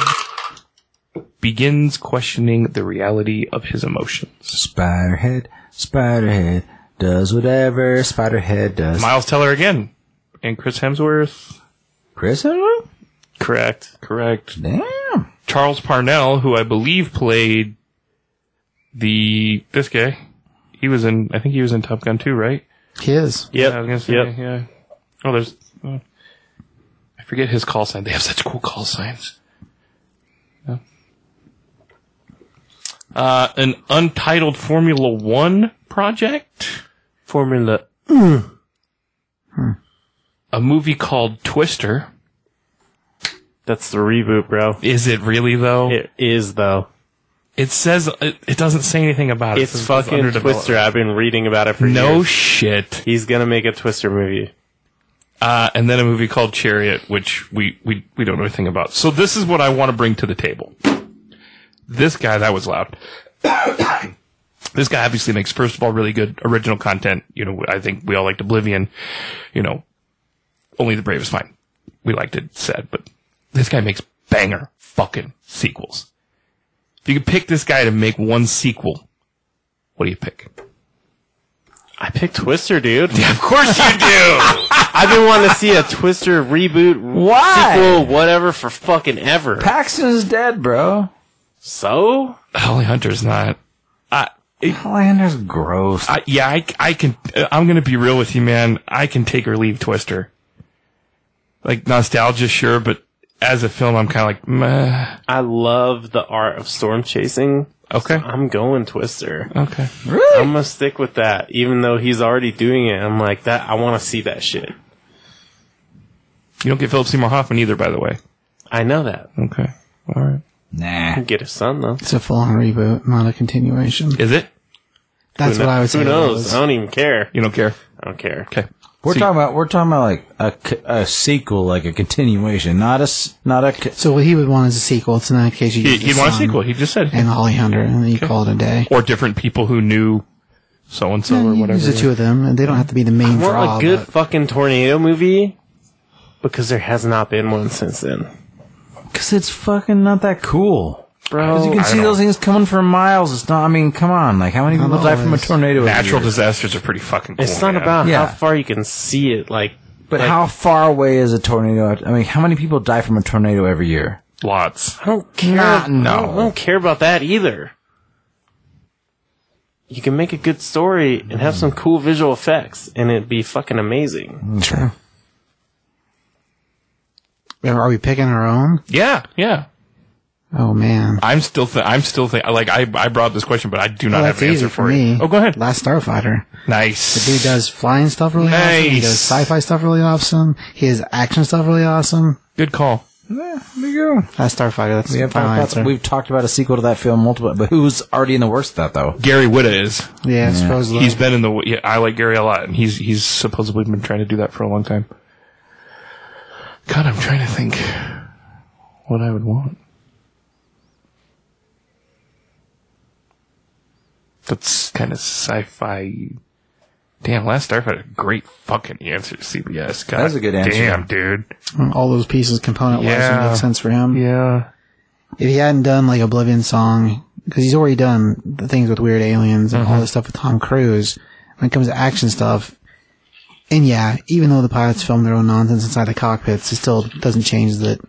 Speaker 3: begins questioning the reality of his emotions.
Speaker 1: Spiderhead, Spiderhead does whatever Spiderhead does.
Speaker 3: Miles Teller again, and Chris Hemsworth.
Speaker 1: Chris Hemsworth?
Speaker 4: Correct.
Speaker 3: Correct.
Speaker 1: Damn.
Speaker 3: Charles Parnell, who I believe played the this guy. He was in. I think he was in Top Gun too, right?
Speaker 2: He is.
Speaker 4: Yep.
Speaker 3: Yeah, I was gonna say,
Speaker 4: Yep.
Speaker 3: yeah. Oh, there's. oh. I forget his call sign. They have such cool call signs. Yeah. Uh, an untitled Formula One project,
Speaker 4: Formula.
Speaker 3: a movie called Twister.
Speaker 4: That's the reboot, bro.
Speaker 3: Is it really though? It,
Speaker 4: It is though.
Speaker 3: says it, it doesn't say anything about it. It
Speaker 4: It's,
Speaker 3: says
Speaker 4: fucking
Speaker 3: under development.
Speaker 4: Twister. I've been reading about it for
Speaker 3: No
Speaker 4: years.
Speaker 3: shit.
Speaker 4: He's gonna make a Twister movie.
Speaker 3: Uh, and then a movie called Chariot, which we, we, we don't know anything about. So this is what I want to bring to the table. This guy, that was loud. this guy obviously makes, first of all, really good original content. You know, I think we all liked Oblivion. You know, only the brave is fine. We liked it, said, but this guy makes banger fucking sequels. If you could pick this guy to make one sequel, what do you pick?
Speaker 4: I picked Twister, dude.
Speaker 3: Of course you do!
Speaker 4: I've been wanting to see a Twister reboot,
Speaker 1: Why?
Speaker 4: sequel, whatever for fucking ever.
Speaker 1: Paxton is dead, bro.
Speaker 4: so
Speaker 3: Holly Hunter's not.
Speaker 1: Lander's gross.
Speaker 3: I, yeah, I, I can. uh, I'm gonna be real with you, man. I can take or leave Twister. Like nostalgia, sure, but as a film, I'm kind of like, meh.
Speaker 4: I love the art of storm chasing.
Speaker 3: Okay,
Speaker 4: I'm going Twister.
Speaker 3: okay.
Speaker 1: really?
Speaker 4: I'm gonna stick with that, even though he's already doing it. I'm like that. I want to see that shit.
Speaker 3: You don't get Philip Seymour Hoffman either, by the way.
Speaker 4: I know that.
Speaker 3: Okay, all right.
Speaker 1: Nah.
Speaker 4: Get a son though.
Speaker 2: It's a full on reboot, not a continuation.
Speaker 3: Is it?
Speaker 2: That's what I would say.
Speaker 4: Who
Speaker 2: it
Speaker 4: knows?
Speaker 2: was.
Speaker 4: I don't even care.
Speaker 3: You don't care.
Speaker 4: I don't care.
Speaker 3: Okay.
Speaker 1: We're talking about we're talking about like a, c- a sequel, like a continuation, not a s- not a. c-
Speaker 2: So what he would want is a sequel. It's not a case you
Speaker 3: He,
Speaker 2: use the
Speaker 3: he'd want a
Speaker 2: son
Speaker 3: sequel. He just said.
Speaker 2: and Holly Hunter, and then you call it a day.
Speaker 3: or different people who knew so and so or
Speaker 2: You Use
Speaker 3: whatever.
Speaker 2: the two of them, and they don't have to be the main
Speaker 4: I
Speaker 2: draw.
Speaker 4: want a good
Speaker 2: but-
Speaker 4: fucking tornado movie because there has not been one since then.
Speaker 1: Because it's fucking not that cool. Because
Speaker 4: Bro,
Speaker 1: you can
Speaker 4: Oh, I
Speaker 1: see
Speaker 4: don't
Speaker 1: those things coming for miles. It's not. I mean, come on. Like how many people die from a
Speaker 2: always.
Speaker 1: tornado? every
Speaker 3: Natural
Speaker 1: year?
Speaker 3: disasters are pretty fucking cool.
Speaker 4: It's not
Speaker 3: man.
Speaker 4: about
Speaker 1: Yeah.
Speaker 4: how far you can see it. Like,
Speaker 1: But
Speaker 4: like,
Speaker 1: how far away is a tornado? I mean, how many people die from a tornado every year?
Speaker 3: lots.
Speaker 4: I don't care.
Speaker 1: Nah, no.
Speaker 4: I don't,
Speaker 2: Oh.
Speaker 4: I don't care about that either. You can make a good story and have some cool visual effects, and it'd be fucking amazing.
Speaker 1: Mm, Sure.
Speaker 2: Are we picking our own?
Speaker 3: Yeah, yeah.
Speaker 2: Oh man,
Speaker 3: I'm still, th- I'm still think. Like I, I brought up this question, but I do not
Speaker 2: Well,
Speaker 3: have
Speaker 2: that's
Speaker 3: an
Speaker 2: easy
Speaker 3: answer
Speaker 2: for
Speaker 3: for it.
Speaker 2: me.
Speaker 3: Oh, go ahead.
Speaker 2: Last Starfighter.
Speaker 3: Nice.
Speaker 2: Dude does flying stuff really awesome. He
Speaker 3: Nice.
Speaker 2: does sci-fi stuff really awesome. He does action stuff really awesome.
Speaker 3: Good call.
Speaker 1: There you go.
Speaker 2: Last Starfighter. That's
Speaker 1: We
Speaker 2: the
Speaker 1: have
Speaker 2: final
Speaker 1: talked
Speaker 2: answer.
Speaker 1: about, we've talked about a sequel to that film multiple, but who's already in the works of that though?
Speaker 3: Gary Whitta is.
Speaker 2: yeah, supposedly.
Speaker 3: He's been in the. Yeah, I like Gary a lot, and he's he's supposedly been trying to do that for a long time. God, I'm trying to think what I would want. That's kind of sci-fi. Damn, last Starfighter, great fucking answer, CBS. God,
Speaker 1: That's a good answer.
Speaker 3: Damn, dude.
Speaker 2: Mm. all those pieces component wise
Speaker 3: Yeah.
Speaker 2: would make sense for him.
Speaker 3: Yeah.
Speaker 2: If he hadn't done like Oblivion Song, because he's already done the things with Weird Aliens and
Speaker 3: Mm-hmm.
Speaker 2: all this stuff with Tom Cruise, when it comes to action stuff, and yeah, even though the pilots film their own nonsense inside the cockpits, it still doesn't change that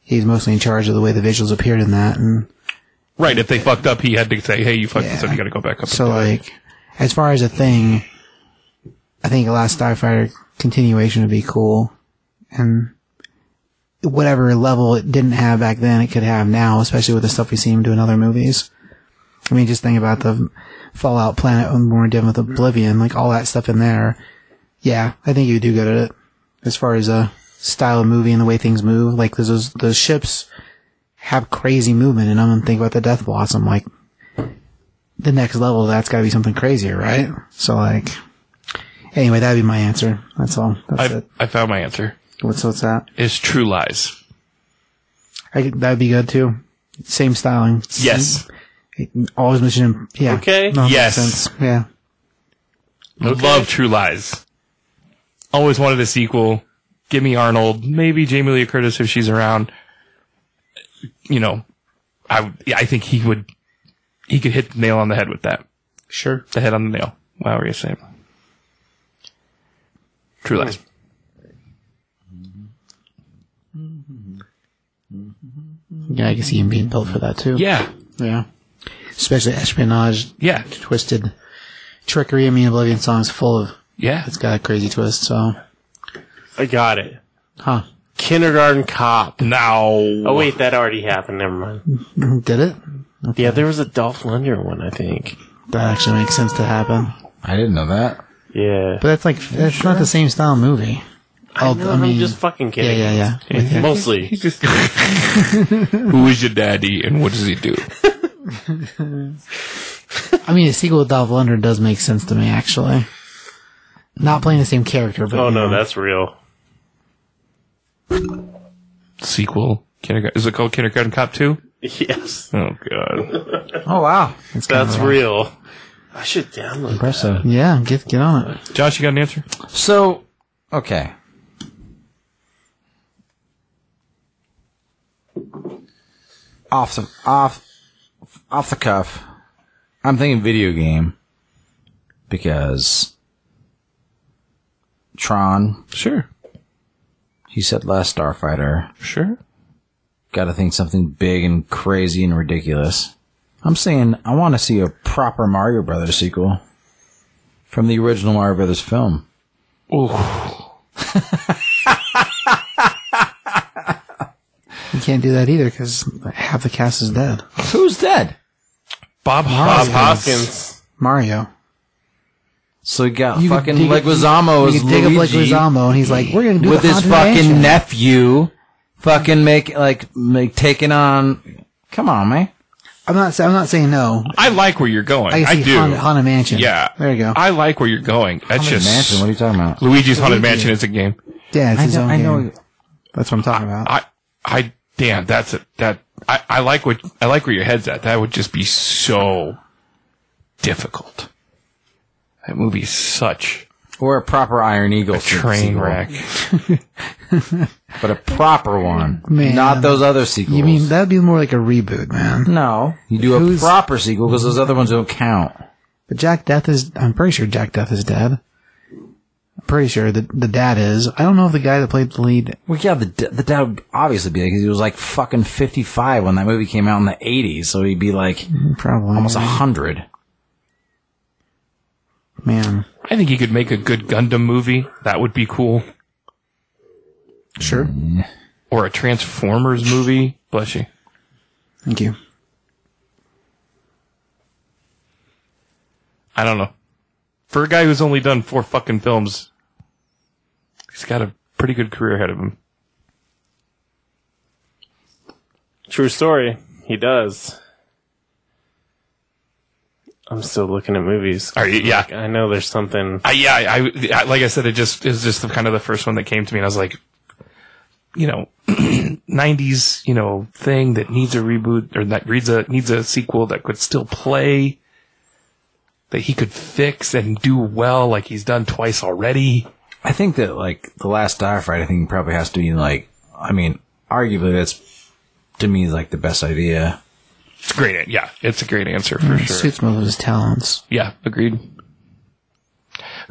Speaker 2: he's mostly in charge of the way the visuals appeared in that. And
Speaker 3: Right. If they fucked up, he had to say, "Hey, you fucked this
Speaker 2: Yeah.
Speaker 3: up. You got to go back up." and
Speaker 2: so
Speaker 3: do it."
Speaker 2: like, as far as a thing, I think a Last Starfighter continuation would be cool, and whatever level it didn't have back then, it could have now, especially with the stuff we see him do in other movies. I mean, just think about the Fallout planet when we we're done with Oblivion, like all that stuff in there. Yeah, I think you do good at it. As far as a style of movie and the way things move, like those- those those ships have crazy movement, and I'm gonna think about the Death Blossom. Like the next level, that's got to be something crazier, right? So like, anyway, that'd be my answer. That's all. That's
Speaker 3: I
Speaker 2: it.
Speaker 3: I found my answer.
Speaker 2: What's what's that?
Speaker 3: Is True Lies.
Speaker 2: I, could- that'd be good too. Same styling.
Speaker 3: Yes.
Speaker 2: Always mission. Yeah.
Speaker 4: Okay.
Speaker 2: No, it makes
Speaker 3: Yes.
Speaker 2: sense. Yeah.
Speaker 3: Love True Lies. Always wanted a sequel. Give me Arnold. Maybe Jamie Lee Curtis if she's around. You know, I I think he would he could hit the nail on the head with that.
Speaker 2: Sure.
Speaker 3: The head on the nail. Wow, were you saying? True Lies.
Speaker 2: Yeah, I can see him being built for that too.
Speaker 3: Yeah,
Speaker 2: Yeah. Especially espionage,
Speaker 3: yeah,
Speaker 2: twisted trickery. I mean, Oblivion Song's full of.
Speaker 3: yeah.
Speaker 2: It's got a crazy twist. So,
Speaker 4: I got it.
Speaker 2: huh?
Speaker 4: Kindergarten Cop.
Speaker 3: Now,
Speaker 4: Oh wait, that already happened. Never mind.
Speaker 2: Did it?
Speaker 4: Yeah, there was a Dolph Lundgren one, I think.
Speaker 2: That actually makes sense to happen.
Speaker 1: I didn't know that.
Speaker 4: Yeah.
Speaker 2: But that's like that's not the same style movie. Oh,
Speaker 4: No, I'm just fucking
Speaker 2: yeah,
Speaker 4: kidding.
Speaker 2: yeah, yeah.
Speaker 4: Mostly.
Speaker 3: he's just who is your daddy and what does he do?
Speaker 2: I mean, a sequel with Dolph Lundgren does make sense to me, actually. Not playing the same character, but
Speaker 4: Oh
Speaker 2: you
Speaker 4: no,
Speaker 2: know.
Speaker 4: that's real.
Speaker 3: Sequel. Kindergarten. Is it called Kindergarten Cop Two?
Speaker 4: Yes,
Speaker 3: Oh God.
Speaker 1: Oh wow,
Speaker 2: It's kinda
Speaker 4: that's
Speaker 2: rough.
Speaker 4: real. I should download. that.
Speaker 1: impressive.
Speaker 2: Yeah, get get on it.
Speaker 3: Josh, you got an answer?
Speaker 1: So, okay. Off the off off the cuff, I'm thinking video game because Tron.
Speaker 3: Sure.
Speaker 1: He said last Starfighter.
Speaker 3: Sure.
Speaker 1: Got to think something big and crazy and ridiculous. I'm saying I want to see a proper Mario Brothers sequel from the original Mario Brothers film.
Speaker 2: You can't do that either because half the cast is dead.
Speaker 1: Who's dead?
Speaker 3: Bob
Speaker 4: Bob
Speaker 3: Hoskins.
Speaker 4: Hoskins.
Speaker 2: Mario.
Speaker 1: So you got
Speaker 2: You could
Speaker 1: fucking
Speaker 2: dig up-
Speaker 1: Leguizamo
Speaker 2: You
Speaker 1: as
Speaker 2: could dig up like
Speaker 1: Luigi
Speaker 2: Leguizamo, and he's like, "We're gonna do
Speaker 1: with
Speaker 2: the
Speaker 1: his
Speaker 2: Haunted
Speaker 1: fucking
Speaker 2: Mansion."
Speaker 1: nephew, fucking make like make taking on. Come on, man.
Speaker 2: I'm not. sa- I'm not saying no.
Speaker 3: I like where you're going.
Speaker 2: I
Speaker 3: I,
Speaker 2: can see
Speaker 3: do.
Speaker 2: Haunted, Haunted Mansion.
Speaker 3: Yeah.
Speaker 2: there you go.
Speaker 3: I like where you're going. That's
Speaker 1: Haunted
Speaker 3: just
Speaker 1: Mansion. What are you talking about?
Speaker 3: Luigi's Haunted Mansion is a game.
Speaker 2: yeah, it's
Speaker 1: I
Speaker 2: his
Speaker 1: know.
Speaker 2: own
Speaker 1: I
Speaker 2: game.
Speaker 1: know.
Speaker 2: That's what I'm talking about.
Speaker 3: I I damn, that's a that I, I like what I like where your head's at. That would just be so difficult. That movie's such
Speaker 1: Or a proper Iron Eagle
Speaker 3: a train
Speaker 1: sequel,
Speaker 3: wreck.
Speaker 1: but a proper one,
Speaker 2: Man.
Speaker 1: not those other sequels.
Speaker 2: you mean that'd be more like a reboot,
Speaker 3: Hmm.
Speaker 2: man?
Speaker 1: no? You do a
Speaker 2: Who's-
Speaker 1: proper sequel because those other ones don't count.
Speaker 2: But Jack Death is. I'm pretty sure Jack Death is dead. I'm pretty sure the the dad is. I don't know if the guy that played the lead.
Speaker 1: Well, yeah, the d- the dad would obviously be because he was like fucking fifty five when that movie came out in the eighties, so he'd be like
Speaker 2: Probably
Speaker 1: almost hundred.
Speaker 2: man.
Speaker 3: I think you could make a good Gundam movie. That would be cool.
Speaker 2: Sure.
Speaker 3: Or a Transformers movie. Bless you.
Speaker 2: Thank you.
Speaker 3: I don't know. For a guy who's only done four fucking films, he's got a pretty good career ahead of him.
Speaker 4: True story. He does. I'm still looking at movies.
Speaker 3: Are you, yeah.
Speaker 4: I know there's something.
Speaker 3: I, yeah, I, I- like I said, it just it was just the, kind of the first one that came to me, and I was like, you know, '90s, you know, thing that needs a reboot or that needs a needs a sequel that could still play, that he could fix and do well, like he's done twice already.
Speaker 1: I think that like the last Die Fight, I think probably has to be like, I mean, arguably that's to me like the best idea.
Speaker 3: It's a great, yeah, it's a great answer
Speaker 2: Mm,
Speaker 3: for sure.
Speaker 2: Suits most of his talents.
Speaker 3: Yeah, agreed.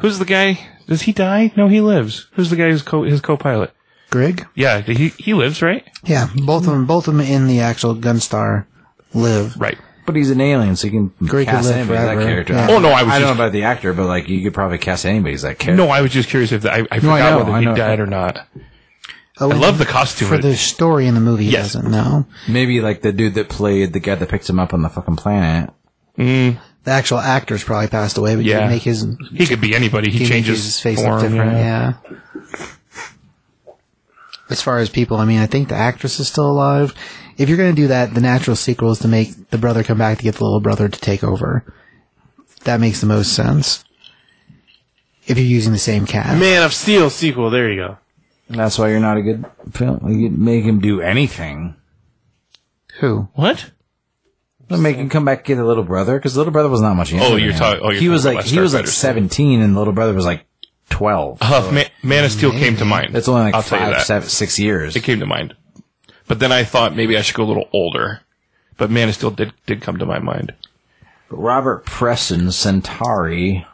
Speaker 3: Who's the guy? Does he die? No, he lives. Who's the guy who's co- his co-pilot?
Speaker 2: Grig.
Speaker 3: Yeah, he he lives, right?
Speaker 2: Yeah, both of them. Both of them in the actual Gunstar live.
Speaker 3: Right.
Speaker 1: But he's an alien, so you can
Speaker 2: Great
Speaker 1: cast
Speaker 2: live
Speaker 1: anybody as that
Speaker 2: forever.
Speaker 1: character.
Speaker 2: Yeah.
Speaker 3: Oh no, I
Speaker 1: I,
Speaker 3: was.
Speaker 1: don't
Speaker 3: just,
Speaker 1: know about the actor, but like you could probably cast anybody as that character.
Speaker 3: No, I was just curious if the, I, I forgot
Speaker 1: know,
Speaker 3: whether
Speaker 1: I
Speaker 3: he
Speaker 1: know.
Speaker 3: died or not.
Speaker 2: Oh,
Speaker 3: I
Speaker 2: and
Speaker 3: love the costume.
Speaker 2: for the story in the movie. he
Speaker 3: Yes.
Speaker 2: doesn't know
Speaker 1: Maybe like the dude that played the guy that picked him up on the fucking planet.
Speaker 2: the actual actor's probably passed away, but you
Speaker 3: Yeah.
Speaker 2: can make his
Speaker 3: he could be anybody. He,
Speaker 2: he
Speaker 3: changes
Speaker 2: changes his face
Speaker 3: form,
Speaker 2: look different.
Speaker 3: yeah.
Speaker 2: Yeah. As far as people, I mean, I think the actress is still alive. If you're going to do that, the natural sequel is to make the brother come back to get the little brother to take over. That makes the most sense. If you're using the same cast.
Speaker 4: Man of Steel sequel. There you go.
Speaker 1: That's why you're not a good film. You could make him do anything.
Speaker 2: Who?
Speaker 3: What?
Speaker 1: But Make him come back and get the little brother because little brother was not much younger.
Speaker 3: Oh,
Speaker 1: than
Speaker 3: you're
Speaker 1: him.
Speaker 3: talking- oh, you're
Speaker 1: he was
Speaker 3: talking
Speaker 1: like
Speaker 3: about
Speaker 1: he was like
Speaker 3: Starfighter.
Speaker 1: seventeen, and little brother was like twelve.
Speaker 3: Huff, Man, Uh, Man of Steel came to mind.
Speaker 1: That's only like
Speaker 3: I'll tell you
Speaker 1: five,
Speaker 3: that.
Speaker 1: seven, six years.
Speaker 3: It came to mind. But then I thought maybe I should go a little older. But Man of Steel did did come to my mind.
Speaker 1: Robert Preston Centauri.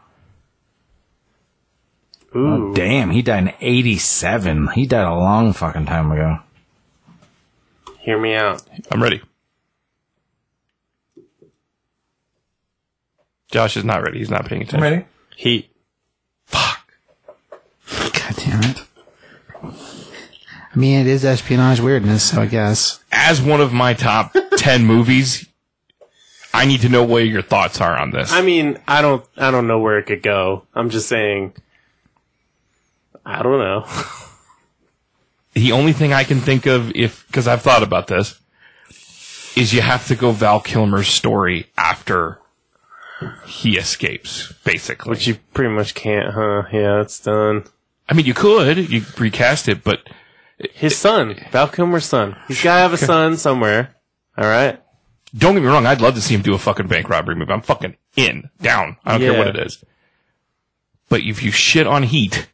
Speaker 1: Oh,
Speaker 4: Ooh.
Speaker 1: Damn, he died in '87. He died a long fucking time ago.
Speaker 4: Hear me out.
Speaker 3: I'm ready. Josh is not ready. He's not paying attention.
Speaker 1: ready.
Speaker 4: Heat.
Speaker 2: God damn it. I mean, it is espionage weirdness, so I guess.
Speaker 3: As one of my top ten movies, I need to know what your thoughts are on this.
Speaker 4: I mean, I don't, I don't know where it could go. I'm just saying. I don't know.
Speaker 3: the only thing I can think of, if because I've thought about this, is you have to go Val Kilmer's story after he escapes. Basically,
Speaker 4: Which you pretty much can't, huh? Yeah, it's done.
Speaker 3: I mean, you could you recast it, but
Speaker 4: His son, Val Kilmer's son. He's gotta have a son somewhere. All right.
Speaker 3: don't get me wrong, I'd love to see him do a fucking bank robbery movie. I'm fucking in, down. I don't care
Speaker 4: Yeah.
Speaker 3: what it is. But if you shit on Heat,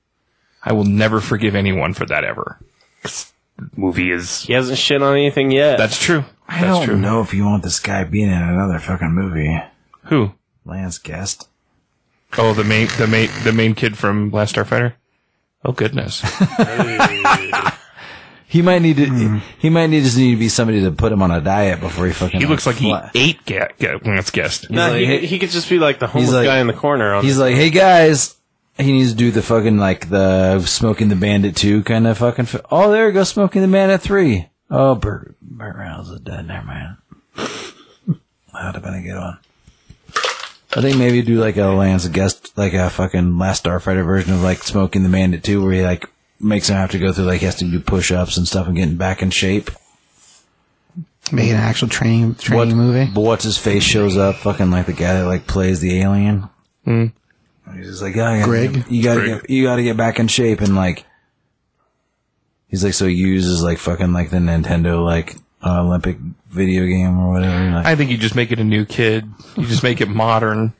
Speaker 3: I will never forgive anyone for that ever. 'Cause the Movie is
Speaker 4: He hasn't shit on anything yet.
Speaker 3: that's true.
Speaker 1: I
Speaker 3: That's
Speaker 1: don't
Speaker 3: true.
Speaker 1: know if you want this guy being in another fucking movie.
Speaker 3: Who?
Speaker 1: Lance Guest.
Speaker 3: Oh, the main, the main, the main kid from Last Starfighter. Oh goodness.
Speaker 1: He might need to. He might need just need to be somebody to put him on a diet before he fucking.
Speaker 3: He looks like he
Speaker 1: fly-
Speaker 3: ate ga- ga- Lance Guest.
Speaker 4: no,
Speaker 1: like-
Speaker 4: he, he could just be like the homeless
Speaker 1: like-
Speaker 4: guy in the corner. On
Speaker 1: He's like, hey guys, he needs to do the fucking like the smoking the bandit two kind of fucking. Fi- oh, there you go, smoking the bandit three. Oh, Burt Burt Reynolds is dead. Never mind. That'd have been a good one. I think maybe do like a Lance guest, like a fucking Last Starfighter version of like smoking the bandit two, where he like makes him have to go through like he has to do push ups and stuff and getting back in shape.
Speaker 2: made an actual training training movie.
Speaker 1: What's his face shows up, fucking like the guy that like plays the alien. Mm. He's just like, oh, yeah,
Speaker 2: Hmm. Greg?
Speaker 1: you gotta
Speaker 3: Greg.
Speaker 1: Get, you gotta get back in shape and like. He's like, so he uses like fucking like the Nintendo like uh, Olympic video game or whatever. Like,
Speaker 3: I think you just make it a new kid. You just make it modern,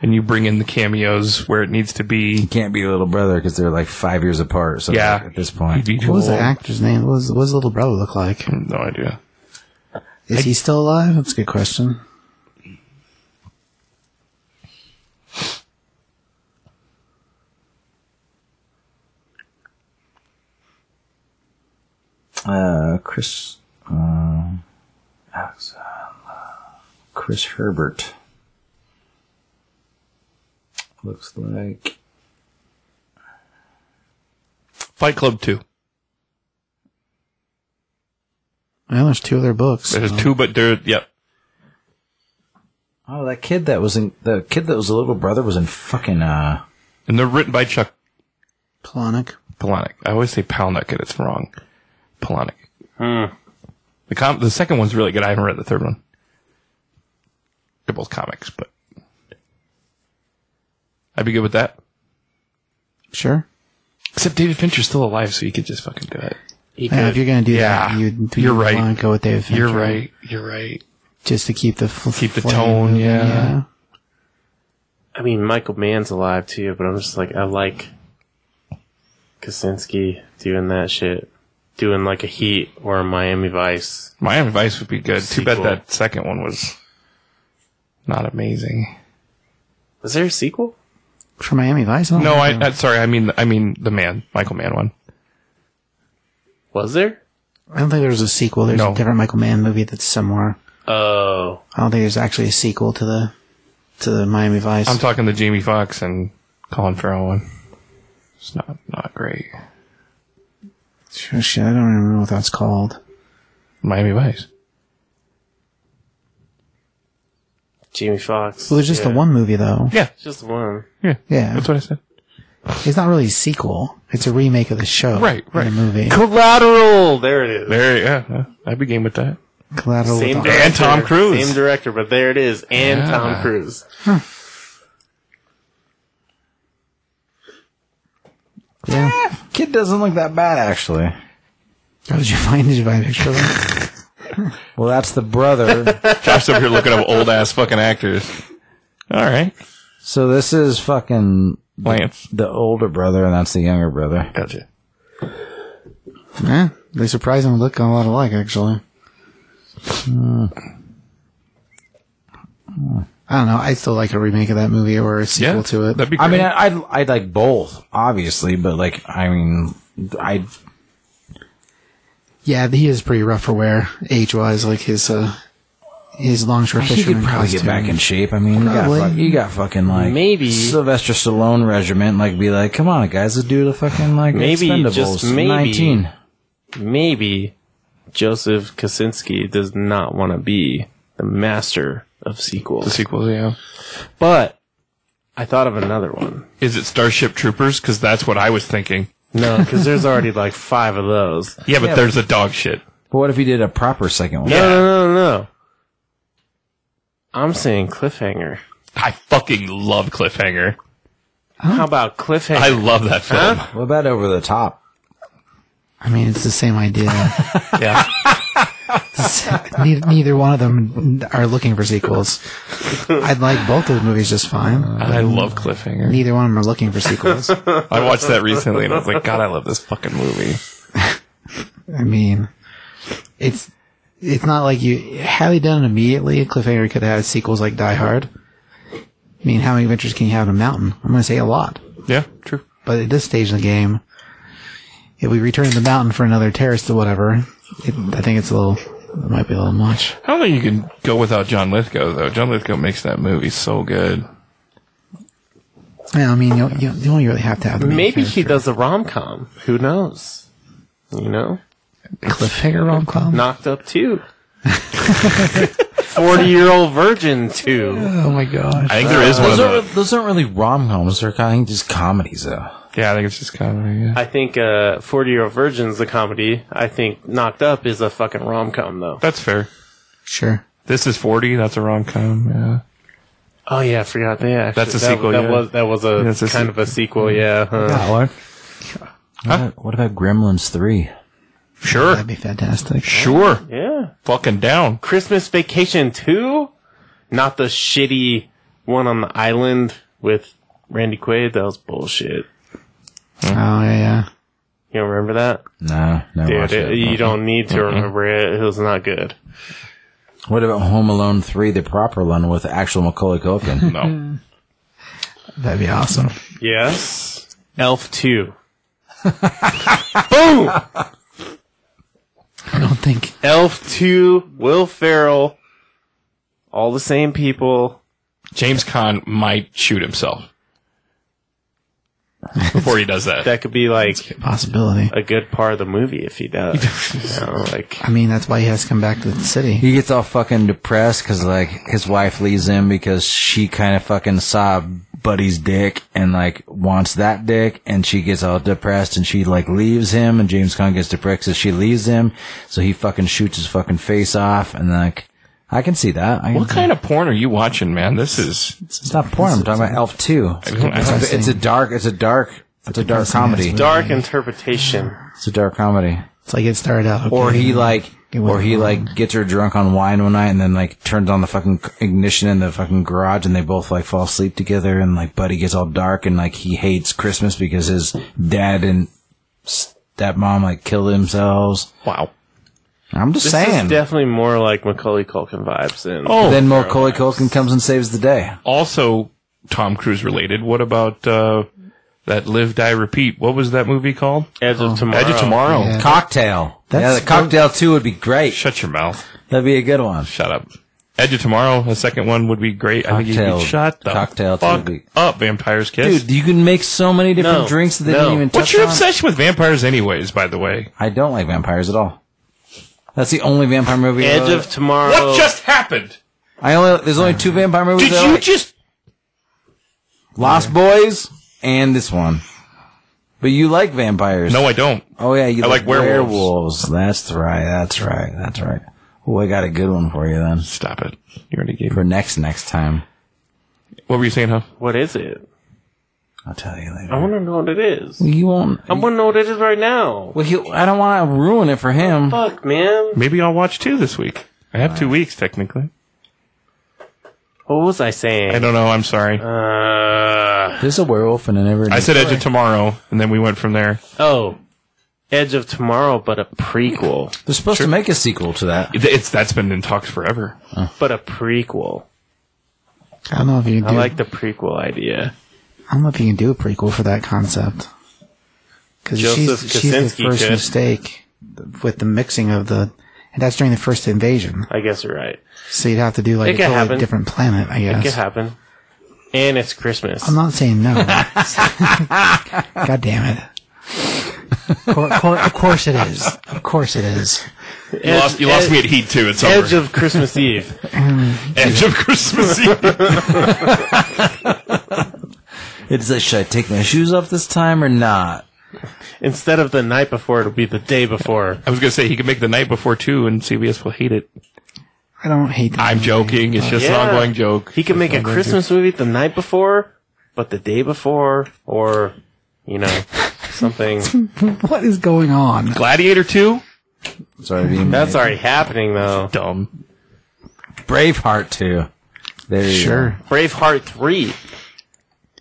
Speaker 3: and you bring in the cameos where it needs to be.
Speaker 1: can't be a little brother because they're like five years apart. So
Speaker 3: Yeah.
Speaker 1: like, at this point,
Speaker 3: You'd be
Speaker 2: What was the
Speaker 3: old.
Speaker 2: actor's name? What was what does little brother look like?
Speaker 3: No idea.
Speaker 2: Is he still alive? That's a good question.
Speaker 1: uh, Chris, uh, Alex, uh, Chris Herbert looks like
Speaker 3: Fight Club Two.
Speaker 2: Well, there's two other books.
Speaker 3: There's two, but there. Yep.
Speaker 1: Oh, that kid that was in the kid that was a little brother was in fucking uh
Speaker 3: And they're written by Chuck
Speaker 2: Plonic.
Speaker 3: Palahniuk. I always say Palahniuk, and it's wrong. Palahniuk. Hmm. The com- the second one's really good. I haven't read the third one. They're both comics, but I'd be good with that.
Speaker 2: Sure.
Speaker 3: Except David Fincher's still alive, so you could just fucking do it.
Speaker 4: He
Speaker 2: Yeah, if
Speaker 4: could-
Speaker 2: you're gonna do
Speaker 3: Yeah,
Speaker 2: that, you'd,
Speaker 3: you're
Speaker 2: you'd
Speaker 3: right.
Speaker 2: wanna go with David Fincher.
Speaker 3: You're right. You're right.
Speaker 2: Just to keep the fl-
Speaker 3: Keep the
Speaker 2: flame
Speaker 3: tone,
Speaker 2: moving,
Speaker 3: yeah.
Speaker 4: I mean, Michael Mann's alive too, but I'm just like, I like Kaczynski doing that shit, doing like a Heat or a Miami Vice.
Speaker 3: My advice would be good. Too
Speaker 4: Sequel.
Speaker 3: bad that second one was not amazing.
Speaker 4: Was there a sequel?
Speaker 2: For Miami Vice? I don't
Speaker 3: No,
Speaker 2: know.
Speaker 3: I, I sorry. I mean, I mean the man, Michael Mann one.
Speaker 4: Was there?
Speaker 2: I don't think there was a sequel. There's
Speaker 3: No.
Speaker 2: a different Michael Mann movie that's somewhere.
Speaker 4: Oh,
Speaker 2: I don't think there's actually a sequel to the to the Miami Vice.
Speaker 3: I'm talking the Jamie Foxx and Colin Farrell one. It's not not great.
Speaker 2: Sure, shit, I don't even remember what that's called.
Speaker 3: Miami Vice.
Speaker 4: Jamie Foxx.
Speaker 2: Well, there's just
Speaker 4: Yeah.
Speaker 2: the one movie though.
Speaker 3: Yeah,
Speaker 4: Just the one.
Speaker 3: yeah,
Speaker 2: Yeah.
Speaker 3: That's what I said.
Speaker 2: It's not really a sequel. It's a remake of the show.
Speaker 3: Right,
Speaker 2: in
Speaker 3: right.
Speaker 2: The movie.
Speaker 4: Collateral. There it is.
Speaker 3: There, yeah, yeah. I'd be game with that.
Speaker 2: Collateral.
Speaker 4: Same
Speaker 2: with
Speaker 4: director,
Speaker 3: And Tom Cruise.
Speaker 4: Same director, but there it is. And
Speaker 3: Yeah.
Speaker 4: Tom Cruise.
Speaker 2: all- Yeah.
Speaker 1: kid doesn't look that bad actually.
Speaker 2: Oh, did you find? Did you find a picture of it?
Speaker 1: Well, that's the brother.
Speaker 3: Josh's up here looking up old ass fucking actors. All right,
Speaker 1: so this is fucking
Speaker 3: Lance.
Speaker 1: the older brother, and that's the younger brother.
Speaker 3: Gotcha.
Speaker 2: yeah. They surprisingly look a lot alike, actually. Hmm. I don't know. I still like a remake of that movie or a sequel
Speaker 3: Yeah,
Speaker 2: to it.
Speaker 3: That'd be great.
Speaker 1: I mean, uh, I- I'd I'd like both, obviously, but like, I mean, I
Speaker 2: yeah, he is pretty rough for wear age wise. Like his uh, his longshore
Speaker 1: he
Speaker 2: fisherman
Speaker 1: could probably get
Speaker 2: costume.
Speaker 1: back in shape. I mean, you got,
Speaker 2: Probably.
Speaker 1: fuck, you got fucking like
Speaker 4: Maybe.
Speaker 1: Sylvester Stallone regiment. Like, be like, come on, guys, let's do the fucking like
Speaker 4: Maybe,
Speaker 1: Expendables
Speaker 4: just maybe.
Speaker 1: nineteen.
Speaker 4: Maybe Joseph Kaczynski does not want to be the master of
Speaker 3: the
Speaker 4: sequels.
Speaker 3: sequels. Yeah.
Speaker 4: But I thought of another one.
Speaker 3: Is it Starship Troopers? Because that's what I was thinking.
Speaker 4: No, because there's already like five of those.
Speaker 3: Yeah, but there's a dog shit.
Speaker 1: But what if he did a proper second one?
Speaker 4: No, no, no, no. I'm saying cliffhanger.
Speaker 3: I fucking love Cliffhanger.
Speaker 4: How about cliffhanger?
Speaker 3: I love that film.
Speaker 1: What about over the top?
Speaker 2: I mean, it's the same idea.
Speaker 3: Yeah.
Speaker 2: neither, neither one of them are looking for sequels. I'd like both of the movies just fine.
Speaker 3: Uh, I love Cliffhanger.
Speaker 2: Neither one of them are looking for sequels.
Speaker 3: I watched that recently and I was like, God, I love this fucking movie.
Speaker 2: I mean, it's it's not like you had they done it immediately. Cliffhanger could have had sequels like Die Hard. I mean, how many adventures can you have in a mountain? I'm going to say a lot.
Speaker 3: Yeah, true.
Speaker 2: But at this stage in the game, if we return to the mountain for another terrorist or whatever, it, I think it's a little. It might be a little much.
Speaker 3: I don't think you can go without John Lithgow, though. John Lithgow makes that movie so good.
Speaker 2: Yeah, I mean, you, you, you only really have to have the main
Speaker 4: Maybe he
Speaker 2: character.
Speaker 4: does a rom com. Who knows? You know?
Speaker 2: cliffhanger rom com.
Speaker 4: Knocked Up 2. 40 year old virgin 2.
Speaker 2: Oh my gosh.
Speaker 3: I think there is one of
Speaker 1: Those aren't,
Speaker 3: those.
Speaker 1: those aren't really rom coms. They're kind of just comedies, though.
Speaker 3: Yeah, I think it's just comedy. Yeah.
Speaker 4: I think uh, 40 year old virgin's a comedy. I think Knocked Up is a fucking rom com, though.
Speaker 3: That's fair.
Speaker 2: Sure.
Speaker 3: This is 40. That's a rom com. Yeah.
Speaker 4: Oh yeah, I forgot. Yeah, actually,
Speaker 3: That's a
Speaker 4: that-
Speaker 3: sequel,
Speaker 4: That
Speaker 3: yeah.
Speaker 4: was that was a
Speaker 3: That's a
Speaker 4: kind
Speaker 3: se-
Speaker 4: of a sequel. Yeah. huh.
Speaker 2: Lord.
Speaker 1: What, about, what about Gremlins 3?
Speaker 3: Sure.
Speaker 2: That'd be fantastic.
Speaker 3: Sure.
Speaker 4: Yeah.
Speaker 3: Fucking down.
Speaker 4: Christmas Vacation two, not the shitty one on the island with Randy Quaid. That was bullshit.
Speaker 2: Oh, yeah, yeah.
Speaker 4: You don't remember that?
Speaker 1: No, never
Speaker 4: Dude,
Speaker 1: watched
Speaker 4: it-
Speaker 1: it.
Speaker 4: you don't need to remember it. It was not good.
Speaker 1: What about Home Alone 3, the proper one with the actual Macaulay Culkin?
Speaker 3: No.
Speaker 2: That'd be awesome.
Speaker 4: Yes. Elf 2. Boom!
Speaker 2: I don't think.
Speaker 4: Elf 2, Will Ferrell, all the same people.
Speaker 3: James Conn might shoot himself before he does that.
Speaker 4: That could be like
Speaker 2: Possibility.
Speaker 4: a good part of the movie if he does. You know, like,
Speaker 2: I mean, that's why he has to come back to the city.
Speaker 1: he gets all fucking depressed because, like, his wife leaves him because she kind of fucking saw Buddy's dick and, like, wants that dick. And she gets all depressed and she, like, leaves him. And James Conn gets depressed because she leaves him. So he fucking shoots his fucking face off. And, like, I can see that. I can
Speaker 3: What
Speaker 1: see-
Speaker 3: kind of porn are you watching, man? This is
Speaker 1: It's not porn. I'm talking about Elf 2. It's, it's a dark, it's a dark, it's a dark comedy.
Speaker 4: dark interpretation.
Speaker 1: It's a dark comedy.
Speaker 2: It's like it started out.
Speaker 1: Or
Speaker 2: okay.
Speaker 1: he like,
Speaker 2: It was
Speaker 1: or he
Speaker 2: fun.
Speaker 1: like gets her drunk on wine one night and then like turns on the fucking ignition in the fucking garage and they both like fall asleep together and like Buddy gets all dark and like he hates Christmas because his dad and stepmom like killed themselves.
Speaker 3: wow.
Speaker 1: I'm just
Speaker 4: This
Speaker 1: saying.
Speaker 4: is definitely more like Macaulay Culkin vibes than
Speaker 3: Oh,
Speaker 1: then Macaulay Culkin comes and saves the day.
Speaker 3: also Tom Cruise related. What about uh, that Live Die Repeat? What was that movie called?
Speaker 4: Edge of Tomorrow.
Speaker 3: Edge of Tomorrow.
Speaker 2: Yeah.
Speaker 1: Cocktail.
Speaker 2: That's-
Speaker 1: yeah, the cocktail too would be great.
Speaker 3: Shut your mouth.
Speaker 1: That'd be a good one.
Speaker 3: Shut up. Edge of Tomorrow, the second one would be great. I think you
Speaker 1: Cocktail-
Speaker 3: could shut the
Speaker 1: cocktail
Speaker 3: fuck
Speaker 1: TV.
Speaker 3: up, Vampire's Kiss.
Speaker 1: Dude, you can make so many different
Speaker 4: No,
Speaker 1: drinks that they
Speaker 4: no.
Speaker 1: didn't even touch
Speaker 3: What's your
Speaker 1: on.
Speaker 3: obsession with vampires, anyways? By the way,
Speaker 1: I don't like vampires at all. That's the only vampire movie. I
Speaker 4: Edge
Speaker 1: really-
Speaker 4: of Tomorrow.
Speaker 3: what just happened?
Speaker 1: I only there's only two vampire movies.
Speaker 3: Did
Speaker 1: that I
Speaker 3: you
Speaker 1: like.
Speaker 3: just?
Speaker 1: Lost Boys and this one? But you like vampires?
Speaker 3: No, I don't.
Speaker 1: Oh yeah, you
Speaker 3: I
Speaker 1: like,
Speaker 3: like werewolves.
Speaker 1: werewolves. That's right. That's right. That's right. Well, I got a good one for you then
Speaker 3: Stop it. You already gave.
Speaker 1: for next next time.
Speaker 3: What were you saying, huh?
Speaker 4: what is it?
Speaker 1: I'll tell you later.
Speaker 4: I want to know what it is.
Speaker 1: you won't.
Speaker 4: I want to know what it is right now.
Speaker 1: well, he, I don't want to ruin it for him.
Speaker 4: Fuck, man.
Speaker 3: Maybe I'll watch two this week. I have two weeks technically.
Speaker 4: What was I
Speaker 3: I
Speaker 4: saying?
Speaker 3: don't know. I'm sorry.
Speaker 4: Uh,
Speaker 1: There's a werewolf and an everything.
Speaker 3: I said Edge of Tomorrow, and then we went from there.
Speaker 4: oh, Edge of Tomorrow, but a prequel.
Speaker 1: They're supposed to make a sequel to that.
Speaker 3: It- It's that's been in talks forever.
Speaker 4: But a prequel.
Speaker 2: I don't know if you can
Speaker 4: I
Speaker 2: do.
Speaker 4: like the prequel idea.
Speaker 2: I don't know if you can do a prequel for that concept. Because she's,
Speaker 4: Joseph
Speaker 2: she's the
Speaker 4: Kosinski
Speaker 2: first
Speaker 4: could.
Speaker 2: mistake with the mixing of the, and that's during the first invasion.
Speaker 4: I guess you're right.
Speaker 2: So you'd have to do like a
Speaker 4: It could
Speaker 2: totally
Speaker 4: happen.
Speaker 2: different planet, I
Speaker 4: It could
Speaker 2: guess.
Speaker 4: happen. And it's Christmas.
Speaker 2: I'm not saying no. God damn it. Cor- cor- of course it is. Of course it is.
Speaker 3: You lost, you lost me at Heat too. It's
Speaker 4: Edge
Speaker 3: over.
Speaker 4: of Christmas Eve.
Speaker 3: Edge of Christmas Eve.
Speaker 1: It's like, should I take my shoes off this time or not?
Speaker 4: Instead of the night before, it'll be the day before.
Speaker 3: I was gonna say he could make the night before two, and CBS will hate it.
Speaker 2: I don't hate that.
Speaker 3: I'm joking. It's just
Speaker 4: Yeah.
Speaker 3: an ongoing joke.
Speaker 4: He could make a Christmas movie the night before, but the day before, or, you know, something.
Speaker 2: What is going on?
Speaker 3: Gladiator two.
Speaker 1: Sorry, being
Speaker 4: That's already happening, though.
Speaker 3: Dumb.
Speaker 1: Braveheart too. There you go.
Speaker 2: Sure.
Speaker 4: Braveheart 3.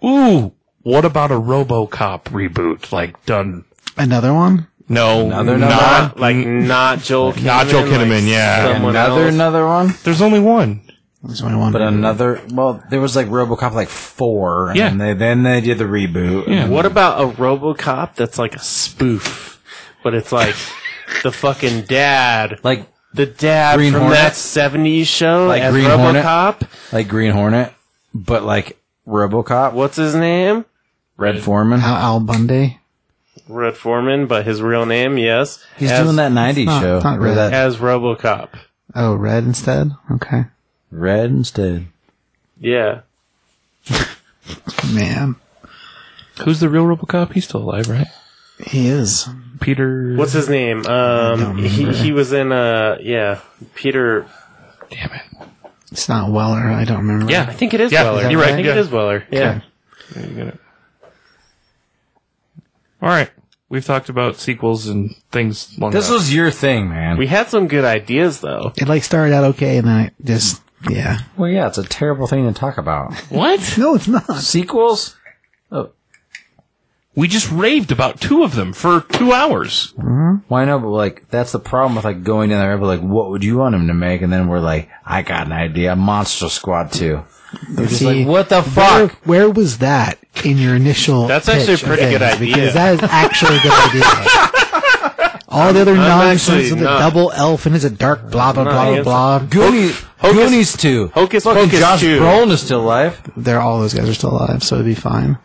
Speaker 3: Ooh. What about a RoboCop reboot? Like done. Mm,
Speaker 2: Another one?
Speaker 3: No,
Speaker 1: Another
Speaker 3: not
Speaker 4: Like, not Joel Kinnaman.
Speaker 3: Not Joel
Speaker 4: like
Speaker 3: Kinnaman, yeah.
Speaker 4: Someone
Speaker 1: Another
Speaker 4: else.
Speaker 1: another one.
Speaker 3: There's only one.
Speaker 2: There's only one.
Speaker 1: But another, well, there was like RoboCop like four,
Speaker 3: Yeah.
Speaker 1: and they, then they did the reboot.
Speaker 3: Yeah.
Speaker 4: What about a RoboCop that's like a spoof, but it's like the fucking dad, like
Speaker 1: like
Speaker 4: the dad
Speaker 1: Green
Speaker 4: from
Speaker 1: Hornet?
Speaker 4: that '70s show
Speaker 1: Like
Speaker 4: as
Speaker 1: Green Hornet?
Speaker 4: RoboCop.
Speaker 1: like Green Hornet, but like RoboCop,
Speaker 4: What's his name?
Speaker 1: Red Foreman.
Speaker 2: Al, Al Bundy?
Speaker 4: Red Foreman, but his real name, yes,
Speaker 1: He's
Speaker 4: as,
Speaker 1: doing that '90s
Speaker 2: not-
Speaker 1: show.
Speaker 2: it's not
Speaker 1: or
Speaker 2: Red.
Speaker 1: that
Speaker 4: as RoboCop.
Speaker 2: Oh, red instead? Okay.
Speaker 1: Red instead.
Speaker 4: Yeah,
Speaker 2: Man.
Speaker 3: Who's the real RoboCop? He's still alive, right?
Speaker 2: He is.
Speaker 3: Peter.
Speaker 4: what's his name? Um, he he was in uh yeah Peter
Speaker 3: Damn it.
Speaker 2: It's not Weller. I don't remember.
Speaker 4: Yeah, I think it is
Speaker 3: Yeah,
Speaker 4: Weller.
Speaker 3: you're right,
Speaker 4: I think it
Speaker 3: yeah.
Speaker 4: is Weller. Yeah.
Speaker 3: Yeah, you got it. All right. We've talked about sequels and things long
Speaker 1: This
Speaker 3: enough.
Speaker 1: was your thing, man.
Speaker 4: We had some good ideas though.
Speaker 2: It like started out okay, and then I just yeah.
Speaker 1: well, yeah, it's a terrible thing to talk about.
Speaker 3: What?
Speaker 2: No, it's not.
Speaker 1: Sequels?
Speaker 3: We just raved about two of them for two hours.
Speaker 1: Why no? But like, that's the problem with like going down there. and be Like, what would you want him to make? And then we're like, I got an idea. Monster Squad 2. You're just
Speaker 2: See,
Speaker 1: like, what the
Speaker 2: Where,
Speaker 1: fuck?
Speaker 2: where was that in your initial?
Speaker 4: That's actually a
Speaker 2: pitch of
Speaker 4: pretty good
Speaker 2: things?
Speaker 4: idea.
Speaker 2: Because that is actually a good idea. All the other nonsense
Speaker 4: actually
Speaker 2: of the
Speaker 4: not-
Speaker 2: double elf and it's a dark blah blah
Speaker 4: I
Speaker 2: blah
Speaker 4: am-
Speaker 2: blah blah.
Speaker 1: Goonies, Goonies 2.
Speaker 4: Hocus
Speaker 1: Fucking
Speaker 4: Pocus
Speaker 1: Josh
Speaker 4: 2.
Speaker 1: Brolin is still alive.
Speaker 2: They're all those guys are still alive, so it'd be fine.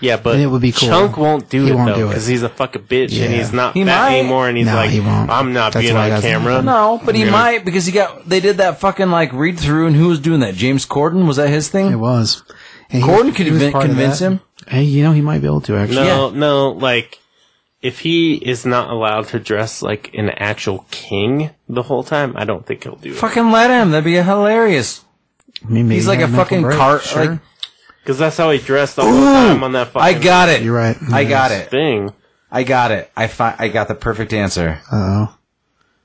Speaker 4: Yeah, but
Speaker 2: And it would be cool.
Speaker 4: Chunk won't do
Speaker 2: He
Speaker 4: it
Speaker 2: won't
Speaker 4: though
Speaker 2: do it.
Speaker 4: because he's a fucking bitch and
Speaker 2: Yeah.
Speaker 4: he's not
Speaker 1: He
Speaker 4: that
Speaker 1: might.
Speaker 4: anymore. And he's
Speaker 2: No,
Speaker 4: like,
Speaker 2: he won't.
Speaker 4: I'm not
Speaker 2: That's
Speaker 4: being
Speaker 2: why
Speaker 4: on
Speaker 2: it doesn't
Speaker 4: camera.
Speaker 2: happen.
Speaker 1: No, but he
Speaker 3: Yeah.
Speaker 1: might because he got. They did that fucking like read through, and who was doing that? James Corden was that his
Speaker 2: It
Speaker 1: thing?
Speaker 2: was. And he
Speaker 1: Gordon
Speaker 2: was- he
Speaker 1: convin-
Speaker 2: was part of
Speaker 1: convince
Speaker 2: that.
Speaker 1: him?
Speaker 2: Hey, you know he might be able to actually.
Speaker 4: No, no, like if he is not allowed to dress like an actual king the whole time, I don't think he'll do it.
Speaker 1: Fucking let him. That'd be hilarious.
Speaker 2: I mean, maybe
Speaker 1: He's like
Speaker 2: have
Speaker 1: a
Speaker 2: Michael
Speaker 1: fucking
Speaker 2: Burke,
Speaker 1: cart.
Speaker 2: Sure.
Speaker 1: Like,
Speaker 4: Because that's how he dressed the whole time on that
Speaker 1: I
Speaker 4: fucking
Speaker 1: got it.
Speaker 2: You're right.
Speaker 1: I got it.
Speaker 4: thing.
Speaker 1: I got it. I fi- I got the perfect answer.
Speaker 2: Oh,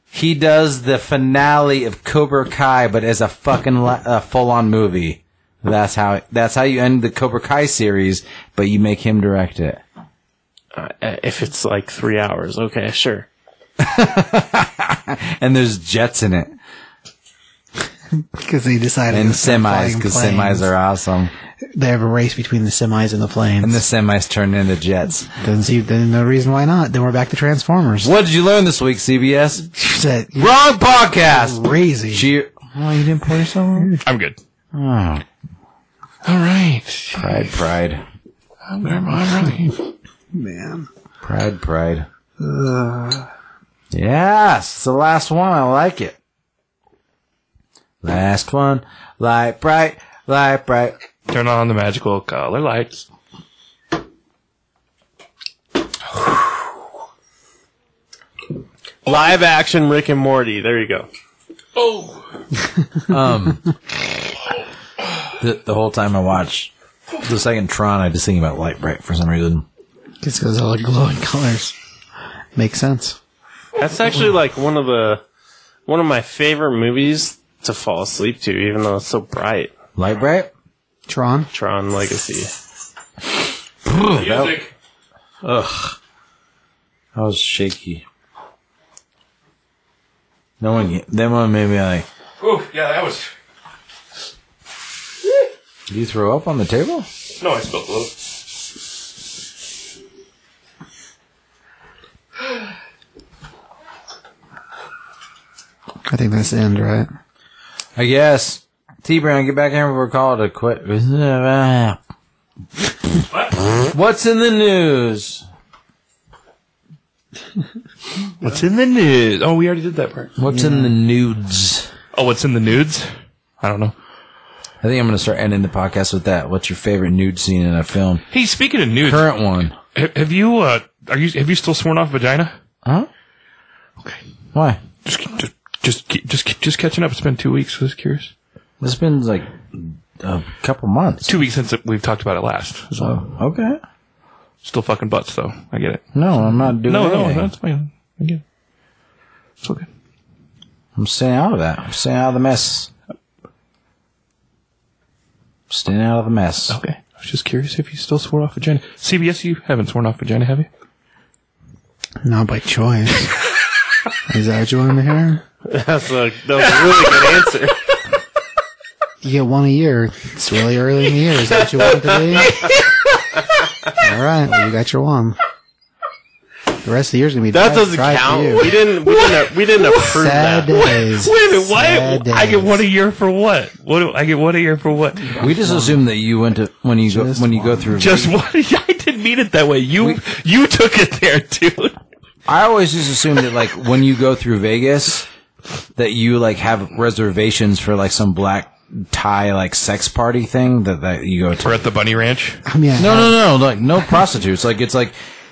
Speaker 1: He does the finale of Cobra Kai, but as a fucking la- uh, full-on movie. That's how. That's how you end the Cobra Kai series, but you make him direct it.
Speaker 4: Uh, if it's like three hours, okay, sure.
Speaker 1: And there's jets in it,
Speaker 2: because they decided
Speaker 1: and
Speaker 2: to start
Speaker 1: semis
Speaker 2: flying
Speaker 1: because
Speaker 2: planes.
Speaker 1: semis are awesome.
Speaker 2: They have a race between the semis and the planes.
Speaker 1: And the semis turn into jets.
Speaker 2: Doesn't see then no reason why not. Then we're back to Transformers.
Speaker 1: What did you learn this week, CBS?
Speaker 2: That- you're
Speaker 1: Wrong podcast.
Speaker 2: crazy.
Speaker 1: Cheer. Oh, you didn't play someone?
Speaker 3: I'm good.
Speaker 1: Oh,
Speaker 3: All right.
Speaker 1: pride, pride,
Speaker 3: I'm all right.
Speaker 2: man.
Speaker 1: pride, pride. Yes, it's the last one. I like it. Last one. Light bright, light bright.
Speaker 3: Turn on the magical color lights.
Speaker 4: Live action Rick and Morty. There you go.
Speaker 1: The, the whole time I watch the second Tron, I just think about light bright for some reason.
Speaker 2: It's because all the glowing colors. Makes sense.
Speaker 4: That's actually like one of the one of my favorite movies to fall asleep to, even though it's so bright.
Speaker 1: Light bright.
Speaker 2: Tron.
Speaker 4: Tron Legacy.
Speaker 1: That, that was shaky. No one. get- That one made me like.
Speaker 3: Oh, yeah, that was.
Speaker 1: Did you throw up on the table?
Speaker 3: No, I spilled a little.
Speaker 2: I think that's the end, right?
Speaker 1: I guess. T Brown, get back here before call it a quit. What's in the news?
Speaker 3: What's in the nudes? Oh, we already did that part.
Speaker 1: What's in the nudes?
Speaker 3: Oh, what's in the nudes? I don't know.
Speaker 1: I think I'm going to start ending the podcast with that. What's your favorite nude scene in a film?
Speaker 3: Hey, speaking of nudes,
Speaker 1: Current one.
Speaker 3: ha- have you uh, are you have you still sworn off vagina?
Speaker 1: Huh?
Speaker 3: Okay.
Speaker 1: Why?
Speaker 3: Just just just keep- just, keep- just catching up. It's been two weeks. I was curious.
Speaker 1: It's been like a couple months.
Speaker 3: Two weeks since we've talked about it last. So
Speaker 1: Oh, okay.
Speaker 3: still fucking butts though. I get it.
Speaker 1: No, I'm not doing
Speaker 3: No, no,
Speaker 1: anything.
Speaker 3: that's fine. I get it. It's okay.
Speaker 1: I'm staying out of that. I'm staying out of the mess. Staying out of the mess.
Speaker 3: Okay. I was just curious if you still swore off vagina. CBS, you haven't sworn off vagina, have you?
Speaker 2: Not by choice. Is that what you want to hear?
Speaker 4: That's a that was a really good answer.
Speaker 2: You get one a year. It's really early in the year. Is that what you want it to be? all right. Well, you got your one. The rest of the year's gonna be
Speaker 4: That
Speaker 2: dry-
Speaker 4: doesn't
Speaker 2: dry for
Speaker 4: count.
Speaker 2: you.
Speaker 4: We didn't. We didn't. We didn't approve
Speaker 2: Sad
Speaker 4: that.
Speaker 2: days. Sad days.
Speaker 3: a year for what? What do I get one a year for what?
Speaker 1: We just assume that you went to when you go,
Speaker 2: Just
Speaker 1: when you go through
Speaker 3: Just one. I didn't mean it that way. You you took it there, dude.
Speaker 1: I always just assume that like when you go through Vegas, that you like have reservations for like some black tie like sex party thing that, that you go to.
Speaker 3: We're at the bunny ranch.
Speaker 2: I mean, I-
Speaker 1: No, no, no, like no prostitutes. Like it's like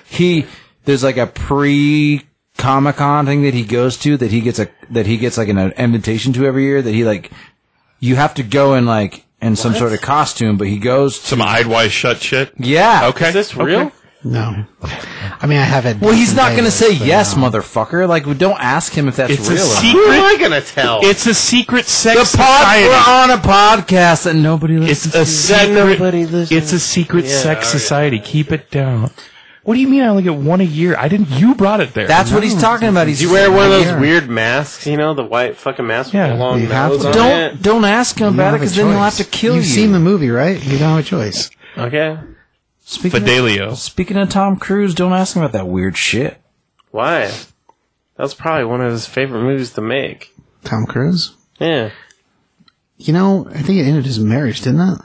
Speaker 1: he there's like a pre Comic Con thing that he goes to that he gets a that he gets like an invitation to every year that he like you have to go in like in some sort of costume, but he goes to
Speaker 3: Some eyed wise shut shit.
Speaker 1: yeah
Speaker 3: Okay.
Speaker 4: Is this
Speaker 3: okay.
Speaker 4: real?
Speaker 2: No. I mean, I have it.
Speaker 1: Well, he's not going to say yes, motherfucker. Like, don't ask him if that's
Speaker 3: It's
Speaker 1: real. or
Speaker 3: a
Speaker 1: not.
Speaker 4: Who am
Speaker 3: secret.
Speaker 4: I gonna tell?
Speaker 3: It's a secret sex
Speaker 1: The pod,
Speaker 3: society.
Speaker 1: we're on a podcast that nobody
Speaker 3: It's
Speaker 1: listens
Speaker 3: a
Speaker 4: That
Speaker 3: secret.
Speaker 4: nobody listens.
Speaker 3: It's a secret sex
Speaker 4: alright.
Speaker 3: society. Keep it down. What do you mean I only get one a year? I didn't. You brought it there.
Speaker 1: That's what he's talking about. He's
Speaker 4: Do you wear one of those weird masks? You know, the white fucking mask
Speaker 3: Yeah,
Speaker 4: with the long
Speaker 2: you have
Speaker 4: nose
Speaker 2: to.
Speaker 4: on
Speaker 1: Don't don't ask him about it
Speaker 2: have a
Speaker 1: because then he'll have
Speaker 2: choice.
Speaker 1: to kill
Speaker 2: You've
Speaker 1: you.
Speaker 2: seen the movie, right? You don't have a choice.
Speaker 4: it. Okay.
Speaker 1: speaking Of,
Speaker 3: Fidelio.
Speaker 1: speaking of Tom Cruise, don't ask him about that weird shit.
Speaker 4: Why? That was probably one of his favorite movies to make.
Speaker 2: Tom Cruise.
Speaker 4: Yeah.
Speaker 2: You know, I think it ended his marriage, didn't it?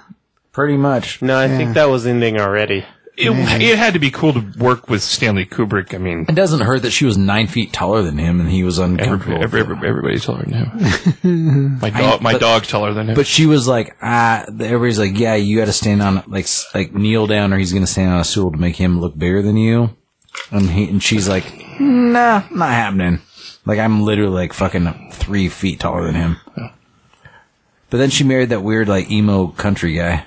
Speaker 1: Pretty much.
Speaker 4: No, I
Speaker 2: Yeah.
Speaker 4: think that was ending already.
Speaker 3: It, it had to be cool to work with Stanley Kubrick. I mean,
Speaker 1: It doesn't hurt that she was nine feet taller than him and he was uncomfortable.
Speaker 3: every, every, every- everybody's taller than him. my dog, my
Speaker 1: but-
Speaker 3: dog's taller than him.
Speaker 1: but she was like, ah, everybody's like, yeah, you got to stand on, like, s- like kneel down, or he's gonna stand on a stool to make him look bigger than you. And he and she's like, nah, not happening. Like I'm literally like fucking three feet taller than him. But then she married that weird like emo country guy,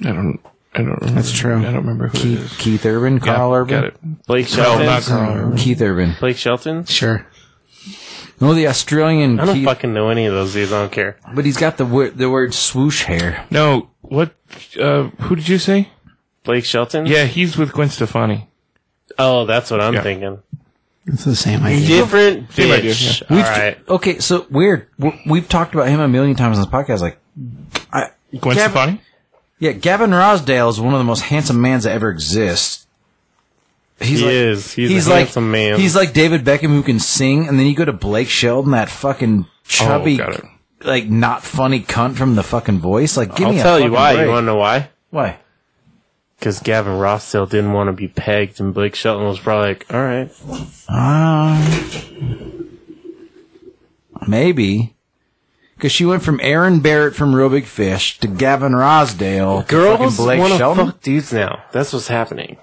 Speaker 3: I don't. I don't. Remember. That's
Speaker 2: true.
Speaker 3: I don't remember who it is.
Speaker 1: Keith Urban, Carl
Speaker 3: Yeah,
Speaker 1: Urban,
Speaker 3: Got it.
Speaker 4: Blake Shelton.
Speaker 3: Well, not Carl Urban.
Speaker 1: Keith Urban.
Speaker 4: Blake Shelton?
Speaker 2: Sure.
Speaker 1: No, the Australian
Speaker 4: I don't
Speaker 1: Keith,
Speaker 4: fucking know any of those dudes. I don't care.
Speaker 1: but he's got the word the word swoosh hair.
Speaker 3: No. What? Uh, who did you say?
Speaker 4: Blake Shelton?
Speaker 3: Yeah, he's with Gwen Stefani.
Speaker 4: Oh, that's what I'm
Speaker 3: Yeah.
Speaker 4: thinking.
Speaker 2: It's the same idea.
Speaker 4: Different
Speaker 3: Same idea,
Speaker 4: bitch.
Speaker 1: We've-
Speaker 4: All right.
Speaker 1: Okay, so weird. We- We've talked about him a million times on this podcast. Like, I,
Speaker 3: Gwen
Speaker 1: Gavin-
Speaker 3: Stefani.
Speaker 1: Yeah, Gavin Rosdale is one of the most handsome mans that ever exists. He's
Speaker 4: He is. He's a handsome
Speaker 1: like,
Speaker 4: man.
Speaker 1: He's like David Beckham who can sing, and then you go to Blake Sheldon, that fucking
Speaker 4: Oh,
Speaker 1: chubby,
Speaker 3: got it.
Speaker 1: like not funny cunt from the fucking voice. Like, give
Speaker 4: I'll
Speaker 1: me a
Speaker 4: tell you
Speaker 1: fucking
Speaker 4: why.
Speaker 1: break.
Speaker 4: You want to know why?
Speaker 1: why?
Speaker 4: Because Gavin Rossdale didn't want to be pegged, and Blake Shelton was probably like, all right.
Speaker 1: Maybe because she went from Aaron Barrett from Real Big Fish to Gavin Rosdale, to fucking
Speaker 4: Girls
Speaker 1: Blake
Speaker 4: want to
Speaker 1: Shelton.
Speaker 4: fuck dudes now. That's what's happening.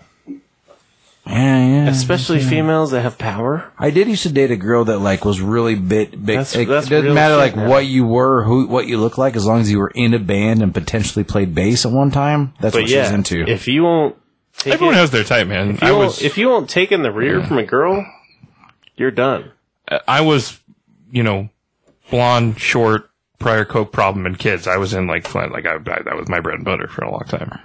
Speaker 1: yeah, yeah.
Speaker 4: Especially females that have power.
Speaker 1: I did used to date a girl that like was really bit big.
Speaker 4: That's-
Speaker 1: it
Speaker 4: that's
Speaker 1: doesn't
Speaker 4: real
Speaker 1: matter like
Speaker 4: shit now.
Speaker 1: what you were, who, what you looked like, as long as you were in a band and potentially played bass at one time. That's
Speaker 4: But
Speaker 1: what
Speaker 4: yeah,
Speaker 1: she's into.
Speaker 4: if you won't take
Speaker 3: Everyone
Speaker 4: it,
Speaker 3: has their type, man.
Speaker 4: if you,
Speaker 3: I
Speaker 4: won't,
Speaker 3: was.
Speaker 4: if you won't take in the rear from a girl, you're done.
Speaker 3: uh, I was. You know, blonde, short, prior coke problem, and kids. I was in like Flint. Like I, I that was my bread and butter for a long time.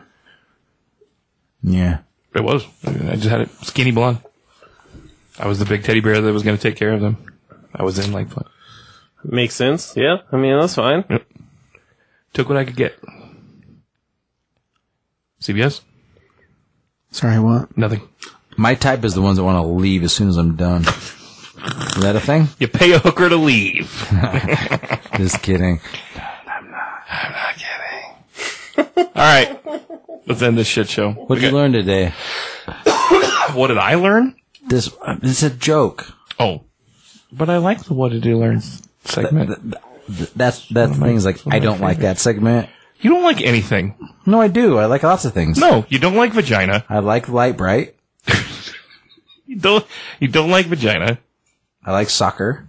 Speaker 1: yeah,
Speaker 3: It was. I just had it skinny blonde. I was the big teddy bear that was going to take care of them. I was in like Flint.
Speaker 4: Makes sense. Yeah. I mean, that's fine.
Speaker 3: Took what I could get. CBS?
Speaker 2: Sorry, what?
Speaker 3: Nothing.
Speaker 1: my type is the ones that want to leave as soon as I'm done. Is that a thing?
Speaker 3: You pay a hooker to leave.
Speaker 1: Just kidding.
Speaker 3: All right. Let's end this shit show.
Speaker 1: What did you learn today?
Speaker 3: What did I learn?
Speaker 1: This uh, it's a joke.
Speaker 3: Oh. But I like the what did you learn segment.
Speaker 1: Th- That's that's things like I don't like that segment.
Speaker 3: you don't like anything.
Speaker 1: No, I do. I like lots of things.
Speaker 3: No, you don't like vagina.
Speaker 1: I like light bright.
Speaker 3: You don't, you don't like vagina.
Speaker 1: I like soccer.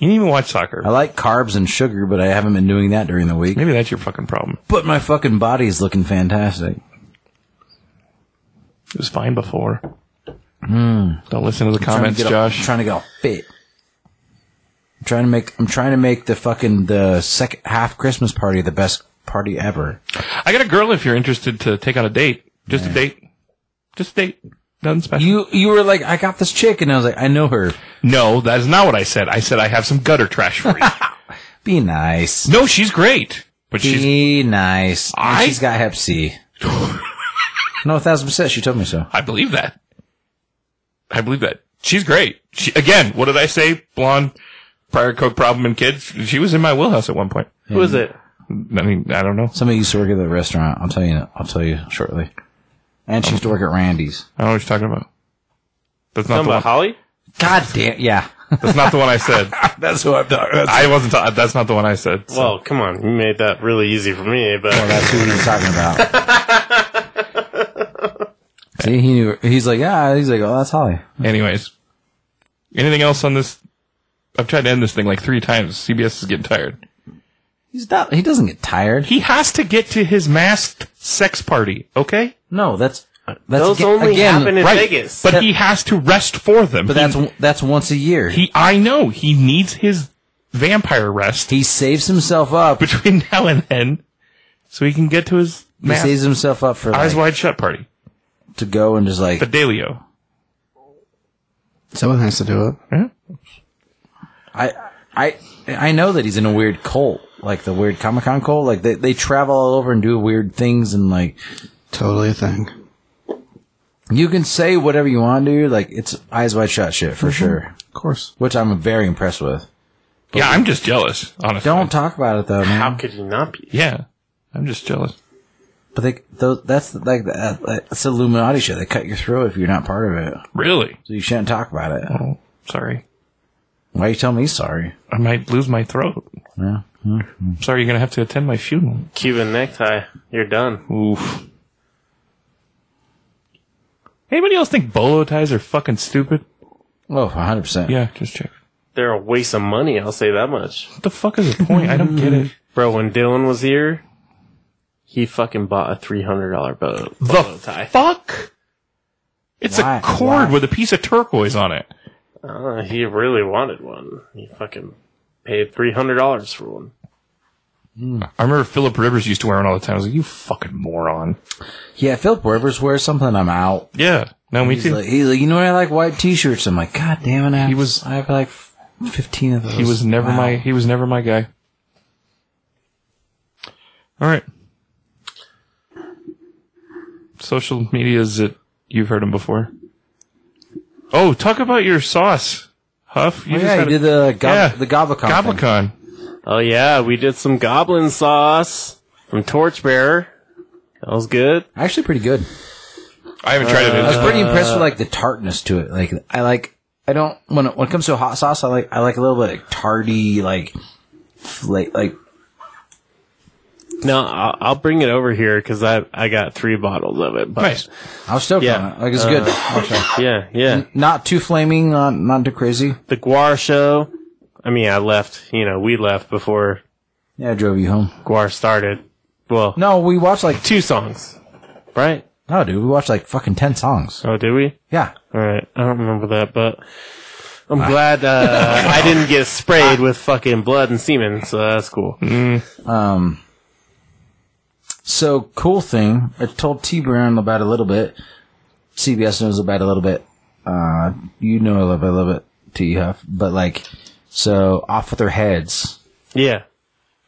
Speaker 3: You didn't even watch soccer.
Speaker 1: I like carbs and sugar, but I haven't been doing that during the week.
Speaker 3: Maybe that's your fucking problem.
Speaker 1: But my fucking body is looking fantastic.
Speaker 3: It was fine before. Don't listen Hmm. to the
Speaker 1: trying to
Speaker 3: comments,
Speaker 1: get all-
Speaker 3: Josh.
Speaker 1: trying to get all fit. I'm trying to make. I'm trying to make the fucking the second half Christmas party the best party ever.
Speaker 3: I got a girl if you're interested to take on a date. Just a date. Just a date. Nothing special.
Speaker 1: You you were like, I got this chick, and I was like, I know her.
Speaker 3: no, that is not what I said. I said I have some gutter trash for you.
Speaker 1: Be nice.
Speaker 3: no, she's great. But she's.
Speaker 1: Be nice. And
Speaker 3: I-
Speaker 1: she's got Hep C. no, a thousand percent. She told me so.
Speaker 3: I believe that. I believe that. She's great. She, again, what did I say? Blonde, prior coke problem and kids. She was in my wheelhouse at one point.
Speaker 4: Who is it?
Speaker 3: I mean, I don't know.
Speaker 1: Somebody used to work at the restaurant. I'll tell you. I'll tell you shortly. And she used to work at Randy's.
Speaker 3: I don't know what you're talking about. That's not
Speaker 4: Talking
Speaker 3: the
Speaker 4: about
Speaker 3: one.
Speaker 4: Holly?
Speaker 1: God damn. Yeah.
Speaker 3: That's not the one I said.
Speaker 1: That's who I'm talking. That's,
Speaker 3: I wasn't. Ta- that's not the one I said. So.
Speaker 4: Well, come on. You made that really easy for me, but
Speaker 1: that's who we were talking about. See, he knew. He's like, yeah. He's like, oh, that's Holly.
Speaker 3: Anyways, anything else on this? I've tried to end this thing like three times. CBS is getting tired.
Speaker 1: He's not. He doesn't get tired.
Speaker 3: He has to get to his masked sex party, okay?
Speaker 1: No, that's that's
Speaker 4: Those
Speaker 1: aga-
Speaker 4: only
Speaker 1: again,
Speaker 4: happen in
Speaker 3: right.
Speaker 4: Vegas.
Speaker 3: But he has to rest for them.
Speaker 1: But that's that's once a year.
Speaker 3: he. I know he needs his vampire rest
Speaker 1: He saves himself up.
Speaker 3: between now and then, so he can get to his
Speaker 1: He
Speaker 3: masked
Speaker 1: saves himself up for
Speaker 3: eyes
Speaker 1: like,
Speaker 3: wide shut party.
Speaker 1: to go and just like
Speaker 3: Fidelio.
Speaker 2: Someone has to do it.
Speaker 1: I I I know that he's in a weird cult, like the weird Comic Con cult. Like they they travel all over and do weird things and like
Speaker 2: Totally a thing.
Speaker 1: you can say whatever you want to. Like it's eyes wide shut shit
Speaker 4: Mm-hmm.
Speaker 1: for sure,
Speaker 2: Of course.
Speaker 1: which I'm very impressed with.
Speaker 3: Yeah, I'm just jealous. Honestly,
Speaker 1: Don't talk about it though, man.
Speaker 4: How could he not be?
Speaker 3: Yeah, I'm just jealous.
Speaker 1: But they, those, that's like the, uh, uh, it's Illuminati shit. They cut your throat if you're not part of it,
Speaker 3: Really?
Speaker 1: so you shouldn't talk about it.
Speaker 3: Oh, sorry.
Speaker 1: Why you tell me sorry?
Speaker 3: I might lose my throat.
Speaker 1: Yeah. Mm-hmm.
Speaker 3: Sorry, you're gonna have to attend my funeral.
Speaker 4: Cuban necktie. You're done.
Speaker 3: Oof. Anybody else think bolo ties are fucking stupid?
Speaker 1: Oh, 100 percent.
Speaker 3: Yeah, just check.
Speaker 4: They're a waste of money. I'll say that much.
Speaker 3: What the fuck is the point? I don't get it.
Speaker 4: Bro, when Dylan was here, he fucking bought a three hundred dollar boat.
Speaker 3: The
Speaker 4: tie.
Speaker 3: fuck? It's
Speaker 1: Why?
Speaker 3: a cord
Speaker 1: Why?
Speaker 3: with a piece of turquoise on it.
Speaker 4: Uh, he really wanted one. He fucking paid three hundred dollars for one.
Speaker 1: Hmm.
Speaker 3: I remember Philip Rivers used to wear one all the time. I was like, you fucking moron.
Speaker 1: Yeah, Philip Rivers wears something. I'm out.
Speaker 3: Yeah. No, me
Speaker 1: He's
Speaker 3: too.
Speaker 1: like, he's like, you know what? I like white t-shirts. I'm like, God damn it! I he was. I have like 15 of those.
Speaker 3: he was never
Speaker 1: Wow.
Speaker 3: my he was never my guy. Alright. Social medias that you've heard him before. Oh, talk about your sauce, Huff. You
Speaker 1: Oh, yeah, he
Speaker 3: had
Speaker 1: did the gob-
Speaker 3: Yeah.
Speaker 1: the Goblicon. thing.
Speaker 3: Goblicon.
Speaker 4: Oh yeah, we did some goblin sauce from Torchbearer. That was good.
Speaker 1: Actually, pretty good.
Speaker 3: I haven't tried
Speaker 1: I was
Speaker 3: it.
Speaker 1: pretty impressed with like the tartness to it. Like I like I don't when it, when it comes to hot sauce, I like I like a little bit of tarty like fla- like
Speaker 4: No, I'll, I'll bring it over here because I I got three bottles of it. But
Speaker 3: Nice.
Speaker 1: I was stoked
Speaker 4: Yeah.
Speaker 1: on it. Like it's good. Okay.
Speaker 4: yeah, yeah.
Speaker 1: Not too flaming, not not too crazy.
Speaker 4: The Guar show. I mean, I left. You know, we left before
Speaker 1: Yeah, I drove you home.
Speaker 4: Guar started. Well,
Speaker 1: No, we watched like
Speaker 4: two songs, right?
Speaker 1: no, dude, we watched like fucking ten songs.
Speaker 4: Oh, did we?
Speaker 1: Yeah,
Speaker 4: All right, I don't remember that, but I'm
Speaker 3: Ah.
Speaker 4: glad uh, I didn't get sprayed with fucking blood and semen, so that's cool.
Speaker 3: Mm-hmm.
Speaker 1: So cool thing, I told T Brown about it a little bit. CBS knows about it a little bit. Uh, you know a little bit, a little bit, T Huff. But like, so off with their heads
Speaker 4: Yeah,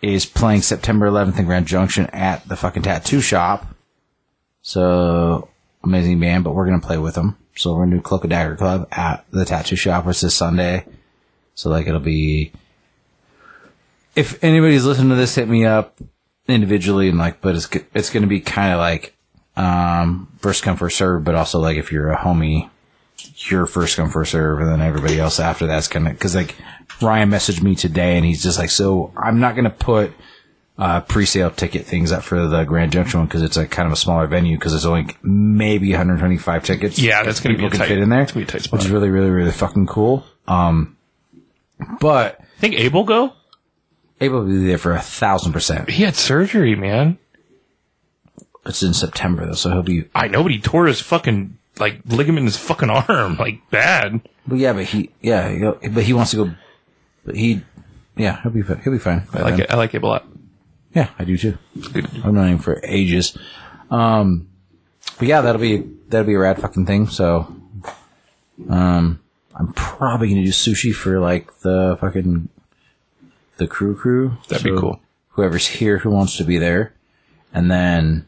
Speaker 1: is playing September 11th in Grand Junction at the fucking tattoo shop. So amazing band, but we're gonna play with them. So we're gonna do Cloak and Dagger Club at the tattoo shop, which is Sunday. So like it'll be. If anybody's listening to this, hit me up individually and like, but it's g- it's gonna be kind of like um first come first serve, but also like if you're a homie, you're first come first serve, and then everybody else after that's gonna because like Ryan messaged me today and he's just like, so I'm not gonna put uh, pre-sale ticket things up for the Grand Junction one because it's a kind of a smaller venue because there's only maybe 125 tickets.
Speaker 3: Yeah, that's gonna be
Speaker 1: people
Speaker 3: a
Speaker 1: can
Speaker 3: tight-
Speaker 1: fit in there.
Speaker 3: it's gonna be a tight spot.
Speaker 1: Which is really, really, really fucking cool. Um, but
Speaker 3: Think Abel go?
Speaker 1: Abel will be there for a thousand percent.
Speaker 3: He had surgery, man.
Speaker 1: It's in September though, so he'll be.
Speaker 3: I know, but he tore his fucking like ligament in his fucking arm, like bad.
Speaker 1: But yeah, but he, yeah, he'll- but he wants to go. But he, yeah, he'll be fi- he'll be fine. by
Speaker 3: I like
Speaker 1: then.
Speaker 3: it. I like Abel a lot.
Speaker 1: Yeah, I do too. I've known him for ages. Um, but yeah, that'll be that'll be a rad fucking thing. So, um, I'm probably gonna do sushi for like the fucking the crew crew.
Speaker 3: That'd be cool.
Speaker 1: Whoever's here who wants to be there, and then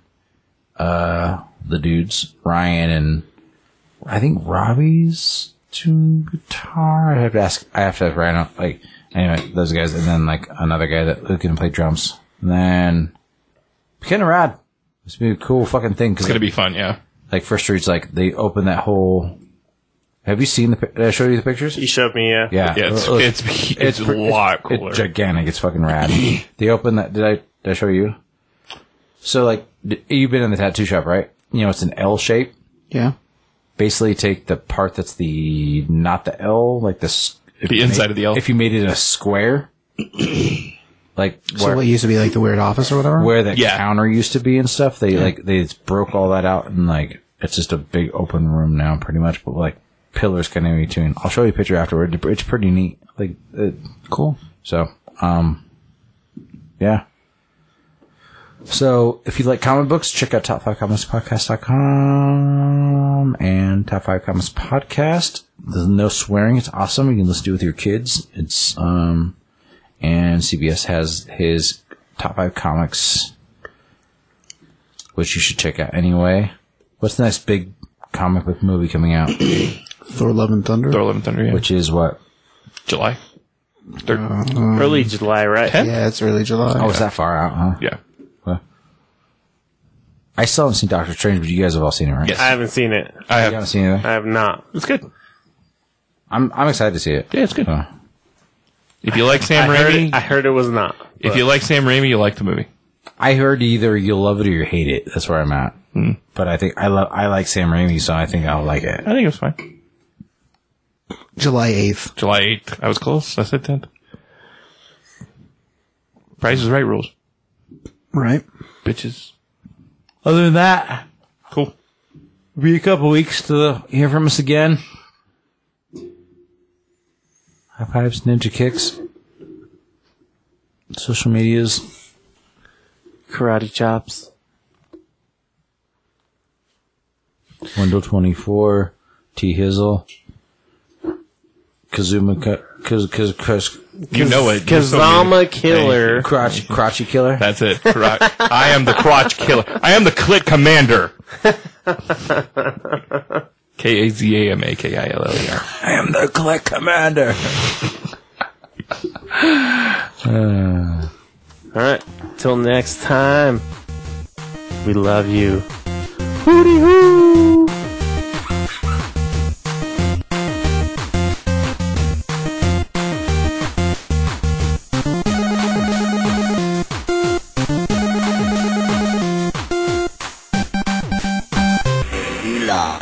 Speaker 1: uh the dudes Ryan and I think Robbie's doing guitar. I have to ask. I have to have Ryan. on- Like anyway, those guys, and then like another guy that who can play drums. And then kind of rad. It's gonna be a cool fucking thing because
Speaker 3: It's gonna be fun. Yeah.
Speaker 1: like First Street's like they open that whole. Have you seen the? pi- Did I show you the pictures?
Speaker 4: you showed me. uh, Yeah,
Speaker 1: Yeah,
Speaker 3: Yeah. It's
Speaker 1: Look,
Speaker 3: it's, it's, a
Speaker 1: pre-
Speaker 3: lot
Speaker 1: it's
Speaker 3: cooler.
Speaker 1: gigantic. It's fucking rad. they open that. Did I? Did I show you? So like, d- you've been in the tattoo shop, right? You know, it's an L shape.
Speaker 2: Yeah.
Speaker 1: Basically, take the part that's the not the L, like the s- if
Speaker 3: The
Speaker 1: you
Speaker 3: inside
Speaker 1: made-
Speaker 3: of the L.
Speaker 1: If you made it a square, like
Speaker 2: So
Speaker 1: where,
Speaker 2: what used to be like the weird office or whatever?
Speaker 1: where the
Speaker 3: Yeah.
Speaker 1: counter used to be and stuff, they like they broke all that out and like it's just a big open room now, pretty much. But like pillars kind of between. I'll show you a picture afterward. It's pretty neat. Like it,
Speaker 2: cool.
Speaker 1: so, um, yeah. So, if you like comic books, check out top5comicspodcast.com and Top 5 Comics Podcast. There's no swearing. It's awesome. You can listen to it with your kids. It's, um, and CBS has his Top 5 Comics, which you should check out anyway. What's the next big comic book movie coming out?
Speaker 2: Thor Love and Thunder.
Speaker 3: Thor: Love and Thunder. Yeah.
Speaker 1: which is what?
Speaker 3: July. Thir-
Speaker 4: Early July, right?
Speaker 3: Mm. Ten?
Speaker 2: Yeah, it's early July.
Speaker 1: Oh, it's that far out, huh?
Speaker 3: yeah.
Speaker 1: I still haven't seen Doctor Strange, but you guys have all seen it, right?
Speaker 3: Yes.
Speaker 4: I haven't seen it.
Speaker 3: I
Speaker 1: You haven't
Speaker 3: have.
Speaker 1: seen it.
Speaker 4: I have not.
Speaker 3: It's good.
Speaker 1: I'm I'm excited to see it. Uh,
Speaker 3: Yeah, it's good.
Speaker 1: So,
Speaker 3: If you like Sam
Speaker 4: I heard
Speaker 3: Raimi,
Speaker 4: it, I heard it was not.
Speaker 3: if you like Sam Raimi, you like the movie.
Speaker 1: I heard either you'll love it or you hate it. That's where I'm at. But I think I love I like Sam Raimi, so I think I'll like it.
Speaker 3: I think it was fine.
Speaker 2: July 8th.
Speaker 3: July eighth. I was close. I said tenth. Price is right rules,
Speaker 2: Right.
Speaker 3: bitches.
Speaker 1: Other than that,
Speaker 3: Cool.
Speaker 1: be a couple weeks to hear from us again. High fives, ninja kicks, social medias.
Speaker 4: Karate chops.
Speaker 1: Wendell twenty four, T Hizzle, Kazuma, Ka- Kaz, Kaz, Kaz,
Speaker 3: You know it. You're so mean.
Speaker 4: Kazama Killer.
Speaker 1: Crotch, Crotchy Killer.
Speaker 3: That's it. Crotch. I am the crotch killer. I am the clit commander. K A Z A M A K I L L E R.
Speaker 1: I am the Click Commander.
Speaker 4: All right. Till next time. We love you. Hooty hoo.
Speaker 5: Hula.